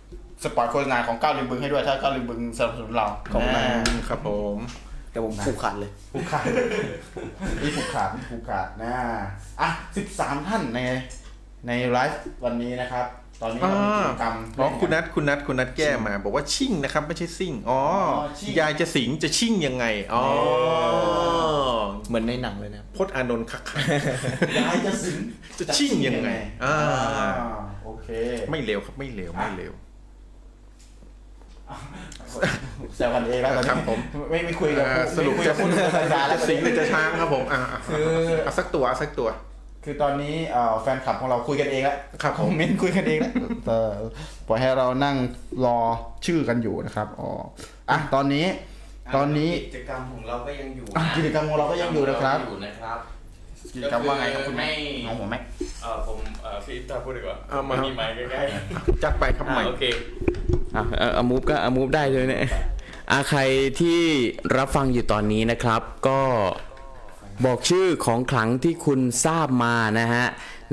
S1: ำสปอตโฆษณาของก้าวลิมบึงให้ด้วยถ้าก้าวลิมบึงสนับสนุนเรา
S11: ขอบคุณมาก
S3: อืมครับผม
S11: แต่ผมผูกขาดเลย
S1: ผูกขาด นี่ผูกขาดนี่ผูกขาดนะ อ่ะสิบสามท่านในในไลฟ์วันนี้นะครับ ตอนนี้เรามีกิจกรรม
S3: อ๋อคุณนัทคุณนัทคุณนัทแก้มา บอกว่าชิ่งนะครับ ไม่ใช่ซิ่งอ๋ออ
S1: อชิ่ง
S3: ยายจะสิงจะชิ่งยังไงอ๋อ
S11: เหมือนในหนังเลยนะครับ
S3: พจน์อานนท์คัก
S1: ยายจะสิง
S3: จะชิ่งยังไงอ่า
S1: อ่าโอเค
S3: ๆไม่เร็วครับไม่เร็วไม่เร็ว
S1: แซวกันเองแล้วกัน
S3: ครับผม
S1: ไม่ไม่คุยกับ
S3: อ่า
S1: ผู้
S3: สรุป
S1: ไม่คุย
S3: จะ
S1: กับผู้ดำเนินรายการแล้ว
S3: จะสิงหรือจะช้างครับผมอ่ะอ่ะ
S1: คือ
S3: เอาสักตัวเอาสักตัว
S1: คือตอนนี้เอ่อแฟนคลับของเราคุยกันเองแล้วครับคอมเมนต์คุยกันเองแล้วแต่ปล่อยให้เรานั่งรอชื่อกันอยู่นะครับอ๋ออ่ะตอนนี้ ตอนนี้
S5: กิจกรรมของเราก็ยังอยู่
S1: อ่ะกิจกรรมของเราก็ยังอยู่นะครับ
S5: อยู่นะครับ
S1: กิจกรรมว่าไงครับคุณแม่
S5: ก็คือให้
S1: น้องผมไหม
S13: เออผมเออพี่ตาพูดดีกว่า
S1: เอามา
S13: นมีไมค์ใกล้
S1: จักไปครับ
S13: ๆ
S1: ใหม่
S13: โอเค
S4: อ่ะเอ่อามูฟก็อามูฟได้เลยเนี่ยอาใครที่รับฟังอยู่ตอนนี้นะครับ ก็บอกชื่อของขลังที่คุณทราบมานะฮะ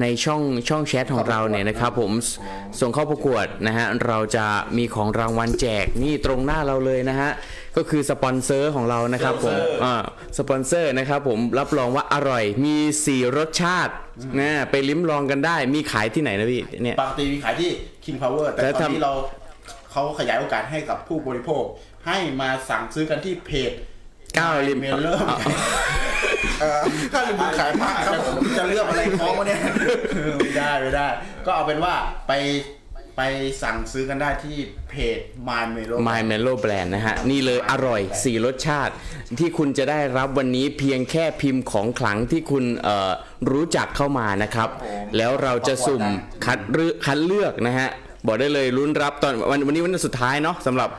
S4: ในช่องช่องแชทของเราเนี่ยนะครับผมสส่งเข้าประกวดนะฮะ เราจะมีของรางวัลแจกนี่ตรงหน้าเราเลยนะฮะ ก็คือสปอนเซอร์ของเรานะครับผมอ่าสปอนเซอร์นะครับผมรับรองว่าอร่อยมี 4 รสชาตินะไปลิ้มลองกันได้มีขายที่ไหนนะพี่เนี่ย
S1: บางทีมีขายที่ King Power แต่
S4: แต่
S1: ตอน
S4: ทำ
S1: นี้เราเขาขยายโอกาสให้กับผู้บริโภค ให้มาสั่งซื้อกันที่เพจ
S4: ก้าวริม
S1: เมลเลอร์ถ้าเป็นผู้ขายผ้าครับผมจะเลือกอะไรของวะเนี่ยไม่ได้ไม่ได้ ก็เอาเป็นว่าไปไปสั่งซื้อกันได้ที่เพจ My Melo
S4: My Mellow Brand นะฮะ นี่เลยอร่อย 4 รสชาติ ที่คุณจะได้รับวันนี้เพียงแค่พิมพ์ของขลังที่คุณเอ่อรู้จักเข้ามานะครับ แล้วเราจะสุ่มคัดเลือกคัดเลือกนะฮะ บอกได้เลยลุ้นรับตอนวันวันนี้วันสุดท้ายเนาะสำหรับ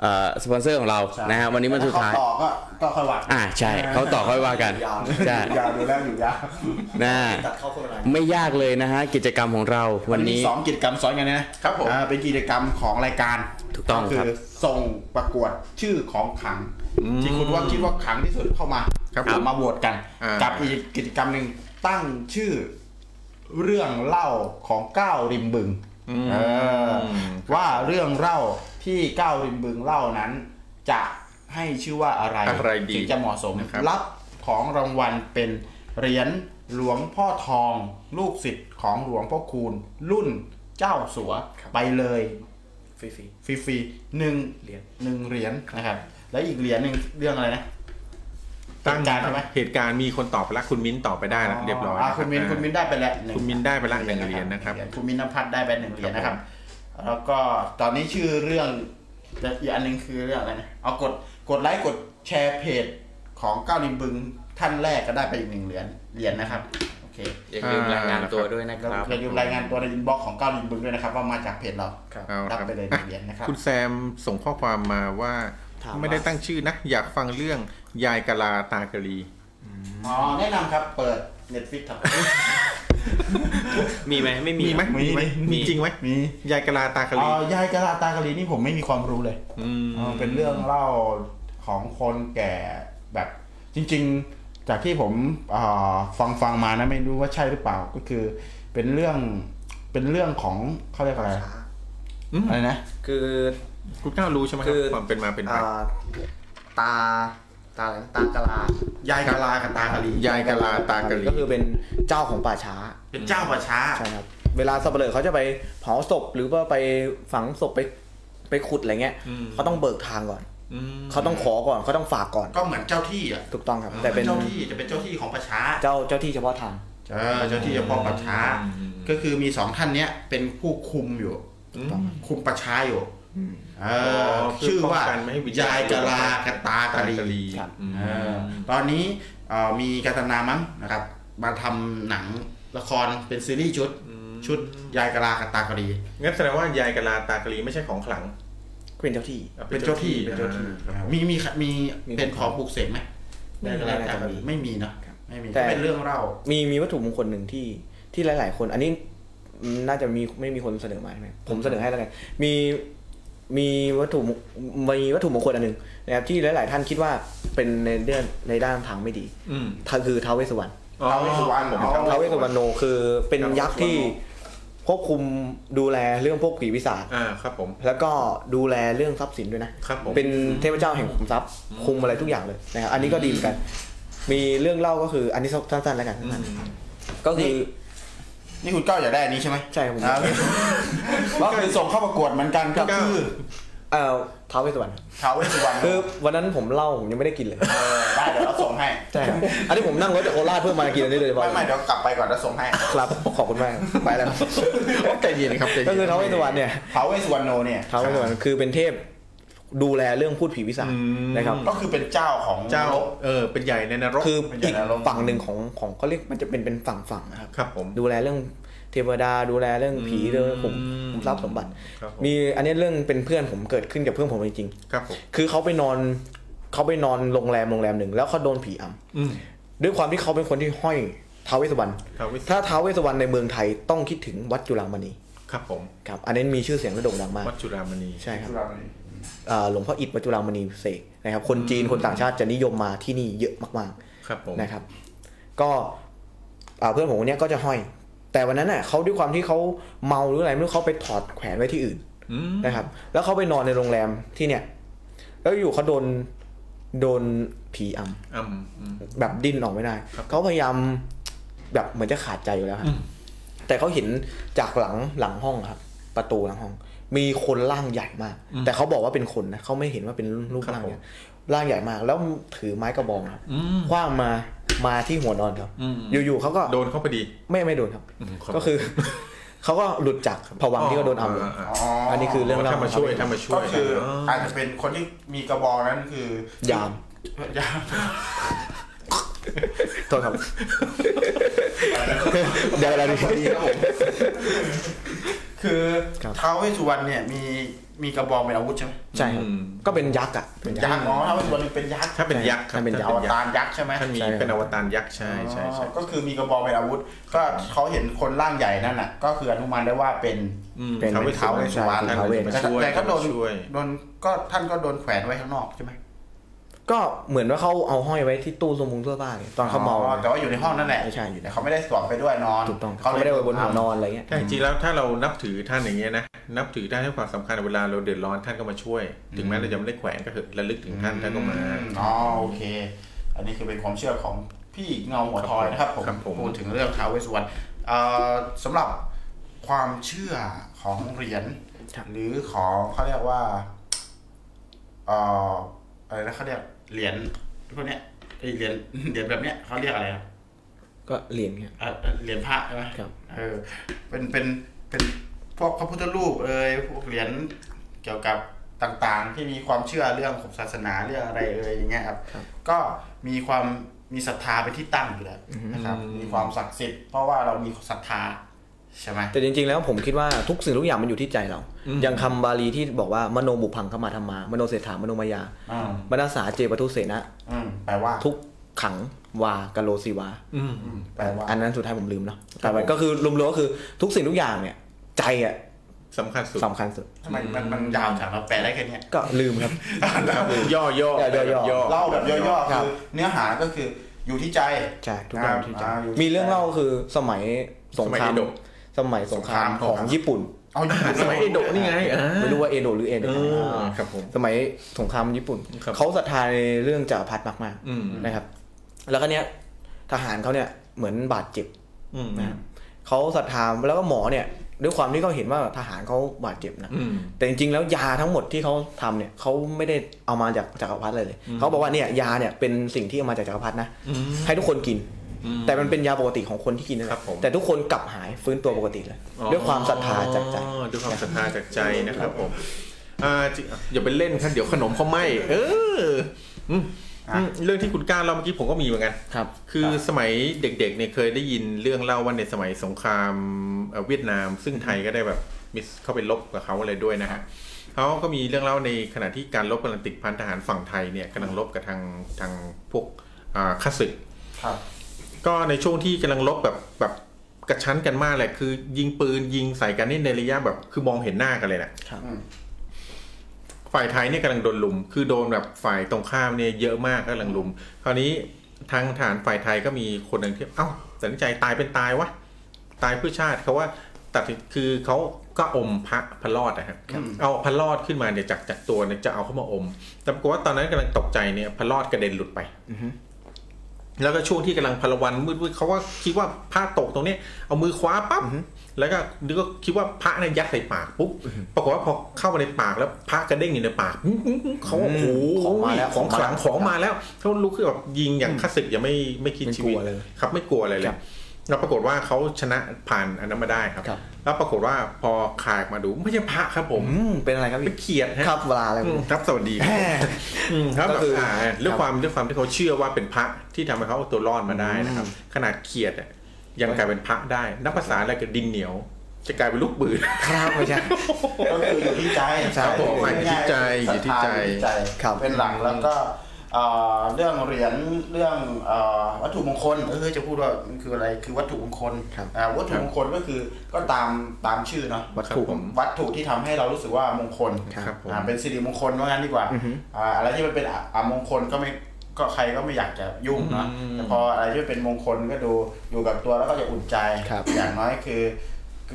S4: เอ่อสปอนเซอร์ของเรานะฮะวันนี้วันสุดท้าย
S1: ถ้เขต่อก็ก็ค่อยว่า
S4: อ่าใช่เขาต่อค่อยว่ากันใช่
S1: ยาวดูแล้วอยู่ยาว
S4: นะ
S11: ตัดเข้าคนอะไร
S4: ไม่ยากเลยนะฮะ กิจกรรมของเราวันนี้
S1: มีสองกิจกรรมซ้อนกันนะครับผมเป็นกิจกรรมของรายการ
S4: ถูกต้อง
S1: คื
S4: ครับ
S1: อส่งประกวดชื่อของขลัง ที่คุณว่าคิดว่าขลังที่สุดเข้ามา
S3: ครับ
S1: เอา
S3: ผม
S1: มาโหวตกัน
S3: อ่า
S1: กั
S3: กั
S1: บอีกกิจกรรมหนึ่งตั้งชื่อเรื่องเล่าของก้าวริมบึงเออว่าเรื่องเล่าที่ก้าวริมบึงเล่านั้น จะให้ชื่อว่าอะไร
S3: อะไรดี
S1: ถึงจะเหมาะสม
S3: นะครับ
S1: รับของรางวัลเป็นเหรียญหลวงพ่อทอง ลูกศิษย์ของหลวงพ่อคูณ รุ่นเจ้าสัวไปเลย
S5: ฟรี
S1: ฟรีๆหนึ่งเหรียญหนึ่งเหรียญนะครับ แล้วอีกเหรียญหนึ่งเรื่องอะไรนะ
S3: ตั้ง
S1: การใช่ไหม
S3: เหตุการณ์มีคนตอบไปแล้วคุณมิ้นตอบไปได้แล้วเรียบร้อย
S1: อ่ะคุณมินคุณมินได้ไปแล้วหนึ่ง
S3: คุณมิ้นได้ไปละหนึ่งเหรียญนะครับ
S1: หญคุณมินนภัทรได้ไปหนึ่งเหรียญนะค
S3: ครั
S1: รับ
S3: บ
S1: แล้วก็ตอนนี้ชื่อเรื่องและอีกอันหนึ่งคือเรื่องอะไรนะเอากดกดไลค์กดแชร์เพจของก้าวริมบึงท่านแรกก็ได้ไปอีกหนึ่งเหรียญเหรียญนะครับโอเค
S4: อย่าลืมรายงานตัวด้วยนะค
S1: แล้ว
S4: รับ
S1: อย่าลืมรายงานตัวในอินบ็อกซ์ของก้าวริมบึงด้วยนะครับ ว่ามาจากเพจเรา
S3: เอาละ
S1: รับ
S3: ครับ
S1: ไปเลยห
S3: อ่ะ
S1: นึ่งเหรียญนะครับ
S3: คุณแซมส่งข้อความมาว่า
S11: ถามว่า
S3: ไม่ได้ตั้งชื่อนะอยากฟังเรื่องยายกะลาตากะลี
S1: อ๋อแนะนำครับเปิด Netflix ครับ
S5: มีไหมไม่มี
S3: มีไหม
S1: มี
S3: มีไหม
S1: มี
S3: มีจริงไหม
S1: มี
S3: ยายกะลาตากะลี
S1: อ๋อยายกะลาตากะลีนี่ผมไม่มีความรู้เลย
S3: ม
S1: เออเป็นเรื่องเล่าของคนแก่แบบจริง ๆ จากที่ผมเอ่อฟังฟังมานะไม่รู้ว่าใช่หรือเปล่าก็คือ เป็นเรื่องเป็นเรื่องของเขาเรียกอะไร
S3: อืม
S1: อะไรนะ
S11: คือ
S3: คุณก้าวรู้ใช่ไหมครับ
S11: คือ
S3: ความเป็นมาเป็นไป
S11: อ่าตาตาอะไรนะตากะลาย
S1: ายกะลากับตากะลี
S3: ยายกะลาตากะลี
S11: ก็คือเป็นเจ้าของป่าช้า
S1: เป็นเจ้าประช้า
S11: ใช่ครับเวลาสับเปลือเขาจะไปเผาศพหรือว่าไปฝังศพไปไปขุดอะไรเงี้ยเขาต้องเบิกทางก่อน
S3: อืม
S11: เขาต้องขอก่อนเขาต้องฝากก่อน
S1: ก็เหมือนเจ้าที่อ่ะ
S11: ถูกต้องครับ แต่เป็น
S1: เจ้าที่จะเป็นเจ้าที่ของประช้า
S11: เจ้าเจ้าที่เฉพาะทาง
S1: เออเจ้าที่เฉพาะป่าช้า ก็คือมีสองท่านเนี้ยเป็นผู้คุมอยู่ คุมป่าช้าอยู่เอออ
S3: อคือ
S1: ชื่อว่า
S3: ป้องกันไม่ให้วิญญาณ
S1: ยายกะลากะตากะลี
S3: กะลี
S11: ครับ
S3: อืม
S1: เออตอนนี้เอ่อมีกาตนามั้งนะครับ มาทำหนังละครเป็นซีรีส์ชุด ชุดยายกะลากะตากะลี
S3: งั้นแสดงว่ายายกะลาตากะลีไม่ใช่ของขลัง
S11: ก็เป็นเจ้าที่
S3: อ่ะ
S1: เป็นเจ้าที่เป็นเจ้าที่
S3: อ่า
S1: มีมีมี
S11: มี
S1: เป็นของปลูกเสกไหม
S11: ไม่
S1: ยายกะลากะตากะลี
S11: ไม่น่าจะ
S1: ไม่มี
S11: มี
S1: เนอะ
S11: ครับ
S1: ไม่มี
S11: แต่
S1: ก็เป็นเรื่องเล่า
S11: มีมีวัตถุมงคลหนึ่งที่ที่หลาย ๆ คน อันนี้น่าจะมีไม่มีคนเสนอมาใช่ไหมผมเสนอให้แล้วกันมีมีวัตถุมงมีวัตถุมงคลอันหนึ่งนะครับที่หลาย ๆ ท่านคิดว่าเป็นในเรื่องในด้านทางไม่ดี
S3: อืม
S11: ทางคือท้าวเวสสวรรณ
S3: อ๋อ
S1: ท้าวเวสสุวรรณ
S3: ผม
S1: อ๋อ
S3: ครับ
S11: ท้าวเวสสุวรรณโนคือเป็นยักษ์ที่ควบคุมดูแลเรื่องพวกผีวิสาจ
S3: อ่าครับผม
S11: แล้วก็ดูแลเรื่องทรัพย์สินด้วยนะครับ
S3: ผม
S11: เป็นเทพเจ้าแห่งขุมทรัพย์คุมอะไรทุกอย่างเลยนะครับอันนี้ก็ดีเหมือนกัน มีเรื่องเล่าก็คืออันนี้สั้นๆแล้วกันสั้นๆก็คือ
S1: นี่คุณก้าวอยากได้อันนี้ใช่ไหม
S11: ใช่ครับผม
S1: อ่าก็คือส่งเข้าประกวดเหมือนกันก็คือ
S11: เอ่อท้าวเวสสุวรรณ
S1: ท้าวเวสสุวรรณ
S11: คือวันนั้นผมเล่าผมยังไม่ได้กินเลย
S1: ได้เดี๋ยวเราส่งให้
S11: ใช่ครับอันนี้ผมนั่งรถจากโคราชเพื่อมากินอันนี้โดยเฉพาะ
S1: ไม่ไม่เดี๋ยวกลับไปก่อนแล้วส่งให้
S11: ครับขอบคุณมากไปแล้วครับ
S3: ใจเย็นครับใจเย็น
S11: ก็คือท้าวเวสสุวรรณเนี่ย
S1: เผาไอ้สวรรณโนเนี่ย
S11: ท้าวเวสสุวรรณคือเป็นเทพ ดูแลเรื่องพูดผีวิสาจนะครับ
S1: ก็คือเป็นเจ้าของ
S3: เจ้าเออเป็นใหญ่ในนรก
S11: คือ
S1: เป็นใหญ่
S11: อีก
S1: ในนรก
S11: ฝั่งหนึ่งของของเขาเรียกมันจะเป็นเป็นฝั่งฝั่งนะครับ
S3: ครับผม
S11: ดูแลเรื่องเทวดาดูแลเรื่องผีเรื่องผมทรัพย์สมบัติ
S3: ครับผม
S11: มีอันนี้เรื่องเป็นเพื่อนผมเกิดขึ้นกับเพื่อนผมจริงๆ
S3: ครับผม
S11: คือเขาไปนอนเขาไปนอนโรงแรมโรงแรมหนึ่งแล้วเขาโดนผีอ
S3: อืม
S11: ำด้วยความที่เขาเป็นคนที่ห้อยท้าวเวสสวรรณ
S3: ท้าวเวสสวรรณ
S11: ถ้าท้าวเวสสวรรณในเมืองไทยต้องคิดถึงวัดจุฬามณี
S3: ครับผม
S11: ครับอันนี้มีชื่อเสียงและโด่งดังมาก
S3: วัดจุฬามณี
S11: ใช่ครับ
S7: จุฬามณี
S11: อ่าหลวงพ่ออิฐวัดจุฬามณีเสกนะครับคนจีนคนต่างชาติจะนิยมมาที่นี่เยอะมาก
S3: ครับผม
S11: ๆนะครับ ก็อ่าเพื่อนผมคนเนี้ยก็จะห้อย แต่วันนั้นน่ะเขาด้วยความที่เขาเมาหรืออะไรไม่รู้เขาไปถอดแขวนไว้ที่อื่น
S3: อืม
S11: นะครับแล้วเขาไปนอนในโรงแรมที่เนี่ย แล้วอยู่เขาโดนโดนผีอำ
S3: อืมอืม
S11: แบบดิ้นออกไม่ได้
S3: ครับ
S11: เขาพยายามแบบเหมือนจะขาดใจอยู่แล้วครับ
S3: อืม
S11: แต่เขาเห็นจากหลังหลังห้องครับ ประตูหลังห้อง มีคนร่างใหญ่มาก แต่เขาบอกว่าเป็นคนนะเขาไม่เห็นว่าเป็นรูปร่างเนี่ยร่างใหญ่มาก แล้วถือไม้กระบองครับ
S3: อืม
S11: คว้างมามาที่หัวนอนครับ
S3: อืม
S11: อยู่ๆเขาก็
S3: โดนเข้าไปดี
S11: ไม่ไม่โดนครับ
S3: อืมครับ
S11: ก็คือ เขาก็หลุดจากผวังค์ที่เขาโดนอำอยู่
S1: อ๋อ
S11: อั
S1: อั
S11: นนี้คือเรื่องเล่า
S3: ถ้ามา
S11: ของ
S3: ช่วย
S11: เขา
S3: ถ้ามาช่ว
S1: ก็
S3: ย
S1: คือ
S3: นะ
S1: อาจจะเป็นคนที่มีกระบองนั้นคือย
S11: าม
S1: ยาม
S11: โทษครับ เดี๋ยวเราดี
S1: คือ
S11: ครับ
S1: ท้าวเวสสุวรรณเนี่ยมีมีกระบองเป็นอาวุธใช่ไหม
S11: ใช่ครับก็เป็นยักษ์อ่ะ เป็นยัก
S1: ยัก
S11: ษ์
S1: ษ์อ๋อท้าวเวสสุวรรณเป็นยักษ์
S3: ถ้าเป็นยักษ์ครับ
S11: ถ้าเป็นยั
S1: อก
S11: ษ์
S1: ว
S3: ถ้
S1: ตารยักษ์ใช่ไหม
S3: ท่านมี
S11: ใช่ครับ
S3: เป็นอวตารยักษ์ใช่ใช่ใช่
S1: อ๋อก็คือมีกระบองเป็นอาวุธ ก็เขาเห็นคนร่างใหญ่นั่นน่ะ ก็คืออนุมานได้ว่าเป็น
S3: อืม
S11: เป็น
S3: ท้าวเวส
S1: ท้าวเวส
S3: ส
S1: สุ
S3: ว
S1: ว
S3: ร
S1: ร
S3: ร
S1: รณ
S3: ณท่านมาช่วย
S1: แต่ก็โดน
S3: ช่วย
S1: โดนก็ท่านก็โดนแขวนไว้ข้างนอกใช่ไหม
S11: ก็เหมือนว่าเขาเอาห้อยไว้ที่ตู้สมุงเสื้อผ้าเนี่ยตอนเขาเมา
S1: อ๋อแต่ว่าอยู่ในห้องนั่นแหละ
S11: ใช่อยู่ใน
S1: แต่เขาไม่ได้สวมไปด้วยนอน
S11: ถูกต้องเขาไม่ได้ไว้บนหัวนอนอะไรเงี้ย
S3: แต่จริงๆแล้วถ้าเรานับถือท่านอย่างเงี้ยนะนับถือท่านให้ความสำคัญเวลาเราเดือดร้อนท่านก็มาช่วย ถึงแม้เราจะไม่ได้แขวนก็เถอะระลึกถึงท่านท่านก็มา
S1: อืมอ๋อโอเค อันนี้คือเป็นความเชื่อของพี่เงาหัวทอยนะครับผม
S3: ครับผม
S1: พูดถึงเรื่องท้าวเวสสวรรณเอ่อสำหรับความเชื่อของเหรียญ
S11: ครับ
S1: หรือของเขาเรียกว่าเอ่ออะไรนะเขาเรียกเหรียญพวกเนี้ยไอเหรียญ เหรียญแบบเนี้ยเขาเรียกอะไรอะ
S11: ก็เหรียญเนี่ย
S1: อ่ะเหรียญพระใช่ไหม
S11: ครับ
S1: เออ เป็นเป็นเป็นพวกพระพุทธรูปเอ่ยพวกเหรียญเกี่ยวกับต่างๆ ที่มีความเชื่อเรื่องของศาสนาเรื่องอะไรเอ่ยอย่างเงี้ยครับ ก็มีความมีศรัทธาเป็นที่ตั้งอยู่แล้วนะครับ มีความศักดิ์สิทธิ์เพราะว่าเรามีศรัทธาใช่ไหม
S11: แต่จริงๆแล้วผมคิดว่าทุกสิ่งทุกอย่างมันอยู่ที่ใจเรา อย่างคำบาลีที่บอกว่ามโนบุพพังขมาธรรมา มโนเศรษฐามโนมายา
S1: อืม
S11: มนัสสาเจปทุเสนะ
S1: อืมแปลว่า
S11: ทุกขังวากะโลสีวา
S1: อืมแปลว่า
S11: อันนั้นสุดท้ายผมลืมเนาะแต่ว่าก็คือรวมๆก็คือทุกสิ่งทุกอย่างเนี่ย ใจอ่ะ
S3: สำคัญสุด
S11: สำคัญสุด
S1: ทำไมมันมันยาวจังเราแปลได้แค่เนี้ย
S11: ก็ลืมครับ
S3: ย่อย่อ
S11: ๆย่อๆ
S3: ย่อ
S1: เล่าแบบย่อๆ
S11: ครับ
S1: คือเนื้อหาก็คืออยู่ที่ใจ
S11: ใช่ทุกอย่าง
S1: ครับ
S11: ที่ใจ
S1: อ่าอยู่
S11: มีเรื่องเล่าคือสมัยสง
S3: สมัย
S11: ครา
S3: เอ
S11: ม
S3: โดะ
S11: สมัยสงค
S1: สง
S11: ราม
S1: คราม
S11: ของญี่ปุ่น
S1: เอาอยู่
S3: สมัยเอโดะนี่ไงอ่า
S11: ไม่รู้ว่าเอโดะหรือเอ
S3: เออ
S11: โดะอ่า
S3: ครับผม
S11: สมัยสงครามญี่ปุ่น
S3: ครับ
S11: เขาศรัทธาในเรื่องจักรพรรดิมาก
S3: อืม
S11: ๆนะครับ แล้วก็เนี้ยทหารเขาเนี่ยเหมือนบาดเจ็บ
S3: อืม
S11: นะครับเขาศรัทธาแล้วก็หมอเนี่ยด้วยความที่เขาเห็นว่าทหารเขาบาดเจ็บนะ
S3: อืม
S11: แต่จริงๆ แล้วยาทั้งหมดที่เขาทำเนี่ยเขาไม่ได้เอามาจากจักรพรรดิเลยเลยเขาบอกว่าเนี่ยยาเนี่ยเป็นสิ่งที่เอามาจากจักรพรรดินะให้ทุกคนกิน แต่มันเป็นยาปกติของคนที่กินนั่นแห
S3: ครั
S11: ละ
S3: บผม
S11: แต่ทุกคนกลับหายฟื้นตัวปกติเลย
S3: อ๋อ
S11: ด้วยความศรัทธาจากใจ
S3: ด้วยความศรัทธาจากใจนะครับผมอ่าจิอย่าไปเล่นครับเดี๋ยวขนมเขาไหมเอออืมอืมเรื่องที่คุณก้าเล่าเมื่อกี้ผมก็มีเหมือนกัน
S11: ครับ
S3: คือสมัยเด็กๆเนี่ยเคยได้ยินเรื่องเล่าว่าในสมัยสงครามเอ่อเวียดนาม ซึ่งไทยก็ได้แบบมิสเข้าไปลบกับเขาอะไรด้วยนะฮะเขาก็มีเรื่องเล่าในขณะที่การลบกำลังติดพันทหารฝั่งไทยเนี่ยกำลังลบกับทางทางพวกอ่าข้าศึก
S1: ครับ
S3: ก็ในช่วงที่กำลังลบแบบแบบกระชั้นกันมากแหละคือ ยิงปืนยิงใส่กันนี่ในระยะแบบคือมองเห็นหน้ากันเลยแหละ
S11: ครับ
S3: ฝ่ายไทยเนี่ยกำลังโดนลุม คือโดนแบบฝ่ายตรงข้ามเนี่ยเยอะมากกำลังลุม คราวนี้ทางฐานฝ่ายไทยก็มีคนหนึ่งที่เอ้าตัดสินใจตายเป็นตายวะตายเพื่อชาติเขาว่าตัดสินคือเขาก็อมพระพระรอดนะครับ
S1: ครับ
S3: เอาพระรอดขึ้นมาเนี่ยจากจากตัวเนี่ยจะเอาเข้ามาอม แต่ปรากฏว่าตอนนั้นกำลังตกใจเนี่ยพระรอดกระเด็นหลุดไป แล้วก็ช่วงที่กำลังพลวันมืดๆเขาก็คิดว่าผ้าตกตรงนี้ เอามือคว้าปั๊บแล้วก็นึกว่าคิดว่าพระเนี่ยยัดใส่ปากปุ๊บปรากฏว่าพอเข้ามาในปากแล้วพระกระเด้งอยู่ในปากอื้ออื้ออื้อเขาโอ้โห
S11: ของมาแล้ว
S3: ข
S11: ข
S3: อ
S11: อง ง
S3: ข
S11: มา
S3: ลัง
S11: แล้ว
S3: ของมาแล้วเขาลุกขึ้นแบบยิงอย่างคลาสสิกยังไม่ไม่คิด
S11: ไม่
S3: ชี
S11: กลั
S3: วิต
S11: วเลย
S3: ครับไม่กลัวอะไรเลย
S11: ครับ
S3: แล้วปรากฏว่าเขาชนะผ่านอันนั้นมาได้ครับ แล้วปรากฏว่าพอขายออกมาดูไม่ใช่พระครับผม
S11: เป็นอะไรครับ
S3: เป็นเขียด
S11: ครับเวลาอะไร
S3: ครับสวัสดีอืมครับ
S11: ก็คือ
S3: แบบอ่าด้วย
S11: ครับ
S3: ความด้วยความที่เขาเชื่อว่าเป็นพระที่ทำให้เขาเอาตัวรอดมาได้นะครับ ขนาดเขียดอะยังกลายเป็นพระได้นับภาษาอะไรกับดินเหนียว จะกลายเป็นลูกปืน
S11: ครับไม่ใช่
S1: ก็คืออยู่ที่ใจ
S3: ใช่ครับผม
S1: ง่าๆ
S3: อยู่ที่ใจอยู่ที่ใจ
S1: ศรัทธาอยู่ที่ใจ
S11: ครับ
S1: เป็นหลักแล้วก็เอ่อเรื่องเหรียญเรื่องเอ่อวัตถุมงคลเออจะพูดว่ามันคืออะไรคือวัตถุมงคล
S11: ครับ
S1: อ่าวัตถุมงคลก็คือก็ตามตามชื่อเนาะ
S3: วัตถุผม
S1: วัตถุที่ทำให้เรารู้สึกว่ามงคล
S3: ครับผม
S1: อ่าเป็นสิริมงคลว่างั้นดีกว่า
S11: อือฮึ
S1: อ่าอะไรที่มันเป็นออมงคลก็ไม่ก็ใครก็ไม่อยากจะยุ่งเนาะแต่พออะไรที่มันเป็นมงคลก็ดูอยู่กับตัวแล้วก็จะอุ่นใจ
S11: ครับ
S1: อย่างน้อยคือ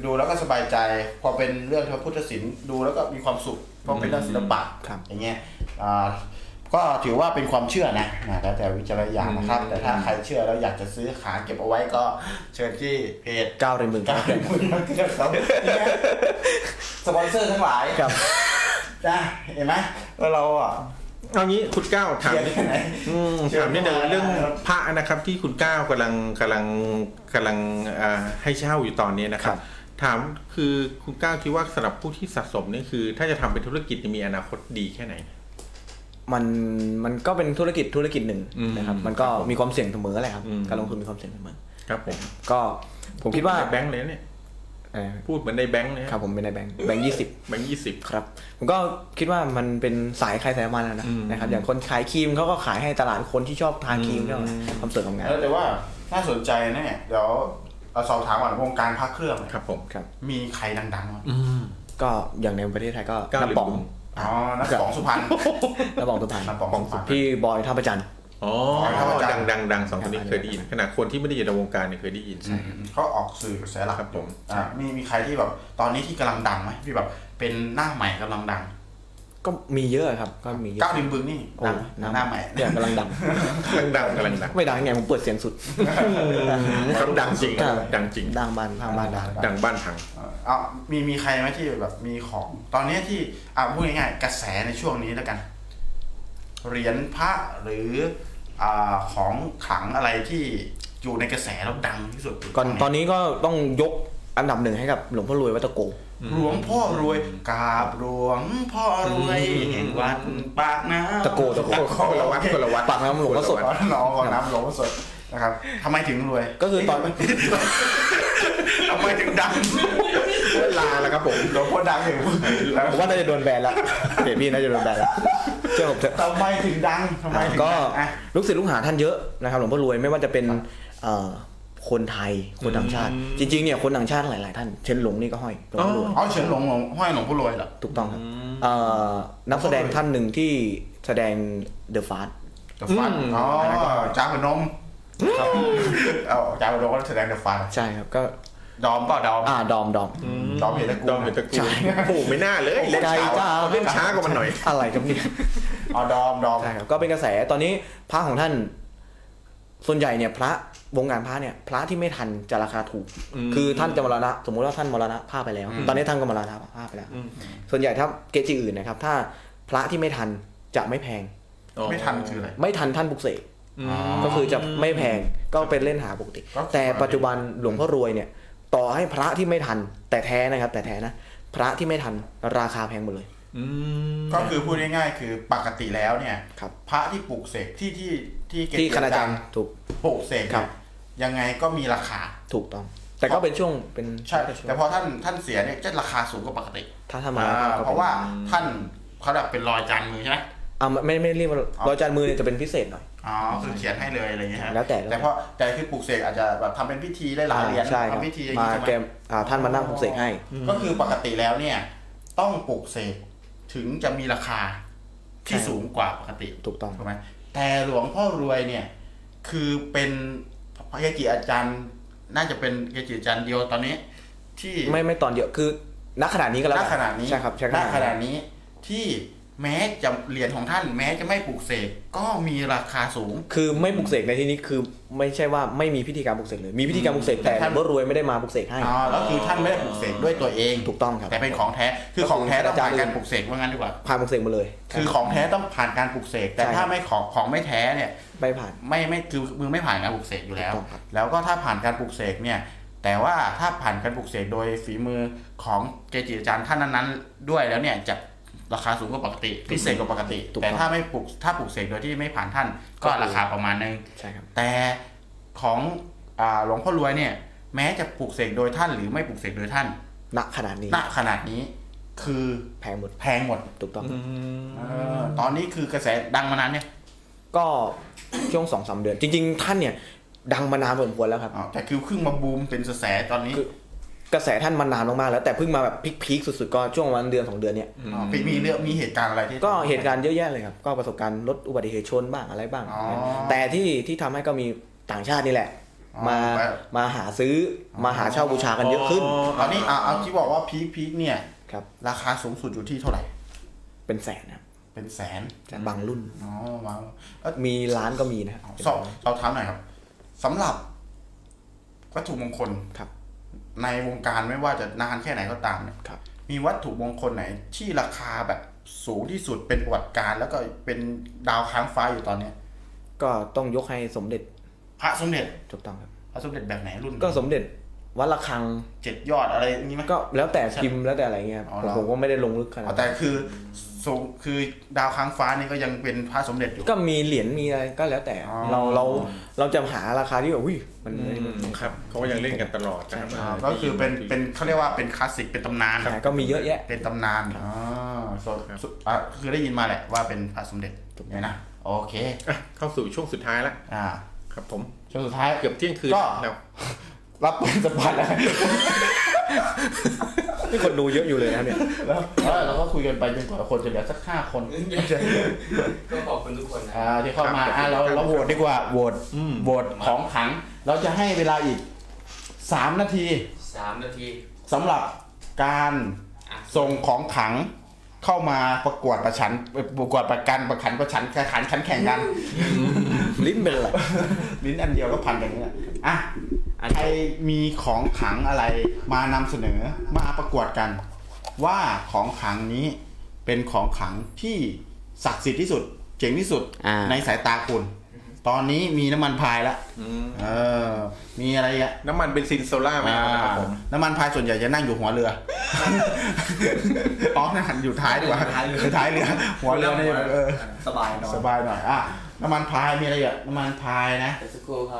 S1: ดูแล้วก็สบายใจ พอเป็นเรื่องทางพุทธศิลป์ดูแล้วก็มีความสุขเพราะเป็นเรื่องศิลปะ
S11: ครับ
S1: อย่างเงี้ยอ่าก็ถือว่าเป็นความเชื่อนะนะแล้วแต่วิจารณญาณนะครับ แต่ถ้าใครเชื่อแล้วอยากจะซื้อหาเก็บเอาไว้ก็เชิญที่เพจ
S11: เก้าเรียนหมื่น
S1: การร
S11: คับ
S1: เป็นผู้นำเกี่ยวกับสปอนเซอร์ทั้งหลาย
S11: ครับ
S1: นะเห็นไหมว่าเราอ่ะ
S3: เอางี้คุณก้าวถามนิด
S1: เชื่อไหม
S3: อืม
S1: เชื่อ
S3: ถามนิดเดียว
S1: ไหม
S3: เรื่องพระนะครับที่คุณก้าวกำลังกำลังกำลังเอ่อให้เช่าอยู่ตอนนี้นะครับ ถามคือคุณก้าวคิดว่าสำหรับผู้ที่สะสมนี่คือ ถ้าจะทำเป็นธุรกิจจะมีอนาคตดีแค่ไหน
S11: มันมันก็เป็นธุรกิจธุรกิจหนึ่ง
S3: อืม
S11: นะครับ มันก็มีความเสี่ยงเสมอแหละครับ
S3: อืม
S11: การลงทุนมีความเสี่ยงเสมอ
S3: ครับผม
S11: ก็ผมคิดว่า
S3: ในแบงค์เลยนะเนี่ย
S11: เอ่อ
S3: พูดเหมือนในแบงค์เลยนะครับ
S11: ผมเป็นในแบงค์แบงค์ยี่สิบ
S3: แบงค์ยี่สิบ
S11: ครับผมก็คิดว่ามันเป็นสายใครสายมันอะนะ
S3: อืม
S11: นะครับอย่างคนขายครีมเขาก็ขายให้ตลาดคนที่ชอบทาครีมเนี่ยความสวยความงาม
S1: เออแต่ว่าน่าสนใจนะเนี่ยเดี๋ยวเอาสอบถามก่อนวงการพระเครื่องเนี่ย
S3: ครับผม
S11: ครับ
S1: มีใครดังๆบ้าง
S11: ก็อย่างในประเทศไทยก็
S3: เก้าหรือ
S11: น้ำป๋อง
S3: บุ๋ม
S1: อ๋อนักสองสุพรรณ
S11: น้ำป๋องตุพรรณ
S1: น้ำป๋องสุพรรณ
S11: พี่บอยท่าประจันทร์
S3: อ๋อ
S1: ครับอาจาร
S3: ดั
S1: ย์
S3: งดังดังสองคนนี้เคยได้ยินขนาดคนที่ไม่ได้อยู่ในวงการเนี่ยเคยได้ยิน
S1: เขาออกสื่อกระแสหลัก
S3: ครับผม
S1: อ่ามีมีใครที่แบบตอนนี้ที่กำลังดังไหมที่แบบเป็นหน้าใหม่กำลังดัง
S11: ก็มีเยอะครับก็มีเยอะ
S1: ก้าวริมบึงนี่
S11: โอ้
S1: ดังหน้าใหม่
S11: เนี่ยกำลังดัง
S3: ดังดังกำลังดัง
S11: ไม่ดังไงผมเปิดเสียงสุด
S3: ครับดังจริง
S11: ครับ
S3: ดังจริง
S11: ดังบานทางบานดัง
S3: ดังบ้านพัง
S1: เอ่อเอามีมีใครไหมที่แบบมีของตอนนี้ที่อ่าพูดง่ายๆกระแสในช่วงนี้แล้วกันเหรียญพระหรืออ่าของขลังอะไรที่อยู่ในกระแสแล้วดังที่สุด
S11: ก่อนตอนนี้ก็ต้องยกอันดับหนึ่งให้กับหลวงพ่อรวยวัดตะโก
S1: หลวงพ่อรวยกราบหลวงพ่อรวยแห่งวัดปากน้ำ
S11: ตะโกตะโก
S3: คนละวัดคนละวัด
S11: ปากน้ำหลวงพ่อสด
S1: ขอน้องขอน้ำหลวงพ่อสดนะครับทำไมถึงรวย
S11: ก็คือตอน
S1: ทำไมถึงดัง
S3: ลาแล้วครับผม
S1: หลวงพ่อดังอยู่แล้ว
S11: ผมว่าน่าจะโดนแบนละเดี๋ยวพี่น่าจะโดนแบนละเชื่อผมเถอะ
S1: ทำไมถึงดังทำไมถึง
S11: ก็
S1: ดังอ่ะ
S11: ลูกศิษย์ลูกหาท่านเยอะนะครับหลวงพ่อรวยไม่ว่าจะเป็นเอ่อคนไทยคนต่างชาติ จริงๆเนี่ยคนต่างชาติหลายๆท่านเช่นหลงนี่ก็ห้อยหลวงพ่อรวย
S1: เอาเฉินหลงหลวงห้อยหลวงพ่อรวยเหรอ
S11: ถูกต้องครับเอ่อนักแสดงท่านหนึ่งที่แสดงเดอะฟาส
S1: เดอะฟันอ๋อจ้าพนมเอาจ้าพนมก็แสดงเดอะฟัน
S11: ใช่ครับ ก็
S1: ดอมเปล่าดอม
S11: อ่าดอมดอม
S1: ดอมเห็นตะกูล
S3: ดอมเป็นตระกูลโอ้โหไม่น่าเลยเล่นช้า
S11: จ้า
S3: เล่นช้ากว่ามันหน่อย
S11: อะไรครับเนี่ย
S1: อ๋อดอมดอม
S11: ใช่ครับก็เป็นกระแสตอนนี้พระของท่าน ส่วนใหญ่เนี่ยพระวงการพระเนี่ย พระที่ไม่ทันจะราคาถูก คือท่านจะมรณะสมมุติว่าท่านมรณะภาพไปแล้ว ตอนนี้ท่านก็มรณะภาพไปแล้ว ส่วนใหญ่ถ้าเกจิอื่นนะครับ ถ้าพระที่ไม่ทันจะไม่แพง
S1: ไม่ทันคืออะไร
S11: ไม่ทันท่านปลุกเสกก็คือจะไม่แพงก็เป็นเล่นหาปกติ
S1: ก็คือ
S11: แต่ปัจจุบันหลวงพ่อรวยเนี่ย ต่อให้พระที่ไม่ทัน แต่แท้นะครับ แต่แท้นะพระที่ไม่ทันราคาแพงหมดเลย
S1: ก็คือพูดง่ายๆคือปกติแล้วเนี่ย
S11: ครับ
S1: พระที่ปลูกเสกที่ที่ที่เกจิ
S11: ที่คณาจารย์ถูก
S1: ปลูกเสกเนี่ย
S11: ครับ
S1: ยังไงก็มีราคา
S11: ถูกต้อง แต่ก็เป็นช่วงเป็น
S1: ใช่
S11: เป็นวง
S1: แต่พอท่านท่านเสียเนี่ยจะราคาสูงกว่าปกติ
S11: ถ้าทำมา
S1: อ่า
S11: ก็ป็น
S1: เพราะว่าท่านเขาแบบเป็นรอยจานมือใช่ไหม
S11: อ่าไม่ไม่เรียกว่าร้อยจานมือเนี่ยจะเป็นพิเศษหน่อย
S1: อ๋อคือเขียนให้เลยอะไรอย่างเงี้ยฮะ
S11: แล้วแต่
S1: แต่พอแต่คือปลูกเสกอาจจะแบบทำเป็นพิธีหลายๆเหรียญ
S11: ใช่ครับ
S1: ทำพิธีอย่าง
S11: มา
S1: งี้ใช่ไห
S11: แกมอ่าท่านมานั่งปลุกเสกให้
S1: ก็คือปกติแล้วเนี่ย ต้องปลูกเสกถึงจะมีราคาที่
S11: ใช่
S1: สูงกว่าปกติ
S11: ถูกต้อง
S1: ถูกไหมแต่หลวงพ่อรวยเนี่ย คือเป็นพระเกจิอาจารย์ น่าจะเป็นเกจิอาจารย์เดียวตอนนี้ ที่
S11: ไม่ไม่ตอนเดียวคือณขณะนี้ก็แล้ว
S1: ณ
S11: กั
S1: ขณะนี้
S11: ใช่ครับใช่
S1: ณ
S11: ครับ
S1: ขณะนี้ที่ แม้จะเหรียญของท่านแม้จะไม่ปลูกเสกก็มีราคาสูง
S11: คือไม่ปลุกเสกในที่นี้คือไม่ใช่ว่าไม่มีพิธีการปลุกเสกเลย มีพิธีการปลุกเสกแต่
S1: ท่าน
S11: ว่ารวยไม่ได้มาปลุกเสกให้
S1: อ๋อแล้วคือท่านไม่ได้ปลูกเสกด้วยตัวเอง
S11: ถูกต้องครับ
S1: แต่เป็นของแท้คือของแท้ต้องผ่านการปลูกเสกว่างั้นดีกว่า
S11: ผ่านปลุกเสกหมาเลย
S1: คือของแท้ต้องผ่านการปลูกเสกแต่
S11: ใช่
S1: ถ้าไม่ของของไม่แท้เนี่ย
S11: ไม่ผ่าน
S1: ไม่ไม่คือมือไม่ผ่านการปลูกเสกอยู่แล้ว
S11: ถูกต้องครับ
S1: แล้วก็ถ้าผ่านการปลูกเสกเนี่ยแต่ว่าถ้าผ่านการปลูกเสกโดยฝีมือของเกจิอาจารย์ท่านนั้นๆ ด้วยแล้วเนี่ยจะราคาสูงกว่าปกติพิเศษกว่าปกติ แต่ถ้าไม่ปลูกถ้าปลูกเสกโดยที่ไม่ผ่านท่านก็ราคาประมาณนึง
S11: ใช่ครับ
S1: แต่ของอาหลวงพ่อรวยเนี่ย แม้จะปลูกเสกโดยท่านหรือไม่ปลูกเสกโดยท่าน
S11: ณขนาดนี้
S1: ณขนาดนี้ คือ
S11: แพงหมด
S1: แพงหมด
S11: ถูกต้อง
S1: เออตอนนี้คือกระแสดังมานานเนี่ย
S11: ก็ ช่วงสองสามเดือน จริง ๆ ท่านเนี่ย ดังมานานพอสมควรแล้วครับ
S1: อ๋อแต่คือเพิ่งมาบูมเป็นกระแสตอนนี้
S11: กระแสท่านมานานมากๆแล้วแต่เพิ่งมาแบบพีคๆสุดๆก็ช่วงวันเดือนสองเดือนเนี่ย
S1: อ๋อปีมีเรื่องมีเหตุการณ์อะไรที่
S11: ก็เหตุการณ์เยอะแยะเลยครับ ก็ประสบการณ์รถอุบัติเหตุชนบ้างอะไรบ้าง
S1: อ๋อ
S11: แต่ที่ที่ทำให้ก็มีต่างชาตินี่แหละ
S1: อ๋อ
S11: มา
S1: ไป
S11: มาหาซื้อมาหาเช่าบูชากันเยอะขึ้น
S1: ตอนนี้อ่ะเอาที่บอกว่าพีคพีคเนี่ย
S11: ครับ
S1: ราคาสูงสุดอยู่ที่เท่าไหร่
S11: เป็นแสนนะครับ
S1: เป็นแสน
S11: บางรุ่น
S1: อ๋อว้าวเอ้ย
S11: มีร้านก็มีนะครับ
S1: สอบสอบถามหน่อยครับสำหรับวัตถุมงคล
S11: ครับ
S1: ในวงการไม่ว่าจะนานแค่ไหนก็ตามเนี่ย
S11: ครับ
S1: มีวัตถุมงคลไหนที่ราคาแบบสูงที่สุดเป็นประวัติการณ์แล้วก็เป็นดาวค้างฟ้าอยู่ตอนเนี้ย
S11: ก็ต้องยกให้สมเด็จ
S1: พระสมเด็จ
S11: ถูกต้องครับ
S1: พระสมเด็จแบบไหนรุ่น
S11: ก็สมเด็จวัดระฆัง
S1: เจ็ดยอดอะไรอย่างนี้ไหม
S11: ก็แล้วแต่พิมพ์แล้วแต่อะไรเงี้ยครับ
S1: อ๋อเหรอ
S11: ผมก็ไม่ได้ลงลึกขนาด
S1: อ๋อ
S11: นั้น
S1: แต่คือสูงคือดาวค้างฟ้านี่ก็ยังเป็นพระสมเด็จอยู่
S11: ก็มีเหรียญมีอะไรก็แล้วแต่
S1: อ๋อ
S11: เราเราเราจะหาราคาที่แบบอุ้ยมัน
S3: ครับเขาก็ยังเล่นกันตลอดนะครับ
S1: อ่าก็คือเป็นเป็นเขาเรียกว่าเป็นคลาสสิกเป็นตำนาน
S11: ครับก็มีเยอะแยะ
S1: เป็นตำนานอ๋อส่วนสุดอ่ะคือได้ยินมาแหละว่าเป็นพระสมเด็จเนี่ยนะโอเค
S3: อ่ะเข้าสู่ช่วงสุดท้ายละ
S1: อ่า
S3: ครับผม
S1: ช่วงสุดท้าย
S3: เกือบเที่ยงคืน
S1: ก็
S3: แล้ว
S1: รับเป็นสปอตแล้ว
S11: นี่คนดูเยอะอยู่เลยนะครับเนี่ย
S1: แล้วแล้วเราก็คุยกันไปจนกว่าคนจะเหลือสักห้าคน
S4: ก็ขอบคุณทุกคนนะ
S1: อ่าที่เข้ามาอ่าเราเราโหวตดีกว่าโหวตโหวตของขลัง เราจะให้เวลาอีกสามนาที
S4: สามนาที
S1: สำหรับการส่งของขลังเข้ามาประกวดประชันประกวดประกันประขันประชันประขันขันแข่งกัน
S11: ลิ้นเป็นอะไร
S1: ลิ้นอันเดียวก็พันกันเนี่ยอ่ะใครมีของขลังอะไรมานำเสนอมาประกวดกัน ว่าของขลังนี้เป็นของขลังที่ศักดิ์สิทธิ์ที่สุด เจ๋งที่สุด
S14: อ่า
S1: ในสายตาคุณ ตอนนี้มีน้ำมันพายแล้วเออ มีอะไรอ่ะ
S3: น้ำมันเบนซินโซล่าไหมเอานะครับผม
S1: น้ำมันพายส่วนใหญ่จะนั่งอยู่หัวเรือ อ๋อนั่งอยู่ท้ายดีกว่า
S11: ท้ายเรือ
S1: ท้ายเรือ หัวเรือนี่เออ
S11: สบายหน่อย
S1: สบายหน่อยอ่ะน้ำมันพายมีอะไรอ่ะน้ำมันพายนะ
S4: เดี๋ยวสักครู่ครับ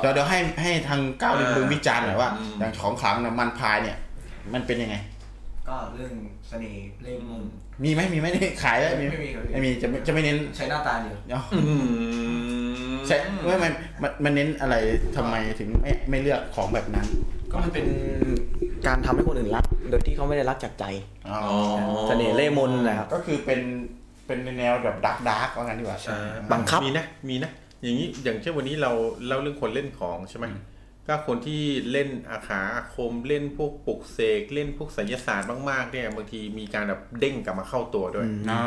S1: เดี๋ยวเดี๋ยวให้ให้ทางก้าวดินบึงวิจารณ์หน่อยว่า
S3: อืม
S1: อย่างของขลังน้ำมันพายเนี่ย มันเป็นยังไง
S11: ก็เรื่องเสน่ห์เล่มมุม
S1: มีไหมมีไหมนี่ขายไหม
S11: ไม่มีครับ
S1: ไม่มีจะไม่จะไม่เน้น
S11: ใช้หน้าตาเดียว
S1: เนาะใช่ไม่ไม่มันมันเน้นอะไรทำไมถึงไม่ไม่เลือกของแบบนั้น
S11: ก็มันเป็นการทำให้คนอื่นรัก โดยที่เขาไม่ได้รักจากใจ
S1: อ๋อ
S11: เสน่ห์เล่มนนะครับ
S1: ก็คือเป็นเป็นในแนวแบบดักดาร์กว่างั้นดีกว่าใช่
S11: บังคับ
S3: มีนะมีนะ อย่างนี้อย่างเช่นวันนี้เราเล่าเรื่องคนเล่นของใช่ไหมก็คนที่เล่นอาขาอาคมเล่นพวกปลุกเสกเล่นพวกไสยศาสตร์มากๆเนี่ยบางทีมีการแบบเด้งกลับมาเข้าตัวด้วยอ่า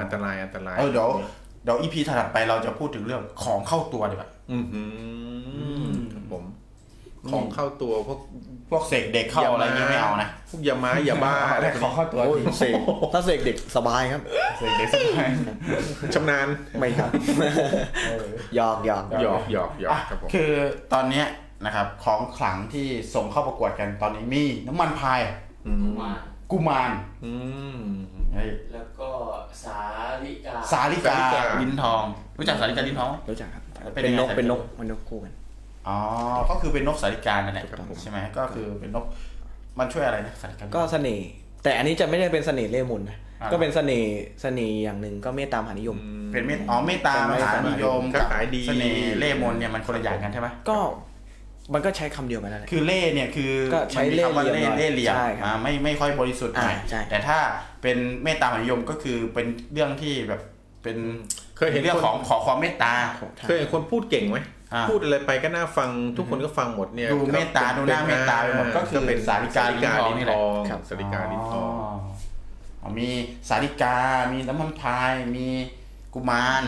S3: อันตรายอันตราย
S1: เออเดี๋ยวเดี๋ยวอีพีถัดไปเราจะพูดถึงเรื่องของเข้าตัวดีกว่า
S3: อือหือครับผม ของเข้าตัวพวก
S1: พวกเสกเด็กเข้าอะไรเงี้ยไม่เอานะ
S3: พวก ยาม้ายาบ้าอะไร
S1: ของเข้าตัว
S11: โอ้ยเสกถ้าเสกเด็กสบายครับ
S1: เสกเด็กสบาย
S3: ชำนาญ
S11: ไม่ครับหยอกหยอก
S3: หยอกหยอกหยอกครับผม
S1: อ่ะคือตอนเนี้ยนะครับของขลังที่ส่งเข้าประกวดกันตอนนี้มีน้ำมันพาย
S4: ผมมา
S1: กุมาร
S3: อืม
S1: เฮ้ย
S4: แล้วก็สาลิกา
S1: สาลิกา
S3: สาลิกา
S1: ลิ้นทอง รู้จักสาลิกาลิ้นทอง
S11: รู้จักครับ
S1: เป็น
S11: เป็นนก
S1: ยังไง
S11: เป็นนกมันนกคู่กัน
S1: อ๋อก็คือเป็นนกสาลิกานั่นแหละ
S11: ครับผม
S1: ใช่ไหมก็คือเป็นนกมันช่วยอะไรนะสาลิกา
S11: ก็เสน่ห์แต่อันนี้จะไม่ได้เป็นเสน่ห์เล่มนนะ
S1: อ่า
S11: ก็เป็นเสน่ห์เสน่ห์อย่างหนึ่งก็เมตตามหานิยม
S1: เป็นเมตอ๋อเมตตาม
S11: เป็นเมต
S1: หา
S11: ตามหานิ
S1: นิ
S11: ย
S1: ย
S11: ม
S1: มกับ
S3: ขายดี
S1: เสน่ห์เล่ห์มนต์เนี่ยมันคนละอย่างกันใช่ไหม
S11: ก็มันก็ใช้คำเดียวกันนั่นแหละ
S1: คือเล่ห์เนี่ยคือ
S11: ก็ใช้
S1: มันมีคำว่า
S11: เล่
S1: เล่
S11: ห์
S1: ห์
S11: เหลี่ยม
S1: เล่ห์เหลี่ยม
S11: ใช่ครับ
S1: อ่าไม่ไม่ค่อยบริสุทธิ์หน่อย
S11: อ่าใช่
S1: แต่ถ้าเป็นเมตตามหานิยมก็คือเป็นเรื่องที่แบบเป็น
S3: เคยเห็น
S1: เรื่อง
S3: คน
S1: ของขอความเมตตา
S3: เคยเห็นคนพูดเก่งไหม
S1: อ่า
S3: พูดอะไรไปก็น่าฟังทุกคนก็ฟังหมดเนี่ย
S1: ดูเมตตาดูหน้าเมตตาไปหมดก็คือ
S3: เป็น
S1: สาลิกาลิ้นทองนี่แหละ
S3: สาลิกาลิ้นทอง
S1: อ๋อมีสาริกา มีน้ำมันพราย มีกุมาร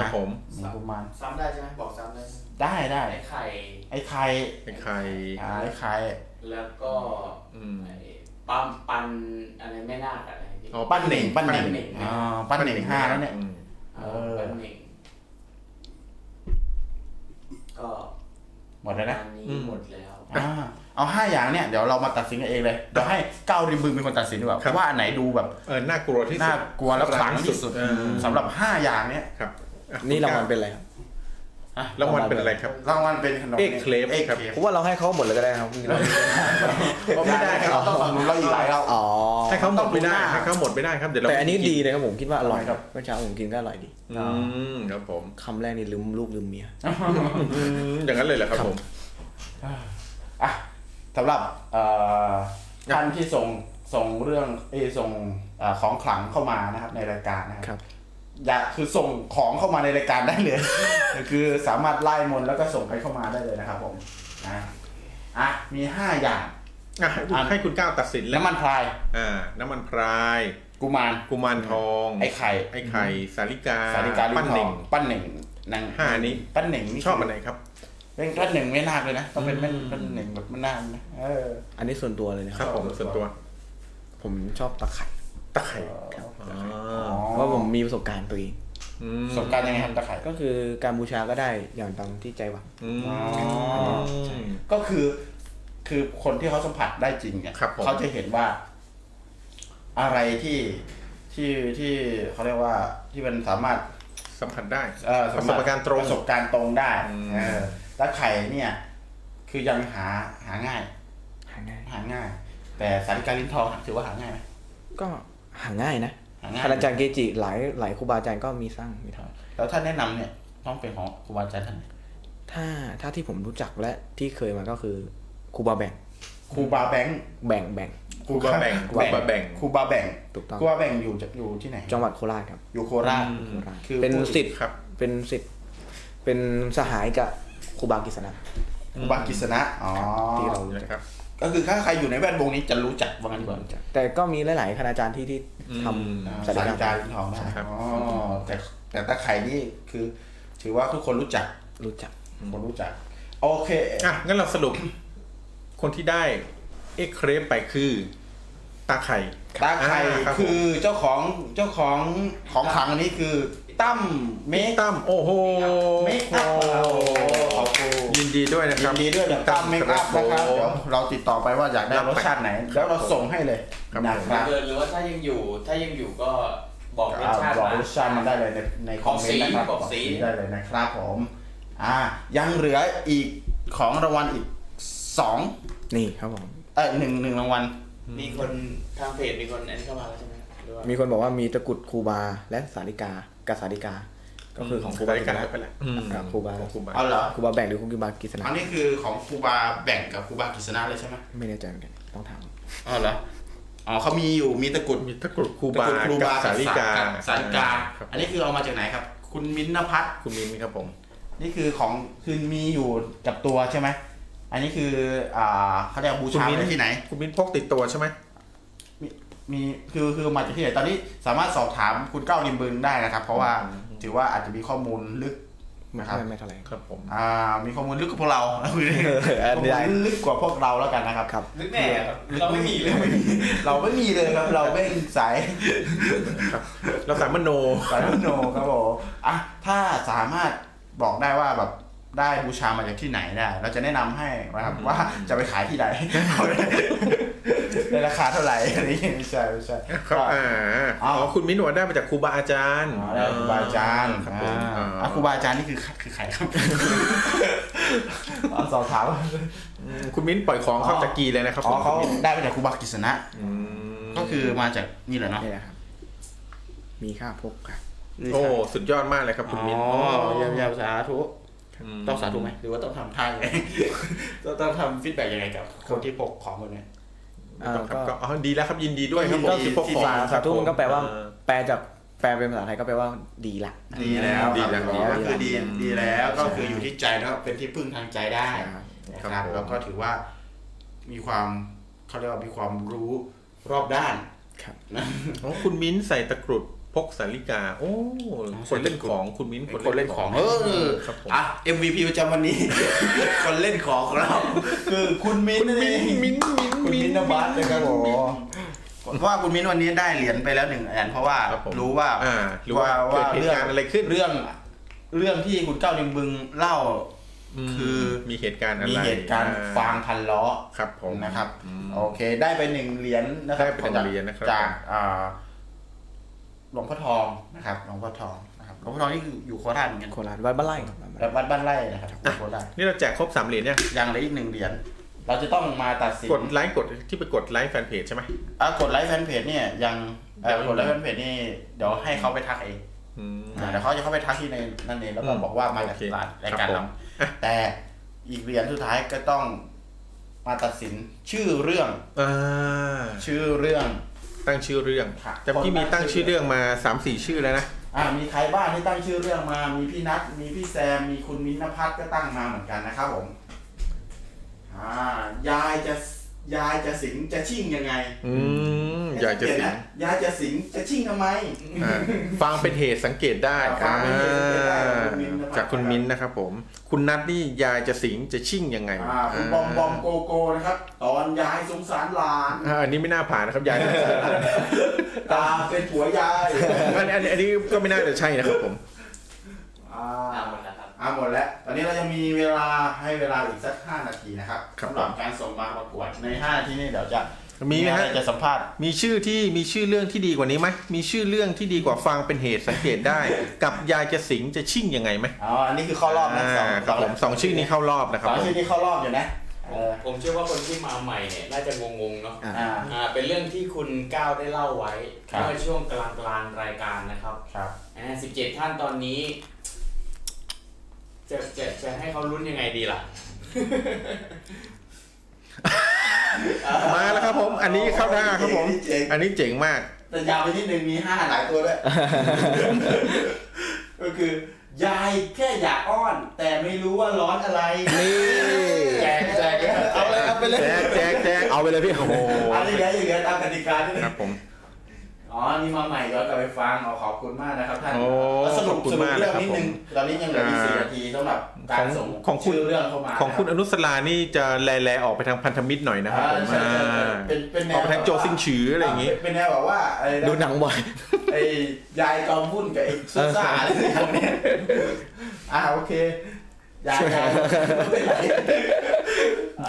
S3: ครับผม
S1: มีกุมาร
S15: ซ้ำได้ใช่ไหมบอกซ้ำได้
S1: ได้ได้
S4: ไอ้ไข่
S1: ไอ้ไข่
S3: ไอ้ไข่
S1: อ่าไอ้ไข่
S4: แล้วก็ไอ้ปั้มปันอะไรไม่น่าคอะไรพี่
S1: ปั้นเหน่งปั้นเหน่ง
S4: เหน่ง
S1: อ่าปั้นเหน่งห้าแล้วเนี่ย
S4: เออปั้นเหน่งก็
S1: หมดแล้วนะ
S4: อันนี้หมดแล้ว
S1: อ่าเอาห้าอย่างเนี่ยเดี๋ยวเรามาตัดสินกันเองเลยเดี๋ยวให้เก้าริมบึงเป็นคนตัดสินดีกว่าว่าอันไหนดูแบบ
S3: เออน่ากลัวที่สุด
S1: น่ากลัวแล้วขลังที่สุด
S3: เออ
S1: สำหรับห้าอย่างเนี้ย
S3: ครับ
S11: นี่รางวัลเป็นอะไรครับ
S3: รางวัลเป็นอะไรครับ
S1: รางวัลเป็นขนม
S3: เอกเคลฟครับ
S11: ผมว่าเราให้เขาหมดเลยก็ได้ครับ
S1: ไม่ได้ครับเราต้องสนับสนุนเราอีกหลายเรา
S11: อ๋อ
S3: ให้เขาหมดไม่ได้ให้เขาหมดไม่ได้ครับเดี๋ยวเรา
S11: แต่อันนี้
S3: ไปกิ
S11: ดีนะครับผมคิดว่าอร่อยครับเมื่อเช้าผมกินก็อร่อยดี
S3: อืมครับผม
S11: คำแรกนี่ลืมลูกลืมเมีย
S3: อืมอย่างนั้นเลยเหรอครับผม
S1: อ่ะสำหรับเอ่อท่านที่ส่งส่งเรื่องเอยส่งเอ่อของขลังเข้ามานะครับในรายการนะครับ อยากคือส่งของเข้ามาในรายการได้เลย คือสามารถไล่มนต์แล้วก็ส่งไปเข้ามาได้เลยนะครับผมนะอ่ะมีห้าอย่าง
S3: อ่ะให้คุณก้าวตัดสินแล้ว
S1: น้ำมันพราย
S3: อ่าน้ำมันพราย
S1: กุมาร
S3: กุมารทอง
S1: ไอ้ไข่
S3: ไอ้ไข่สาริกา
S1: สาริกาลิ้
S3: ปั้น
S1: นท
S3: ห
S1: อ
S3: นึ่
S1: ง
S3: ง
S1: ปั้นเหน่งนาง
S3: ห้านี้
S1: ปั้นเหน่งนี่
S3: ชอบอันไหนครับ
S1: เป็นปั้นเหน่งไม่นาคเลยนะต้องเป็นแม่นปั้นเหน่งแบบไม่นาคนะเออ
S11: อันนี้ส่วนตัวเลยนะ
S3: ค
S11: ค
S3: รั
S11: รั
S3: บบ ผมส่วนตัว
S11: ผมชอบตะไคร่
S3: ตะไข่อ๋อ
S11: เพราะผมมีประสบการณ์ตัวเอง
S3: อืม
S1: ประสบการณ์ยังไงครับตะไคร่
S11: ก็คือการบูชาก็ได้อย่างตามที่ใจหวัง
S3: อืม
S1: อ๋อก็คือคือคนที่เขาสัมผัสได้จริงเนี่ย
S3: ครับผม
S1: เขาจะเห็นว่า อะไรที่ที่ที่เขาเรียกว่าที่มันสามารถ
S3: สัมผัสได้
S1: เอ่อ
S3: ประสบการณ์ตรง
S1: ประสบการณ์ตรงได้
S3: อืม
S1: เออตะไคร่เนี่ย คือยังหาหาง่าย
S11: หาง่าย
S1: หาง่าย แต่สาริการลิ้นทองถือว่าหาง่ายไหม
S11: ก็หาง่ายนะ
S1: หาง่าย
S11: คณาจารย์เกจิหลายหลายครูบาอาจารย์ก็มีสร้างมีท
S1: แล้วถ้าแนะนำเนี่ยต้องเป็นของครูบาอาจารย์ท่านไหน
S11: ำถ้าถ้าที่ผมรู้จักและที่เคยมาก็คือครูบาแบ่ง
S1: ครูบาแบงค์
S11: แบ่งแบ่ง
S3: ครูบาแบ่ง
S1: ค
S3: ค
S1: รู
S3: รู
S1: บาแบ่
S3: บาแบ่
S1: ง
S3: ง
S1: ครูบาแบ่ง
S11: ถูกต้อง
S1: ครูบาแบ่งอยู่จะอยู่ที่ไหน
S11: จังหวัดโคราชครับ
S1: อยู่โคราช
S11: โคราช
S1: คือ
S11: เป็น
S1: ผู้ที่
S11: สิทธิ์
S3: ครับ
S11: เป็นสิทธิ์เป็นสหายกับครูบากิษณะ
S1: ครูบากิษณะอ๋อ
S11: ที่เรารู้จัก
S3: นะครับ
S1: ก็คือถ้าใครอยู่ในแวดวงนี้จะรู้จักว่างั้นก่อน
S11: แต่ก็มีหลาย ๆ คณาจารย์ที่ที่ท
S3: อืม
S11: ำ
S1: สา
S11: สา
S1: ริกาก
S11: ริา
S1: ลิ้นทองได้
S3: ครับ
S1: อ๋อแต่แต่ตาไข่นี่คือ ถือว่าทุกคนรู้จัก
S11: รู้จัก
S1: คนรู้จัก โอเค
S3: อ่ะงั้นเราสรุป คนที่ได้เอ็กเครปไปคือตาไข่
S1: ตาไข่
S3: ารับผม
S1: คือเจ้าของเจ้าของของขลังอันนี้คือตั้มเมค
S3: ตั้มโอ้โห
S1: เมคอัพโอ้โหขอบคุณ
S3: ยินดีด้วยนะค
S1: ยิ
S3: รับ
S1: นดีด้วยกับตั้มเมคอัพนะครับ เดี๋ยวเราติดต่อไปว่าอยากได้รสชาติไหน แล้วเราส่งให้เลยนะครับ
S4: เกินหรือว่าถ้ายังอยู่ ถ้ายังอยู่ก็บอกรส
S1: อ่า
S4: ชาติ
S1: บอก
S4: มา
S1: รสชาติมันได้เลยในในคอมเมนต์นะครับ
S4: บอกสี
S1: ได้เลยนะครับผม อ่า ยังเหลืออีกของรางวัลอีกสอง
S11: นี่ครับผม
S1: เอ้ยหนึ่งหนึ่งรางวัล
S4: มีคนทางเพจมีคนอันนี้เข้ามาแล้วใช่ไหมหรือว่า
S11: มีคนบอกว่ามีตะกรุดครูบาและสาริกากับสาริกา ก็คือของครูบา
S3: สาริกา
S11: กิษณะ
S3: ไปแล้ว
S11: กับครูบา
S3: ครูบา
S1: เอาเหรอ
S11: ครูบาแบ่งหรือครูบากิษณะ
S1: อันนี้คือของครูบาแบ่งกับครูบากิษณะเลยใช่ไหม
S11: ไม่แน่ใจเหมือนกันต้องถาม
S1: อ๋อเหรออ๋อเขามีอยู่มีตะกรุด
S3: มีตะกรุดครูบา
S1: ตะกรุดครู
S3: กับบ
S1: า
S3: สาริกา
S1: บสาริกา
S3: ครับ
S1: อันนี้คือเอามาจากไหนครับ คุณมินท์นภัทร
S3: คุณมินครับผม
S1: นี่คือของคือมีอยู่กับตัวใช่ไหม อันนี้คือ อ่าเขาเรียกว่าบูชา
S3: คุณมิ้น
S1: ไว้ที่ไหน
S3: คุณมินพกติดตัวใช่ไหม
S1: มีมีคือคือมาจากที่ไหน ตอนนี้สามารถสอบถามคุณเก้าริมบึงได้นะครับ เพราะว่าถือว่าอาจจะมีข้อมูลลึก
S11: ไม่
S1: นะครับ
S11: ไม่ไม่เท่าไหร่
S3: ครับผม
S1: อ่า มีข้อมูลลึกกว่าพวกเราข้อมูลลึกกว่าพวกเราแล้วกันนะครับ
S11: ครับ
S4: นึกแน่ครับเราไม่มีเลย
S1: เราไม่มีเลยครับ เราไม่สาย
S3: เราสามโน
S1: ไบเบิลโนครับผมอ่ะถ้าสามารถบอกได้ว่าแบบได้บูชามาจากที่ไหนได้ เราจะแนะนำให้นะครับว่าจะไปขายที่ไหน ในราคาเท่าไหร่อะไรอย่างเงี้ยไม่ใช่ไม่ใช่
S3: ครับ
S1: ก็
S3: อ่าอ๋อ
S1: เอา
S3: คุณมิ้นหนวดได้มาจากครูบาอาจารย์
S1: อ๋อได้ครูบาอาจารย์
S3: ครับผ
S1: อ่าม
S3: อ่า
S1: อ่ะครูบาอาจารย์นี่คือคือใครครับ เอาสอบถาม
S3: คุณมิ้นปล่อยของเข้าตะกีเลยนะครับ
S1: อ๋อ
S3: ผม
S1: เขาได้มาจากครูบากิษณะ
S3: อืม
S1: ก็คือมาจากนี่แหละเนาะ
S11: นี่แหละครับ มีค่าพกค่ะ
S3: โอ้สุดยอดมากเลยครับ คุณมิ้น
S1: อ๋อเยี่ยมเยี่ยมสาธุ
S3: ม
S1: ต้องสาธุไหมหรือว่าต้องทำท่ายังไง ต้องต้องทำฟีดแบ็กยังไงกับคนที่พกของคนเนี้ย
S11: อ่า
S3: ต้องครับ
S11: ก็
S3: ก็อ๋อดีแล้วครับยินดีด้วยครับผม
S1: ก็ยินดี
S3: ที่พก
S1: ที่
S3: ของ
S1: มา
S11: สาธุ
S3: ผ
S11: มันก็แปลว่า
S3: เออ
S11: แปลจากแปลเป็นภาษาไทยก็แปลว่าดีละ
S1: ดีแล้ว
S3: ดีแล้ว
S1: ครับก็คือดีดีแล้วก็คืออยู่ที่ใจแล้วเป็นที่พึ่งทางใจได้นะค
S3: ค
S1: รั
S3: รั
S1: บบ
S3: ผม
S1: แล้วก็ถือว่ามีความเขาเรียกว่ามีความรู้รอบด้าน
S11: ครับ
S16: ครับ
S3: อ๋อคุณมิ้นใส่ตะกรุดพกสาลิกา โอ้คนเล่นของคุณมิ้น
S1: คนเล่นของเออ
S3: ครับผม
S1: อ่ะ MVP ประจำวันนี้ คนเล่นของของเราคือคุณมิ้นมิ้นมิ้นมิ้นมิ้นนบัตนะครับผมเพราะว่าคุณมิ้นวันนี้ได้เหรียญไปแล้วหนึ่งอันเพราะว่ารู้ว่า
S3: อ่ารู้ว่าเกิดเหตุการณ์อะไรขึ้น
S1: เรื่อง เรื่องที่คุณเก้าลิมบึงเล่า คือ
S3: มีเหตุการณ์อะไร
S1: มีเหตุการณ์ฟางพันล้อ
S3: ครับผม
S1: นะครับ โอเค ได้ไปหนึ่งเหรียญนะครับ
S3: ได้ไปหนึ่
S1: จา
S3: ง
S1: ก
S3: เหรียญนะครับ
S1: จากอ่า หลวงพ่อทองนะครับหลวงพ่อทองนะครับหลวงพ่อทองนี่คืออยู่โคราชเหมือนกัน
S11: โคราชวัดบ้านไร่ครับ
S1: วัดบ้านไร่นะครับอยู่โคราช
S3: นี่เราแจกครบสามเหรียญยัง
S1: ยังเหลืออีกหนึ่งเหรียญเราจะต้องมาตัดสิน
S3: กดไลค์กดที่ไปกดไลค์แฟนเพจใช่ไหม
S1: อ่ะกดไลค์แฟนเพจเนี่ยยังเอ่อ
S3: ยังไม่
S1: กดไลค์แฟนเพจนี่เดี๋ยวให้เขาไปทักเอง
S3: อืม
S1: อ่าเดี๋ยวเขาจะเข้าไปทักที่ในนั่นเองแล้วก็
S3: อืม
S1: บอกว่ามาจาก
S3: โอเค
S1: รานรายการ
S3: ครับผม
S1: เราแต่อีกเหรียญสุดท้ายก็ต้องมาตัดสินชื่อเรื่อง
S3: อ่า
S1: ชื่อเรื่อง
S3: ตั้งชื่อเรื่องแต่ที่มีตั้งชื่อเรื่องมาสามสี่ชื่อแล้วนะ
S1: อ่ามีใครบ้างที่ตั้งชื่อเรื่องมา มีพี่นัทมีพี่แซม มีคุณมิ้นท์นภัสก็ตั้งมาเหมือนกันนะครับผมอ่ายายจะยายจะสิงจะชิ่งยังไง
S3: อืมอยากจะ
S1: เดี๋
S3: สิ
S1: วนะยายจะสิงจะชิ่งทำไม
S3: อ่าฟังเป็นเหตุสังเกตได้
S1: ฟังเป็นเหตุสังเกตได้
S3: อ่าจากคุณมิ้นท์นะครับผม คุณนัทนี่ยายจะสิงจะชิ่งยังไง
S1: อ่าคุณบอมบอมโกโกนะครับ ตอนยายสงสารหลาน
S3: อ่าอันนี้ไม่น่าผ่านนะครับ ยาย
S1: ตาเป็นผัวยาย
S3: อันอันอันนี้ก็ไม่น่าจะใช่นะครับผม
S1: อ่าหมดแล้วครับอ่าหมดแล้ว ตอนนี้เรายังมีเวลาให้เวลาอีกสัก 5 นาทีนะครับ
S3: ครับ
S1: สำหรับการส่งมาประกวดใน 5 นาทีนี้เดี๋ยวจะ
S3: มีไหม
S1: อะไร
S3: ฮะ
S1: จะสัมภาษณ์
S3: มีชื่อที่มีชื่อเรื่องที่ดีกว่านี้ไหมมีชื่อเรื่องที่ดีกว่าฟังเป็นเหตุสังเกตได้ กับยายจะสิงจะชิ่งยังไงไหม
S1: อ๋ออันนี้คือเข้ารอบนะสอง
S3: าครับผมสองชื่อนี้เข้ารอบนะครับ
S1: สาม
S3: ผม
S1: ชื่อที่เข้ารอบอยู่นะ
S4: ผมเชื่อว่าคนที่มาใหม่เนี่ยน่าจะงงๆเนาะ
S1: อ่า
S4: อ่าเป็นเรื่องที่คุณก้าวได้เล่าไว้
S1: ครับ
S4: เมื่อช่วงกลางกลางๆรายการนะครับ
S1: ครับ
S4: อ่าสิบเจ็ดท่านตอนนี้ จะจะจะให้เขาลุ้นยังไงดีล่ะ
S3: มาแล้วครับผม อันนี้เข้าท่าครับผม อันนี้เจ๋งมาก
S1: แต่ยาวไปนิดนึงมี 5 หลายตัวด้วย ก็คือยายแค่อยากอ้อน แต่ไม่รู้ว่าร้อนอะไรนี่แจกแจกเอาเลยครับไปเลย
S3: แจกแจกแจกเอาไปเลยพี่โอ้โห
S1: อันนี้เหลืออยู่เหลือตามกติกาด้วยนะครับ
S3: ผม
S1: อ๋อนี่มาใหม่ย้อนกลับไปฟังอ๋อขอบคุณมากนะครับท่าน
S3: โอ้
S1: แล้วสรุป
S3: ขอบคุณ
S1: สรุป
S3: มาก
S1: เรื่อง
S3: นะครับ
S1: นิดนึง
S3: ผม
S1: ตอนนี้ยังเหลืออีกสี่
S3: อ่า
S1: นาทีสำหรับ
S3: ข
S1: กา
S3: อ
S1: รง ส่ง
S3: ของคุณ
S1: ชื่เรื่องเข้ามา
S3: ของคุณ
S1: นะ
S3: อนุสรานี่จะแลแลออกไปทางพันธมิตรหน่อยนะครับผม
S1: อ่าใช่ใช่ใช่เป็นเป็นแน
S3: ออ
S1: ว
S3: กไปทางโจซิงฉืออะไรอย่างงี้
S1: เป็นแนวแบบว่าไอ้นะ
S11: ดูหนังบ่อย
S1: ไอ้ยายกอมพุ่นกับไอ้ซุซ่าอะไรสักอย่างเนี่ย อ่าโอเค ยายยายไม่เป็นไร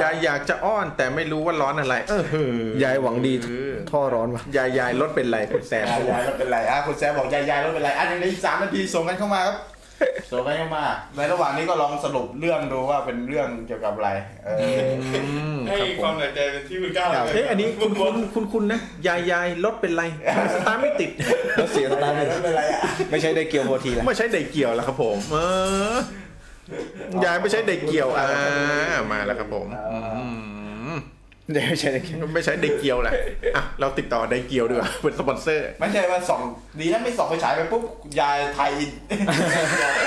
S3: ยายอยากจะอ้อนแต่ไม่รู้ว่าร้อนอะไร เออยายหวังดี
S11: ท่อร้อนวะ
S3: ยายยายรถเป็นไรคุณแซม
S1: ยายยายไม่เป็นไรอ่ะคุณแซมบอกยายยายไม่เป็นไรอ่ะยังเหลืออีกสามนาทีส่งกันเข้ามาครับส่งกันเข้ามา ในระหว่างนี้ก็ลองสรุปเรื่องดูว่าเป็นเรื่องเกี่ยวกับอะไร เออ
S17: ให้ความหนักใจเป็นที่คุณก้าว
S3: เอ้ยอันนี้คุณคุณคุณคุณนะ ยายยายรถเป็นไรสตาร์ทไม่ติด
S11: รถเสียสตาร์ทไม่ติด
S1: เป็นไรอ่ะ
S11: ไม่ใช่ได้เกียวโบทีแล้ว
S3: ไม่ใช่ไดเกี่ยวแล้วครับผม เออ ยายไม่ใช่ไดเกี่ยวอ่ามาแล้วครับผมม
S11: ไม่ใช่ไดเกี่ยว
S3: ไม่ใช่ไดเกี่ยวแหละอ่ะเราติดต่อไดเกี่ยวดีกว่าเป็นสปอนเซอร์
S1: ไม่ใช่ว่าส่องดีนะไม่ส่องไปฉายไปปุ๊บยายไทย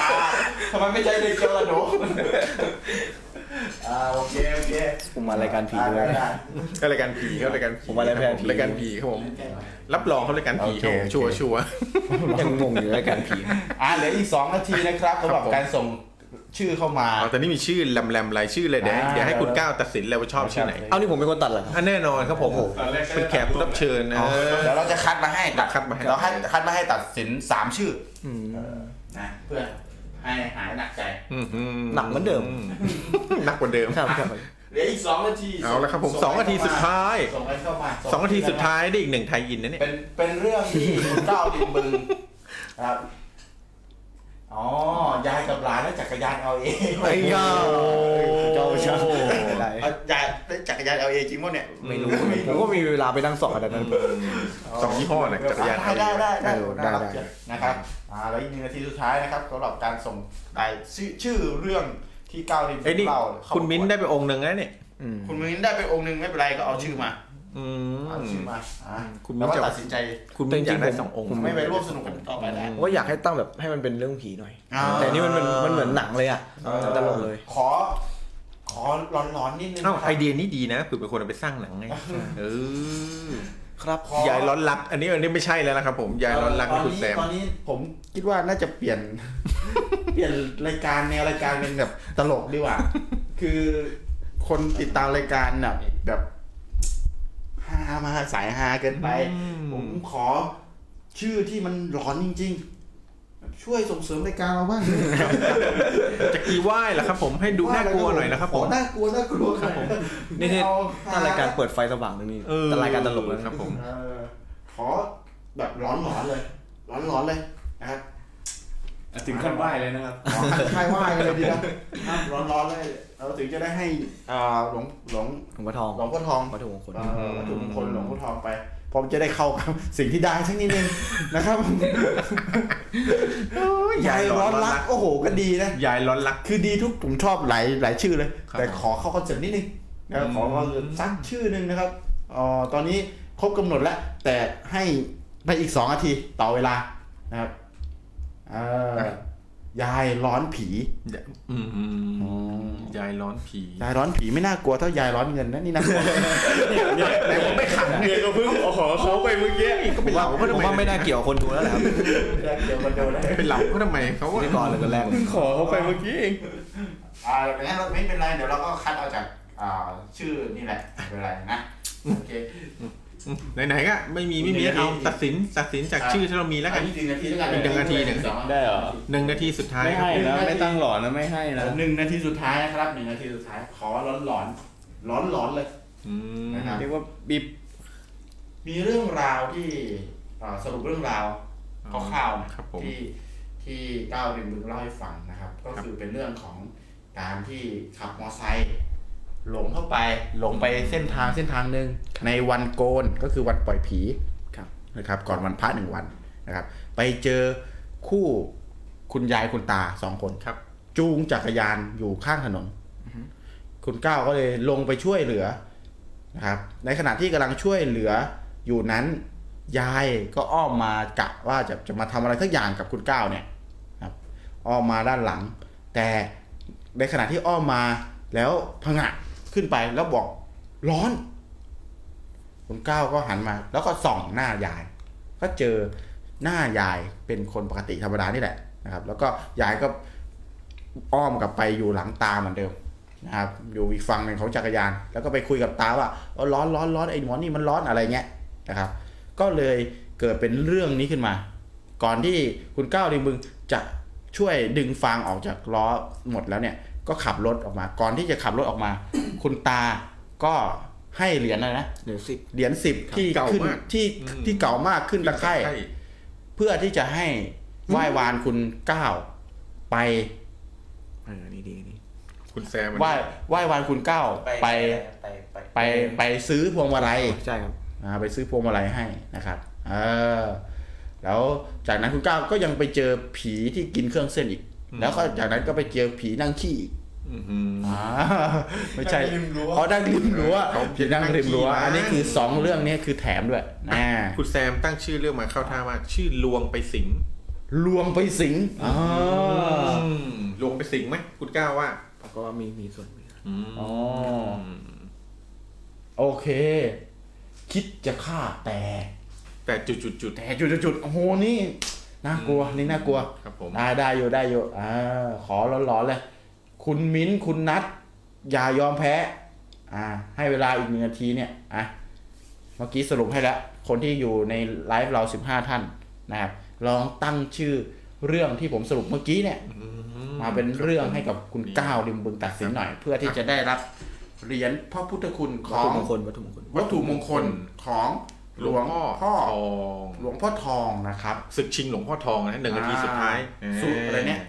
S1: บอกอ่ะทำไมไม่ใช่เด็กเจ้าละหนูอ่าโอเคโอเค
S11: ผมมารายการผีด้วย
S3: ก็รายการผีครับรายการผี
S11: ผมว่ารายการผี
S3: รายการผีครับผม รับรองครับรายการผีครับผมชัวร์ชัวร์
S11: ยังงงอยู่รายการผี
S1: อ่าเหลืออีก 2 นาทีนะครับสำหรับการส่งชื่อเข้ามา
S3: อ๋อแต่นี่มีชื่อแหลมๆหลายชื่อเลยเดี๋ยวให้
S1: อ่า
S3: เดี๋ยวให้คุณก้าวตัดสินเลยว่าชอบชื่อไหน
S11: เอานี่ผมเป็นคนตัดเหรอ
S3: อ่ะแน่นอนครับผมเป็นแขกรับเชิญนะ
S1: เดี๋ยวเราจะคัดมาให้ตัด
S3: คัดมาให้
S1: เราให้คัดมาให้ตัดสิน 3 ชื่อนะเพื่อให้หายหนักใจ
S3: อื้ออ
S11: หนักเหมือนเดิม
S3: หนักกว่าเดิม
S1: เหลืออีก 2 นาที
S3: เอาละครับผม
S1: ง
S3: สองนาทีสุดท้าย
S1: ส่งกันเข้ามา
S3: สองนาทีสุดท้ายได้อีกหนึ่งไทยอินนะเนี่ย
S1: เป็นเป็นเรื่องที่คุณเก้าดินบึงครับอ๋อยายกับหลานแล้วจักรยานเอาเอง
S3: ไอ้เจ้า
S11: เจ้าช่าง
S1: เอายายได้จักรยานเอาเองจริงป่ะเนี่ย
S11: ไม่รู้ผมก็มีเวลาไปนั่งสอบขนาดนั้น
S3: สองยี่ห้อนะจักรยาน
S1: ได้ได้ได้ได้
S11: เออ
S1: น่า
S11: ได้
S1: รัก
S11: ได้
S1: จัง นะครับอ่าแล้วอีกหนึ่งนาทีสุดท้ายนะครับสำหรับการส่งรายชื่อชื่อเรื่องที่ก้าวดิน
S3: ไอ้ยนี่
S1: เล่าเข้า
S3: คุณมิ้นท์ได้ไปองค์หนึ่งแล้วเนี่ย
S1: คุณมิ้นได้ไปองค์หนึ่งไม่เป็นไรก็เอาชื่อมา
S3: อื
S1: เอา
S3: ม
S1: ชื่อมาอ่า
S3: คุณ
S1: แล้ว
S3: มิ้น
S1: ก็
S3: ท์จะ
S1: ตัดสินใจ
S3: คุณมิ้นท์อยากได้สององค์
S1: ไม่ไปร่วมสนุกกันต่อไปแล้ว
S11: ผมว่าอยากให้ตั้งแบบให้มันเป็นเรื่องผีหน่อย
S1: อ่า
S11: แต่นี่มันมันมันเหมือนหนังเลยอ่ะตลกเลย
S1: ขอ ขอร้อนๆนิดนึง
S3: เอ้าไอเดียนี้ดีนะเผื่อเป็นคนเอาไปสร้างหนังไงเออ
S11: ครับ
S18: ยายร้อนรัก อันนี้อันนี้ไม่ใช่แล้วนะครับผมยายร้อนรักนี่คุณแซม
S1: ตอนนี้ผมคิดว่าน่าจะเปลี่ยน เปลี่ยนรายการแนวรายการเป็นแบบตลก ดีกว่า คือคนติดตามรายการแบบแบบฮามากสายฮาเกินไป ผมขอชื่อที่มันหลอนจริง ๆ ช่วยส่งเสริมรายการเราบ้าง
S18: จะกี่ว่ายเหรอครับผมให้ ดูน่ากลัวหน่อยนะครับผม
S1: น่ากลัวน่ากลัวครับผม
S11: นี่คือถ้ารายการเปิดไฟสว่างตรงนี้
S18: เออ
S11: แต่รายการตลกแล้ว
S18: ครับผม
S1: ขอแบบร้อนหลอนๆเลย ร้อนหลอนๆเลยนะครับ
S19: ถึงขั้นไหว้เลยนะครับ
S1: ขอขั้นไหว้ไหว้กันเลยดีนะร้อนร้อนๆเลยเราถึงจะได้ให้อ่าหลวงหลวง
S11: หลวงพ่อทอง
S1: หลวงพ่อทอง
S11: วัตถุมงคล
S1: เอ่อวัตถุมงคลหลวงพ่อทองไปผมจะได้เข้ากับ สิ่งที่ได้สักนิดนึงนะครับ ยายร้อนรักโอ้โหก็ดีนะ
S18: ยายร้อนรัก
S1: คือดีทุกผมชอบหลายหลายชื่อเลย แต่ขอเข้าคอนเซ็ปต์นิดนึงนะครับขอเข้าคอนเซ็ปต์สักชื่อหนึ่งนะครับเอ๋อตอนนี้ครบกำหนดแล้ว แต่ให้ไปอีกสองนาทีต่อเวลานะครับเออยายร้อนผี
S18: อืมยายร้อนผี
S1: ยายร้อนผีไม่น่ากลัวเท่ายายร้อนเงินนะนี่ นะ
S18: แต่ผมไม่ขังเนี่ยก็เพิ่งขอเขาไปเมื่อกี้ก็เป็นเราก็ทำไม
S11: ผมว่าไม่น่าเกี่ยวคนดูแล้วแหละครับ
S1: เดี๋ยวมันโดนได้
S18: เป็นเราก็ทำไมเขา
S11: พิธีกรเลยคนแรกเลย
S18: เพิ่งขอเขาไปเมื่อกี้เอง
S1: อ่าแต่งั้นเราไม่เป็นไร เดี๋ยวเราก็คัดเอาจากอ่าชื่อนี่แหละไม่เป็นไรนะโอเค
S18: ไหนๆก็ไม่มีไม่มี
S1: หนึ่งนาที
S18: เอาตัดสินตัดสินจาก
S1: ครับ
S18: ชื่อที่เรามีแล้วกัน
S1: เอาหนึ่งนาที
S18: อีกหนึ่งนาทีห
S1: แล้วกัน
S18: นึ่ง
S19: ได้เหรอ
S18: หนึ่งนาทีสุดท้าย
S19: ไม่ให้นะไม่ตั้งหลอนนะไม่ให้นะ
S1: หนึ่งนาทีสุดท้ายนะครับหนึ่งนาทีสุดท้ายขอร้อนหลอนๆร้อนหลอนๆเลย นะครับ
S19: เรียกว่าบีบ
S1: มีเรื่องราวที่อ่าสรุปเรื่องราวคร่าวๆนะครับที่ที่ก้าวเรียนมึงเล่าให้ฟังนะครับ ก็คือเป็นเรื่องของการที่ขับมอไซค์หลงเข้าไปหลงไปเส้นทางเส้นทางหนึ่งในวันโกนก็คือวันปล่อยผีนะครับ ก่อนวันพระหนึ่งวันนะครับ ไปเจอคู่คุณยายคุณตาสองคน
S18: ครับ
S1: จูงจักรยานอยู่ข้างถนน คุณก้าวก็เลยลงไปช่วยเหลือนะครับ ในขณะที่กำลังช่วยเหลืออยู่นั้น ยายก็อ้อมมากะว่าจะจะมาทำอะไรสักอย่างกับคุณก้าวเนี่ยครับอ้อมมาด้านหลัง แต่ในขณะที่อ้อมมาแล้วพงะขึ้นไปแล้วบอกร้อน คุณก้าวก็หันมา แล้วก็ส่องหน้ายาย ก็เจอหน้ายายเป็นคนปกติธรรมดานี่แหละนะครับ แล้วก็ยายก็อ้อมกลับไปอยู่หลังตาเหมือนเดิม นะครับอยู่อีกฝั่งหนึ่งของจักรยาน แล้วก็ไปคุยกับตาว่าเออร้อนร้อนร้อนไอ้หมอนี่มันร้อนอะไรเงี้ยนะครับ ก็เลยเกิดเป็นเรื่องนี้ขึ้นมา ก่อนที่คุณก้าวดิบึงจะช่วยดึงฟางออกจากล้อหมดแล้วเนี่ย ก็ขับรถออกมา ก่อนที่จะขับรถออกมา คุณตาก็ให้เหรียญอะไรนะ
S11: เหรียญสิบ
S1: เหรียญสิบที่
S18: เก่า
S1: ขึ้น
S18: มาก
S1: ที่
S18: อืม
S1: ที่เก่ามากขึ้นตะไคร่เพื่อที่จะให้ไหว้วานคุณก้าวไป
S11: เออนี่ดีนี่
S18: คุณแซม
S1: ไหว้ไหว้วานคุณเก้าไปไปไปไปซื้อพวงมาลัย
S11: ใช่ครับ
S1: อ่าไปซื้อพวงมาลัยให้นะครับเออแล้วจากนั้นคุณเก้าก็ยังไปเจอผีที่กินเครื่องเส้นอีก แล้วก็จากนั้นก็ไปเจอผีนั่งขี้อีกอ่า ไม่ใช่อ๋อนั่งริมรั้วผีนั่งริมรั้วอันนี้คือสองเรื่องนี้คือแถมด้วยนะ
S18: คุณแซมตั้งชื่อเรื่องมาเข้าท่ามากชื่อลวงไปสิง
S1: ลวงไปสิงอ๋อ
S18: มลวงไปสิงไหมคุณก้าวว่า
S11: ก็ว่ามีมีส่วนมี
S1: อ๋อโอเค คิดจะฆ่าแต่
S18: แต่จุดจุดจุด
S1: แต่จุดๆๆโอ้โหนี่น่ากลัวนี่น่ากลัว
S18: ครับผม
S1: ได้ได้อยู่ได้อยู่อ่าขอร้อนๆเลย คุณมิ้นท์คุณนัทอย่ายอมแพ้ อ่า ให้เวลาอีกหนึ่งนาทีเนี่ยอ่ะเมื่อกี้สรุปให้แล้ว คนที่อยู่ในไลฟ์เราสิบห้าท่านนะครับลองตั้งชื่อเรื่องที่ผมสรุปเมื่อกี้เนี่ย มาเป็นเรื่องให้กับคุณก้าวริมบึงตัดสินหน่อย เพื่อที่จะได้รับเหรียญพระพุทธคุณข
S11: วั
S1: อ
S11: ตถุ
S1: ง
S11: มงคลวัตถุมงคล
S1: วัตถุมงคลของหลวงพ่อ
S18: ทอง
S1: หลวงพ่อทองนะครับ
S18: ศึกชิงหลวงพ่อทองนะหนึ่งนาทีสุดท้าย
S1: อ่สุดอะไรเนี่ย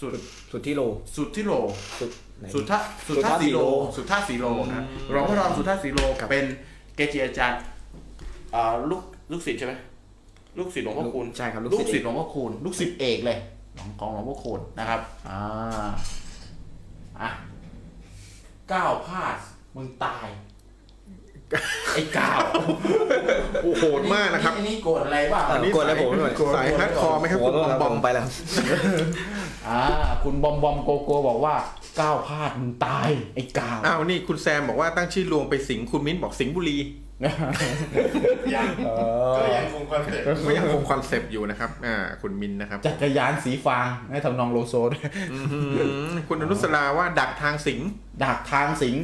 S1: สุด
S11: สุดที่โล
S1: สุดที่โล
S11: สุดไหน
S1: สุดท่าสุดท่าสีโล สุดท่าสีโลนะหลวงพ่อทองสุดท่าสีโลเป็นเกจิอาจารย์อ่าลูกลูกศิษย์ใช่ไหมลูกศิษย์หลวงพ่อคูณ
S11: ใช่ครับลู
S1: ลู
S11: ก
S1: ก
S11: ศิ
S1: ศิษ
S11: ษย์
S1: ย์หลวงพ่อคูณลูกศิษย์เอกเลยของของหลวงพ่อคูณนะครับ อ่าอ่ะก้าวพลาดมึงตาย ไอ้ก้าว
S18: โอ้โหโหดมากนะครับ
S1: อันี่โกรธอะไรบ้าง
S11: เออกดแล้วผมหน่อย
S18: สายฮาร์ดคอร์ไหมครับ
S11: โโห
S18: คุณบอมบอม
S11: ผมไปแล้ว
S1: อ่าคุณบอมบอมโกโก้บอกว่าก้าวพลาดมึงตาย ไอ้กาว
S18: อ้าวนี่คุณแซมบอกว่าตั้งชื่อลวงไปสิงคุณมิ้นบอกสิงห์บุรี
S20: ยังก็ยังคงคอนเซ็ปต์
S3: ก็ยังคงคอนเซปต์อยู่นะครับ อ่า คุณมินนะครับ
S1: จักรยานสีฟางให้ทำนองโลโซด้วย
S3: อื้อหือคุณอนุสราว่าดักทางสิง
S1: ดักทางสิง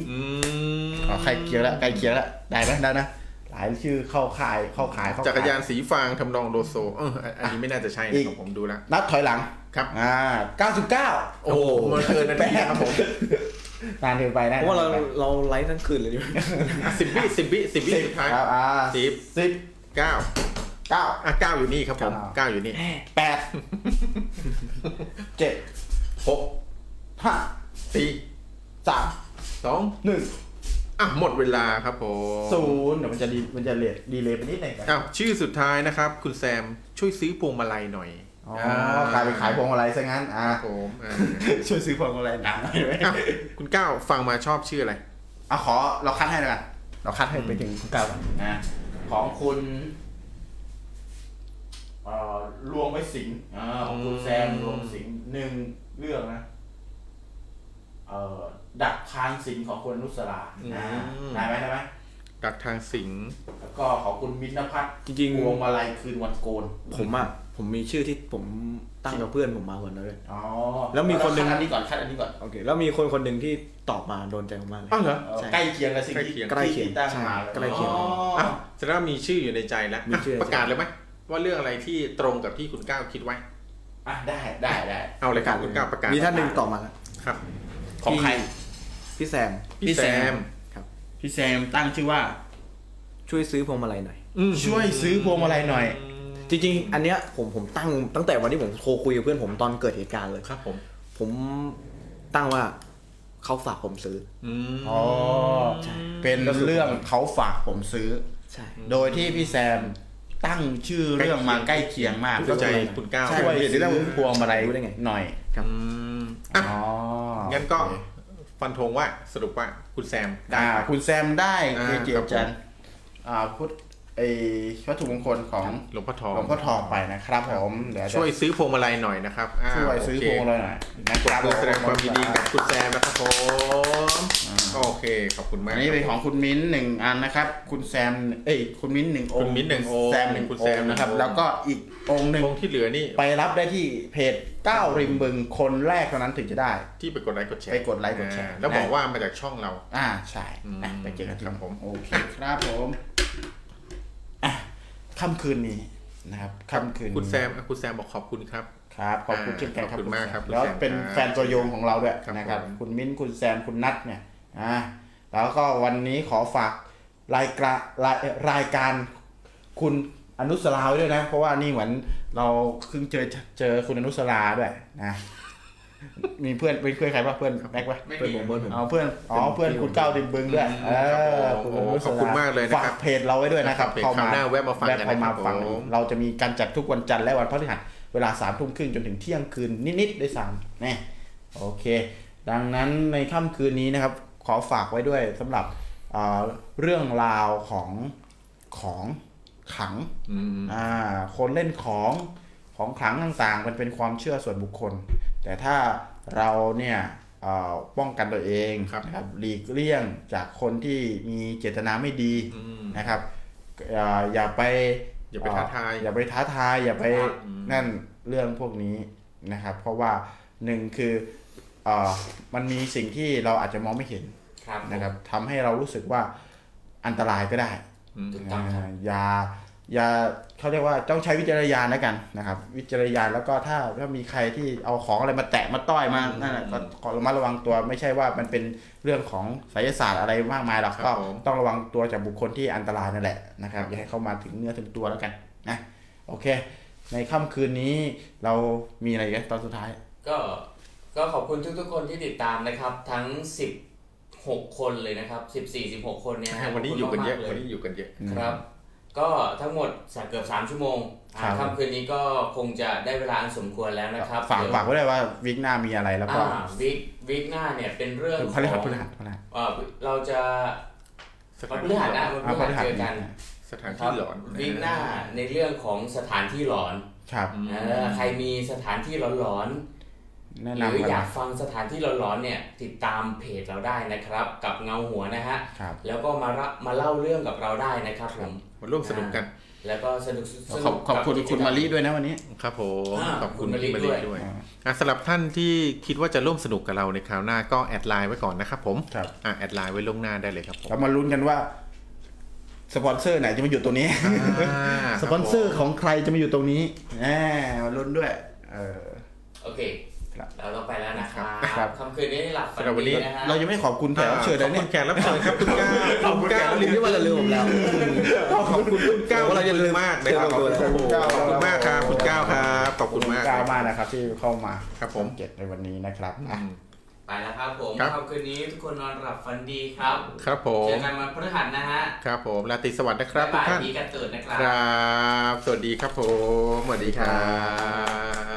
S3: อ๋อ
S1: ใครเคียงแล้วใครเคียงแล้วได้ไหมได้นะ หลายชื่อเข้าขายเข้าขายเข้าข
S3: จักรยานสีฟางทำนองโดโซเอออันอันนี้ไม่น่าจะใช่นะ
S1: อีก
S3: ของผมดูแล้ว
S1: นับถอยหลัง
S3: ครับ
S1: อ่าเก้าสิบเก้า
S3: โอ้โหมันเกินนาทีนะครับผม
S1: นานเกินไปนะ
S11: เพราะว่าเราเราไลฟ์ทั้งคืนเลยดิ
S3: สิบวิสิบวิสิบวิสุดท้าย
S1: อ่า
S3: สิบ
S1: สิบ
S3: เก้า
S1: เก้า
S3: อ่ะเก้าอยู่นี่ครับผมเก้าอยู่นี่
S1: แปดเจ็ด
S3: หก
S1: ห้า
S3: สี่
S1: สาม
S3: สอง
S1: หนึ่ง
S3: อ่ะหมดเวลาครับผม
S1: ศูนย์เดี๋ยวมันจะดีมันจะเลทดีเลยไปนิดหนึ่ง
S3: อ้าวชื่อสุดท้ายนะครับ คุณแซมช่วยซื้อพวงมาลัยหน่อย
S1: อ๋อกลายเป็นขายพวงมาลัยซะงั้นอ่า
S3: ผมอ่า
S1: ช่วยซื้อพวงมาลัยหนังหน่อยไหม
S3: อ้าวคุณก้าวฟังมาชอบชื่ออะไร
S1: อ่ะขอเราคัดให้เลยกันเราคัดให้ไปถึงคุณก้าวก่อน
S21: นะของคุณ
S1: เอ่อรวมไปสิงห์
S21: อ่าของคุณแซม
S3: อืม
S21: รวมสิงห์หนึ่งเรื่องนะเอ่อดักทางสิงห์ของคุณอนุสรานะได้ไหมได้ไหม
S3: ดักทางสิง
S21: แล้วก็ของคุณมินพัฒน์
S11: จริง
S21: พวงมาลัยคืนวันโกน
S11: ผมอ่ะผมมีชื่อที่ผมตั้งกับเพื่อนผมมาคนนั้นเลย
S21: อ๋อ
S11: แล้วมีคนหนึ่ง
S21: คัดอันนี้ก่อนคัดอันนี้ก่อน
S11: โอเคแล้วมีคนคนหนึ่งที่ตอบมาโดนใจผมมากเลย
S3: อ้าวเหรอ
S21: เอ่อ
S11: ใช่
S21: ใกล้เคียงกับสิ่งที่
S11: ใกล้เคียง
S21: ที่ตั้ง
S11: ใช่
S21: มาเลย
S11: ใกล้เคียง
S21: อ๋ออ
S3: อ้าวแสดงว่ามีชื่ออยู่ในใจแล้ว
S11: มีชื่อในใจ
S3: ประกาศเลยไหมว่าเรื่องอะไรที่ตรงกับที่คุณก้าวคิดไว้
S21: อ่ะได้ได้ได้
S3: เอาเลยครับคุณก้าวประกาศ
S11: มีท่านหนึ่งตอบมาแล้ว
S3: ครับ
S21: ของใคร
S11: พี่แซม
S3: พี่แซม
S21: พี่แซมตั้งชื่อว่า
S11: ช่วยซื้อพวงมาลัยหน่อย
S1: ช่วยซื้อพวงมาลัยหน่อย
S11: จริงๆ อันเนี้ยผมผมตั้งตั้งแต่วันที่ผมโทรคุยกับเพื่อนผมตอนเกิดเหตุการณ์เลย
S3: ครับผม
S11: ผมตั้งว่าเขาฝากผมซื้อ
S3: อืม
S1: อ๋อ เป็นเรื่องเขาฝากผมซื้อ
S11: ใช่
S1: โดยที่พี่แซมตั้งชื่อเรื่องมาใกล้เคียงมาก
S3: ถูกใจคุณก้าว
S1: ช่วยซื้อพวงมาลัย
S11: รู้ได้ไง
S1: หน่อย
S11: ครับ
S3: อืมอ่ะ
S1: อ๋อ
S3: งั้นก็ฟันธงว่าสรุปว่าคุณแซมได้
S1: อ่าคุณแซมได้
S3: อ่า
S1: เกจิ
S3: ครับ
S1: อาจารย์อ่าพุทธไอวัตถุมงคลของ
S3: หลวงพ่อทอง
S1: หลวงพ่อทองไปนะครับผมเดี๋ยวจะ
S3: ช่วยซื้อพวงมาลัยหน่อยนะครับา
S1: ช่วยซื้อ
S3: โเค
S1: พวงมาลัยหน่อยนะค
S3: ปร
S1: รั
S3: บบ มือแสดงความยินดีกับคุณแซมนะครับผมโอเคขอบคุณมาก
S1: อันนี้เป็นของคุณมิ้นท์หนึ่งอันนะครับ คุณแซม เอ้ยคุณมิ้นท์หนึ่งอง
S3: คุณ
S1: ค์
S3: มิ้นท์หนึ่งองค์
S1: แซมหนึ่ง
S3: คุณ
S1: ณ
S3: แซ
S1: แซ
S3: ม
S1: มนะครับ แล้วก็อีกองค์หนึ่ง
S3: องค์ที่เหลือนี่
S1: ไปรับได้ที่เพจเก้าริมบึงคนแรกเท่านั้นถึงจะได้
S3: ที่ไปกดไลค์กดแชร์
S1: ไปกดไลค์กดแชร์
S3: อ่าแล้วบอกว่ามาจากช่องเรา
S1: อ่าใช่นะ
S3: อืม
S1: ไปเจอกันที่
S3: ครับ
S1: นั่น
S3: ผม
S1: โอเคครับผมอ่ะค่ำคืนนี้นะครับค่ำคืนนี้
S3: คุณแซมอ่ะคุณแซมบอกขอบคุณครับ
S1: ครับขอบคุณเช่นกันครับ
S3: ขอบคุณมากครับ
S1: ณแซแล้ว
S3: คุณแซม
S1: เป็นแฟนตัวยงของเราด้วย
S3: ครับ
S1: นะครับ
S3: ผม
S1: คุณมิ้นท์คุณแซมคุณนัทเนี่ยอ่าแล้วก็วันนี้ขอฝากรายการรายรายการคุณอนุสราไว้ด้วยนะ เพราะว่านี่เหมือนเราเพิ่งเจอเจอคุณอนุสราด้วยนะมีเพื่อนเป็นเพื่อนใครปะเพื่อนแม็กปะ
S11: เพื่อนผมเพื่อนผม
S1: เอาเพื่อนอ๋อเพื่อนคุณเก้าวดิมบึงด้วยเออ
S3: ครับผม
S1: นุส
S3: ข
S1: ร
S3: อบคุณมากเลยนะครับ
S1: ฝากเพจเราไว้ด้วยนะครับ
S3: ครับเพจคราวหน้าแวะมาฟังกันนะครับ
S1: แวมาฟัง
S3: ผม
S1: เราจะมีการจัดทุกวันจันทร์และวันพฤหัสเวลาสามทุ่มครึ่งจนถึงเที่ยงคืนนิดๆด้วยซ้ำนี่โอเค ดังนั้นในค่ำคืนนี้นะครับ ขอฝากไว้ด้วยสำหรับเอ่อเรื่องราวของของขลัง
S3: อืม
S1: อ่าคนเล่นของของขลังต่างๆ มันเป็นความเชื่อส่วนบุคคล แต่ถ้าเราเนี่ยเอ่อป้องกันตัวเอง
S3: ครับ
S1: นะหลีกเลี่ยงจากคนที่มีเจตนาไม่ดี
S3: อืม
S1: นะครับเอ่ออย่าไป
S3: อย่าไปท้าทาย
S1: อย่าไปท้าทาย อย่าไปนั่นเรื่องพวกนี้นะครับ เพราะว่าหนึ่งคือเออมันมีสิ่งที่เราอาจจะมองไม่เห็น
S4: ครับ
S1: นะครับทำให้เรารู้สึกว่าอันตรายก็ได้
S4: ถูกต้องครับ
S1: อ่าอย่าอย่าเขาเรียกว่าต้องใช้วิจารณญาณแล้วกันนะครับ วิจารณญาณแล้วก็ถ้าถ้ามีใครที่เอาของอะไรมาแตะมาต้อยมานั่นน่ะก็ขอระมัดระวังตัวไม่ใช่ว่ามันเป็นเรื่องของไสยศาสตร์อะไรมากมายหรอก
S3: ครับ
S1: ก็
S3: ผม
S1: ต้องระวังตัวจากบุคคลที่อันตรายนั่นแหละนะครับอย่าให้เข้ามาถึงเนื้อถึงตัวแล้วกันนะโอเค ในค่ำคืนนี้เรามีอะไรกันตอนสุดท้าย
S4: ก็ก็ขอบคุณทุกๆ คนที่ติดตามนะครับ ทั้ง 16 คนเลยนะครับ 14 16 คนเนี่ย
S3: วันนี้อยู่กันเยอะ
S4: ขบคุณ
S3: วัน
S4: มาๆล
S3: นี้อยู่กันเยอะ
S4: ครับ ก็ทั้งหมดสักเกือบ 3 ชั่วโมงอ่า
S1: ครับ
S4: ค่ำคืนนี้ก็คงจะได้เวลาอันสมควรแล้วนะครับ
S1: ฝาก
S4: เดี๋ยว
S1: ฝากไว้เลยว่าวิกหน้ามีอะไรแล้วก็
S4: อ่าวิกวิกหน้าเนี่ยเป็นเรื่องข
S1: พ
S4: อง
S1: ฤหัสพฤหัสพฤหัส
S4: เอ่อเราจะ
S3: สถา
S4: วันพฤ
S3: นที่
S4: หัส
S3: หลอ
S4: นะ
S3: น
S4: วัน
S1: อ่า
S4: พฤหั
S1: พฤหัส
S4: สเจอกัน
S3: สถาน
S4: ครั
S3: ที่หลอน
S4: วิกหน้าในเรื่องของสถานที่หลอน
S1: ครับ
S4: เออใครมีสถานที่หลอนๆ
S1: แนะ
S4: ห
S1: นำ
S4: รือ
S1: กัน
S4: อยา
S1: นะ
S4: กฟังสถานที่ร้อนๆเนี่ยติดตามเพจเราได้นะครับ กับเงาหัวนะฮะ
S1: ครับ
S4: แล้วก็มารับมาเล่าเรื่องกับเราได้นะครับผม
S3: มาร่วมสนุกกัน
S4: แล้วก็สนุกสนุก
S1: ขอบขอบคุณ
S4: กักิจกรร
S1: คุณมารีด้วยนะวันนี้
S3: ครับผม
S4: อ่า
S3: ขอบคุณ
S4: คุณมะลิ
S3: คุณมะลิ
S4: ด้วย
S3: ด้วยอ่ะสำหรับท่านที่คิดว่าจะร่วมสนุกกับเราในคราวหน้าก็แอดไลน์ไว้ก่อนนะครับผมอ่ะแอดไลน์ไว้ล่วงหน้าได้เลยครับผม
S1: เรามาลุ้นกันว่า สปอนเซอร์ไหนจะมาอยู่ตัวนี้ สปอนเซอร์ของใครจะมาอยู่ตรงนี้แหมมาลุ้นด้วย เออ
S4: โอเคเราต้องไปแล้วนะครับ
S1: ครับ
S4: ค่ำคืนนี้หลับฝัน
S1: สำหรับวัน
S4: ดี
S1: นี้
S4: นะฮะ
S1: เรายังไม่ขอบคุณแขกรับเชิญนะเนี่ย
S3: ขอบคุณแขกรับเชิญครับคุณก้า
S1: ขอบคุณแขกรับเชิญที่ว่าจะลืมผมแล้ว
S3: ขอบคุณคุณก้าว
S1: เราจะลืม
S3: มากนะครับขอบคุณ
S1: ขอบคุณ
S3: ขอบคุณมากครับคุณก้าวครับ ขอบคุณมาก
S1: ก้าวมากนะครับที่เข้ามาครับผมเจ็ดในวันนี้นะครับอ่ะ
S4: ไปแล้วครับผม
S3: ครับ
S4: ค่ำคืนนี้ทุกคนนอนหลับฝันดีครับ
S3: ครับผม
S4: เจอกันวันพฤหัสนะฮะ
S3: ครับผมราตรีสวัสดิ์นะครับทุก
S4: บ่าย
S3: ท่าน
S4: ดีกันตื่นนะค
S3: ครับ รับ สวัสดีครับผม สวัสดีครับ